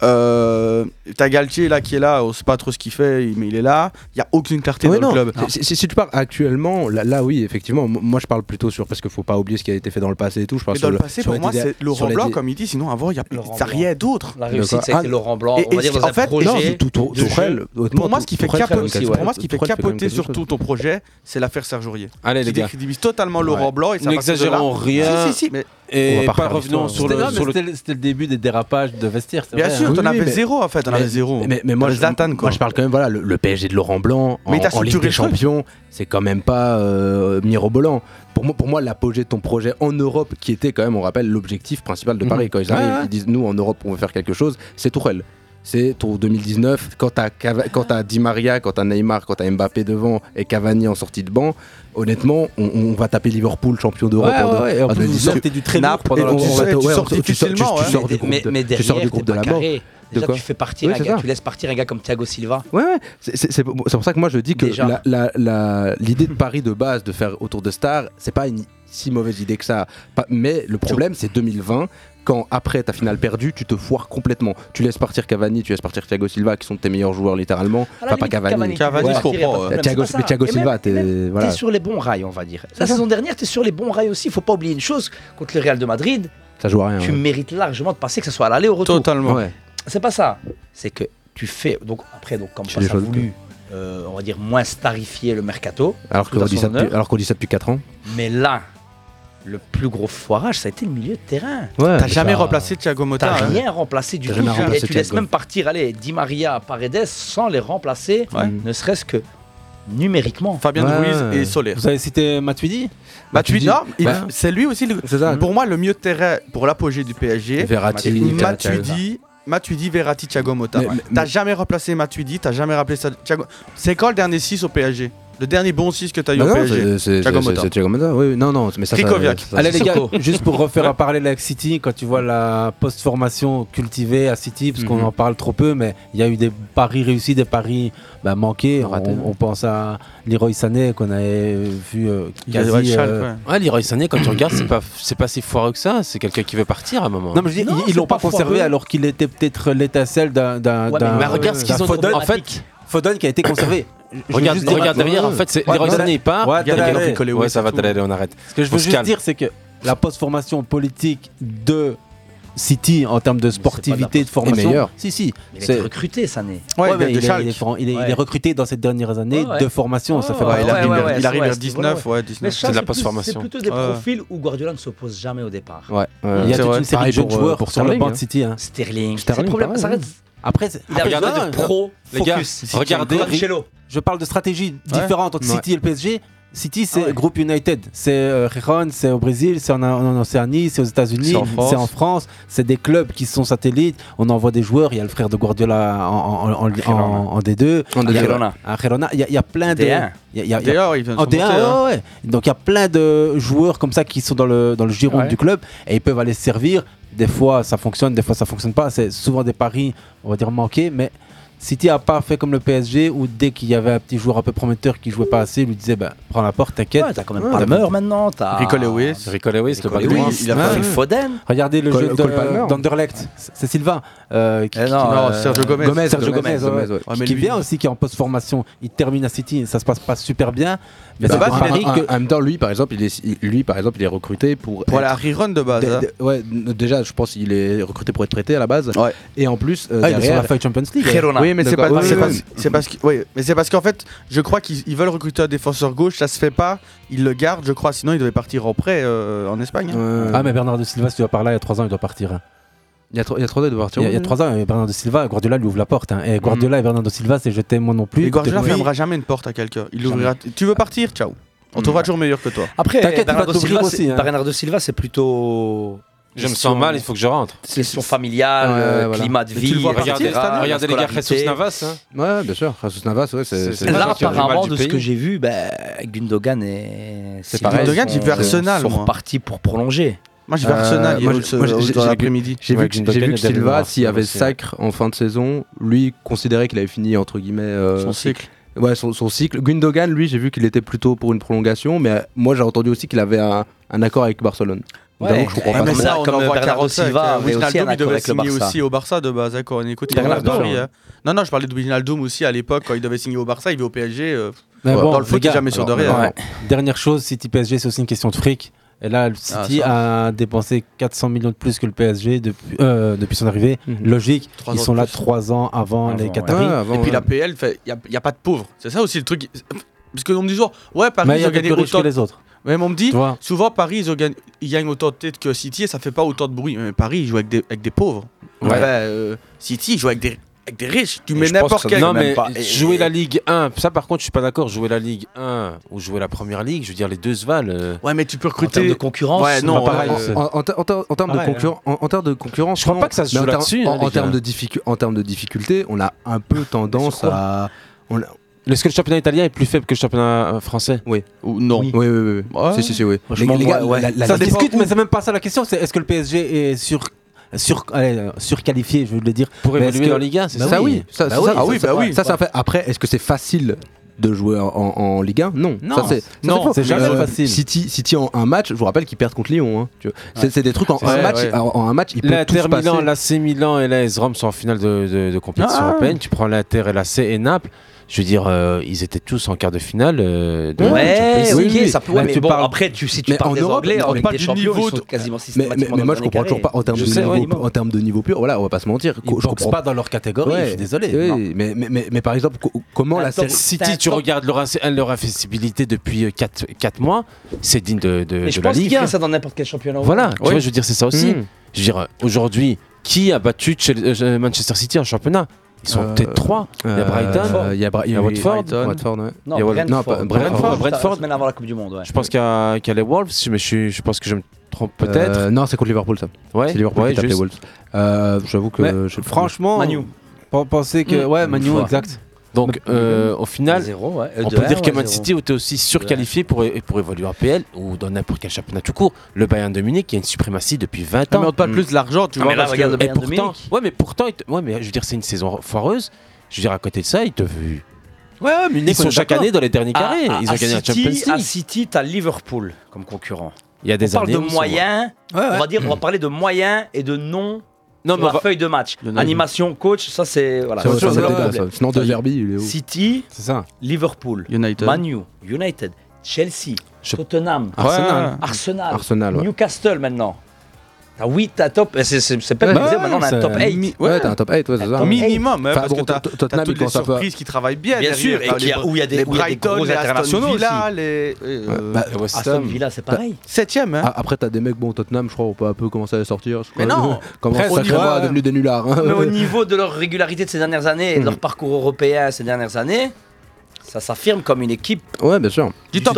[SPEAKER 6] Euh, T'as Galtier là qui est là, on sait pas trop ce qu'il fait, mais il est là. Il y a aucune clarté
[SPEAKER 4] Ah Ouais,
[SPEAKER 6] dans
[SPEAKER 4] non.
[SPEAKER 6] le club.
[SPEAKER 4] Si, si- si tu parles actuellement, là, là, oui, effectivement. m- Moi, je parle plutôt sur parce qu'il faut pas oublier ce qui a été fait dans le passé et tout. Je parle
[SPEAKER 6] Mais
[SPEAKER 4] sur
[SPEAKER 6] dans le
[SPEAKER 4] le-
[SPEAKER 6] passé,
[SPEAKER 4] sur
[SPEAKER 6] pour
[SPEAKER 4] les
[SPEAKER 6] moi,
[SPEAKER 4] idées-
[SPEAKER 6] c'est Laurent
[SPEAKER 4] sur les
[SPEAKER 6] Blanc,
[SPEAKER 4] idées-
[SPEAKER 6] comme il dit. Sinon, avant, il n'y a, t'as
[SPEAKER 19] Blanc.
[SPEAKER 6] rien d'autre.
[SPEAKER 19] La réussite, ça a
[SPEAKER 4] Ah,
[SPEAKER 19] été Laurent Blanc.
[SPEAKER 6] Et-
[SPEAKER 19] on va
[SPEAKER 6] et
[SPEAKER 19] dire
[SPEAKER 6] ce-
[SPEAKER 19] dans
[SPEAKER 6] en
[SPEAKER 19] un
[SPEAKER 6] fait,
[SPEAKER 19] projet.
[SPEAKER 6] non, c'est
[SPEAKER 4] tout- tout-
[SPEAKER 19] de jeu.
[SPEAKER 4] Tourelle, honnêtement,
[SPEAKER 6] Pour moi, ce qui fait,
[SPEAKER 4] Tourelle fait
[SPEAKER 6] capo-
[SPEAKER 4] la même chose.
[SPEAKER 6] pour moi, ce qui fait
[SPEAKER 4] Tourelle fait la même
[SPEAKER 6] capoter
[SPEAKER 4] chose.
[SPEAKER 6] sur tout ton projet, c'est l'affaire Serge Aurier.
[SPEAKER 3] Allez, les
[SPEAKER 6] Qui
[SPEAKER 3] gars.
[SPEAKER 6] décrédibilise totalement Laurent
[SPEAKER 3] Ouais.
[SPEAKER 6] Blanc. et ça passe de là.
[SPEAKER 3] N'exagérons rien.
[SPEAKER 6] Si, si, si, mais-
[SPEAKER 3] Et
[SPEAKER 4] On va
[SPEAKER 3] pas,
[SPEAKER 4] pas refaire
[SPEAKER 3] revenons
[SPEAKER 4] l'histoire.
[SPEAKER 3] sur
[SPEAKER 6] C'était-
[SPEAKER 3] le.
[SPEAKER 6] non, mais
[SPEAKER 3] sur le-
[SPEAKER 6] c'était-
[SPEAKER 3] C'était le début des dérapages de vestiaire. c'est
[SPEAKER 6] Bien
[SPEAKER 3] vrai,
[SPEAKER 6] sûr,
[SPEAKER 3] hein.
[SPEAKER 6] t'en
[SPEAKER 3] Oui,
[SPEAKER 6] avais
[SPEAKER 3] mais-
[SPEAKER 6] zéro en fait, t'en avais
[SPEAKER 4] mais-
[SPEAKER 6] zéro.
[SPEAKER 4] Mais, mais moi,
[SPEAKER 6] Le
[SPEAKER 4] je,
[SPEAKER 6] Zlatan, quoi.
[SPEAKER 4] moi, je parle quand même, voilà, le, le PSG de Laurent Blanc en,
[SPEAKER 6] Mais t'as
[SPEAKER 4] en
[SPEAKER 6] structuré
[SPEAKER 4] Ligue des
[SPEAKER 6] le truc.
[SPEAKER 4] Champions, c'est quand même pas euh, mirobolant. Pour moi, pour moi l'apogée de ton projet en Europe, qui était quand même, on rappelle, l'objectif principal de
[SPEAKER 6] Mhm.
[SPEAKER 4] Paris, quand ils arrivent,
[SPEAKER 3] Ouais, ouais.
[SPEAKER 4] ils disent nous en Europe, on veut faire quelque chose, c'est Tourelle. C'est ton 2019, quand t'as Cava- quand t'as Di Maria, quand t'as Neymar, quand t'as Mbappé devant et Cavani en sortie de banc, honnêtement, on, on va taper Liverpool champion d'Europe.
[SPEAKER 3] Ouais,
[SPEAKER 4] en
[SPEAKER 3] ouais, ouais, et en
[SPEAKER 4] en
[SPEAKER 3] plus, vous
[SPEAKER 4] 2019.
[SPEAKER 3] sortez du très lourd
[SPEAKER 4] bah, Naples,
[SPEAKER 3] pendant
[SPEAKER 4] et
[SPEAKER 3] la-
[SPEAKER 4] on-
[SPEAKER 3] tu
[SPEAKER 4] on
[SPEAKER 3] sors-
[SPEAKER 4] va-
[SPEAKER 3] tu
[SPEAKER 4] ouais,
[SPEAKER 3] sors
[SPEAKER 4] on- tu- tu-
[SPEAKER 19] difficilement,
[SPEAKER 4] tu- tu
[SPEAKER 19] ouais.
[SPEAKER 4] sors du groupe
[SPEAKER 19] Mais-
[SPEAKER 4] de-
[SPEAKER 19] mais
[SPEAKER 4] tu sors
[SPEAKER 19] derrière,
[SPEAKER 4] du groupe
[SPEAKER 19] t'es
[SPEAKER 4] de la
[SPEAKER 19] pas
[SPEAKER 4] mort.
[SPEAKER 19] carré.
[SPEAKER 4] De
[SPEAKER 19] Déjà,
[SPEAKER 4] quoi
[SPEAKER 19] tu fais partir
[SPEAKER 4] Oui,
[SPEAKER 19] un
[SPEAKER 4] c'est
[SPEAKER 19] gars,
[SPEAKER 4] ça.
[SPEAKER 19] tu laisses partir un gars comme Thiago Silva.
[SPEAKER 4] Ouais, ouais. C'est- C'est c'est pour c'est pour ça que moi je dis que
[SPEAKER 19] Déjà.
[SPEAKER 4] la- la- la- l'idée de Paris de base de faire autour de stars, c'est pas une si mauvaise idée que ça. Pas- mais le problème, c'est 2020. Quand après ta finale perdue, tu te foires complètement. Tu laisses partir Cavani, tu laisses partir Thiago Silva, qui sont tes meilleurs joueurs
[SPEAKER 19] À
[SPEAKER 4] littéralement.
[SPEAKER 19] la
[SPEAKER 4] Enfin, pas
[SPEAKER 19] limite, Ah Cavani,
[SPEAKER 4] Cavani.
[SPEAKER 19] tu peux partir, y a pas de problème,
[SPEAKER 4] Thiago,
[SPEAKER 19] c'est pas
[SPEAKER 4] mais
[SPEAKER 19] ça.
[SPEAKER 4] Thiago
[SPEAKER 19] Et
[SPEAKER 4] Silva,
[SPEAKER 19] même-
[SPEAKER 4] t'es voilà.
[SPEAKER 19] T'es sur les bons rails, on va dire. La saison dernière, t'es sur les bons rails aussi. Faut pas oublier une chose contre le Real de Madrid,
[SPEAKER 4] Ça joue à rien.
[SPEAKER 19] tu
[SPEAKER 4] ouais.
[SPEAKER 19] mérites largement de passer que ce soit à l'aller ou au retour.
[SPEAKER 6] Totalement.
[SPEAKER 4] Ouais.
[SPEAKER 19] C'est pas ça. C'est que tu fais. Donc après, donc comme
[SPEAKER 4] Tu
[SPEAKER 19] ça,
[SPEAKER 4] les
[SPEAKER 19] ça a
[SPEAKER 4] choses-
[SPEAKER 19] voulu, euh, on va dire, moins starifier le mercato.
[SPEAKER 4] Alors
[SPEAKER 19] Tout
[SPEAKER 4] qu'on
[SPEAKER 19] à
[SPEAKER 4] dit,
[SPEAKER 19] son
[SPEAKER 4] ça depuis-
[SPEAKER 19] honneur.
[SPEAKER 4] alors qu'on dit ça depuis 4 ans.
[SPEAKER 19] Mais là, le plus gros foirage, ça a été le milieu de terrain.
[SPEAKER 4] Ouais,
[SPEAKER 6] T'as
[SPEAKER 4] mais
[SPEAKER 6] jamais
[SPEAKER 4] ça-
[SPEAKER 6] remplacé Thiago Motta.
[SPEAKER 19] T'as
[SPEAKER 6] hein.
[SPEAKER 19] rien remplacé du
[SPEAKER 4] T'as
[SPEAKER 19] tout.
[SPEAKER 4] jamais
[SPEAKER 19] Et
[SPEAKER 4] remplacé
[SPEAKER 19] tu laisses
[SPEAKER 4] Thiago.
[SPEAKER 19] même partir, allez, Di Maria, Paredes, sans les remplacer, ne serait-ce que numériquement.
[SPEAKER 6] Fabien
[SPEAKER 3] Ouais.
[SPEAKER 6] Ruiz et Soler.
[SPEAKER 3] Vous avez cité Matuidi
[SPEAKER 6] Matuidi,
[SPEAKER 3] Matuidi,
[SPEAKER 6] non, il-
[SPEAKER 3] bah.
[SPEAKER 6] c'est lui aussi. le- Pour moi, le mieux de terrain pour l'apogée du PSG,
[SPEAKER 4] Verratti,
[SPEAKER 6] Matuidi, Matuidi, Verratti, Thiago Motta. T'as jamais remplacé Matuidi, t'as jamais remplacé ça- Thiago. C'est quand le dernier 6 au PSG Le dernier bon 6 que t'as eu
[SPEAKER 4] Bah
[SPEAKER 6] au
[SPEAKER 4] non,
[SPEAKER 6] PSG
[SPEAKER 4] c'est- c'est-
[SPEAKER 6] Thiago
[SPEAKER 4] c'est-
[SPEAKER 6] Motta.
[SPEAKER 4] c'est Thiago Motta. Oui, oui, non, non, mais ça. ça-
[SPEAKER 6] Krikoviak.
[SPEAKER 4] ça-
[SPEAKER 3] Allez les gars,
[SPEAKER 4] Sissoko.
[SPEAKER 3] juste pour refaire un parallèle avec City, quand tu vois la post-formation cultivée à City, parce qu'on
[SPEAKER 4] Mhm.
[SPEAKER 3] en parle trop peu, mais il y a eu des paris réussis, des paris bah, manqués.
[SPEAKER 4] Ratés,
[SPEAKER 3] On, on pense à Leroy Sané qu'on avait vu euh,
[SPEAKER 6] Il y a
[SPEAKER 3] quasi.
[SPEAKER 6] Leroy Schalke,
[SPEAKER 3] euh,
[SPEAKER 6] ouais.
[SPEAKER 5] Ouais, Leroy Sané, quand tu regardes, c'est pas, c'est pas si foireux que ça. C'est quelqu'un qui veut partir à un moment.
[SPEAKER 3] Non mais je dis,
[SPEAKER 19] Non,
[SPEAKER 3] ils ils l'ont
[SPEAKER 19] c'est
[SPEAKER 3] pas,
[SPEAKER 19] pas
[SPEAKER 3] conservé
[SPEAKER 19] foireux.
[SPEAKER 3] alors qu'il était peut-être l'étincelle d'un. d'un-
[SPEAKER 19] Ouais, mais-
[SPEAKER 3] d'un-
[SPEAKER 5] mais regarde ce qu'ils
[SPEAKER 3] d'un
[SPEAKER 5] ont
[SPEAKER 3] Foden,
[SPEAKER 5] en fait.
[SPEAKER 3] Foden qui a été conservé. Je- je veux
[SPEAKER 5] Regarde,
[SPEAKER 3] juste dire-
[SPEAKER 5] regarde derrière, en fait, c'est
[SPEAKER 3] Ouais,
[SPEAKER 5] Leroy
[SPEAKER 3] Dele-
[SPEAKER 5] Sané, il part.
[SPEAKER 3] Ouais,
[SPEAKER 5] il y a
[SPEAKER 3] Dele
[SPEAKER 5] quelqu'un
[SPEAKER 3] Alli.
[SPEAKER 5] qui fait le ouais, ça va, Dele Alli, on arrête.
[SPEAKER 3] Ce que je veux juste dire, c'est que la post-formation politique de City en termes de sportivité, de
[SPEAKER 4] post-formation.
[SPEAKER 3] formation,
[SPEAKER 4] Est meilleure.
[SPEAKER 3] Si, si.
[SPEAKER 19] Il a
[SPEAKER 3] c'est-
[SPEAKER 19] été recruté, Sané.
[SPEAKER 3] Ouais,
[SPEAKER 6] Ouais, il
[SPEAKER 3] mais
[SPEAKER 6] vient
[SPEAKER 3] il,
[SPEAKER 6] de
[SPEAKER 3] est,
[SPEAKER 6] Schalke.
[SPEAKER 3] il est for- il est- il est
[SPEAKER 19] Ouais.
[SPEAKER 3] recruté dans ces dernières années
[SPEAKER 19] Ouais, ouais.
[SPEAKER 3] de formation. ça fait
[SPEAKER 6] ouais,
[SPEAKER 3] pas
[SPEAKER 6] il
[SPEAKER 3] mal.
[SPEAKER 6] arrive- il arrive vers
[SPEAKER 19] à ce
[SPEAKER 6] 19,
[SPEAKER 19] niveau-là,
[SPEAKER 6] ouais, 19.
[SPEAKER 19] Mais
[SPEAKER 6] C'est
[SPEAKER 19] Schalke,
[SPEAKER 5] de la
[SPEAKER 19] c'est plus-
[SPEAKER 5] post-formation.
[SPEAKER 19] C'est plutôt des
[SPEAKER 6] Ouais.
[SPEAKER 19] profils où Guardiola ne s'oppose jamais au départ.
[SPEAKER 4] Ouais. ouais.
[SPEAKER 3] Il y a
[SPEAKER 6] C'est
[SPEAKER 3] toute
[SPEAKER 6] vrai.
[SPEAKER 3] une série de
[SPEAKER 4] Pareil
[SPEAKER 3] jeunes
[SPEAKER 4] pour, euh,
[SPEAKER 3] joueurs
[SPEAKER 4] pour
[SPEAKER 3] sur le
[SPEAKER 4] Sterling,
[SPEAKER 3] banc de
[SPEAKER 4] hein.
[SPEAKER 3] City. hein.
[SPEAKER 19] Sterling, c'est le
[SPEAKER 4] Sterling,
[SPEAKER 19] problème.
[SPEAKER 4] pareil,
[SPEAKER 19] Ça reste-
[SPEAKER 3] Après, c'est-
[SPEAKER 19] Il a
[SPEAKER 3] après,
[SPEAKER 19] besoin
[SPEAKER 3] voilà,
[SPEAKER 19] de pro,
[SPEAKER 5] Les gars,
[SPEAKER 19] focus.
[SPEAKER 5] regardez.
[SPEAKER 19] Cancelo.
[SPEAKER 3] Je parle de stratégie
[SPEAKER 6] Ouais.
[SPEAKER 3] différente entre
[SPEAKER 4] Ouais.
[SPEAKER 3] City et le PSG. City, c'est
[SPEAKER 19] Ah ouais.
[SPEAKER 3] groupe United. C'est euh, Gijón, c'est au Brésil, c'est en, en Océanie, c'est aux États-Unis,
[SPEAKER 6] C'est en France.
[SPEAKER 3] c'est en France. C'est des clubs qui sont satellites. On envoie des joueurs. Il y a le frère de Guardiola en, en, en- en- en- en D2.
[SPEAKER 19] En
[SPEAKER 3] Il y a-
[SPEAKER 19] Girona.
[SPEAKER 3] à Girona. Il y a- il y a plein
[SPEAKER 19] D1.
[SPEAKER 3] de. il y a- il y a- il y a-
[SPEAKER 6] D'ailleurs, il vient de
[SPEAKER 3] en
[SPEAKER 6] se
[SPEAKER 3] D1,
[SPEAKER 6] monter, hein.
[SPEAKER 3] ouais, ouais. Donc il y a plein de joueurs comme ça qui sont dans le, dans le giron
[SPEAKER 5] Ouais.
[SPEAKER 3] du club et ils peuvent aller se servir. Des fois ça fonctionne, des fois ça fonctionne pas. C'est souvent des paris, on va dire, manqués, mais City a pas fait comme le PSG où dès qu'il y avait un petit joueur un peu prometteur qui jouait pas assez, il lui disait bah, prends la porte, t'inquiète.
[SPEAKER 19] Ouais, t'as quand même Palmer maintenant, t'as- Rico Lewis.
[SPEAKER 3] Rico Lewis,
[SPEAKER 19] Rico Lewis, il a pas fait Foden.
[SPEAKER 3] Regardez le
[SPEAKER 19] Col-
[SPEAKER 3] jeu
[SPEAKER 19] Cole
[SPEAKER 3] d'O-
[SPEAKER 19] Palmer.
[SPEAKER 3] d'Anderlecht, c'est Sylvain. euh, qui,
[SPEAKER 19] Eh non, non, Sergio Gomez.
[SPEAKER 3] Sergio Gomez,
[SPEAKER 19] Gomez,
[SPEAKER 3] ouais,
[SPEAKER 19] Gomez, ouais.
[SPEAKER 3] qui-
[SPEAKER 19] Ouais, mais
[SPEAKER 3] qui
[SPEAKER 19] lui-
[SPEAKER 3] vient aussi, qui est en post-formation. Il termine à City, ça se passe pas super bien. Mais
[SPEAKER 4] Bah,
[SPEAKER 3] c'est
[SPEAKER 4] bah,
[SPEAKER 3] pas
[SPEAKER 4] en-
[SPEAKER 3] pareil
[SPEAKER 4] en-
[SPEAKER 3] que-
[SPEAKER 6] Ah,
[SPEAKER 4] En même temps, lui, par exemple, il est, il- lui, par exemple, il est recruté pour.
[SPEAKER 3] Pour la
[SPEAKER 4] rerun de base.
[SPEAKER 6] hein.
[SPEAKER 4] ouais, n- déjà, je pense qu'il est recruté pour être prêté à la base. Et en plus, euh,
[SPEAKER 6] Ah, il est sur
[SPEAKER 4] derrière,
[SPEAKER 6] la feuille
[SPEAKER 3] Champions
[SPEAKER 6] Oui, mais c'est pas.
[SPEAKER 4] oui,
[SPEAKER 6] euh, c'est
[SPEAKER 4] oui,
[SPEAKER 6] pas-
[SPEAKER 4] oui.
[SPEAKER 6] c'est parce que. Oui, mais c'est parce qu'en fait, je crois qu'ils ils veulent recruter un défenseur gauche. Ça se fait pas. Ils le gardent, je crois. Sinon, il devait partir en prêt euh, en Espagne. hein.
[SPEAKER 3] Ah, mais Bernardo Silva, si tu vas par là, il y a 3 ans, il doit partir. hein.
[SPEAKER 4] Il y a trois il y a trois doigts de partir.
[SPEAKER 3] Il y a- il y a 3 ans, et Bernardo Silva, Guardiola lui ouvre la porte. hein. Et Guardiola et Bernardo Silva, c'est je t'aime moi non plus.
[SPEAKER 6] Hmm. Et Guardiola
[SPEAKER 3] Écoute,
[SPEAKER 6] fermera jamais une porte à quelqu'un. Il l'ouvrira. Tu veux partir Ciao. On trouvera toujours meilleur que toi.
[SPEAKER 19] Après,
[SPEAKER 6] T'inquiète, il va
[SPEAKER 19] Bernardo
[SPEAKER 6] t'ouvrir
[SPEAKER 19] Silva,
[SPEAKER 6] aussi,
[SPEAKER 19] c'est-
[SPEAKER 6] hein.
[SPEAKER 19] Bernardo Silva, c'est plutôt.
[SPEAKER 5] Je me sens mal, il faut que je rentre.
[SPEAKER 19] Question
[SPEAKER 4] Ah,
[SPEAKER 19] familiale, euh,
[SPEAKER 4] Ouais, voilà.
[SPEAKER 19] climat de
[SPEAKER 4] Et tu
[SPEAKER 19] vie.
[SPEAKER 4] le vois partir,
[SPEAKER 19] regardez,
[SPEAKER 4] cette année
[SPEAKER 5] regardez les gars,
[SPEAKER 19] scolarité.
[SPEAKER 5] Jesus Navas. hein.
[SPEAKER 4] Ouais, bien sûr. Rasus Navas, ouais, c'est. c'est-
[SPEAKER 19] Là,
[SPEAKER 4] c'est-
[SPEAKER 19] apparemment,
[SPEAKER 4] c'est-
[SPEAKER 19] de ce que j'ai vu, ben, Gundogan et.
[SPEAKER 4] C'est
[SPEAKER 19] Silva
[SPEAKER 4] pareil. Gundogan,
[SPEAKER 19] sont-
[SPEAKER 4] j'ai vu Arsenal,
[SPEAKER 19] sont
[SPEAKER 4] moi.
[SPEAKER 19] repartis pour prolonger.
[SPEAKER 6] Moi,
[SPEAKER 4] Euh, moi, je- moi, j'ai- j'ai- J'ai vu, que- j'ai vu que Silva, s'il y avait Sacre en fin de saison, lui considérait qu'il avait fini entre guillemets euh,
[SPEAKER 6] Son cycle.
[SPEAKER 4] Ouais, son, son cycle. Gundogan, lui, j'ai vu qu'il était plutôt pour une prolongation, mais euh, moi j'ai entendu aussi qu'il avait un, un accord avec Barcelone.
[SPEAKER 19] Ouais,
[SPEAKER 4] D'abord, je comprends
[SPEAKER 6] Ah,
[SPEAKER 19] mais
[SPEAKER 4] pas.
[SPEAKER 19] ça, on en voit Bernardo Silva, mais aussi un
[SPEAKER 6] hein. Wijnaldum, il
[SPEAKER 19] accord
[SPEAKER 6] devait
[SPEAKER 19] avec le
[SPEAKER 6] signer
[SPEAKER 19] Barça.
[SPEAKER 6] aussi au Barça de base, quand on écoute. euh,
[SPEAKER 19] Bernardo, ouais.
[SPEAKER 6] Non, non, je parlais de Wijnaldum aussi à l'époque, quand il devait signer au Barça, il va au PSG. euh,
[SPEAKER 3] Mais bon,
[SPEAKER 6] dans le foot,
[SPEAKER 3] les
[SPEAKER 6] il est
[SPEAKER 3] gars,
[SPEAKER 6] jamais sûr de
[SPEAKER 3] alors,
[SPEAKER 6] rien. hein.
[SPEAKER 3] alors, Dernière chose, City PSG, c'est aussi une question de fric. Et là, le
[SPEAKER 6] Ah,
[SPEAKER 3] City a dépensé 400 millions de plus que le PSG depuis, euh, depuis son arrivée.
[SPEAKER 4] Mhm.
[SPEAKER 3] Logique,
[SPEAKER 6] Hmm. Trois
[SPEAKER 3] ils
[SPEAKER 6] ans
[SPEAKER 3] sont
[SPEAKER 6] de
[SPEAKER 3] là
[SPEAKER 6] plus.
[SPEAKER 3] trois ans avant, les Qataris.
[SPEAKER 6] et puis la PL, il n'y a, pas de pauvres. C'est ça aussi le truc. Parce que on me dit toujours, ouais, Paris,
[SPEAKER 3] Mais il y
[SPEAKER 6] ils
[SPEAKER 3] a
[SPEAKER 6] ont
[SPEAKER 3] des
[SPEAKER 6] gagné
[SPEAKER 3] plus riches
[SPEAKER 6] autant.
[SPEAKER 3] que les autres.
[SPEAKER 6] Ouais, mais on me dit,
[SPEAKER 3] Tu vois.
[SPEAKER 6] souvent Paris, ils, ont gagné- ils gagnent autant de têtes que City et ça fait pas autant de bruit. Mais Paris, ils jouent avec des, avec des pauvres.
[SPEAKER 5] Ouais.
[SPEAKER 6] Ouais. bah, euh, City, ils jouent avec des, avec des riches. Tu
[SPEAKER 5] Et
[SPEAKER 6] mets
[SPEAKER 5] je pense
[SPEAKER 6] n'importe
[SPEAKER 5] que-
[SPEAKER 6] quel.
[SPEAKER 5] Non, mais jouer la Ligue 1, ça par contre, je suis pas d'accord. Jouer la Ligue 1 ou jouer la première Ligue, je veux dire, les deux se valent. euh.
[SPEAKER 6] Ouais, mais tu peux
[SPEAKER 5] recruter-
[SPEAKER 19] termes de concurrence,
[SPEAKER 5] Ouais,
[SPEAKER 19] c'est
[SPEAKER 5] non,
[SPEAKER 19] pas
[SPEAKER 5] ouais,
[SPEAKER 19] pareil.
[SPEAKER 5] ouais.
[SPEAKER 4] En, en- en ter- en termes de
[SPEAKER 5] Pareil,
[SPEAKER 4] concurrence, en, en termes de concurrence,
[SPEAKER 5] Je crois
[SPEAKER 4] non.
[SPEAKER 5] pas que ça se
[SPEAKER 4] Mais
[SPEAKER 5] joue
[SPEAKER 4] en ter-
[SPEAKER 5] là-dessus, hein,
[SPEAKER 4] En, en
[SPEAKER 5] les
[SPEAKER 4] termes
[SPEAKER 5] gars.
[SPEAKER 4] de difficu- en termes de difficulté, on a un peu tendance
[SPEAKER 5] quoi
[SPEAKER 4] à. on a-
[SPEAKER 5] Est-ce que le championnat italien est plus faible que le championnat euh, français
[SPEAKER 4] Oui.
[SPEAKER 6] Ou non
[SPEAKER 4] Oui, oui, oui. oui. Si, si, si, oui. Les- les gars, la- la-
[SPEAKER 3] ça
[SPEAKER 4] la-
[SPEAKER 3] discute, mais c'est même pas ça la question. C'est est-ce que le PSG est sur sur allez, euh, surqualifié, je veux le dire,
[SPEAKER 4] Pour
[SPEAKER 3] mais
[SPEAKER 4] évoluer
[SPEAKER 3] est-ce que-
[SPEAKER 4] dans Ligue 1, c'est
[SPEAKER 3] Bah
[SPEAKER 4] ça oui. Ça,
[SPEAKER 3] Bah
[SPEAKER 4] ça, ça,
[SPEAKER 3] oui, ça,
[SPEAKER 4] ça,
[SPEAKER 3] ça,
[SPEAKER 4] ça,
[SPEAKER 3] ouais.
[SPEAKER 4] ça, ça fait. Après, est-ce que c'est facile de jouer en, en- en Ligue 1 Non.
[SPEAKER 3] Non,
[SPEAKER 4] ça, c'est, ça,
[SPEAKER 3] non,
[SPEAKER 4] faux.
[SPEAKER 3] c'est jamais
[SPEAKER 4] Euh,
[SPEAKER 3] facile.
[SPEAKER 4] City, City en un match, je vous rappelle qu'ils perdent contre Lyon. hein, tu vois. C'est, c'est des trucs en,
[SPEAKER 5] C'est
[SPEAKER 4] un
[SPEAKER 5] ça,
[SPEAKER 4] match,
[SPEAKER 5] ouais.
[SPEAKER 4] en, en un match, ils peuvent tout
[SPEAKER 5] L'Inter
[SPEAKER 4] se passer.
[SPEAKER 5] Milan, l'AC Milan et l'AS Rome sont en finale de, de- de compétition
[SPEAKER 4] Ah.
[SPEAKER 5] européenne. Tu prends l'Inter et l'AC et Naples. Je veux dire, euh, ils étaient tous en quart de finale. euh, de la
[SPEAKER 19] Ouais,
[SPEAKER 5] Champions League.
[SPEAKER 19] ok, ça peut. ouais, mais bon, après, tu, si tu
[SPEAKER 4] mais
[SPEAKER 19] parles
[SPEAKER 4] en
[SPEAKER 19] des
[SPEAKER 4] Europe,
[SPEAKER 19] Anglais,
[SPEAKER 4] mais
[SPEAKER 19] en
[SPEAKER 4] on
[SPEAKER 19] Ligue
[SPEAKER 4] parle
[SPEAKER 19] des
[SPEAKER 4] du
[SPEAKER 19] Champions,
[SPEAKER 4] niveau
[SPEAKER 19] ils
[SPEAKER 4] de-
[SPEAKER 19] sont quasiment
[SPEAKER 4] Mais, mais- mais
[SPEAKER 19] systématiquement dans
[SPEAKER 4] moi
[SPEAKER 19] le
[SPEAKER 4] je comprends
[SPEAKER 19] dernier
[SPEAKER 4] toujours pas en termes,
[SPEAKER 19] carré.
[SPEAKER 4] de niveau, en termes de niveau pur. Voilà, on va pas se mentir.
[SPEAKER 3] Ils
[SPEAKER 4] co- je
[SPEAKER 3] boxent
[SPEAKER 4] comprends
[SPEAKER 3] pas dans leur catégorie, je suis désolé.
[SPEAKER 4] Oui,
[SPEAKER 3] Non.
[SPEAKER 4] mais, mais, mais, mais par exemple, co- comment la série
[SPEAKER 5] City, tu regardes leur, ins- leur accessibilité depuis 4, mois, c'est digne de, de-
[SPEAKER 19] Et je
[SPEAKER 5] de la
[SPEAKER 19] pense qu'ils
[SPEAKER 5] Ligue 1.
[SPEAKER 19] feraient ça dans n'importe quel championnat.
[SPEAKER 5] Voilà, tu
[SPEAKER 19] Oui.
[SPEAKER 5] vois, je veux dire, c'est ça aussi.
[SPEAKER 4] Hmm.
[SPEAKER 19] Mm.
[SPEAKER 5] Je veux dire, euh, aujourd'hui, qui a battu Chel- euh, euh, Manchester City en championnat Ils sont
[SPEAKER 4] Euh,
[SPEAKER 5] peut-être trois. Il y a
[SPEAKER 4] euh,
[SPEAKER 5] Brighton,
[SPEAKER 4] il y a Bra-
[SPEAKER 5] il y a
[SPEAKER 4] oui,
[SPEAKER 5] Watford.
[SPEAKER 4] Brighton. Watford, ouais.
[SPEAKER 19] Non,
[SPEAKER 5] Il y a Wal-
[SPEAKER 19] Brentford.
[SPEAKER 5] pas-
[SPEAKER 19] Brentford,
[SPEAKER 5] Brentford.
[SPEAKER 19] la
[SPEAKER 5] Brentford.
[SPEAKER 19] semaine avant la Coupe du Monde. ouais.
[SPEAKER 5] Je pense qu'il y, a qu'il y a les Wolves, je- mais je, suis- je pense que je me trompe peut-être.
[SPEAKER 4] Euh, non, c'est contre Liverpool ça.
[SPEAKER 5] Ouais,
[SPEAKER 4] c'est Liverpool
[SPEAKER 5] ouais,
[SPEAKER 4] qui tape les
[SPEAKER 5] juste.
[SPEAKER 4] Wolves. Euh, J'avoue que
[SPEAKER 3] Mais
[SPEAKER 4] je sais plus.
[SPEAKER 3] franchement,
[SPEAKER 5] Manu.
[SPEAKER 3] pen- pensez que
[SPEAKER 5] Mm.
[SPEAKER 3] ouais,
[SPEAKER 5] Une
[SPEAKER 3] Manu,
[SPEAKER 5] fois.
[SPEAKER 3] exact.
[SPEAKER 5] Donc euh, au final,
[SPEAKER 19] Zéro, ouais.
[SPEAKER 5] on
[SPEAKER 19] De
[SPEAKER 5] peut
[SPEAKER 19] un,
[SPEAKER 5] dire que
[SPEAKER 19] ouais,
[SPEAKER 5] Man
[SPEAKER 19] zéro.
[SPEAKER 5] City était aussi surqualifié pour, é- pour évoluer en PL ou dans n'importe quel championnat tout court. Le Bayern de Munich, il y a une suprématie depuis 20
[SPEAKER 6] Ah,
[SPEAKER 5] ans.
[SPEAKER 6] mais on te parle plus de l'argent, tu
[SPEAKER 5] Ah,
[SPEAKER 6] vois,
[SPEAKER 5] mais là,
[SPEAKER 6] parce
[SPEAKER 5] regarde
[SPEAKER 6] que-
[SPEAKER 5] le
[SPEAKER 6] Et
[SPEAKER 5] Bayern de
[SPEAKER 6] pourtant-
[SPEAKER 5] Munich. Ouais, mais pourtant, il te- ouais, mais je veux dire, c'est une saison foireuse. Je veux dire, à côté de ça, ils te
[SPEAKER 19] Ouais,
[SPEAKER 5] mais Nick, Ils sont on est chaque d'accord. année dans les derniers carrés. Ils ont gagné la Champions League.
[SPEAKER 19] À City, t'as Liverpool comme concurrent.
[SPEAKER 5] Il y a des
[SPEAKER 19] on parle
[SPEAKER 5] années
[SPEAKER 19] de
[SPEAKER 5] où ils sont-
[SPEAKER 19] moyens.
[SPEAKER 5] Ouais, ouais.
[SPEAKER 19] On va dire, on va parler de moyens et de non.
[SPEAKER 5] Non,
[SPEAKER 19] sur
[SPEAKER 5] mais on
[SPEAKER 19] la
[SPEAKER 5] va-
[SPEAKER 19] feuille de match.
[SPEAKER 5] nom.
[SPEAKER 19] Animation, coach, ça c'est voilà.
[SPEAKER 4] Ça,
[SPEAKER 19] c'est
[SPEAKER 4] c'est un
[SPEAKER 19] le
[SPEAKER 4] autre
[SPEAKER 19] problème.
[SPEAKER 4] débat, ça. Sinon, De Zerbi, il est où
[SPEAKER 19] City, Liverpool,
[SPEAKER 6] United.
[SPEAKER 19] Man U, United, Chelsea, Tottenham,
[SPEAKER 4] Arsenal.
[SPEAKER 19] Arsenal,
[SPEAKER 4] Arsenal, ouais.
[SPEAKER 19] Newcastle maintenant. T'as 8, t'as top. eh, C'est c'est- c'est pas
[SPEAKER 4] Ouais,
[SPEAKER 19] dire
[SPEAKER 4] ouais,
[SPEAKER 19] maintenant on a un
[SPEAKER 4] c'est-
[SPEAKER 19] top 8.
[SPEAKER 4] mi- Ouais, t'as un top 8, ouais, c'est ça.
[SPEAKER 6] Minimum, hein,
[SPEAKER 4] Enfin,
[SPEAKER 6] parce
[SPEAKER 4] bon,
[SPEAKER 6] que t'as
[SPEAKER 4] Tot-
[SPEAKER 6] t'as
[SPEAKER 4] Tottenham,
[SPEAKER 6] toutes
[SPEAKER 4] ils
[SPEAKER 6] les
[SPEAKER 4] commencent un peu à-
[SPEAKER 6] surprises qui travaillent bien.
[SPEAKER 19] Bien
[SPEAKER 6] derrière.
[SPEAKER 19] sûr, et
[SPEAKER 6] T'as
[SPEAKER 19] qu'il y a-
[SPEAKER 6] les-
[SPEAKER 19] où il y a des-
[SPEAKER 6] les
[SPEAKER 19] où il y a des
[SPEAKER 6] Brighton,
[SPEAKER 19] gros
[SPEAKER 6] les Aston
[SPEAKER 19] internationaux
[SPEAKER 6] Villa,
[SPEAKER 19] aussi.
[SPEAKER 6] les.
[SPEAKER 4] Euh, bah,
[SPEAKER 19] Aston Villa, c'est pareil.
[SPEAKER 6] Septième, hein.
[SPEAKER 4] Ah, Après, t'as des mecs, bon, Tottenham, je crois, on peut un peu commencer à les sortir. je
[SPEAKER 19] Mais
[SPEAKER 4] crois.
[SPEAKER 19] non
[SPEAKER 4] Comment
[SPEAKER 19] Presque.
[SPEAKER 4] ça,
[SPEAKER 19] Au niveau-
[SPEAKER 4] a devenu des nullards. hein. Mm.
[SPEAKER 19] Mais au niveau de leur régularité de ces dernières années et de leur parcours européen ces dernières années, Ça s'affirme comme une équipe.
[SPEAKER 4] Ouais, bien sûr.
[SPEAKER 3] Du top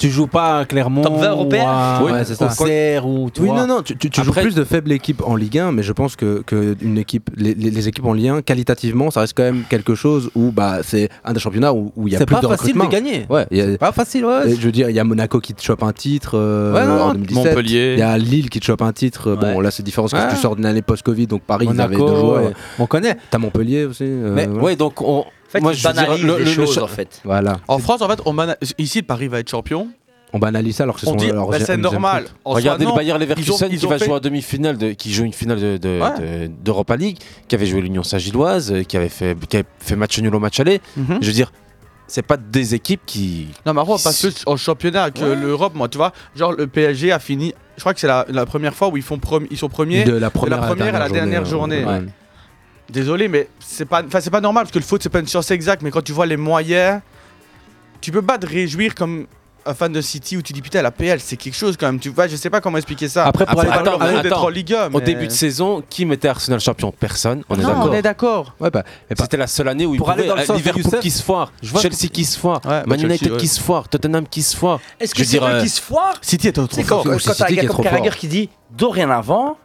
[SPEAKER 3] Tu joues pas à Clermont
[SPEAKER 19] Top 20 européen.
[SPEAKER 3] ou à
[SPEAKER 4] Oui, c'est ça.
[SPEAKER 3] Auxerre ou tu
[SPEAKER 4] oui,
[SPEAKER 3] vois.
[SPEAKER 4] non, non, tu, tu- tu joues
[SPEAKER 3] Après-
[SPEAKER 4] plus de faibles équipes en Ligue 1, mais je pense que, que une équipe, les, les- les équipes en Ligue 1, qualitativement, ça reste quand même quelque chose où bah, c'est un des championnats où où il y a
[SPEAKER 3] C'est
[SPEAKER 4] plus
[SPEAKER 3] pas
[SPEAKER 4] de
[SPEAKER 3] facile de
[SPEAKER 4] recrutement.
[SPEAKER 3] gagner.
[SPEAKER 4] Ouais, il y a-
[SPEAKER 3] Pas facile, ouais.
[SPEAKER 4] Et je veux dire, il y a Monaco qui te chope un titre euh,
[SPEAKER 3] Ouais, non,
[SPEAKER 4] en
[SPEAKER 3] non,
[SPEAKER 4] 2017.
[SPEAKER 3] Montpellier.
[SPEAKER 4] Il y a Lille qui te chope un titre. euh, Bon,
[SPEAKER 3] Ouais.
[SPEAKER 4] là, c'est différent parce que
[SPEAKER 3] Ouais.
[SPEAKER 4] tu sors d'une année post-Covid, donc Paris, ils
[SPEAKER 3] Monaco,
[SPEAKER 4] avaient deux joueurs.
[SPEAKER 3] ouais. On connaît.
[SPEAKER 4] T'as Montpellier aussi. euh,
[SPEAKER 3] Mais
[SPEAKER 4] voilà.
[SPEAKER 3] ouais, donc on.
[SPEAKER 19] fait,
[SPEAKER 3] moi,
[SPEAKER 19] ils
[SPEAKER 3] je veux dire,
[SPEAKER 19] banalisent
[SPEAKER 3] le-
[SPEAKER 19] les
[SPEAKER 3] le- le
[SPEAKER 19] choses,
[SPEAKER 3] cha-
[SPEAKER 19] en fait.
[SPEAKER 4] Voilà.
[SPEAKER 6] En France, en fait, on mana- ici, le Paris va être champion.
[SPEAKER 4] On banalise ça alors que c'est
[SPEAKER 6] On
[SPEAKER 4] son-
[SPEAKER 6] dit,
[SPEAKER 4] leur
[SPEAKER 6] bah,
[SPEAKER 4] deuxième-
[SPEAKER 6] c'est
[SPEAKER 4] deuxième
[SPEAKER 6] normal.
[SPEAKER 4] truc.
[SPEAKER 6] En soi,
[SPEAKER 5] Regardez
[SPEAKER 6] non.
[SPEAKER 5] le Bayern Leverkusen
[SPEAKER 6] Ils ont- ils
[SPEAKER 5] qui
[SPEAKER 6] ont
[SPEAKER 5] va
[SPEAKER 6] fait-
[SPEAKER 5] jouer en demi-finale, de- qui joue une finale de- de-
[SPEAKER 6] Ouais.
[SPEAKER 5] de- d'Europa League, qui avait joué l'Union Saint-Gilloise, euh, qui avait fait, qui avait fait match nul au match aller.
[SPEAKER 6] Mhm.
[SPEAKER 5] Je veux dire, c'est pas des équipes qui.
[SPEAKER 6] Non, mais on passe plus en championnat que
[SPEAKER 5] Ouais.
[SPEAKER 6] l'Europe, moi, tu vois. Genre, le PSG a fini. Je crois que c'est la, la première fois où ils, font prom- ils sont premiers.
[SPEAKER 4] De la première à la
[SPEAKER 6] à la
[SPEAKER 4] dernière
[SPEAKER 6] dernière
[SPEAKER 4] journée,
[SPEAKER 6] journée.
[SPEAKER 4] ouais.
[SPEAKER 6] Désolé, mais c'est pas, enfin, c'est pas normal parce que le foot, c'est pas une science exacte. Mais quand tu vois les moyens, tu peux pas te réjouir comme un fan de City où tu dis putain, la PL, c'est quelque chose quand même. Tu vois, je sais pas comment expliquer ça.
[SPEAKER 5] Après, pour
[SPEAKER 6] C'est
[SPEAKER 5] aller-
[SPEAKER 6] pas
[SPEAKER 5] attends,
[SPEAKER 6] leur rôle
[SPEAKER 5] attends.
[SPEAKER 6] d'être en Ligue 1.
[SPEAKER 5] Au début de saison, qui mettait Arsenal champion Personne. On est
[SPEAKER 6] Non,
[SPEAKER 5] d'accord.
[SPEAKER 6] on est d'accord.
[SPEAKER 4] Ouais, bah, mais pas-
[SPEAKER 5] C'était la seule année où ils
[SPEAKER 3] Pour aller
[SPEAKER 5] pouvaient,
[SPEAKER 3] dans le
[SPEAKER 5] euh,
[SPEAKER 3] sens de
[SPEAKER 5] Liverpool
[SPEAKER 3] Youssef,
[SPEAKER 5] qui se foire,
[SPEAKER 3] je vois-
[SPEAKER 5] Chelsea qui se foire,
[SPEAKER 6] Ouais,
[SPEAKER 5] Man
[SPEAKER 6] Chelsea,
[SPEAKER 5] United
[SPEAKER 6] ouais.
[SPEAKER 5] qui se foire, Tottenham qui se foire.
[SPEAKER 19] Est-ce
[SPEAKER 5] Je
[SPEAKER 19] que
[SPEAKER 5] veux
[SPEAKER 19] c'est
[SPEAKER 5] dire,
[SPEAKER 19] vrai
[SPEAKER 5] euh,
[SPEAKER 19] qu'ils se foirent
[SPEAKER 6] City est trop
[SPEAKER 19] C'est quand,
[SPEAKER 6] fort.
[SPEAKER 19] quand
[SPEAKER 4] City
[SPEAKER 19] t'as un
[SPEAKER 4] qui
[SPEAKER 19] gars
[SPEAKER 4] est
[SPEAKER 19] comme
[SPEAKER 4] trop
[SPEAKER 19] Carragher
[SPEAKER 4] fort.
[SPEAKER 19] qui dit dorénavant,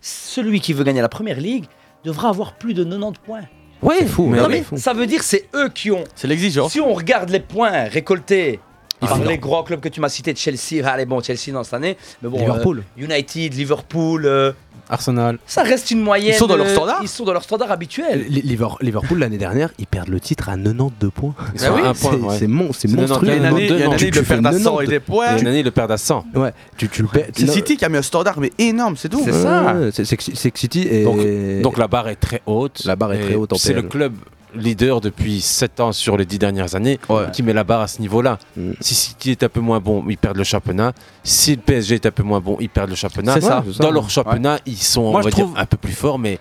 [SPEAKER 19] celui qui veut gagner la première ligue devra avoir plus de 90 points.
[SPEAKER 4] Ouais, fou.
[SPEAKER 19] non,
[SPEAKER 4] ouais,
[SPEAKER 19] mais
[SPEAKER 4] fou.
[SPEAKER 19] ça veut dire c'est eux qui ont.
[SPEAKER 6] C'est l'exigence.
[SPEAKER 19] Si on regarde les points récoltés
[SPEAKER 4] Ah,
[SPEAKER 19] par
[SPEAKER 4] non.
[SPEAKER 19] les grands clubs que tu m'as cités, Chelsea, allez bon, Chelsea non cette année, mais bon,
[SPEAKER 4] Liverpool.
[SPEAKER 19] euh, United, Liverpool, euh,
[SPEAKER 3] Arsenal.
[SPEAKER 19] ça reste une moyenne.
[SPEAKER 6] Ils sont dans leur
[SPEAKER 19] euh,
[SPEAKER 6] standard
[SPEAKER 19] Ils sont dans leur standard habituel.
[SPEAKER 4] Li- Liver- Liverpool l'année dernière, ils perdent le titre à 92 points.
[SPEAKER 5] Ils sont à un
[SPEAKER 4] C'est
[SPEAKER 5] point, ouais.
[SPEAKER 4] c'est mon- c'est
[SPEAKER 5] C'est
[SPEAKER 6] Il y a
[SPEAKER 4] monstrueux.
[SPEAKER 6] une année, il y a une
[SPEAKER 5] Non,
[SPEAKER 6] année,
[SPEAKER 5] tu-
[SPEAKER 6] ils
[SPEAKER 4] tu
[SPEAKER 6] le
[SPEAKER 4] fais
[SPEAKER 6] perdent à 100 et
[SPEAKER 4] 90.
[SPEAKER 6] des points.
[SPEAKER 5] Il y a une année, ils le perdent à 100.
[SPEAKER 4] Ouais, tu, tu le perds.
[SPEAKER 6] C'est City qui a mis un standard, mais énorme, c'est tout.
[SPEAKER 4] Ouais,
[SPEAKER 5] ça.
[SPEAKER 4] ouais, C'est c'est que c'est que City est.
[SPEAKER 5] Donc, donc la barre est très haute.
[SPEAKER 4] La barre est
[SPEAKER 5] Et
[SPEAKER 4] très haute en
[SPEAKER 5] C'est le
[SPEAKER 4] PL.
[SPEAKER 5] club leader depuis 7 ans sur les 10 dernières années
[SPEAKER 4] Ouais.
[SPEAKER 5] qui met la barre à ce niveau-là.
[SPEAKER 4] Mm.
[SPEAKER 5] Si City est un peu moins bon, ils perdent le championnat. Si le PSG est un peu moins bon, ils perdent le championnat.
[SPEAKER 4] C'est ça,
[SPEAKER 5] Ouais,
[SPEAKER 4] c'est ça.
[SPEAKER 5] Dans leur championnat, ils sont on
[SPEAKER 3] Moi, je
[SPEAKER 5] va dire,
[SPEAKER 3] trouve-
[SPEAKER 5] un peu plus forts, mais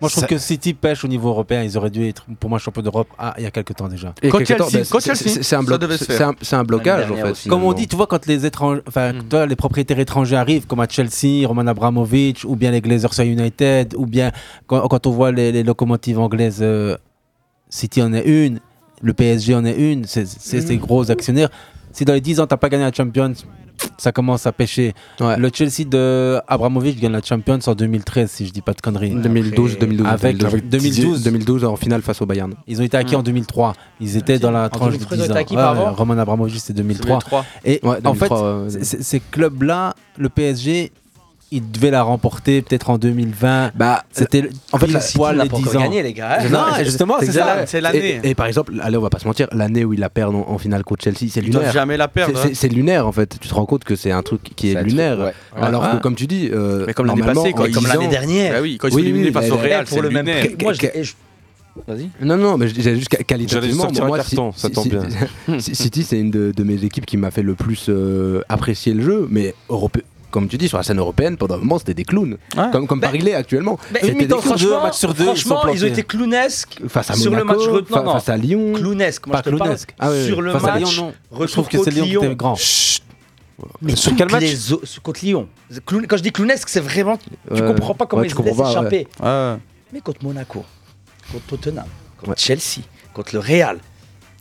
[SPEAKER 3] Moi, je trouve
[SPEAKER 5] Ça-
[SPEAKER 3] que City pêche au niveau européen. Ils auraient dû être, pour moi, champion d'Europe ah, il y a quelques temps déjà.
[SPEAKER 4] Et
[SPEAKER 6] Quand
[SPEAKER 4] quelque
[SPEAKER 6] Chelsea-
[SPEAKER 4] temps, ben,
[SPEAKER 6] quand
[SPEAKER 4] c'est-
[SPEAKER 6] Chelsea,
[SPEAKER 4] c'est- c'est un
[SPEAKER 6] ça
[SPEAKER 4] bloc-
[SPEAKER 6] devait se
[SPEAKER 4] c'est-
[SPEAKER 6] faire.
[SPEAKER 4] c'est un, c'est un blocage en
[SPEAKER 19] dernière
[SPEAKER 4] fait.
[SPEAKER 19] aussi.
[SPEAKER 3] Comme on
[SPEAKER 4] finalement.
[SPEAKER 3] dit, tu vois, quand les étrangers, enfin, toi, les propriétaires étrangers arrivent, comme à Chelsea, Roman Abramovich, ou bien les Glazers à United, ou bien quand, quand on voit les, les locomotives anglaises, euh, City en est une, le PSG en est une, c'est c'est ces gros actionnaires. Si dans les 10 ans, t'as pas gagné la Champions, ça commence à pêcher.
[SPEAKER 4] Ouais.
[SPEAKER 3] Le Chelsea de Abramovich gagne la Champions en 2013, si je dis pas de conneries.
[SPEAKER 4] 2012, 2012,
[SPEAKER 3] Avec- avec
[SPEAKER 4] 2012,
[SPEAKER 3] 2012.
[SPEAKER 4] 2012 en finale face au Bayern. Ah,
[SPEAKER 3] Ils ont été
[SPEAKER 6] Mmh.
[SPEAKER 3] acquis en 2003. Ils étaient dans la tranche de
[SPEAKER 19] 2003, ils ont
[SPEAKER 3] 10 ans.
[SPEAKER 19] été acquis par avant
[SPEAKER 3] Roman Abramovich, c'est 2003.
[SPEAKER 6] 2003.
[SPEAKER 3] Et
[SPEAKER 4] Ouais,
[SPEAKER 3] en
[SPEAKER 4] 2003,
[SPEAKER 3] fait,
[SPEAKER 4] ouais.
[SPEAKER 3] c- c- ces clubs-là, le PSG, il devait la remporter peut-être en 2020.
[SPEAKER 4] Bah,
[SPEAKER 3] C'était
[SPEAKER 4] en fait,
[SPEAKER 3] pile
[SPEAKER 4] la-
[SPEAKER 19] City
[SPEAKER 3] poil
[SPEAKER 19] n'a
[SPEAKER 3] les
[SPEAKER 19] pas
[SPEAKER 3] 10
[SPEAKER 19] encore
[SPEAKER 3] ans.
[SPEAKER 19] gagné, les gars. hein.
[SPEAKER 3] Non, justement, c'est ça.
[SPEAKER 6] C'est l'année.
[SPEAKER 4] Et, et par exemple, allez, on va pas se mentir, l'année où ils la perdent en, en finale contre Chelsea, c'est
[SPEAKER 6] Ils doivent
[SPEAKER 4] lunaire.
[SPEAKER 6] jamais la
[SPEAKER 4] C'est-
[SPEAKER 6] perdre. hein.
[SPEAKER 4] C'est c'est lunaire en fait. Tu te rends compte que c'est un truc qui est,
[SPEAKER 19] C'est un
[SPEAKER 4] lunaire.
[SPEAKER 19] truc,
[SPEAKER 4] Alors
[SPEAKER 3] Ah.
[SPEAKER 4] que, comme tu dis, euh,
[SPEAKER 6] Mais comme l'année
[SPEAKER 4] normalement,
[SPEAKER 6] passée, quoi,
[SPEAKER 4] en
[SPEAKER 6] ils
[SPEAKER 19] Comme
[SPEAKER 4] 10
[SPEAKER 19] l'année
[SPEAKER 4] ans-
[SPEAKER 19] dernière.
[SPEAKER 6] Bah oui, quand ils
[SPEAKER 4] Oui,
[SPEAKER 6] sont éliminés
[SPEAKER 4] oui,
[SPEAKER 6] face
[SPEAKER 4] mais-
[SPEAKER 6] au
[SPEAKER 19] Eh,
[SPEAKER 6] Real, c'est
[SPEAKER 19] pour le même
[SPEAKER 6] lunaire.
[SPEAKER 19] prix. Moi, je- eh, je- Vas-y.
[SPEAKER 4] Non, non, mais je disais juste quali- qualitativement.
[SPEAKER 5] J'allais sortir
[SPEAKER 4] bon,
[SPEAKER 5] un
[SPEAKER 4] moi,
[SPEAKER 5] carton, ça tombe bien.
[SPEAKER 4] Si- City, c'est une de, de mes équipes qui m'a fait le plus euh, apprécier le jeu, mais europé- Comme tu dis, sur la scène européenne, pendant un moment, c'était des clowns.
[SPEAKER 6] Ouais.
[SPEAKER 4] Comme, comme
[SPEAKER 19] Ben,
[SPEAKER 4] Paris l'est actuellement.
[SPEAKER 19] Mais
[SPEAKER 4] C'était des clowns.
[SPEAKER 19] franchement,
[SPEAKER 3] deux, match sur deux, ils
[SPEAKER 19] franchement,
[SPEAKER 3] sont
[SPEAKER 19] ils, ont
[SPEAKER 3] plantés. hein.
[SPEAKER 19] été clownesques
[SPEAKER 4] Face à
[SPEAKER 19] sur
[SPEAKER 4] Monaco,
[SPEAKER 19] le match re-
[SPEAKER 4] fa-
[SPEAKER 19] non, non.
[SPEAKER 4] face à Lyon.
[SPEAKER 19] Clownesque, moi
[SPEAKER 3] Pas
[SPEAKER 19] je te parle.
[SPEAKER 3] clownesque.
[SPEAKER 4] Ah ouais,
[SPEAKER 19] sur le
[SPEAKER 3] face à
[SPEAKER 19] match,
[SPEAKER 3] Lyon, non. Je
[SPEAKER 19] retour
[SPEAKER 3] trouve que c'est
[SPEAKER 19] contre
[SPEAKER 3] Lyon qui était grand.
[SPEAKER 5] Chut.
[SPEAKER 19] Mais
[SPEAKER 5] Sur
[SPEAKER 19] toutes
[SPEAKER 5] quel match
[SPEAKER 19] les o- sur- Contre Lyon. Clown- Quand je dis clownesque, c'est vraiment. Tu
[SPEAKER 4] Ouais.
[SPEAKER 19] comprends pas comment
[SPEAKER 4] Ouais,
[SPEAKER 19] ils
[SPEAKER 4] tu
[SPEAKER 19] se laissent
[SPEAKER 4] comprends pas, ouais.
[SPEAKER 19] échapper.
[SPEAKER 6] Ouais.
[SPEAKER 19] Mais contre Monaco, contre Tottenham, contre
[SPEAKER 4] Ouais.
[SPEAKER 19] Chelsea, contre le Real,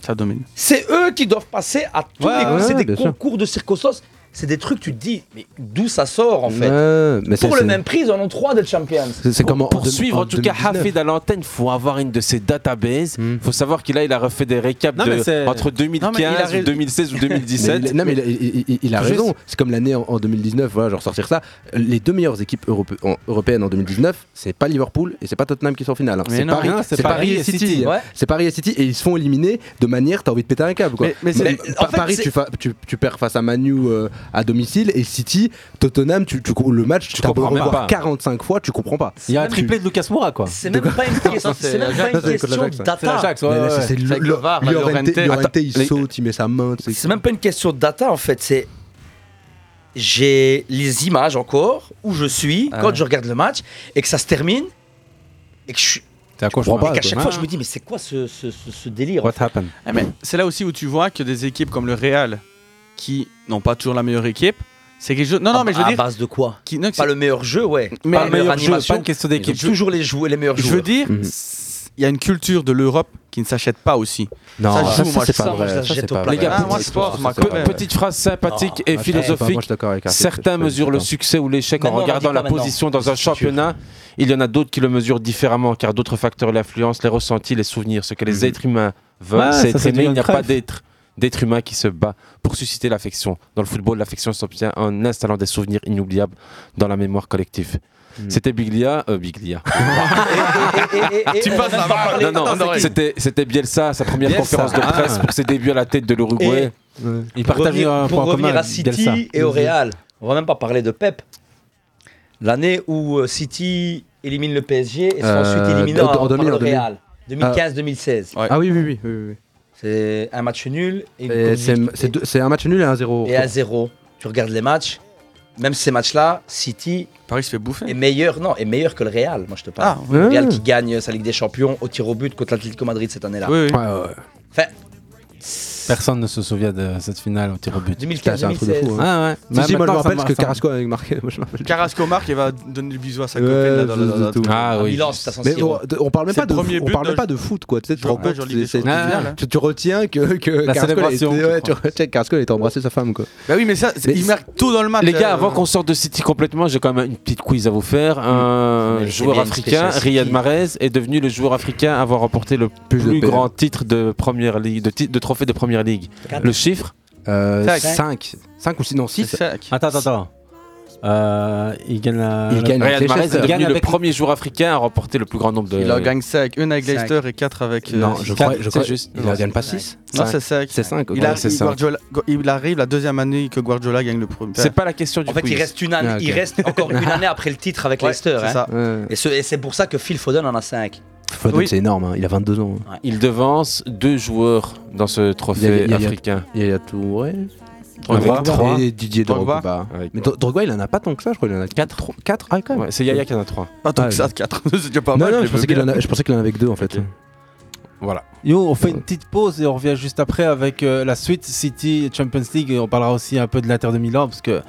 [SPEAKER 6] Ça domine.
[SPEAKER 19] c'est eux qui doivent passer à tous
[SPEAKER 4] Ouais,
[SPEAKER 19] les
[SPEAKER 4] ouais,
[SPEAKER 19] coups. C'est des
[SPEAKER 4] bien sûr.
[SPEAKER 19] concours de circonstances. C'est des trucs, tu te dis, mais d'où ça sort en fait
[SPEAKER 4] Ouais, mais c'est-
[SPEAKER 19] Pour le
[SPEAKER 4] c'est-
[SPEAKER 19] même prix, ils en ont trois de Champions.
[SPEAKER 4] C'est c'est comme en-
[SPEAKER 5] Pour,
[SPEAKER 4] en deux-
[SPEAKER 5] suivre en tout cas
[SPEAKER 4] 2019.
[SPEAKER 5] Hafid à l'antenne, faut avoir une de ses databases.
[SPEAKER 4] Mm.
[SPEAKER 5] Faut savoir qu'il a, il a refait des récaps
[SPEAKER 3] Non,
[SPEAKER 5] de-
[SPEAKER 3] mais c'est-
[SPEAKER 5] entre
[SPEAKER 6] Non, mais il a
[SPEAKER 5] 2015, ou
[SPEAKER 6] raison.
[SPEAKER 5] 2016 ou
[SPEAKER 4] Mais
[SPEAKER 5] 2017.
[SPEAKER 4] il- non, mais il, il- il- il a
[SPEAKER 5] Juste-
[SPEAKER 4] raison. C'est comme l'année en, en 2019, voilà, je vais ressortir ça. Les deux meilleures équipes europé- en- européennes en 2019, c'est pas Liverpool et c'est pas Tottenham qui sont en finale. hein.
[SPEAKER 6] Mais
[SPEAKER 4] C'est
[SPEAKER 6] non.
[SPEAKER 4] Paris,
[SPEAKER 3] Non,
[SPEAKER 4] c'est Paris et City.
[SPEAKER 19] Ouais.
[SPEAKER 4] C'est Paris et City et ils se font éliminer de manière, t'as envie de péter un câble. Quoi.
[SPEAKER 6] Mais- mais c'est-
[SPEAKER 4] Même
[SPEAKER 19] en
[SPEAKER 4] Pa-
[SPEAKER 19] fait,
[SPEAKER 4] Paris,
[SPEAKER 19] c'est-
[SPEAKER 4] tu, fa- tu- tu perds face à Manu euh, à domicile et City, Tottenham, tu, tu- le match, tu
[SPEAKER 5] comprends même pas.
[SPEAKER 4] 45 fois, tu comprends pas.
[SPEAKER 3] Il y a un
[SPEAKER 19] même-
[SPEAKER 3] triplé de Lucas Moura, quoi.
[SPEAKER 19] C'est même pas une question, c'est même pas une
[SPEAKER 4] c'est
[SPEAKER 19] question
[SPEAKER 4] l'Ajax,
[SPEAKER 19] de
[SPEAKER 4] ouais.
[SPEAKER 3] C'est la
[SPEAKER 19] data.
[SPEAKER 3] Jax, ouais,
[SPEAKER 4] Mais là,
[SPEAKER 3] ouais,
[SPEAKER 4] c'est-
[SPEAKER 3] ouais.
[SPEAKER 4] c'est
[SPEAKER 6] C'est avec le VAR, là,
[SPEAKER 4] Llorente,
[SPEAKER 6] Llorente.
[SPEAKER 4] Llorente, il
[SPEAKER 5] les-
[SPEAKER 4] saute, il met sa main. tu sais.
[SPEAKER 19] C'est même pas une question de data en fait, c'est j'ai les images encore où je suis
[SPEAKER 6] Ah
[SPEAKER 19] quand
[SPEAKER 6] ouais.
[SPEAKER 19] je regarde le match et que ça se termine et que je suis-
[SPEAKER 4] C'est à quoi je
[SPEAKER 19] et
[SPEAKER 4] comprends
[SPEAKER 19] qu'à
[SPEAKER 4] pas.
[SPEAKER 19] chaque
[SPEAKER 4] quoi.
[SPEAKER 19] fois je me dis mais c'est quoi ce, ce- ce- ce délire
[SPEAKER 3] What happened
[SPEAKER 6] Ah, mais c'est là aussi où tu vois que des équipes comme le Real, qui n'ont pas toujours la meilleure équipe, c'est quelque chose. Non, non, mais je veux
[SPEAKER 19] à
[SPEAKER 6] dire.
[SPEAKER 19] base de quoi
[SPEAKER 6] Qui... non, que
[SPEAKER 19] Pas
[SPEAKER 6] c'est-
[SPEAKER 19] le meilleur jeu, ouais.
[SPEAKER 6] Mais
[SPEAKER 19] pas la
[SPEAKER 6] le meilleur
[SPEAKER 19] meilleure
[SPEAKER 3] Meilleur jeu,
[SPEAKER 19] animation.
[SPEAKER 3] pas une question
[SPEAKER 19] mais
[SPEAKER 3] d'équipe.
[SPEAKER 19] toujours les joueurs, les meilleurs
[SPEAKER 6] Je
[SPEAKER 19] joueurs.
[SPEAKER 6] veux dire,
[SPEAKER 4] Mhm.
[SPEAKER 6] c'est- il y a une culture de l'Europe qui ne s'achète pas aussi.
[SPEAKER 3] Non,
[SPEAKER 6] ça
[SPEAKER 3] ça,
[SPEAKER 6] joue,
[SPEAKER 3] ça,
[SPEAKER 6] moi,
[SPEAKER 3] c'est
[SPEAKER 6] je
[SPEAKER 3] pas
[SPEAKER 6] pense.
[SPEAKER 3] vrai,
[SPEAKER 6] Ça,
[SPEAKER 3] ça,
[SPEAKER 6] je jette
[SPEAKER 3] c'est
[SPEAKER 6] au
[SPEAKER 3] pas
[SPEAKER 6] plat.
[SPEAKER 3] vrai.
[SPEAKER 6] Ah, moi,
[SPEAKER 3] Petite
[SPEAKER 6] sport,
[SPEAKER 3] phrase,
[SPEAKER 6] ma
[SPEAKER 3] c'est pas
[SPEAKER 6] copine.
[SPEAKER 3] vrai. ah, Petite phrase sympathique et
[SPEAKER 6] attends,
[SPEAKER 3] philosophique.
[SPEAKER 6] attends, moi, je suis d'accord avec Arthur,
[SPEAKER 3] Certains
[SPEAKER 6] je peux-
[SPEAKER 3] mesurent
[SPEAKER 6] je
[SPEAKER 3] le
[SPEAKER 6] peux-
[SPEAKER 3] succès ou l'échec en
[SPEAKER 6] Maintenant, on dit
[SPEAKER 3] regardant
[SPEAKER 6] quoi
[SPEAKER 3] la
[SPEAKER 6] maintenant
[SPEAKER 3] position dans un championnat. Il y en a d'autres qui le mesurent différemment car d'autres facteurs l'influencent, les ressentis, les souvenirs. Ce que
[SPEAKER 6] Mhm.
[SPEAKER 3] les êtres humains veulent,
[SPEAKER 5] Ouais,
[SPEAKER 3] c'est
[SPEAKER 5] ça,
[SPEAKER 3] être
[SPEAKER 5] c'est
[SPEAKER 3] aimé.
[SPEAKER 5] du
[SPEAKER 3] Il n'y a
[SPEAKER 5] Cruyff.
[SPEAKER 3] pas d'être d'être humain qui se bat pour susciter l'affection. Dans le football, l'affection s'obtient en installant des souvenirs inoubliables dans la mémoire collective.
[SPEAKER 6] Hmm.
[SPEAKER 3] C'était Biglia, euh, Biglia.
[SPEAKER 19] Tu passes la barre.
[SPEAKER 3] Non, non, c'était, c'était Bielsa, sa première
[SPEAKER 19] Bielsa.
[SPEAKER 3] conférence de presse
[SPEAKER 19] Ah.
[SPEAKER 3] pour ses débuts à la tête de l'Uruguay.
[SPEAKER 19] Et
[SPEAKER 3] Il
[SPEAKER 19] pour
[SPEAKER 3] partage
[SPEAKER 19] revenir,
[SPEAKER 3] un
[SPEAKER 19] pour
[SPEAKER 3] point
[SPEAKER 19] revenir
[SPEAKER 3] commun
[SPEAKER 19] à City
[SPEAKER 3] avec Bielsa.
[SPEAKER 19] et au Real, on va même pas parler de Pep. L'année où euh, City élimine le PSG et sont
[SPEAKER 4] Euh,
[SPEAKER 19] ensuite éliminés
[SPEAKER 4] en- en
[SPEAKER 19] par par
[SPEAKER 4] 2000,
[SPEAKER 19] le
[SPEAKER 4] en 2000.
[SPEAKER 19] Real. 2015-2016.
[SPEAKER 4] Ah oui, oui, oui. oui, oui.
[SPEAKER 19] C'est un match nul et, une Coupe
[SPEAKER 4] Et
[SPEAKER 19] du-
[SPEAKER 4] C'est c'est deux- c'est un match nul et un 0.
[SPEAKER 19] et à zéro. Tu regardes les matchs, même ces matchs-là, City
[SPEAKER 6] Paris se fait bouffer.
[SPEAKER 19] est meilleur, non, est meilleur que le Real, moi je te parle.
[SPEAKER 6] Ah,
[SPEAKER 19] le
[SPEAKER 6] ouais.
[SPEAKER 19] Real qui gagne sa Ligue des Champions au tir au but contre l'Atlético Madrid cette année-là.
[SPEAKER 3] Oui, oui. Ouais, ouais.
[SPEAKER 19] Enfin,
[SPEAKER 3] Personne ne se souvient de cette finale au tir au but.
[SPEAKER 19] 2015,
[SPEAKER 3] Putain, c'est un truc de fou,
[SPEAKER 19] 2016.
[SPEAKER 3] hein. Ah ouais.
[SPEAKER 4] Si, si, moi je me rappelle
[SPEAKER 3] ce
[SPEAKER 4] parce que Carrasco avait marqué. moi, je me rappelle.
[SPEAKER 6] Carrasco marque et va donner le bisou à sa
[SPEAKER 4] Ouais,
[SPEAKER 6] copine là, dans la-
[SPEAKER 4] de-
[SPEAKER 6] dans
[SPEAKER 4] de
[SPEAKER 6] la-
[SPEAKER 4] tout.
[SPEAKER 6] à
[SPEAKER 19] Ah
[SPEAKER 6] Milan,
[SPEAKER 4] Ah Mais
[SPEAKER 6] c'est à San
[SPEAKER 4] on,
[SPEAKER 6] Siro.
[SPEAKER 4] on parle même
[SPEAKER 6] C'est
[SPEAKER 4] pas de,
[SPEAKER 6] le premier
[SPEAKER 4] foot, on
[SPEAKER 6] but
[SPEAKER 4] parle
[SPEAKER 6] de-
[SPEAKER 4] même pas de foot quoi. Tu sais, tu te
[SPEAKER 6] Je
[SPEAKER 4] rends
[SPEAKER 6] me rappelle,
[SPEAKER 4] compte,
[SPEAKER 6] je l'ai
[SPEAKER 4] c'est-
[SPEAKER 6] dit, c'est
[SPEAKER 4] c'est-
[SPEAKER 6] génial.
[SPEAKER 4] tu, tu retiens que, que
[SPEAKER 3] La
[SPEAKER 4] Carrasco,
[SPEAKER 3] célébration,
[SPEAKER 4] il
[SPEAKER 3] tu
[SPEAKER 4] était, ouais, tu
[SPEAKER 3] crois.
[SPEAKER 4] retiens que Carrasco il était embrassé sa femme quoi.
[SPEAKER 6] Bah oui, mais ça, c'est- il marque tôt dans le match.
[SPEAKER 3] Les gars,
[SPEAKER 6] euh,
[SPEAKER 3] avant qu'on sorte de City complètement, j'ai quand même une petite quiz à vous faire. Un
[SPEAKER 5] Mais c'est
[SPEAKER 3] joueur
[SPEAKER 5] bien une
[SPEAKER 3] africain,
[SPEAKER 5] spéciale
[SPEAKER 3] Riyad
[SPEAKER 5] City.
[SPEAKER 3] Mahrez, est devenu le joueur africain à avoir remporté le plus,
[SPEAKER 4] E.
[SPEAKER 5] PL.
[SPEAKER 3] grand titre de première ligue, de, titre- de trophée de première ligue.
[SPEAKER 5] Quatre.
[SPEAKER 3] Le chiffre
[SPEAKER 4] Euh, Cinq. cinq.
[SPEAKER 3] 5 ou sinon 6
[SPEAKER 6] Cinq.
[SPEAKER 3] Attends, attends, attends. Euh, il gagne la.
[SPEAKER 4] Il gagne
[SPEAKER 3] Riyad
[SPEAKER 4] avec
[SPEAKER 3] Mahrez est
[SPEAKER 4] Leicester.
[SPEAKER 3] devenu
[SPEAKER 4] Gagne
[SPEAKER 3] le
[SPEAKER 4] avec-
[SPEAKER 3] premier joueur africain à remporter le plus grand nombre de.
[SPEAKER 6] Il en gagne 5, une avec Leicester et 4 avec. euh,
[SPEAKER 3] Non, je
[SPEAKER 6] City.
[SPEAKER 3] crois- je crois- il en gagne pas six
[SPEAKER 6] Non,
[SPEAKER 3] Cinq.
[SPEAKER 6] c'est 5.
[SPEAKER 3] C'est cinq, ok.
[SPEAKER 6] Il, arrive-
[SPEAKER 3] Ouais, c'est cinq.
[SPEAKER 6] Guardiola- il arrive la deuxième année que Guardiola gagne le premier.
[SPEAKER 3] C'est pas la question du Ah,
[SPEAKER 19] en fait, il reste une
[SPEAKER 4] Ah,
[SPEAKER 19] année, il reste encore une année après le titre avec
[SPEAKER 6] Ouais,
[SPEAKER 19] Leicester.
[SPEAKER 6] c'est
[SPEAKER 19] hein.
[SPEAKER 6] ça.
[SPEAKER 19] Et ce- et c'est pour ça que Phil Foden en a 5.
[SPEAKER 4] Foden,
[SPEAKER 3] Oui.
[SPEAKER 4] c'est énorme, hein, il a 22 ans. hein.
[SPEAKER 3] Il devance deux joueurs dans ce
[SPEAKER 4] Il y avait-
[SPEAKER 3] trophée
[SPEAKER 4] il y avait-
[SPEAKER 3] africain.
[SPEAKER 4] Il y a Touré,
[SPEAKER 3] Drogba. Trois.
[SPEAKER 4] et Didier
[SPEAKER 3] Drogba.
[SPEAKER 4] Drogba.
[SPEAKER 3] Avec-
[SPEAKER 4] Mais Dro- Drogba il en a pas tant que ça, je crois qu'il en a 4. 4 Ah quand même.
[SPEAKER 3] Ouais, c'est Yaya qui en a trois.
[SPEAKER 6] Pas tant
[SPEAKER 4] Ah,
[SPEAKER 6] que ça, 4. C'est déjà pas
[SPEAKER 4] Non,
[SPEAKER 6] mal.
[SPEAKER 4] non,
[SPEAKER 6] les
[SPEAKER 4] je pensais
[SPEAKER 6] bébés,
[SPEAKER 4] qu'il en
[SPEAKER 6] là.
[SPEAKER 4] a- je pensais qu'il en avait que 2 en fait.
[SPEAKER 3] Voilà. Yo, on fait une petite pause et on revient juste après avec euh, la suite City Champions League et on parlera aussi un peu de l'Inter de Milan parce que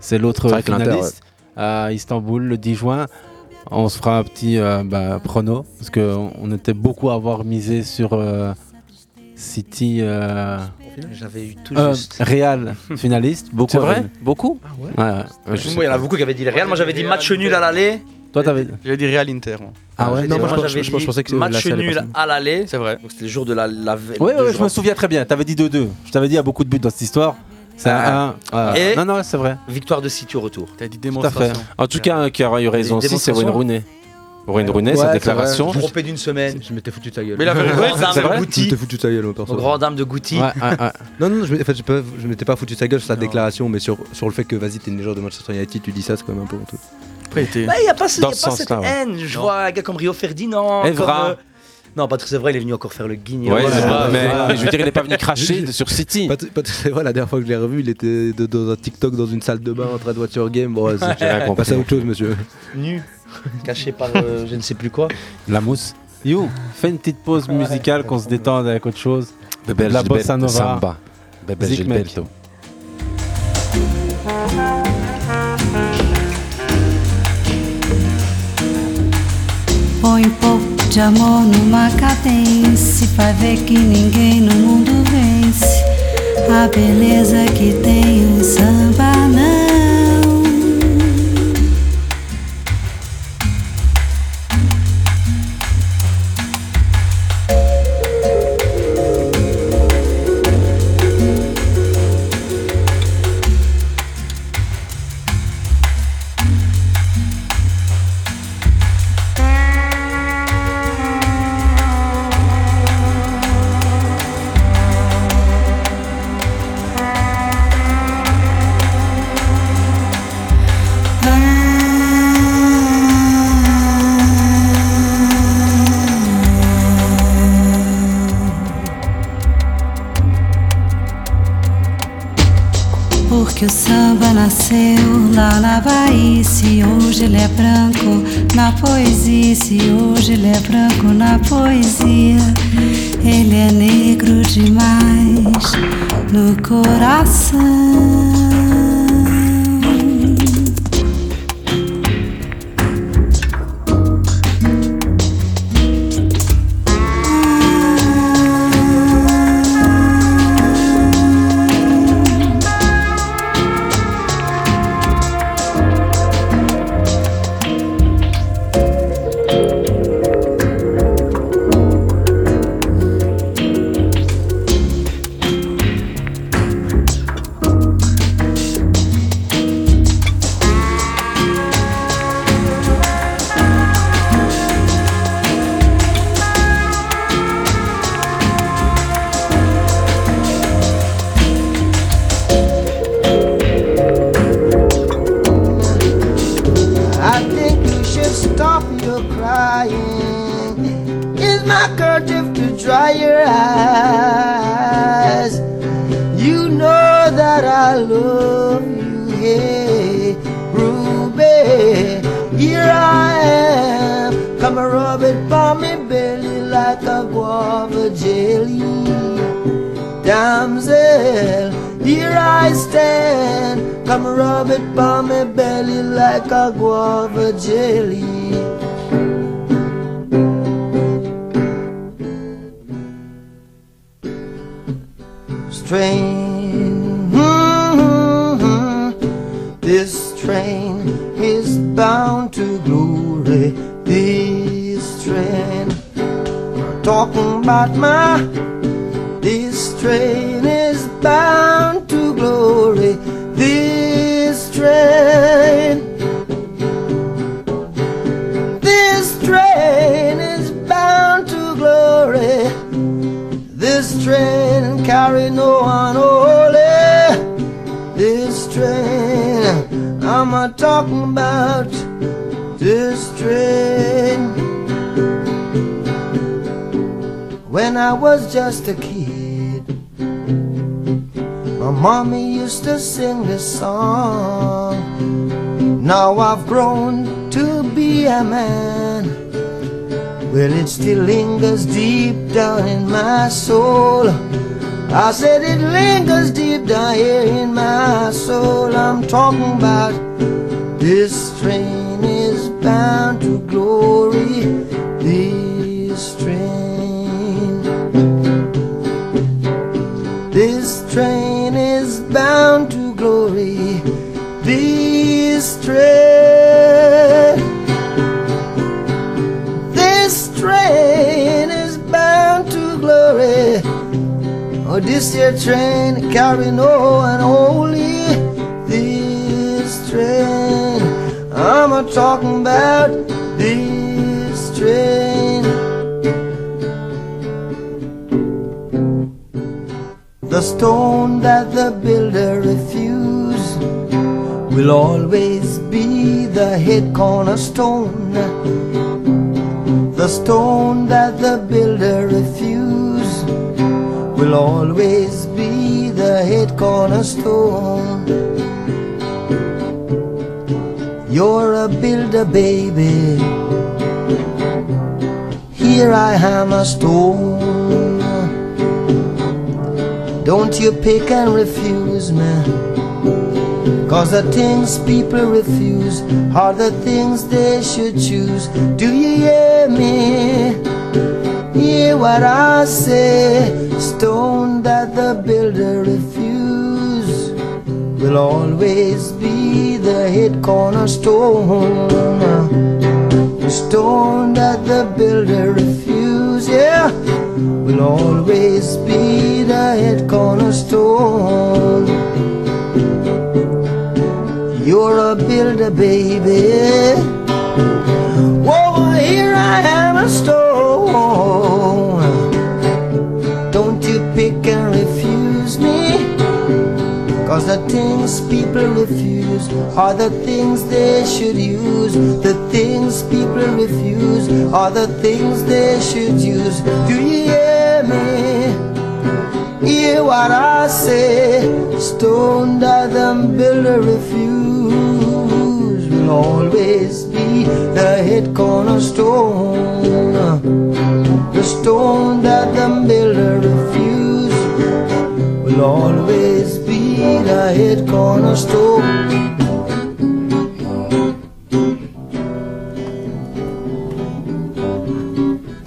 [SPEAKER 3] c'est
[SPEAKER 4] C'est
[SPEAKER 3] l'autre
[SPEAKER 4] vrai que l'Inter,
[SPEAKER 3] finaliste à Istanbul le 10 juin. On se fera un petit euh, bah, prono parce qu'on on était beaucoup à avoir misé sur euh, City. euh,
[SPEAKER 19] J'avais eu tout
[SPEAKER 3] euh,
[SPEAKER 19] juste.
[SPEAKER 3] Real finaliste, beaucoup.
[SPEAKER 19] C'est vrai
[SPEAKER 3] avaient- Beaucoup ouais. ouais, ouais, je
[SPEAKER 19] Moi, il y en a beaucoup qui avaient dit le Real. Moi, j'avais dit match nul à l'aller.
[SPEAKER 3] Toi, t'avais.
[SPEAKER 6] J'avais dit Real Inter. moi.
[SPEAKER 4] Ah ouais,
[SPEAKER 19] J'ai
[SPEAKER 4] non,
[SPEAKER 19] dit-
[SPEAKER 4] moi, je-
[SPEAKER 19] j'avais
[SPEAKER 4] je- je- je
[SPEAKER 19] dit
[SPEAKER 4] pensais que la
[SPEAKER 19] match
[SPEAKER 4] salle est
[SPEAKER 19] nul
[SPEAKER 4] passée.
[SPEAKER 19] à l'aller.
[SPEAKER 6] C'est vrai.
[SPEAKER 19] Donc, c'était le jour de la, la ve-
[SPEAKER 3] Ouais,
[SPEAKER 19] deux
[SPEAKER 3] ouais, je
[SPEAKER 19] jours
[SPEAKER 3] me souviens très bien. T'avais dit 2-2. Je t'avais dit, il y a beaucoup de buts dans cette histoire. C'est
[SPEAKER 5] Ah.
[SPEAKER 3] un. un, euh,
[SPEAKER 19] Et-
[SPEAKER 3] Non, non, c'est vrai.
[SPEAKER 19] Victoire de City au retour.
[SPEAKER 6] T'as dit
[SPEAKER 3] Tout à fait.
[SPEAKER 6] démonstration.
[SPEAKER 3] En tout cas, un qui aura eu raison
[SPEAKER 19] Des
[SPEAKER 3] aussi, c'est Wayne
[SPEAKER 19] démonstrations
[SPEAKER 3] Rooney. Wayne Rooney,
[SPEAKER 19] Ouais,
[SPEAKER 3] sa
[SPEAKER 19] c'est
[SPEAKER 3] déclaration.
[SPEAKER 19] vrai. Droppé d'une semaine.
[SPEAKER 4] Je m'étais foutu de ta gueule.
[SPEAKER 19] Mais la vérité, c'est
[SPEAKER 4] c'est
[SPEAKER 19] vrai.
[SPEAKER 4] vrai. Je m'étais foutu de ta gueule, moi,
[SPEAKER 19] Au
[SPEAKER 4] perso.
[SPEAKER 19] grand dame de Goutti.
[SPEAKER 3] Ouais, ouais, ouais.
[SPEAKER 4] Non, non, je m'étais- en fait, je peux- je m'étais pas foutu de sa gueule sur sa
[SPEAKER 6] Non.
[SPEAKER 4] déclaration, mais sur, sur le fait que vas-y, t'es une légende de Manchester United, tu dis ça, c'est quand même un peu honteux.
[SPEAKER 6] Après, il était.
[SPEAKER 19] Bah, il n'y a pas, ce-
[SPEAKER 4] Dans
[SPEAKER 19] y a
[SPEAKER 4] ce
[SPEAKER 19] pas
[SPEAKER 4] sens-là,
[SPEAKER 19] cette
[SPEAKER 4] ouais.
[SPEAKER 19] haine. Je vois un gars comme Rio Ferdinand.
[SPEAKER 3] Evra.
[SPEAKER 19] Comme, euh, Non, Patrice Evra, il est venu encore faire le guignol.
[SPEAKER 3] Ouais, c'est vrai,
[SPEAKER 19] Euh,
[SPEAKER 3] mais,
[SPEAKER 19] voilà.
[SPEAKER 3] mais je veux dire, il n'est pas venu cracher de- sur City.
[SPEAKER 4] Pat- Pat- c'est vrai, la dernière fois que je l'ai revu, il était de- dans un TikTok dans une salle de bain en train de voiture game. Bon, ouais, c'est-
[SPEAKER 3] J'ai rien compris.
[SPEAKER 4] Passez à autre chose, monsieur.
[SPEAKER 19] Nu. Caché par euh, je ne sais plus quoi.
[SPEAKER 3] La mousse. You, fais une petite pause musicale, qu'on se détende avec autre chose. La bossa nova.
[SPEAKER 5] Bebel
[SPEAKER 3] Zik Mec.
[SPEAKER 5] Gilberto.
[SPEAKER 21] Põe um pouco de amor numa cadência Pra ver que ninguém no mundo vence A beleza que tem o samba não Porque o samba nasceu lá na Bahia. Se hoje ele é branco na poesia, se hoje ele é branco na poesia, ele é negro demais no coração.
[SPEAKER 22] you're crying. Is my kerchief to dry your eyes? You know that I love you, hey, Ruby. Here I am, come and rub it by me belly like a guava jelly. Damsel, here I stand. Come rub it by my belly like a guava jelly. Strain, mhm. this train is bound to glory. This train, talking about my. This train is bound to glory. This train. This train is bound to glory. This train carry no one holy. This train I'm a talking about. This train. When I was just a kid, my mommy used to sing this song. Now I've grown to be a man. Well, it still lingers deep down in my soul. I said it lingers deep down here in my soul. I'm talking about this train is bound to glory. This train. This train is bound to glory. This train. This train is bound to glory. Oh, this here train carry no one holy. This train, I'm a talking about this train. The stone that the builder refused will always be the head cornerstone. The stone that the builder refused will always be the head cornerstone. You're a builder, baby. Here I am a stone. Don't you pick and refuse me. Cause the things people refuse are the things they should choose. Do you hear me? Hear what I say. Stone that the builder refused will always be the head cornerstone. Stone that the builder refused, yeah, will always be the head cornerstone. You're a builder, baby. Whoa, here I am a stone. Don't you pick and refuse me. Cause the things people refuse are the things they should use. The things people refuse are the things they should use. Do you hear me? Hear what I say. Stone that the builder refuse will always be the head cornerstone. The stone that the builder refuse will always be the head cornerstone.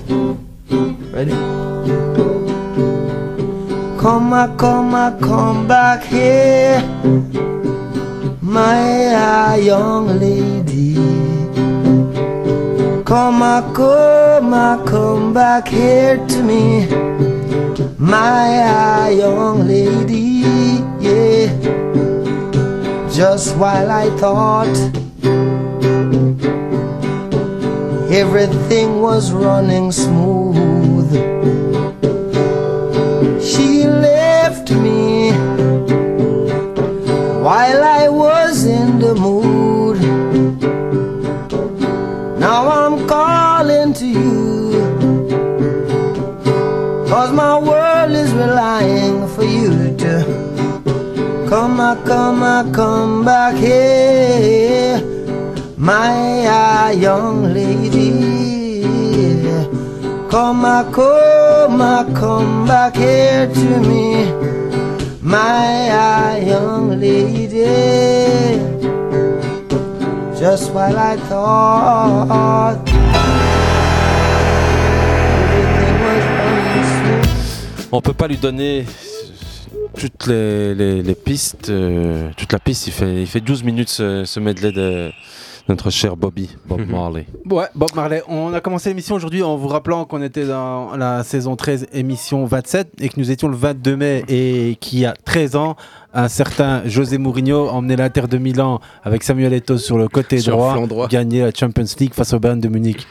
[SPEAKER 22] Ready? Come, I come, I come back here, my ah, young lady. Come, I come, I come back here to me, my ah, young lady. Yeah, just while I thought everything was running smooth. She left me while I was in the mood. Now I'm caught. darling, to you. Cause my world is relying for you to come, I come, I come back here. My ah, young lady, come, I come, I come back here to me. My ah, young lady, just while I thought.
[SPEAKER 5] On peut pas lui donner toutes les, les- les pistes, euh, toute la piste. Il fait, il fait 12 minutes ce, ce medley de notre cher Bobby, Bob
[SPEAKER 3] Mhm.
[SPEAKER 5] Marley.
[SPEAKER 3] Ouais, Bob Marley, on a commencé l'émission aujourd'hui en vous rappelant qu'on était dans la saison 13, émission 27, et que nous étions le 22 mai, et qu'il y a 13 ans, un certain José Mourinho a emmené l'Inter de Milan avec Samuel Eto'o sur le côté
[SPEAKER 4] Sur le
[SPEAKER 3] droit,
[SPEAKER 4] flanc droit.
[SPEAKER 3] gagner la Champions League face au Bayern de Munich.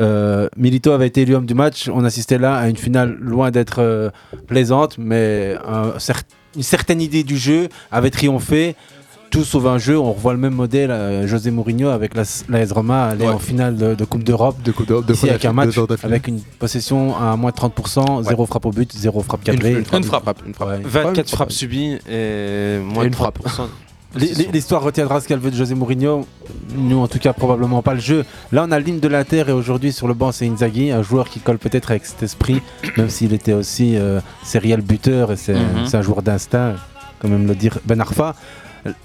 [SPEAKER 3] Euh, Milito avait été élu homme du match, on assistait là à une finale loin d'être euh, plaisante, mais un cer- une certaine idée du jeu avait triomphé. Tout sauf un jeu, on revoit le même modèle, euh, José Mourinho avec la, la S Roma aller en finale de, de Coupe d'Europe. De Coupe d'Europe,
[SPEAKER 4] deux fois
[SPEAKER 3] avec un
[SPEAKER 4] d'affilée,
[SPEAKER 3] match,
[SPEAKER 4] deux ans d'affilée.
[SPEAKER 3] avec une possession à moins de 30%, zéro frappe au but, zéro frappe cadrée.
[SPEAKER 4] une
[SPEAKER 3] frappe.
[SPEAKER 5] 24 frappes subies et moins
[SPEAKER 3] Et une
[SPEAKER 5] de
[SPEAKER 3] frappe.
[SPEAKER 5] 3%.
[SPEAKER 3] L- l- L'histoire retiendra ce qu'elle veut de José Mourinho. Nous, en tout cas, probablement pas le jeu. Là, on a l'hymne de l'Inter et aujourd'hui, sur le banc, c'est Inzaghi, un joueur qui colle peut-être avec cet esprit, même s'il était aussi euh, sériel buteur et c'est
[SPEAKER 5] Mm-hmm.
[SPEAKER 4] Mhm.
[SPEAKER 3] c'est un joueur d'instinct, quand même le dire Ben Arfa.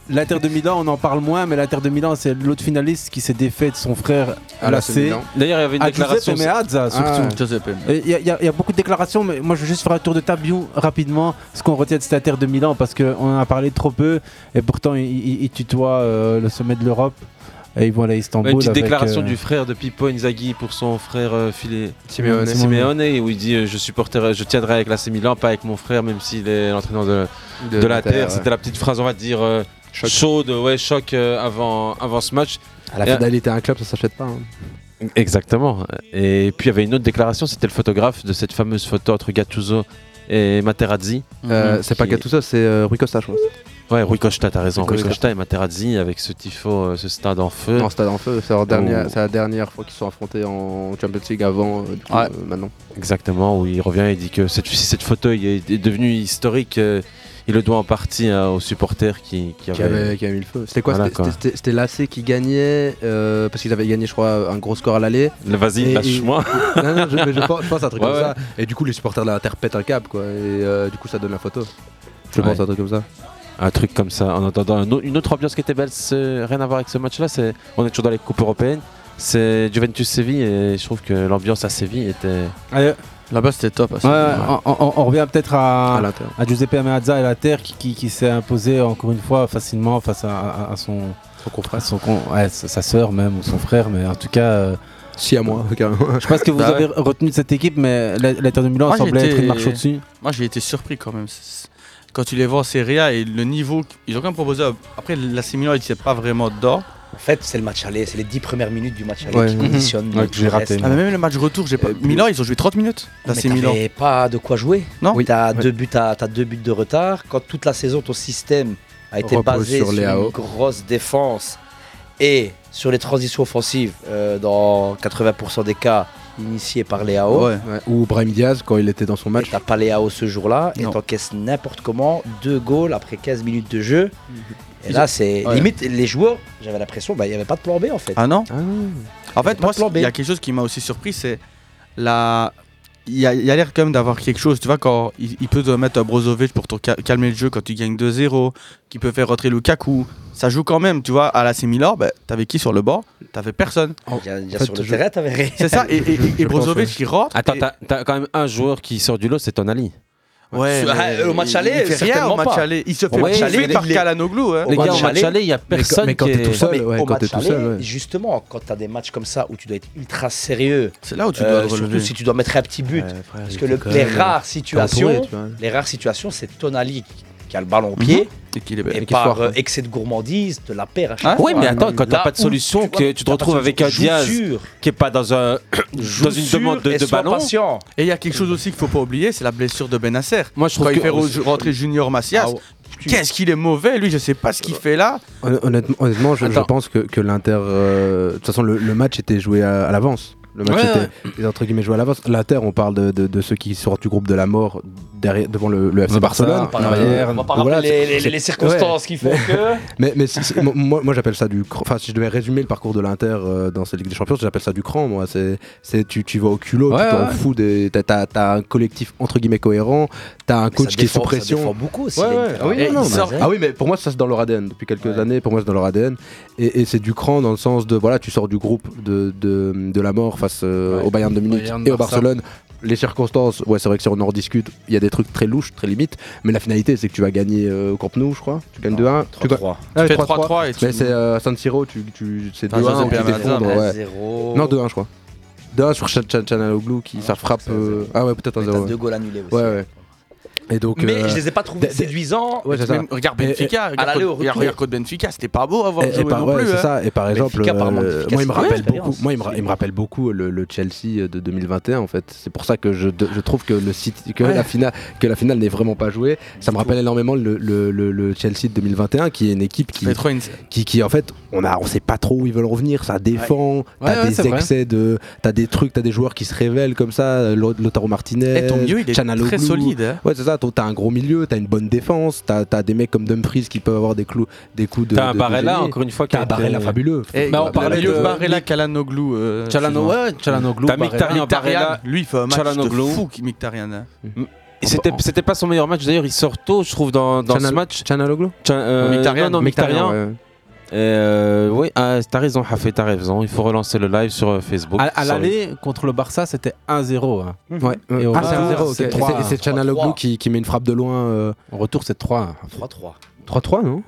[SPEAKER 3] L'Inter de Milan, on en parle moins, mais l'Inter de Milan, c'est l'autre finaliste qui s'est défait de son frère à
[SPEAKER 5] À
[SPEAKER 3] la
[SPEAKER 5] l'AC Milan. D'ailleurs, il y avait une
[SPEAKER 3] Ah,
[SPEAKER 5] déclaration-
[SPEAKER 3] Meazza, surtout.
[SPEAKER 5] Ah, Giuseppe Meazza.
[SPEAKER 3] Et Il Euh, y, a- il y a- il y a beaucoup de déclarations, mais moi je vais juste faire un tour de table you, rapidement. Ce qu'on retient de cette terre de Milan, parce qu'on en a parlé trop peu, et pourtant ils il, il tutoient euh, le sommet de l'Europe. Et ils vont aller à Istanbul.
[SPEAKER 5] Une petite
[SPEAKER 3] avec,
[SPEAKER 5] déclaration
[SPEAKER 3] euh,
[SPEAKER 5] du frère de Pippo Inzaghi pour son frère euh, Filé
[SPEAKER 3] Simeone.
[SPEAKER 5] Simeone, où il dit euh, je supporterai, je tiendrai avec l'AC Milan, pas avec mon frère, même s'il est l'entraîneur de,
[SPEAKER 4] De
[SPEAKER 5] de, la
[SPEAKER 4] l'Inter,
[SPEAKER 5] Terre.
[SPEAKER 4] ouais.
[SPEAKER 5] C'était la petite phrase, on va dire, euh, chaude, ouais, choc euh, avant, avant ce match.
[SPEAKER 4] À la
[SPEAKER 5] Et, euh,
[SPEAKER 4] finalité, un club, ça s'achète pas. hein.
[SPEAKER 5] Exactement. Et puis il y avait une autre déclaration, c'était le photographe de cette fameuse photo entre Gattuso et Materazzi.
[SPEAKER 3] Mhm.
[SPEAKER 4] Euh, c'est pas
[SPEAKER 5] Mhm. Qui-
[SPEAKER 4] Gattuso, c'est euh, Rui Costa, je pense.
[SPEAKER 5] Ouais, Rui Costa, t'as raison.
[SPEAKER 4] Rui
[SPEAKER 5] Rui
[SPEAKER 4] Costa.
[SPEAKER 5] Costa et Materazzi avec ce tifo, euh, ce stade en feu.
[SPEAKER 4] Non, Stade en feu, c'est leur dernière-
[SPEAKER 5] Où-
[SPEAKER 4] c'est la dernière fois qu'ils se sont affrontés en Champions League avant, euh, du coup, euh, maintenant.
[SPEAKER 5] Exactement, où il revient et dit que cette, si cette photo il est est devenue historique. euh, il le doit en partie hein, aux supporters qui, qui,
[SPEAKER 4] Qui
[SPEAKER 5] avaient-
[SPEAKER 4] avait, qui avait mis le feu. C'était quoi
[SPEAKER 5] Voilà,
[SPEAKER 4] c'était- C'était c'était l'AC qui gagnait, euh, parce qu'ils avaient gagné, je crois, un gros score à l'aller.
[SPEAKER 5] Le- vas-y,
[SPEAKER 4] Et- et-
[SPEAKER 5] lâche-moi.
[SPEAKER 4] non, non, je, mais je pense, je pense à un truc
[SPEAKER 5] Ouais,
[SPEAKER 4] comme
[SPEAKER 5] ouais.
[SPEAKER 4] ça. Et du coup, les supporters de l'Inter pètent un câble, quoi. Et euh, du coup, ça donne la photo. Je pense
[SPEAKER 5] Ouais.
[SPEAKER 4] à un truc comme ça.
[SPEAKER 5] Un truc comme ça. En attendant, un au- une autre ambiance qui était belle, c'est- rien à voir avec ce match-là. c'est- On est toujours dans les coupes européennes. C'est Juventus Séville et je trouve que l'ambiance à Séville était.
[SPEAKER 3] Allez.
[SPEAKER 5] Là-bas, c'était top.
[SPEAKER 3] Ouais, on, on- on revient peut-être à,
[SPEAKER 5] À
[SPEAKER 3] à,
[SPEAKER 5] l'Inter.
[SPEAKER 3] Giuseppe Meazza et la Terre qui, qui- qui s'est imposé encore une fois facilement face à, à- à son,
[SPEAKER 4] confrère,
[SPEAKER 3] son con- ouais, sa sa sœur même ou son frère, mais en tout cas. euh,
[SPEAKER 4] Si à moi, carrément.
[SPEAKER 3] Je sais pas ce que vous
[SPEAKER 6] Bah ouais.
[SPEAKER 3] avez retenu de cette équipe, mais la- l'Inter de Milan
[SPEAKER 6] Moi, j'ai
[SPEAKER 3] semblait
[SPEAKER 6] été-
[SPEAKER 3] être une marche au-dessus.
[SPEAKER 6] Moi, j'ai été surpris quand même. C'est- Quand tu les vois en Serie A et le niveau, qu- ils ont quand même proposé. à- Après, l'AC Milan, ils n'étaient pas vraiment dedans.
[SPEAKER 19] En fait, c'est le match aller, c'est les 10 premières minutes du match aller
[SPEAKER 6] Ouais.
[SPEAKER 19] qui
[SPEAKER 6] Mhm.
[SPEAKER 19] conditionnent.
[SPEAKER 6] Ouais,
[SPEAKER 19] le-
[SPEAKER 6] que j'ai
[SPEAKER 19] le
[SPEAKER 6] raté.
[SPEAKER 19] reste. Euh,
[SPEAKER 6] Ah, mais même le match retour, j'ai pas- Milan, ils ont joué 30 minutes.
[SPEAKER 19] Mais
[SPEAKER 6] L'AC Milan.
[SPEAKER 19] t'avais pas de quoi jouer.
[SPEAKER 6] Non.
[SPEAKER 19] Oui. T'as deux buts à, t'as deux buts de retard. Quand toute la saison, ton système a été
[SPEAKER 4] Repose
[SPEAKER 19] basé
[SPEAKER 4] sur
[SPEAKER 19] sur,
[SPEAKER 4] les AO.
[SPEAKER 19] une grosse défense et sur les transitions offensives, euh, dans 80% des cas initiées par les AO.
[SPEAKER 4] Ouais. Ouais. Ou Brahim Diaz, quand il était dans son match.
[SPEAKER 19] T'as pas les AO ce jour-là et
[SPEAKER 4] Non.
[SPEAKER 19] t'encaisses n'importe comment deux goals après 15 minutes de jeu. Et
[SPEAKER 6] Ils
[SPEAKER 19] là,
[SPEAKER 6] ont-
[SPEAKER 19] c'est
[SPEAKER 6] Ouais.
[SPEAKER 19] limite les joueurs. J'avais l'impression, bah, il n'y avait pas de plan B en fait.
[SPEAKER 6] Ah non En fait, moi,
[SPEAKER 19] plan B.
[SPEAKER 6] il y a quelque chose qui m'a aussi surpris, c'est la. Il y a, il y a l'air quand même d'avoir quelque chose. Tu vois, quand il, il peut te mettre un Brozovic pour te cal- calmer le jeu quand tu gagnes 2-0, qui peut faire rentrer Lukaku. Ça joue quand même, tu vois. À la Milan, bah, t'avais qui sur le banc T'avais personne.
[SPEAKER 5] Oh,
[SPEAKER 19] déjà, sur le terrain, t'avais rien.
[SPEAKER 6] C'est ça, et, et- et- et Brozovic qui rentre.
[SPEAKER 5] Attends,
[SPEAKER 6] et-
[SPEAKER 5] t'as- t'as quand même un joueur qui sort du lot, c'est Tonali.
[SPEAKER 6] Ouais,
[SPEAKER 19] Ah,
[SPEAKER 6] mais
[SPEAKER 19] au match
[SPEAKER 6] il-
[SPEAKER 19] aller,
[SPEAKER 6] il fait rien
[SPEAKER 19] certainement
[SPEAKER 6] au match
[SPEAKER 19] pas.
[SPEAKER 6] aller. Il se
[SPEAKER 19] Au
[SPEAKER 6] fait
[SPEAKER 19] match aller,
[SPEAKER 6] bouffer par
[SPEAKER 19] il est-
[SPEAKER 6] Kalanoglou. Hein.
[SPEAKER 19] Au match aller,
[SPEAKER 4] mais quand t'es tout seul,
[SPEAKER 19] Mais
[SPEAKER 4] ouais,
[SPEAKER 19] au
[SPEAKER 4] quand
[SPEAKER 19] match
[SPEAKER 4] t'es tout
[SPEAKER 19] aller,
[SPEAKER 4] seul, ouais.
[SPEAKER 19] Justement, quand t'as des matchs comme ça où tu dois être ultra sérieux.
[SPEAKER 6] C'est là où Oh, tu dois te relever.
[SPEAKER 19] Euh, Surtout si tu dois mettre un petit but.
[SPEAKER 6] Ouais, frère,
[SPEAKER 19] parce
[SPEAKER 6] il
[SPEAKER 19] que
[SPEAKER 6] faut
[SPEAKER 19] le-
[SPEAKER 6] quand
[SPEAKER 19] les,
[SPEAKER 6] même- euh,
[SPEAKER 19] rares
[SPEAKER 6] t'es entouré,
[SPEAKER 19] situations,
[SPEAKER 6] tu vois. Mhm.
[SPEAKER 19] les rares situations, c'est Tonali qui- qui a le ballon au pied.
[SPEAKER 6] Et,
[SPEAKER 19] et
[SPEAKER 5] qu'il soit,
[SPEAKER 19] par
[SPEAKER 5] quoi.
[SPEAKER 19] euh, excès de gourmandise, de la paire à
[SPEAKER 5] Ah,
[SPEAKER 19] chaque
[SPEAKER 5] oui,
[SPEAKER 19] fois.
[SPEAKER 5] mais attends, quand t'as
[SPEAKER 19] Hein Là
[SPEAKER 5] pas de
[SPEAKER 19] où,
[SPEAKER 5] solution,
[SPEAKER 19] vois,
[SPEAKER 5] que
[SPEAKER 19] t'as
[SPEAKER 5] tu te
[SPEAKER 19] pas de
[SPEAKER 5] retrouves avec un
[SPEAKER 19] solution.
[SPEAKER 5] Diaz
[SPEAKER 19] Joue sûr.
[SPEAKER 5] qui est pas dans, un, dans une
[SPEAKER 6] sûr
[SPEAKER 5] demande de,
[SPEAKER 6] et
[SPEAKER 5] de
[SPEAKER 6] sois
[SPEAKER 5] ballon.
[SPEAKER 6] patient. Et il y a quelque chose aussi qu'il faut pas oublier, c'est la blessure de Benasser.
[SPEAKER 5] Moi, je trouve
[SPEAKER 6] Quand il
[SPEAKER 5] que- Ah
[SPEAKER 6] fait re- rentrer Junior Macias, qu'est-ce qu'il est mauvais, lui, je sais pas ce qu'il fait là.
[SPEAKER 4] euh, Hon- Honnêtement, honnêtement, je, je pense que, que l'Inter. euh, De toute façon, le, le match était joué à, à l'avance. Le match
[SPEAKER 3] Ouais,
[SPEAKER 4] était
[SPEAKER 3] ouais.
[SPEAKER 4] était, entre guillemets joué à l'avance. L'Inter, on parle de, de- de ceux qui sortent du groupe de la mort derrière, devant le, le FC
[SPEAKER 3] Le Barça,
[SPEAKER 4] Barcelone.
[SPEAKER 3] par Bayern.
[SPEAKER 19] bah, On va pas
[SPEAKER 4] Donc
[SPEAKER 19] rappeler
[SPEAKER 4] c'est-
[SPEAKER 19] les- les-
[SPEAKER 4] c'est-
[SPEAKER 19] les circonstances qui font que-
[SPEAKER 4] mais mais c'est- c'est- mo- moi, moi, j'appelle ça du cran. Enfin, si je devais résumer le parcours de l'Inter euh, dans cette Ligue des Champions, j'appelle ça du cran. Moi, c'est c'est- tu, tu vas au culot,
[SPEAKER 19] Ouais,
[SPEAKER 4] tu t'en
[SPEAKER 19] ouais.
[SPEAKER 4] fous. des- T'as t'as- t'as un collectif entre guillemets cohérent, t'as un
[SPEAKER 19] Mais
[SPEAKER 4] coach
[SPEAKER 19] ça
[SPEAKER 4] qui est sous
[SPEAKER 19] défend- ça
[SPEAKER 4] pression.
[SPEAKER 19] défend beaucoup aussi,
[SPEAKER 4] Ouais,
[SPEAKER 19] les-
[SPEAKER 4] ouais. Ah oui,
[SPEAKER 19] Et
[SPEAKER 4] non, non,
[SPEAKER 19] ils
[SPEAKER 4] mais-
[SPEAKER 19] sortent-
[SPEAKER 4] ah oui, mais pour moi, ça c'est dans leur ADN depuis quelques années. Pour moi, c'est dans leur ADN. Et, et c'est du cran dans le sens de voilà, tu sors du groupe de, de, de la mort face euh, au Bayern de Munich
[SPEAKER 3] Bayern,
[SPEAKER 4] et au
[SPEAKER 3] Barça.
[SPEAKER 4] Barcelone. Les circonstances, ouais, c'est vrai que si on en rediscute, il y a des trucs très louches, très limites. Mais la finalité, c'est que tu vas gagner euh, au Camp Nou, je crois. Tu gagnes 2-1. Tu gagnes- Ah ouais,
[SPEAKER 6] Tu fais
[SPEAKER 4] 3-3.
[SPEAKER 6] 3-3 et tu-
[SPEAKER 4] Mais c'est euh, San Siro, tu, tu, c'est
[SPEAKER 6] Ah,
[SPEAKER 4] 2-1
[SPEAKER 6] José
[SPEAKER 4] où tu
[SPEAKER 6] Pérez-Mazza,
[SPEAKER 4] t'effondres,
[SPEAKER 6] mais
[SPEAKER 4] ouais.
[SPEAKER 19] 1-0.
[SPEAKER 4] Non, 2-1, je crois. 2-1 sur Chan Chan Chanaloglu qui ça frappe. euh, Ah ouais, peut-être 1-0.
[SPEAKER 19] t'as
[SPEAKER 4] ouais.
[SPEAKER 19] deux goals annulés aussi,
[SPEAKER 4] Ouais, ouais. Et donc,
[SPEAKER 19] Mais
[SPEAKER 4] euh,
[SPEAKER 19] je les ai pas trouvés
[SPEAKER 4] des- des-
[SPEAKER 19] séduisants.
[SPEAKER 4] Ouais, c'est ça.
[SPEAKER 6] Même, regarde
[SPEAKER 4] Et- et-
[SPEAKER 6] Benfica,
[SPEAKER 19] à
[SPEAKER 6] regarde,
[SPEAKER 19] l'aller, au
[SPEAKER 6] regarde,
[SPEAKER 19] retour.
[SPEAKER 6] regarde contre Benfica, c'était pas beau avant
[SPEAKER 4] Et-
[SPEAKER 6] de
[SPEAKER 4] et
[SPEAKER 6] jouer
[SPEAKER 4] par-
[SPEAKER 6] non
[SPEAKER 4] ouais,
[SPEAKER 6] plus.
[SPEAKER 4] c'est
[SPEAKER 6] hein.
[SPEAKER 4] ça. Et par exemple,
[SPEAKER 6] Benfica, par manque
[SPEAKER 4] euh, moi, il
[SPEAKER 6] d'efficacité.
[SPEAKER 4] me rappelle beaucoup. Moi, il me, ra- il me rappelle beaucoup le, le Chelsea euh, de 2021. En fait, c'est pour ça que je, de- je trouve que le City- que
[SPEAKER 3] Ouais.
[SPEAKER 4] la finale, que la finale n'est vraiment pas jouée. Ça me rappelle énormément le, le- le- le Chelsea de 2021, qui est une équipe qui,
[SPEAKER 6] Les Twins.
[SPEAKER 4] qui, qui, en fait, on a, on sait pas trop où ils veulent revenir. Ça défend.
[SPEAKER 3] Ouais,
[SPEAKER 4] T'as
[SPEAKER 3] ouais, c'est
[SPEAKER 4] des
[SPEAKER 3] vrai.
[SPEAKER 4] excès de, t'as des trucs, t'as des joueurs qui se révèlent comme ça. Lo- Lautaro Martinez,
[SPEAKER 6] Et Eh, ton milieu, il est
[SPEAKER 4] Çalhanoğlu.
[SPEAKER 6] très solide, hein.
[SPEAKER 4] Ouais, c'est ça. T'as un gros milieu, t'as une bonne défense, t'as as des mecs comme Dumfries qui peuvent avoir des clous, des coups de.
[SPEAKER 3] T'as un
[SPEAKER 4] de- de
[SPEAKER 3] Barella,
[SPEAKER 4] génie.
[SPEAKER 3] encore une fois, qui
[SPEAKER 4] T'as
[SPEAKER 3] a
[SPEAKER 4] un
[SPEAKER 3] été-
[SPEAKER 4] Barella fabuleux.
[SPEAKER 6] Et
[SPEAKER 3] Bah, on
[SPEAKER 6] le
[SPEAKER 3] parlait
[SPEAKER 6] milieu
[SPEAKER 3] de-
[SPEAKER 6] Barella Kalanoglu. euh,
[SPEAKER 3] Çalhano-
[SPEAKER 6] excuse-moi.
[SPEAKER 3] ouais, Çalhanoğlu,
[SPEAKER 6] T'as
[SPEAKER 3] Barella.
[SPEAKER 6] Mkhitaryan,
[SPEAKER 3] Barella.
[SPEAKER 6] Barella, Lui, il fait un match
[SPEAKER 3] Çalhanoğlu.
[SPEAKER 6] de fou, qui- Mkhitaryan. hein.
[SPEAKER 5] Et C'était c'était pas son meilleur match d'ailleurs, il sort tôt, je trouve, dans, dans
[SPEAKER 4] Chanal-
[SPEAKER 5] ce match.
[SPEAKER 4] Chanaloglu
[SPEAKER 6] Mkhitaryan,
[SPEAKER 5] euh, Non,
[SPEAKER 4] Mkhitaryan,
[SPEAKER 5] non, Mkhitaryan. Et, euh, oui, ah, t'as raison, Hafé, t'as raison. Il faut relancer le live sur euh, Facebook.
[SPEAKER 3] À, à
[SPEAKER 5] Sorry.
[SPEAKER 3] l'aller, contre le Barça, c'était 1-0. hein.
[SPEAKER 19] Mhm.
[SPEAKER 4] Ouais.
[SPEAKER 3] Et au
[SPEAKER 4] ah,
[SPEAKER 3] retour,
[SPEAKER 4] c'est 1-0. ok.
[SPEAKER 3] c'est
[SPEAKER 4] Et
[SPEAKER 3] trois.
[SPEAKER 4] c'est- et c'est Chanaloglu qui, qui met une frappe de loin. euh,
[SPEAKER 3] En retour, c'est 3.
[SPEAKER 19] 3-3.
[SPEAKER 4] 3-3, non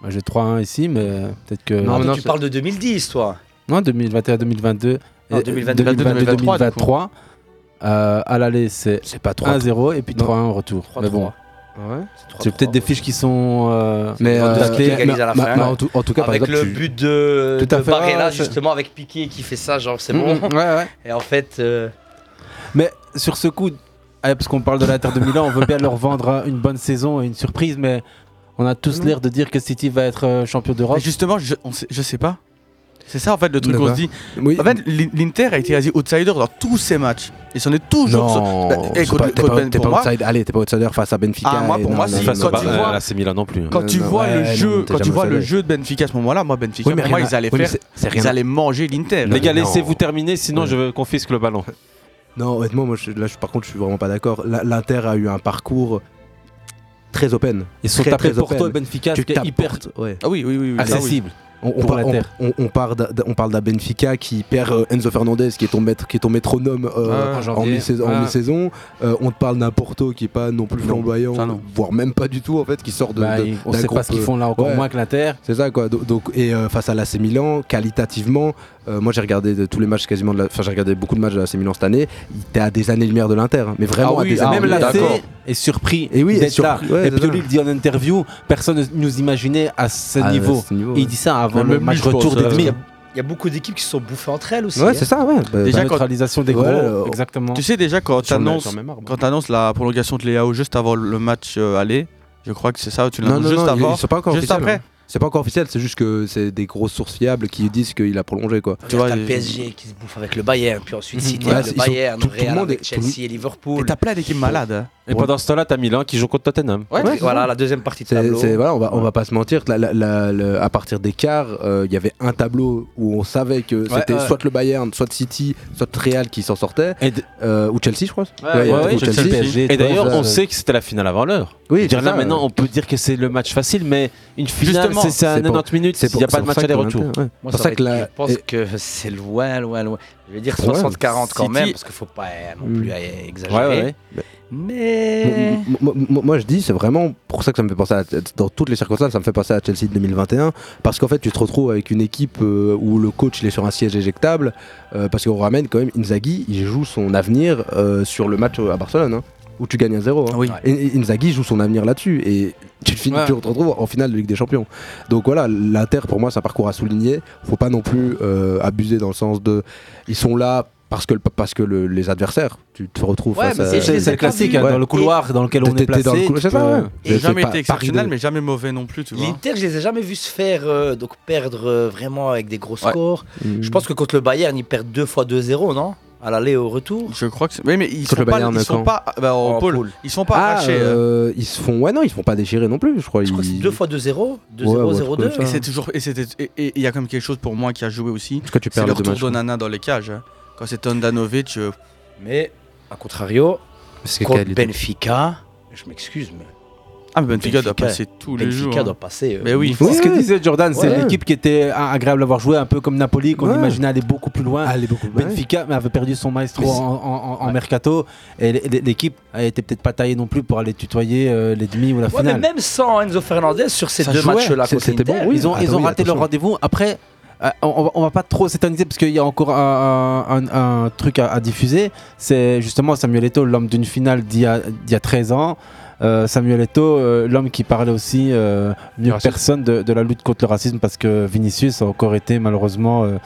[SPEAKER 3] Moi, J'ai 3-1 ici, mais euh, peut-être que.
[SPEAKER 19] Ah, mais tu parles de 2010, toi.
[SPEAKER 3] Non, 2021-2022.
[SPEAKER 19] Non, 2022-2023, du coup.
[SPEAKER 3] 2022-2023. Euh, à l'aller, c'est 1-0 et puis 3-1 en retour. Mais bon.
[SPEAKER 4] Ouais.
[SPEAKER 3] C'est peut-être des fiches qui sont. euh,
[SPEAKER 4] Mais,
[SPEAKER 3] datées.
[SPEAKER 4] euh,
[SPEAKER 19] Qui égalise
[SPEAKER 3] Mais-
[SPEAKER 19] à la
[SPEAKER 3] mais-
[SPEAKER 19] fin.
[SPEAKER 3] mais en tout- en tout cas, par
[SPEAKER 19] avec
[SPEAKER 3] exemple,
[SPEAKER 19] le
[SPEAKER 3] tu-
[SPEAKER 19] but de,
[SPEAKER 3] Tout à
[SPEAKER 19] de
[SPEAKER 3] fait,
[SPEAKER 19] Barella
[SPEAKER 3] ouais, c'est-
[SPEAKER 19] justement avec Piqué qui fait ça, genre c'est
[SPEAKER 3] Mm,
[SPEAKER 19] bon.
[SPEAKER 3] mm, ouais, ouais.
[SPEAKER 19] Et en fait, euh,
[SPEAKER 3] Mais sur ce coup, ah, parce qu'on parle de l'Inter de Milan, on veut bien leur vendre euh, une bonne saison et une surprise, mais on a tous l'air de dire que City va être euh, champion d'Europe.
[SPEAKER 6] Mais Justement, je, on sait- je sais pas. C'est ça en fait le truc
[SPEAKER 3] De
[SPEAKER 6] qu'on
[SPEAKER 3] quoi
[SPEAKER 6] se dit.
[SPEAKER 4] Oui.
[SPEAKER 6] En fait, l'I- l'Inter a été quasi outsider dans tous ses matchs. Ils s'en est toujours.
[SPEAKER 4] Non,
[SPEAKER 6] Bah, eh,
[SPEAKER 4] c'est
[SPEAKER 6] contre-
[SPEAKER 4] pas- t'es
[SPEAKER 6] contre
[SPEAKER 4] pas,
[SPEAKER 6] Ben,
[SPEAKER 4] t'es
[SPEAKER 6] pour
[SPEAKER 4] pas
[SPEAKER 6] moi,
[SPEAKER 4] outside- allez, t'es pas outsider face à Benfica.
[SPEAKER 6] Ah, moi, pour
[SPEAKER 4] et
[SPEAKER 6] moi,
[SPEAKER 4] non,
[SPEAKER 6] si,
[SPEAKER 4] non,
[SPEAKER 6] quand
[SPEAKER 4] non,
[SPEAKER 6] tu
[SPEAKER 4] non,
[SPEAKER 6] vois-
[SPEAKER 4] non. hein.
[SPEAKER 6] Ah, là,
[SPEAKER 5] c'est Milan non plus.
[SPEAKER 6] Quand tu
[SPEAKER 4] Non,
[SPEAKER 6] vois
[SPEAKER 4] ouais,
[SPEAKER 6] le
[SPEAKER 4] non,
[SPEAKER 6] jeu,
[SPEAKER 4] t'es
[SPEAKER 6] quand tu
[SPEAKER 4] jamais
[SPEAKER 6] vois le
[SPEAKER 4] outsider.
[SPEAKER 6] jeu de Benfica à ce moment-là, moi Benfica,
[SPEAKER 4] Oui, mais
[SPEAKER 6] pour moi
[SPEAKER 4] rien
[SPEAKER 6] ils
[SPEAKER 4] à-
[SPEAKER 6] allaient
[SPEAKER 4] oui, mais
[SPEAKER 6] faire,
[SPEAKER 4] c'est- c'est rien
[SPEAKER 6] ils
[SPEAKER 4] à-
[SPEAKER 6] allaient manger l'Inter.
[SPEAKER 5] Les gars, laissez-vous terminer, sinon je confisque le ballon.
[SPEAKER 4] Non, honnêtement, moi, je- là, je- par contre, je suis vraiment pas d'accord. La- L'Inter a eu un parcours très open.
[SPEAKER 3] Ils sont
[SPEAKER 4] Très,
[SPEAKER 3] tapés
[SPEAKER 4] très
[SPEAKER 3] Porto et
[SPEAKER 4] open.
[SPEAKER 3] Benfica,
[SPEAKER 4] Tu
[SPEAKER 3] ce qui est hyper
[SPEAKER 4] t'apportes- ouais.
[SPEAKER 6] Ah oui, oui, oui, oui.
[SPEAKER 3] accessible.
[SPEAKER 4] On, on
[SPEAKER 3] pour
[SPEAKER 4] par-
[SPEAKER 3] la
[SPEAKER 4] on-
[SPEAKER 3] terre.
[SPEAKER 4] on- on parle d'un- d'un- on parle d'un Benfica qui perd euh, Enzo Fernandez, qui est ton, maître, qui est ton métronome euh,
[SPEAKER 3] Ouais, Ah, en
[SPEAKER 4] en
[SPEAKER 3] janvier.
[SPEAKER 4] mi-saison. en
[SPEAKER 3] Ouais.
[SPEAKER 4] mi-saison. Euh, on te parle d'un Porto qui est pas non plus flamboyant, voire même pas du tout, en fait, qui sort de.
[SPEAKER 3] Bah,
[SPEAKER 4] de-
[SPEAKER 3] ils- on
[SPEAKER 4] d'un
[SPEAKER 3] sait pas
[SPEAKER 4] groupe,
[SPEAKER 3] ce qu'ils
[SPEAKER 4] euh,
[SPEAKER 3] font là, encore
[SPEAKER 4] ouais.
[SPEAKER 3] moins que l'Inter.
[SPEAKER 4] C'est ça quoi. Do- Donc et euh, face à l'AC Milan, qualitativement, euh, moi j'ai regardé de- tous les matchs quasiment. de la- Enfin j'ai regardé beaucoup de matchs de l'AC Milan cette année. Il était à des années-lumière de l'Inter, hein. mais vraiment
[SPEAKER 3] Ah oui,
[SPEAKER 4] à des
[SPEAKER 3] et
[SPEAKER 4] années.
[SPEAKER 3] même l'AC est surpris
[SPEAKER 4] Et oui, est
[SPEAKER 3] d'être là.
[SPEAKER 4] surpris, ouais,
[SPEAKER 3] et
[SPEAKER 4] c'est ça.
[SPEAKER 3] Pioli le dit en interview, personne ne nous imaginait à ce,
[SPEAKER 4] Ah,
[SPEAKER 3] niveau.
[SPEAKER 4] à ce niveau,
[SPEAKER 3] Et
[SPEAKER 4] ouais.
[SPEAKER 3] Il dit ça avant
[SPEAKER 4] Même
[SPEAKER 3] le
[SPEAKER 4] lui,
[SPEAKER 3] match
[SPEAKER 4] je pense,
[SPEAKER 3] retour
[SPEAKER 4] euh,
[SPEAKER 3] des demi.
[SPEAKER 19] il y a beaucoup d'équipes qui se sont bouffées entre elles aussi.
[SPEAKER 4] Ouais
[SPEAKER 19] hein.
[SPEAKER 4] c'est ça ouais. Bah,
[SPEAKER 6] Déjà,
[SPEAKER 4] bah,
[SPEAKER 6] quand-
[SPEAKER 3] neutralisation des
[SPEAKER 4] Ouais,
[SPEAKER 3] gros,
[SPEAKER 4] euh,
[SPEAKER 3] exactement.
[SPEAKER 6] Tu sais déjà quand
[SPEAKER 4] Sur le-
[SPEAKER 6] t'annonces
[SPEAKER 4] sur le même arbre.
[SPEAKER 6] quand t'annonces la prolongation de Léao juste avant le match euh, aller, je crois que c'est ça, tu
[SPEAKER 4] non,
[SPEAKER 6] l'annonces
[SPEAKER 4] non,
[SPEAKER 6] juste
[SPEAKER 4] non, ils-
[SPEAKER 6] avant.
[SPEAKER 4] ils sont pas encore
[SPEAKER 6] juste
[SPEAKER 4] officiels,
[SPEAKER 6] après.
[SPEAKER 4] hein. C'est pas encore officiel, c'est juste que c'est des grosses sources fiables qui disent qu'il a prolongé quoi.
[SPEAKER 19] Tu vois, euh, le PSG qui se bouffe avec le Bayern, puis ensuite City
[SPEAKER 4] Ouais,
[SPEAKER 19] avec le
[SPEAKER 4] ils sont-
[SPEAKER 19] Bayern,
[SPEAKER 4] tout- tout le
[SPEAKER 19] Real
[SPEAKER 4] monde
[SPEAKER 19] avec
[SPEAKER 4] est-
[SPEAKER 19] Chelsea
[SPEAKER 4] tout le-
[SPEAKER 19] et Liverpool.
[SPEAKER 6] T'as plein d'équipes malades. hein.
[SPEAKER 5] Et pendant ce temps-là, t'as Milan qui joue contre Tottenham.
[SPEAKER 19] Ouais,
[SPEAKER 4] Ouais, c'est
[SPEAKER 19] voilà
[SPEAKER 4] ça.
[SPEAKER 19] la deuxième partie de
[SPEAKER 4] C'est,
[SPEAKER 19] tableau.
[SPEAKER 4] c'est- voilà, on va, on va pas se mentir. la- la- la- le- à partir des quarts, euh, il y avait un tableau où on savait que c'était
[SPEAKER 3] ouais.
[SPEAKER 4] soit le Bayern, soit City, soit Real qui s'en sortait, euh, ou Chelsea, je crois. Ouais,
[SPEAKER 5] Ouais,
[SPEAKER 4] il y a-
[SPEAKER 5] ouais,
[SPEAKER 4] ou
[SPEAKER 5] Chelsea.
[SPEAKER 4] PSG,
[SPEAKER 5] et
[SPEAKER 4] tu vois,
[SPEAKER 5] d'ailleurs,
[SPEAKER 4] ça,
[SPEAKER 5] on
[SPEAKER 4] euh,
[SPEAKER 5] sait que c'était la finale avant l'heure.
[SPEAKER 4] Oui,
[SPEAKER 5] Je veux dire,
[SPEAKER 4] c'est
[SPEAKER 5] là
[SPEAKER 4] ça,
[SPEAKER 5] maintenant,
[SPEAKER 4] ouais.
[SPEAKER 5] on peut dire que c'est le match facile, mais une finale,
[SPEAKER 4] Justement.
[SPEAKER 5] c'est- c'est à
[SPEAKER 4] C'est pour-
[SPEAKER 5] 90 minutes.
[SPEAKER 4] c'est
[SPEAKER 5] Il
[SPEAKER 4] pour-
[SPEAKER 5] n'y a
[SPEAKER 4] c'est
[SPEAKER 5] pas de
[SPEAKER 4] pour
[SPEAKER 5] match
[SPEAKER 4] ça que
[SPEAKER 5] aller-retour.
[SPEAKER 4] l'Inter, ouais.
[SPEAKER 19] Moi,
[SPEAKER 4] Pour
[SPEAKER 19] ça
[SPEAKER 4] ça
[SPEAKER 19] aurait-
[SPEAKER 4] que la-
[SPEAKER 19] je pense
[SPEAKER 4] et-
[SPEAKER 19] que c'est loin, loin, loin. Je vais dire
[SPEAKER 4] Ouais.
[SPEAKER 19] 60-40 quand
[SPEAKER 4] City-
[SPEAKER 19] même, parce qu'il faut pas euh, non plus
[SPEAKER 4] Mm.
[SPEAKER 19] euh, exagérer. Mais.
[SPEAKER 3] Mm.
[SPEAKER 4] M- m- m- Moi, je dis, c'est vraiment pour ça que ça me fait penser à. Dans toutes les circonstances, ça me fait penser à Chelsea de 2021. Parce qu'en fait, tu te retrouves avec une équipe euh, où le coach il est sur un siège éjectable. euh, parce qu'on ramène quand même Inzaghi, il joue son avenir euh, sur le match euh, à Barcelone. hein, Où tu gagnes à 0 Et et Inzaghi joue son avenir là-dessus. Et tu, finis,
[SPEAKER 3] Ouais.
[SPEAKER 4] tu te retrouves en finale de Ligue des Champions. Donc voilà, l'Inter, pour moi, c'est un parcours à souligner. Faut pas non plus euh, abuser dans le sens de. Ils sont là Parce que, le- parce que le- les adversaires, tu te retrouves
[SPEAKER 3] Ouais,
[SPEAKER 4] face
[SPEAKER 3] mais
[SPEAKER 4] à-
[SPEAKER 3] c'est- c'est- c'est le classique, hein,
[SPEAKER 4] Ouais.
[SPEAKER 3] dans le couloir dans lequel on
[SPEAKER 4] T'étais
[SPEAKER 3] est placé,
[SPEAKER 4] dans le couloir,
[SPEAKER 3] tu
[SPEAKER 4] c'est ça,
[SPEAKER 3] peux-
[SPEAKER 4] ouais.
[SPEAKER 6] J'ai jamais
[SPEAKER 4] pas-
[SPEAKER 6] été
[SPEAKER 4] Paris
[SPEAKER 6] exceptionnel,
[SPEAKER 4] deux.
[SPEAKER 6] mais jamais mauvais non plus, tu vois.
[SPEAKER 19] L'Inter, je les ai jamais vus se faire euh, donc perdre euh, vraiment avec des gros
[SPEAKER 6] Ouais.
[SPEAKER 19] scores.
[SPEAKER 6] Mm.
[SPEAKER 19] Je pense que contre le Bayern, ils perdent deux fois 2-0, non À l'aller et au retour.
[SPEAKER 6] Je crois que c'est. Oui, mais ils
[SPEAKER 4] Contre
[SPEAKER 6] sont
[SPEAKER 4] le
[SPEAKER 6] pas,
[SPEAKER 4] Bayern,
[SPEAKER 6] ils sont
[SPEAKER 4] quand
[SPEAKER 6] pas bah, en
[SPEAKER 4] En
[SPEAKER 6] pôle.
[SPEAKER 4] poule.
[SPEAKER 6] Ils sont pas
[SPEAKER 4] Ah,
[SPEAKER 6] arrachés. euh.
[SPEAKER 4] euh, ils se font, ouais, non, ils se font pas déchirer non plus, je crois.
[SPEAKER 19] Je crois que c'est
[SPEAKER 4] Ils-
[SPEAKER 19] deux fois 2-0, 2-0,
[SPEAKER 4] Ouais, ouais, un truc comme
[SPEAKER 19] 0-2.
[SPEAKER 4] ça.
[SPEAKER 6] Et c'est toujours et c'était et- et il y a quand même quelque chose pour moi qui a joué aussi.
[SPEAKER 4] Parce que tu
[SPEAKER 6] c'est
[SPEAKER 4] perds
[SPEAKER 6] le
[SPEAKER 4] les deux
[SPEAKER 6] retour
[SPEAKER 4] matchs, quoi.
[SPEAKER 6] d'Onana dans les cages. hein. Quand c'est euh, Ondanovic.
[SPEAKER 19] Mais à contrario,
[SPEAKER 6] que
[SPEAKER 19] contre
[SPEAKER 6] quel était-
[SPEAKER 19] Benfica, je m'excuse, mais
[SPEAKER 6] Ah, mais Benfica doit passer tous les jours.
[SPEAKER 19] Benfica
[SPEAKER 6] hein.
[SPEAKER 19] doit passer. euh,
[SPEAKER 6] Mais oui.
[SPEAKER 3] C'est ce que disait Jordan, c'est
[SPEAKER 19] Ouais.
[SPEAKER 3] une équipe qui était ah, agréable à avoir joué, un peu comme Napoli, qu'on
[SPEAKER 19] Ouais.
[SPEAKER 3] imaginait aller beaucoup plus loin.
[SPEAKER 4] loin.
[SPEAKER 3] Benfica mais avait perdu son maestro
[SPEAKER 4] Mais
[SPEAKER 3] en,
[SPEAKER 4] c'est-
[SPEAKER 3] en- en- en mercato, et l- l- l'équipe elle était peut-être pas taillée non plus pour aller tutoyer euh, les demi ou la
[SPEAKER 19] Ouais, mais
[SPEAKER 3] finale.
[SPEAKER 19] même sans Enzo Fernandez sur ces
[SPEAKER 3] Ça
[SPEAKER 19] deux
[SPEAKER 3] jouait,
[SPEAKER 19] matchs-là,
[SPEAKER 3] c'est-
[SPEAKER 19] contre
[SPEAKER 3] c'était bon,
[SPEAKER 19] l'Inter,
[SPEAKER 3] oui. Ils ont, ils ont raté leur rendez-vous. Après, euh, on, on va- on va pas trop s'éterniser parce qu'il y a encore un, un- un truc à, à diffuser. C'est justement Samuel Eto'o, l'homme d'une finale d'il y, a- d'il y a 13 ans. Euh, Samuel Eto'o, euh, l'homme qui parlait aussi euh, mieux que
[SPEAKER 4] racisme.
[SPEAKER 3] personne de, de la lutte contre le racisme parce que Vinicius a encore été malheureusement euh,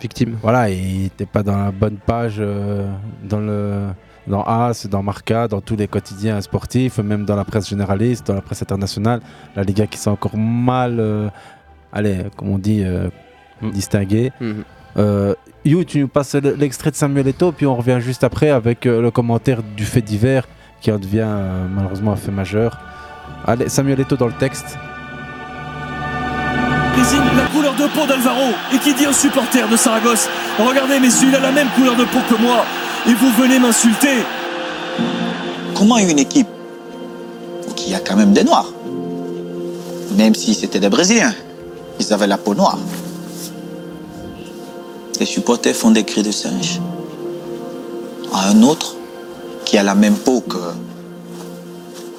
[SPEAKER 4] victime.
[SPEAKER 3] Voilà, il n'était pas dans la bonne page euh, dans le dans AS, dans Marca, dans tous les quotidiens sportifs, même dans la presse généraliste, dans la presse internationale, la Liga qui s'est encore mal, euh, allez, comme on dit, euh, distinguée.
[SPEAKER 4] Mhm.
[SPEAKER 3] Euh, You, tu nous passes le- l'extrait de Samuel Eto'o, puis on revient juste après avec euh, le commentaire du fait divers qui en devient euh, malheureusement un fait majeur. Allez, Samuel Eto'o dans le texte.
[SPEAKER 2] Résine, la couleur de peau d'Alvaro. Et qui dit un supporter de Saragosse Regardez, messieurs, il a la même couleur de peau que moi. Et vous venez m'insulter.
[SPEAKER 23] Comment une équipe qui a quand même des noirs, même si c'était des Brésiliens, ils avaient la peau noire. Les supporters font des cris de singe à un autre qui a la même peau que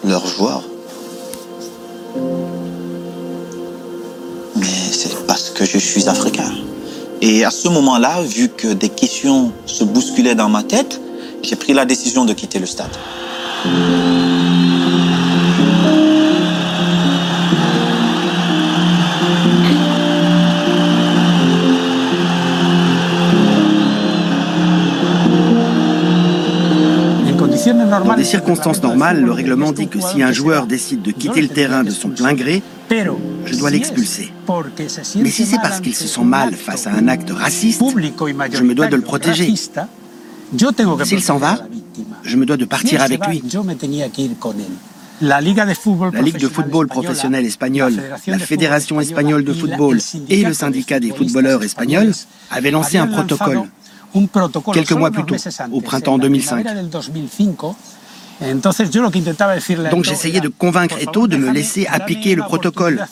[SPEAKER 23] leur joueur. Mais c'est parce que je suis africain. Et à ce moment-là, vu que des questions se bousculaient dans ma tête, j'ai pris la décision de quitter le stade.
[SPEAKER 24] Dans des circonstances normales, le règlement dit que si un joueur décide de quitter le terrain de son plein gré, je dois l'expulser. Mais si c'est parce qu'il se sent mal face à un acte raciste, je me dois de le protéger. S'il s'en va, je me dois de partir avec lui. La Ligue de football professionnel espagnole, la Fédération espagnole de football et le syndicat des footballeurs espagnols avaient lancé un protocole quelques mois plus tôt, au printemps 2005. Donc j'essayais de convaincre Eto de me laisser appliquer le protocole.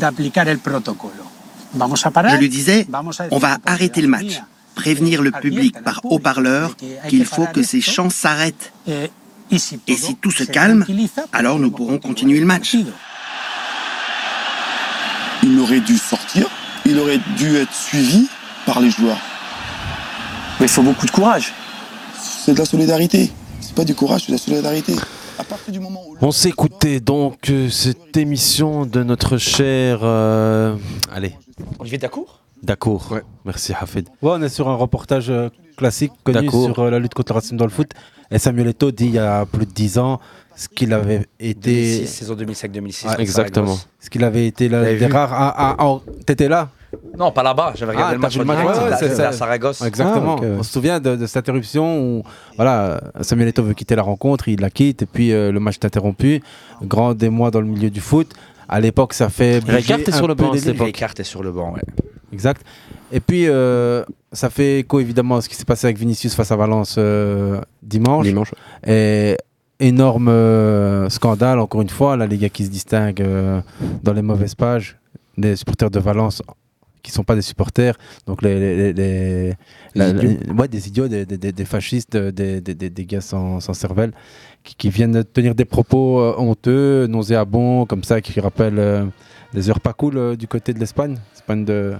[SPEAKER 24] Je lui disais, on va arrêter le match, prévenir le public par haut-parleur qu'il faut que ces chants s'arrêtent. Et si tout se calme, alors nous pourrons continuer le match.
[SPEAKER 25] Il aurait dû sortir, il aurait dû être suivi par les joueurs. Mais il faut beaucoup de courage. C'est de la solidarité. C'est pas du courage, c'est de la solidarité.
[SPEAKER 5] On s'écoutait donc euh, cette émission de notre cher. euh, allez,
[SPEAKER 19] Olivier Dacour
[SPEAKER 5] Dacour. Merci Hafid.
[SPEAKER 3] Ouais, on est sur un reportage euh, classique connu
[SPEAKER 5] D'accord.
[SPEAKER 3] sur euh, la lutte contre le racisme dans le foot. Et Samuel Eto'o dit il y a plus de 10 ans ce qu'il avait été.
[SPEAKER 19] 2006, saison 2005-2006.
[SPEAKER 3] Ouais,
[SPEAKER 5] exactement.
[SPEAKER 3] Ce qu'il avait été
[SPEAKER 19] Vous
[SPEAKER 3] l'un
[SPEAKER 19] l'avez
[SPEAKER 3] des
[SPEAKER 19] vu
[SPEAKER 3] rares. à- à- en- T'étais là
[SPEAKER 19] Non, pas là-bas. J'avais regardé
[SPEAKER 3] Ah,
[SPEAKER 19] le
[SPEAKER 3] t'as
[SPEAKER 19] match
[SPEAKER 3] vu
[SPEAKER 19] en
[SPEAKER 3] match,
[SPEAKER 19] direct,
[SPEAKER 3] ouais,
[SPEAKER 19] là,
[SPEAKER 3] c'est
[SPEAKER 19] j'étais
[SPEAKER 3] ça.
[SPEAKER 19] à Saragosse. Ah,
[SPEAKER 3] Exactement. On se souvient de, de cette interruption où voilà, Samuel Eto'o veut quitter la rencontre, il la quitte et puis euh, le match est interrompu. Grand émoi dans le milieu du foot. À l'époque, ça fait. bouger
[SPEAKER 19] Ricard est
[SPEAKER 3] un
[SPEAKER 19] sur le
[SPEAKER 3] peu
[SPEAKER 19] banc à
[SPEAKER 3] les
[SPEAKER 19] cette
[SPEAKER 3] lignes.
[SPEAKER 19] époque. Ricard est sur le banc, ouais.
[SPEAKER 3] Exact. Et puis, euh, ça fait écho évidemment à ce qui s'est passé avec Vinicius face à Valence euh, dimanche. Et énorme euh, scandale, encore une fois, la Liga qui se distingue euh, dans les mauvaises pages des supporters de Valence qui sont pas des supporters, donc les, les- les- les- la- la-
[SPEAKER 4] idiots.
[SPEAKER 3] ouais, des idiots, des, des- des- des fascistes, euh, des, des- des- des gars sans, sans cervelle, qui, qui viennent tenir des propos euh, honteux, nauséabonds, comme ça, qui rappellent euh, des heures pas cool euh, du côté de l'Espagne. L'Espagne de-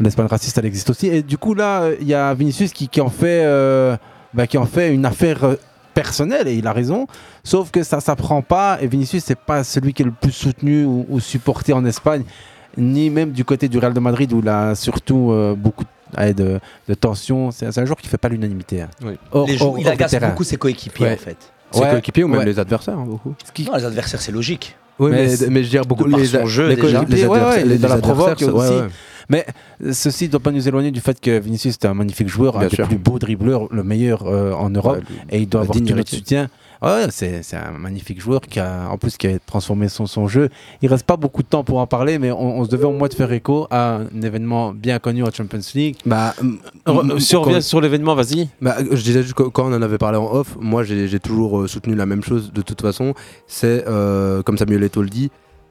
[SPEAKER 3] l'Espagne raciste, elle existe aussi. Et du coup, là, euh, il y a Vinicius qui, qui en fait, euh, bah, qui en fait une affaire euh, personnelle, et il a raison, sauf que ça s'apprend pas, et Vinicius, c'est pas celui qui est le plus soutenu ou, ou supporté en Espagne ni même du côté du Real de Madrid où il a surtout euh, beaucoup de allez, de, de tension. C'est c'est un joueur qui fait pas l'unanimité. hein.
[SPEAKER 4] Oui.
[SPEAKER 3] Hors-
[SPEAKER 19] Les jou-
[SPEAKER 3] hors-
[SPEAKER 19] il
[SPEAKER 3] hors
[SPEAKER 19] agace
[SPEAKER 3] du terrain.
[SPEAKER 19] beaucoup ses coéquipiers
[SPEAKER 3] Ouais.
[SPEAKER 19] en fait.
[SPEAKER 4] Ses
[SPEAKER 3] Ouais,
[SPEAKER 4] coéquipiers ou même
[SPEAKER 3] ouais.
[SPEAKER 4] les adversaires, hein, beaucoup.
[SPEAKER 19] Non, les adversaires, c'est logique.
[SPEAKER 3] Oui, mais,
[SPEAKER 4] mais, mais je dirais beaucoup
[SPEAKER 19] de par
[SPEAKER 4] les,
[SPEAKER 19] son jeu,
[SPEAKER 4] les
[SPEAKER 19] déjà.
[SPEAKER 4] coéquipiers,
[SPEAKER 3] les
[SPEAKER 4] ouais,
[SPEAKER 3] adversaires,
[SPEAKER 4] ouais, les-
[SPEAKER 3] de la
[SPEAKER 4] les
[SPEAKER 3] provoque
[SPEAKER 4] adversaires,
[SPEAKER 3] aussi.
[SPEAKER 4] ouais, ouais.
[SPEAKER 3] Mais euh, ceci ne doit pas nous éloigner du fait que Vinicius était un magnifique joueur,
[SPEAKER 4] Bien
[SPEAKER 3] un des
[SPEAKER 4] sûr.
[SPEAKER 3] plus beaux dribbleurs, le meilleur euh, en Europe, et il
[SPEAKER 4] le
[SPEAKER 3] doit avoir
[SPEAKER 4] digne
[SPEAKER 3] tout notre
[SPEAKER 4] héritier.
[SPEAKER 3] soutien. Ouais, c'est c'est un magnifique joueur qui a en plus qui a transformé son, son jeu. Il reste pas beaucoup de temps pour en parler, mais on, on se devait au moins de faire écho à un événement bien connu en Champions League.
[SPEAKER 4] Bah,
[SPEAKER 5] si on revient sur l'événement, vas-y.
[SPEAKER 4] Bah, je disais juste que quand on en avait parlé en off, moi j'ai j'ai toujours euh, soutenu la même chose de toute façon. C'est, euh, comme Samuel Eto'o le dit,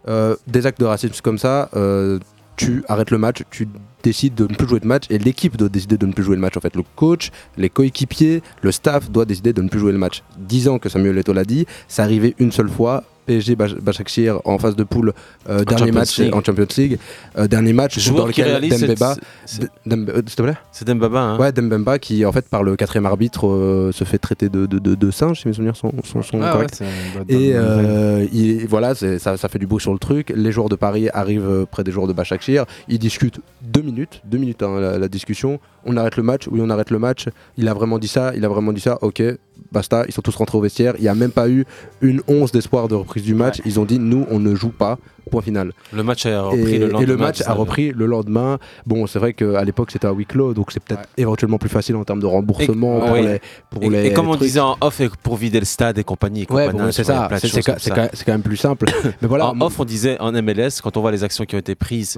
[SPEAKER 4] euh, des actes de racisme comme ça, euh, tu arrêtes le match, tu décides de ne plus jouer de match et l'équipe doit décider de ne plus jouer le match. En fait, le coach, les coéquipiers, le staff doit décider de ne plus jouer le match. Dix ans que Samuel Eto'o l'a dit, c'est arrivé une seule fois. PSG Bach- Başakşehir en phase de poule, euh, dernier
[SPEAKER 5] Champions
[SPEAKER 4] match
[SPEAKER 5] League.
[SPEAKER 4] en Champions League, euh, dernier match
[SPEAKER 5] Joueur
[SPEAKER 4] dans
[SPEAKER 5] qui
[SPEAKER 4] lequel
[SPEAKER 5] réalise cette-
[SPEAKER 4] Dembeba,
[SPEAKER 5] cette-
[SPEAKER 4] D- Dembe- euh, s'il te plaît
[SPEAKER 5] C'est Dembaba. Hein.
[SPEAKER 4] Ouais, Dembemba qui, en fait, par le quatrième arbitre, euh, se fait traiter de, de, de- de singe, si mes souvenirs sont, sont, sont
[SPEAKER 5] Ah ouais,
[SPEAKER 4] corrects.
[SPEAKER 5] c'est- dans- dans-
[SPEAKER 4] et
[SPEAKER 5] dans-
[SPEAKER 4] euh, il- voilà, c'est- ça, ça fait du bruit sur le truc. Les joueurs de Paris arrivent euh, près des joueurs de Bachakshir. Ils discutent deux minutes, deux minutes hein, la, la discussion. On arrête le match, oui, on arrête le match. Il a vraiment dit ça, il a vraiment dit ça. Ok, basta, ils sont tous rentrés au vestiaire. Il n'y a même pas eu une once d'espoir de reprise du match. Ils ont dit, nous, on ne joue pas. Point final.
[SPEAKER 5] Le match a repris
[SPEAKER 4] Et-
[SPEAKER 5] le lendemain.
[SPEAKER 4] Et le match
[SPEAKER 5] c'est
[SPEAKER 4] a
[SPEAKER 5] ça,
[SPEAKER 4] repris le lendemain. Bon, c'est vrai qu'à l'époque, c'était à huis clos, donc c'est peut-être éventuellement plus facile en termes de remboursement pour
[SPEAKER 5] Ouais.
[SPEAKER 4] les. Pour
[SPEAKER 5] et,
[SPEAKER 4] les
[SPEAKER 5] et comme on
[SPEAKER 4] trucs.
[SPEAKER 5] disait en off, et pour vider le stade et compagnie. et
[SPEAKER 4] Ouais,
[SPEAKER 5] compagnie,
[SPEAKER 4] bon,
[SPEAKER 5] hein,
[SPEAKER 4] c'est
[SPEAKER 5] sur
[SPEAKER 4] ça,
[SPEAKER 5] plein de
[SPEAKER 4] c'est
[SPEAKER 5] choses
[SPEAKER 4] c'est quand,
[SPEAKER 5] comme
[SPEAKER 4] c'est
[SPEAKER 5] ça.
[SPEAKER 4] quand- c'est quand même plus simple. Mais
[SPEAKER 3] Ah,
[SPEAKER 4] voilà,
[SPEAKER 5] en off, on disait en MLS, quand on voit les actions qui ont été prises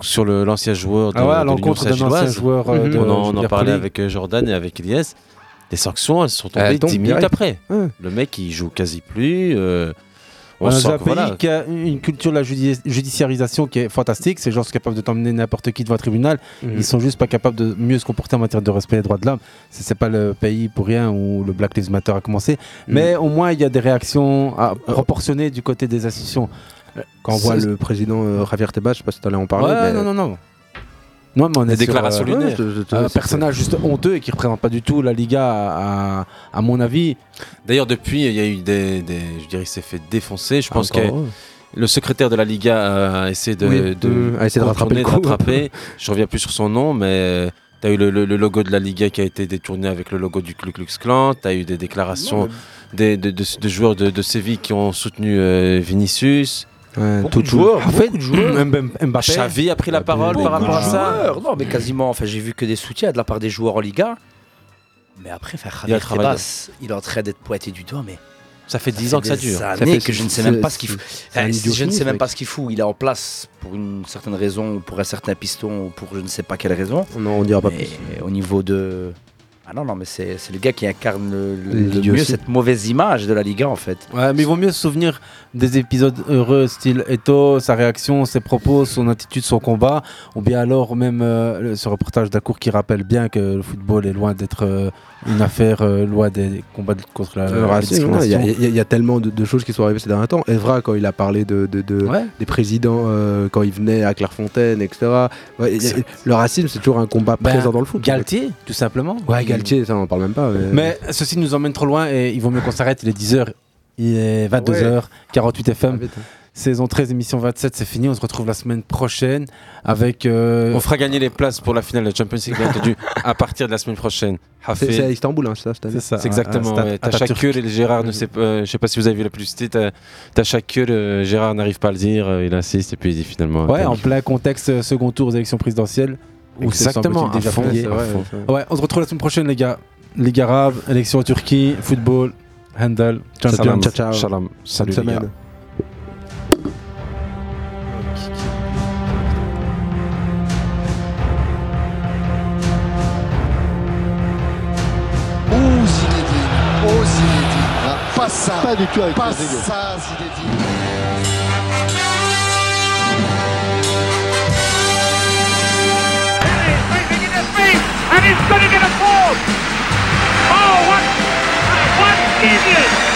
[SPEAKER 5] sur le- l'ancien joueur de,
[SPEAKER 3] Ah ouais, à
[SPEAKER 5] de l'Union
[SPEAKER 3] l'encontre d'un ancien
[SPEAKER 5] Saint-Gilloise,
[SPEAKER 3] joueur, euh, Mhm. de
[SPEAKER 5] on en, on en
[SPEAKER 3] Jupiler
[SPEAKER 5] parlait
[SPEAKER 3] Pro League.
[SPEAKER 5] avec euh, Jordan et avec Elias, les sanctions, elles sont tombées
[SPEAKER 3] Elles tombent
[SPEAKER 5] 10 minutes
[SPEAKER 3] direct.
[SPEAKER 5] après.
[SPEAKER 3] Ouais.
[SPEAKER 5] Le mec, il joue quasi plus. euh, on
[SPEAKER 3] On a
[SPEAKER 5] sent
[SPEAKER 3] un
[SPEAKER 5] que
[SPEAKER 3] pays
[SPEAKER 5] voilà.
[SPEAKER 3] qui a une une culture de la judi- judiciarisation qui est fantastique. Ces gens sont capables de t'emmener n'importe qui devant un tribunal.
[SPEAKER 4] Mhm.
[SPEAKER 3] Ils sont juste pas capables de mieux se comporter en matière de respect des droits de l'homme. C'est c'est pas le pays pour rien où le Black Lives Matter a commencé.
[SPEAKER 4] Mm.
[SPEAKER 3] Mais au moins, il y a des réactions à- proportionnées du côté des institutions.
[SPEAKER 4] quand on voit
[SPEAKER 3] C'est-
[SPEAKER 4] le président euh, Javier Tebas, je sais pas si t'allais en parler.
[SPEAKER 3] Ouais,
[SPEAKER 4] mais-
[SPEAKER 3] non, non, non. Non, mais on
[SPEAKER 4] Des
[SPEAKER 3] est sur,
[SPEAKER 4] déclarations
[SPEAKER 3] euh,
[SPEAKER 4] lunaires.
[SPEAKER 3] ouais, je- je- je-
[SPEAKER 4] Ah,
[SPEAKER 3] un
[SPEAKER 4] c'est-
[SPEAKER 3] personnage juste honteux et qui représente pas du tout la Liga, à, à- à mon avis.
[SPEAKER 5] D'ailleurs, depuis, il y a eu des, des- je dirais, qu'il s'est fait défoncer. Je pense que
[SPEAKER 3] Encore, ouais.
[SPEAKER 5] le secrétaire de la Liga a essayé de,
[SPEAKER 4] Oui,
[SPEAKER 5] de,
[SPEAKER 4] mm, a essayé de rattraper le
[SPEAKER 5] contourner,
[SPEAKER 4] coup.
[SPEAKER 5] rattraper. Je reviens plus sur son nom, mais tu as eu le, le- le logo de la Liga qui a été détourné avec le logo du Ku Klux Klan. Tu as eu des déclarations des, de, de- de joueurs de, de Séville qui ont soutenu euh, Vinicius.
[SPEAKER 19] Beaucoup de joueurs,
[SPEAKER 3] En fait,
[SPEAKER 19] beaucoup de joueurs.
[SPEAKER 3] Mbem- Mbappé.
[SPEAKER 5] Xavi a pris la parole
[SPEAKER 19] Beaucoup
[SPEAKER 5] par rapport à
[SPEAKER 19] de
[SPEAKER 5] ça.
[SPEAKER 19] joueurs. Non, mais quasiment. Enfin, j'ai vu que des soutiens de la part des joueurs en Liga. Mais après, faire
[SPEAKER 5] Il y
[SPEAKER 19] Javier
[SPEAKER 5] a le travail
[SPEAKER 19] Tebas, il est en train d'être pointé du doigt, mais.
[SPEAKER 5] Ça fait 10 ans que ça
[SPEAKER 19] des
[SPEAKER 5] dure.
[SPEAKER 19] années
[SPEAKER 5] Ça fait-
[SPEAKER 19] que je ne sais
[SPEAKER 5] c'est-
[SPEAKER 19] même pas ce qu'il
[SPEAKER 5] c'est-
[SPEAKER 19] fout.
[SPEAKER 5] c'est un
[SPEAKER 19] Enfin,
[SPEAKER 5] idiot
[SPEAKER 19] je ne
[SPEAKER 5] fini,
[SPEAKER 19] sais
[SPEAKER 5] ce
[SPEAKER 19] même
[SPEAKER 5] mec.
[SPEAKER 19] pas ce qu'il fout. Il est en place pour une certaine raison, ou pour un certain piston, ou pour je ne sais pas quelle raison.
[SPEAKER 4] Non, on dira pas
[SPEAKER 19] Mais Au niveau de. Ah non, non, mais c'est c'est le gars qui incarne le, le- le
[SPEAKER 3] L'idiotie.
[SPEAKER 19] mieux cette mauvaise image de la Liga, en fait.
[SPEAKER 3] Ouais, mais il vaut mieux se souvenir des épisodes heureux, style Eto, sa réaction, ses propos, son attitude, son combat, ou bien alors même euh, le- ce reportage d'Acour qui rappelle bien que le football est loin d'être euh, une affaire, euh, loin des combats de- contre la,
[SPEAKER 4] Euh,
[SPEAKER 3] la
[SPEAKER 4] racisme, ouais, Il y, a-
[SPEAKER 3] discrimination.
[SPEAKER 4] il y a- il y a tellement de, de choses qui sont arrivées ces derniers temps. Evra, quand il a parlé de, de- de-
[SPEAKER 3] Ouais.
[SPEAKER 4] des présidents, euh, quand il venait à Clairefontaine, etc. Ouais, il y a-
[SPEAKER 3] C'est-
[SPEAKER 4] le racisme, c'est toujours un combat
[SPEAKER 3] Ben,
[SPEAKER 4] présent dans le foot.
[SPEAKER 3] Galtier, tout simplement.
[SPEAKER 4] Ouais, Galtier, ça, on en parle même pas.
[SPEAKER 3] Mais ceci nous emmène trop loin et il vaut mieux qu'on s'arrête. Il est 10h, il est 22h, 48 FM.
[SPEAKER 4] hein.
[SPEAKER 3] Saison 13, émission 27, c'est fini. On se retrouve la semaine prochaine avec. euh,
[SPEAKER 5] On fera gagner les places pour la finale de Champions League, bien entendu, à partir de la semaine prochaine. Hafez.
[SPEAKER 4] C'est c'est à Istanbul, hein, c'est ça, cette année.
[SPEAKER 3] C'est ça.
[SPEAKER 5] C'est Ah, exactement.
[SPEAKER 3] un- un
[SPEAKER 5] ouais.
[SPEAKER 3] stade
[SPEAKER 5] Tachakur et le Gérard, ne sait, euh, je sais pas si vous avez vu la publicité. t'as- Tachakur, euh, Gérard n'arrive pas à le dire, euh, il insiste et puis il dit finalement.
[SPEAKER 3] Ouais,
[SPEAKER 5] t'as
[SPEAKER 3] en
[SPEAKER 5] dit-
[SPEAKER 3] plein contexte euh, second tour aux élections présidentielles. Où c'est
[SPEAKER 5] Exactement,
[SPEAKER 3] semble-t-il
[SPEAKER 5] à fond,
[SPEAKER 3] plié.
[SPEAKER 5] c'est vrai, c'est vrai.
[SPEAKER 3] Ouais, on se retrouve la semaine prochaine, les gars. Ligue arabe, élections en Turquie, football, handle, champions.
[SPEAKER 5] Shalom. Shalom. Salut,
[SPEAKER 3] Bonne
[SPEAKER 5] les gars.
[SPEAKER 3] semaine.
[SPEAKER 1] Oh Zinedine, oh Zinedine, pas ça, pas du tout avec pas ça Zinedine.
[SPEAKER 7] and he's going to get a ball. Oh, what? What is it?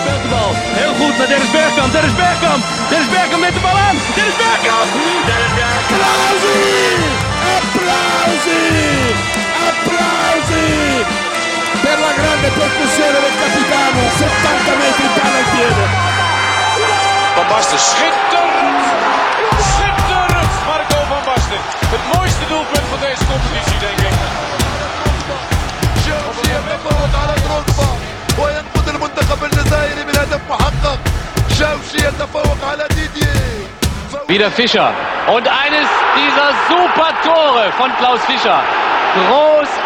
[SPEAKER 2] Speelt de bal. Heel goed naar Dennis Bergkamp. Dennis Bergkamp. Dennis Bergkamp met de bal aan. Dennis Bergkamp. Dennis Bergkamp. Applausi. Applausi. Applausi. Per la grande percussione del capitano. 70 metri in palla al e piede.
[SPEAKER 7] Van Basten, schitterend.
[SPEAKER 1] Europees competitie, denk ik. شوف يبعد على أوروبا وينقذ المنتخب الجزائري من هدف محقق شوشي يتفوق على ديدييه
[SPEAKER 2] Wieder Fischer. Und eines dieser super Tore von Klaus Fischer. Groß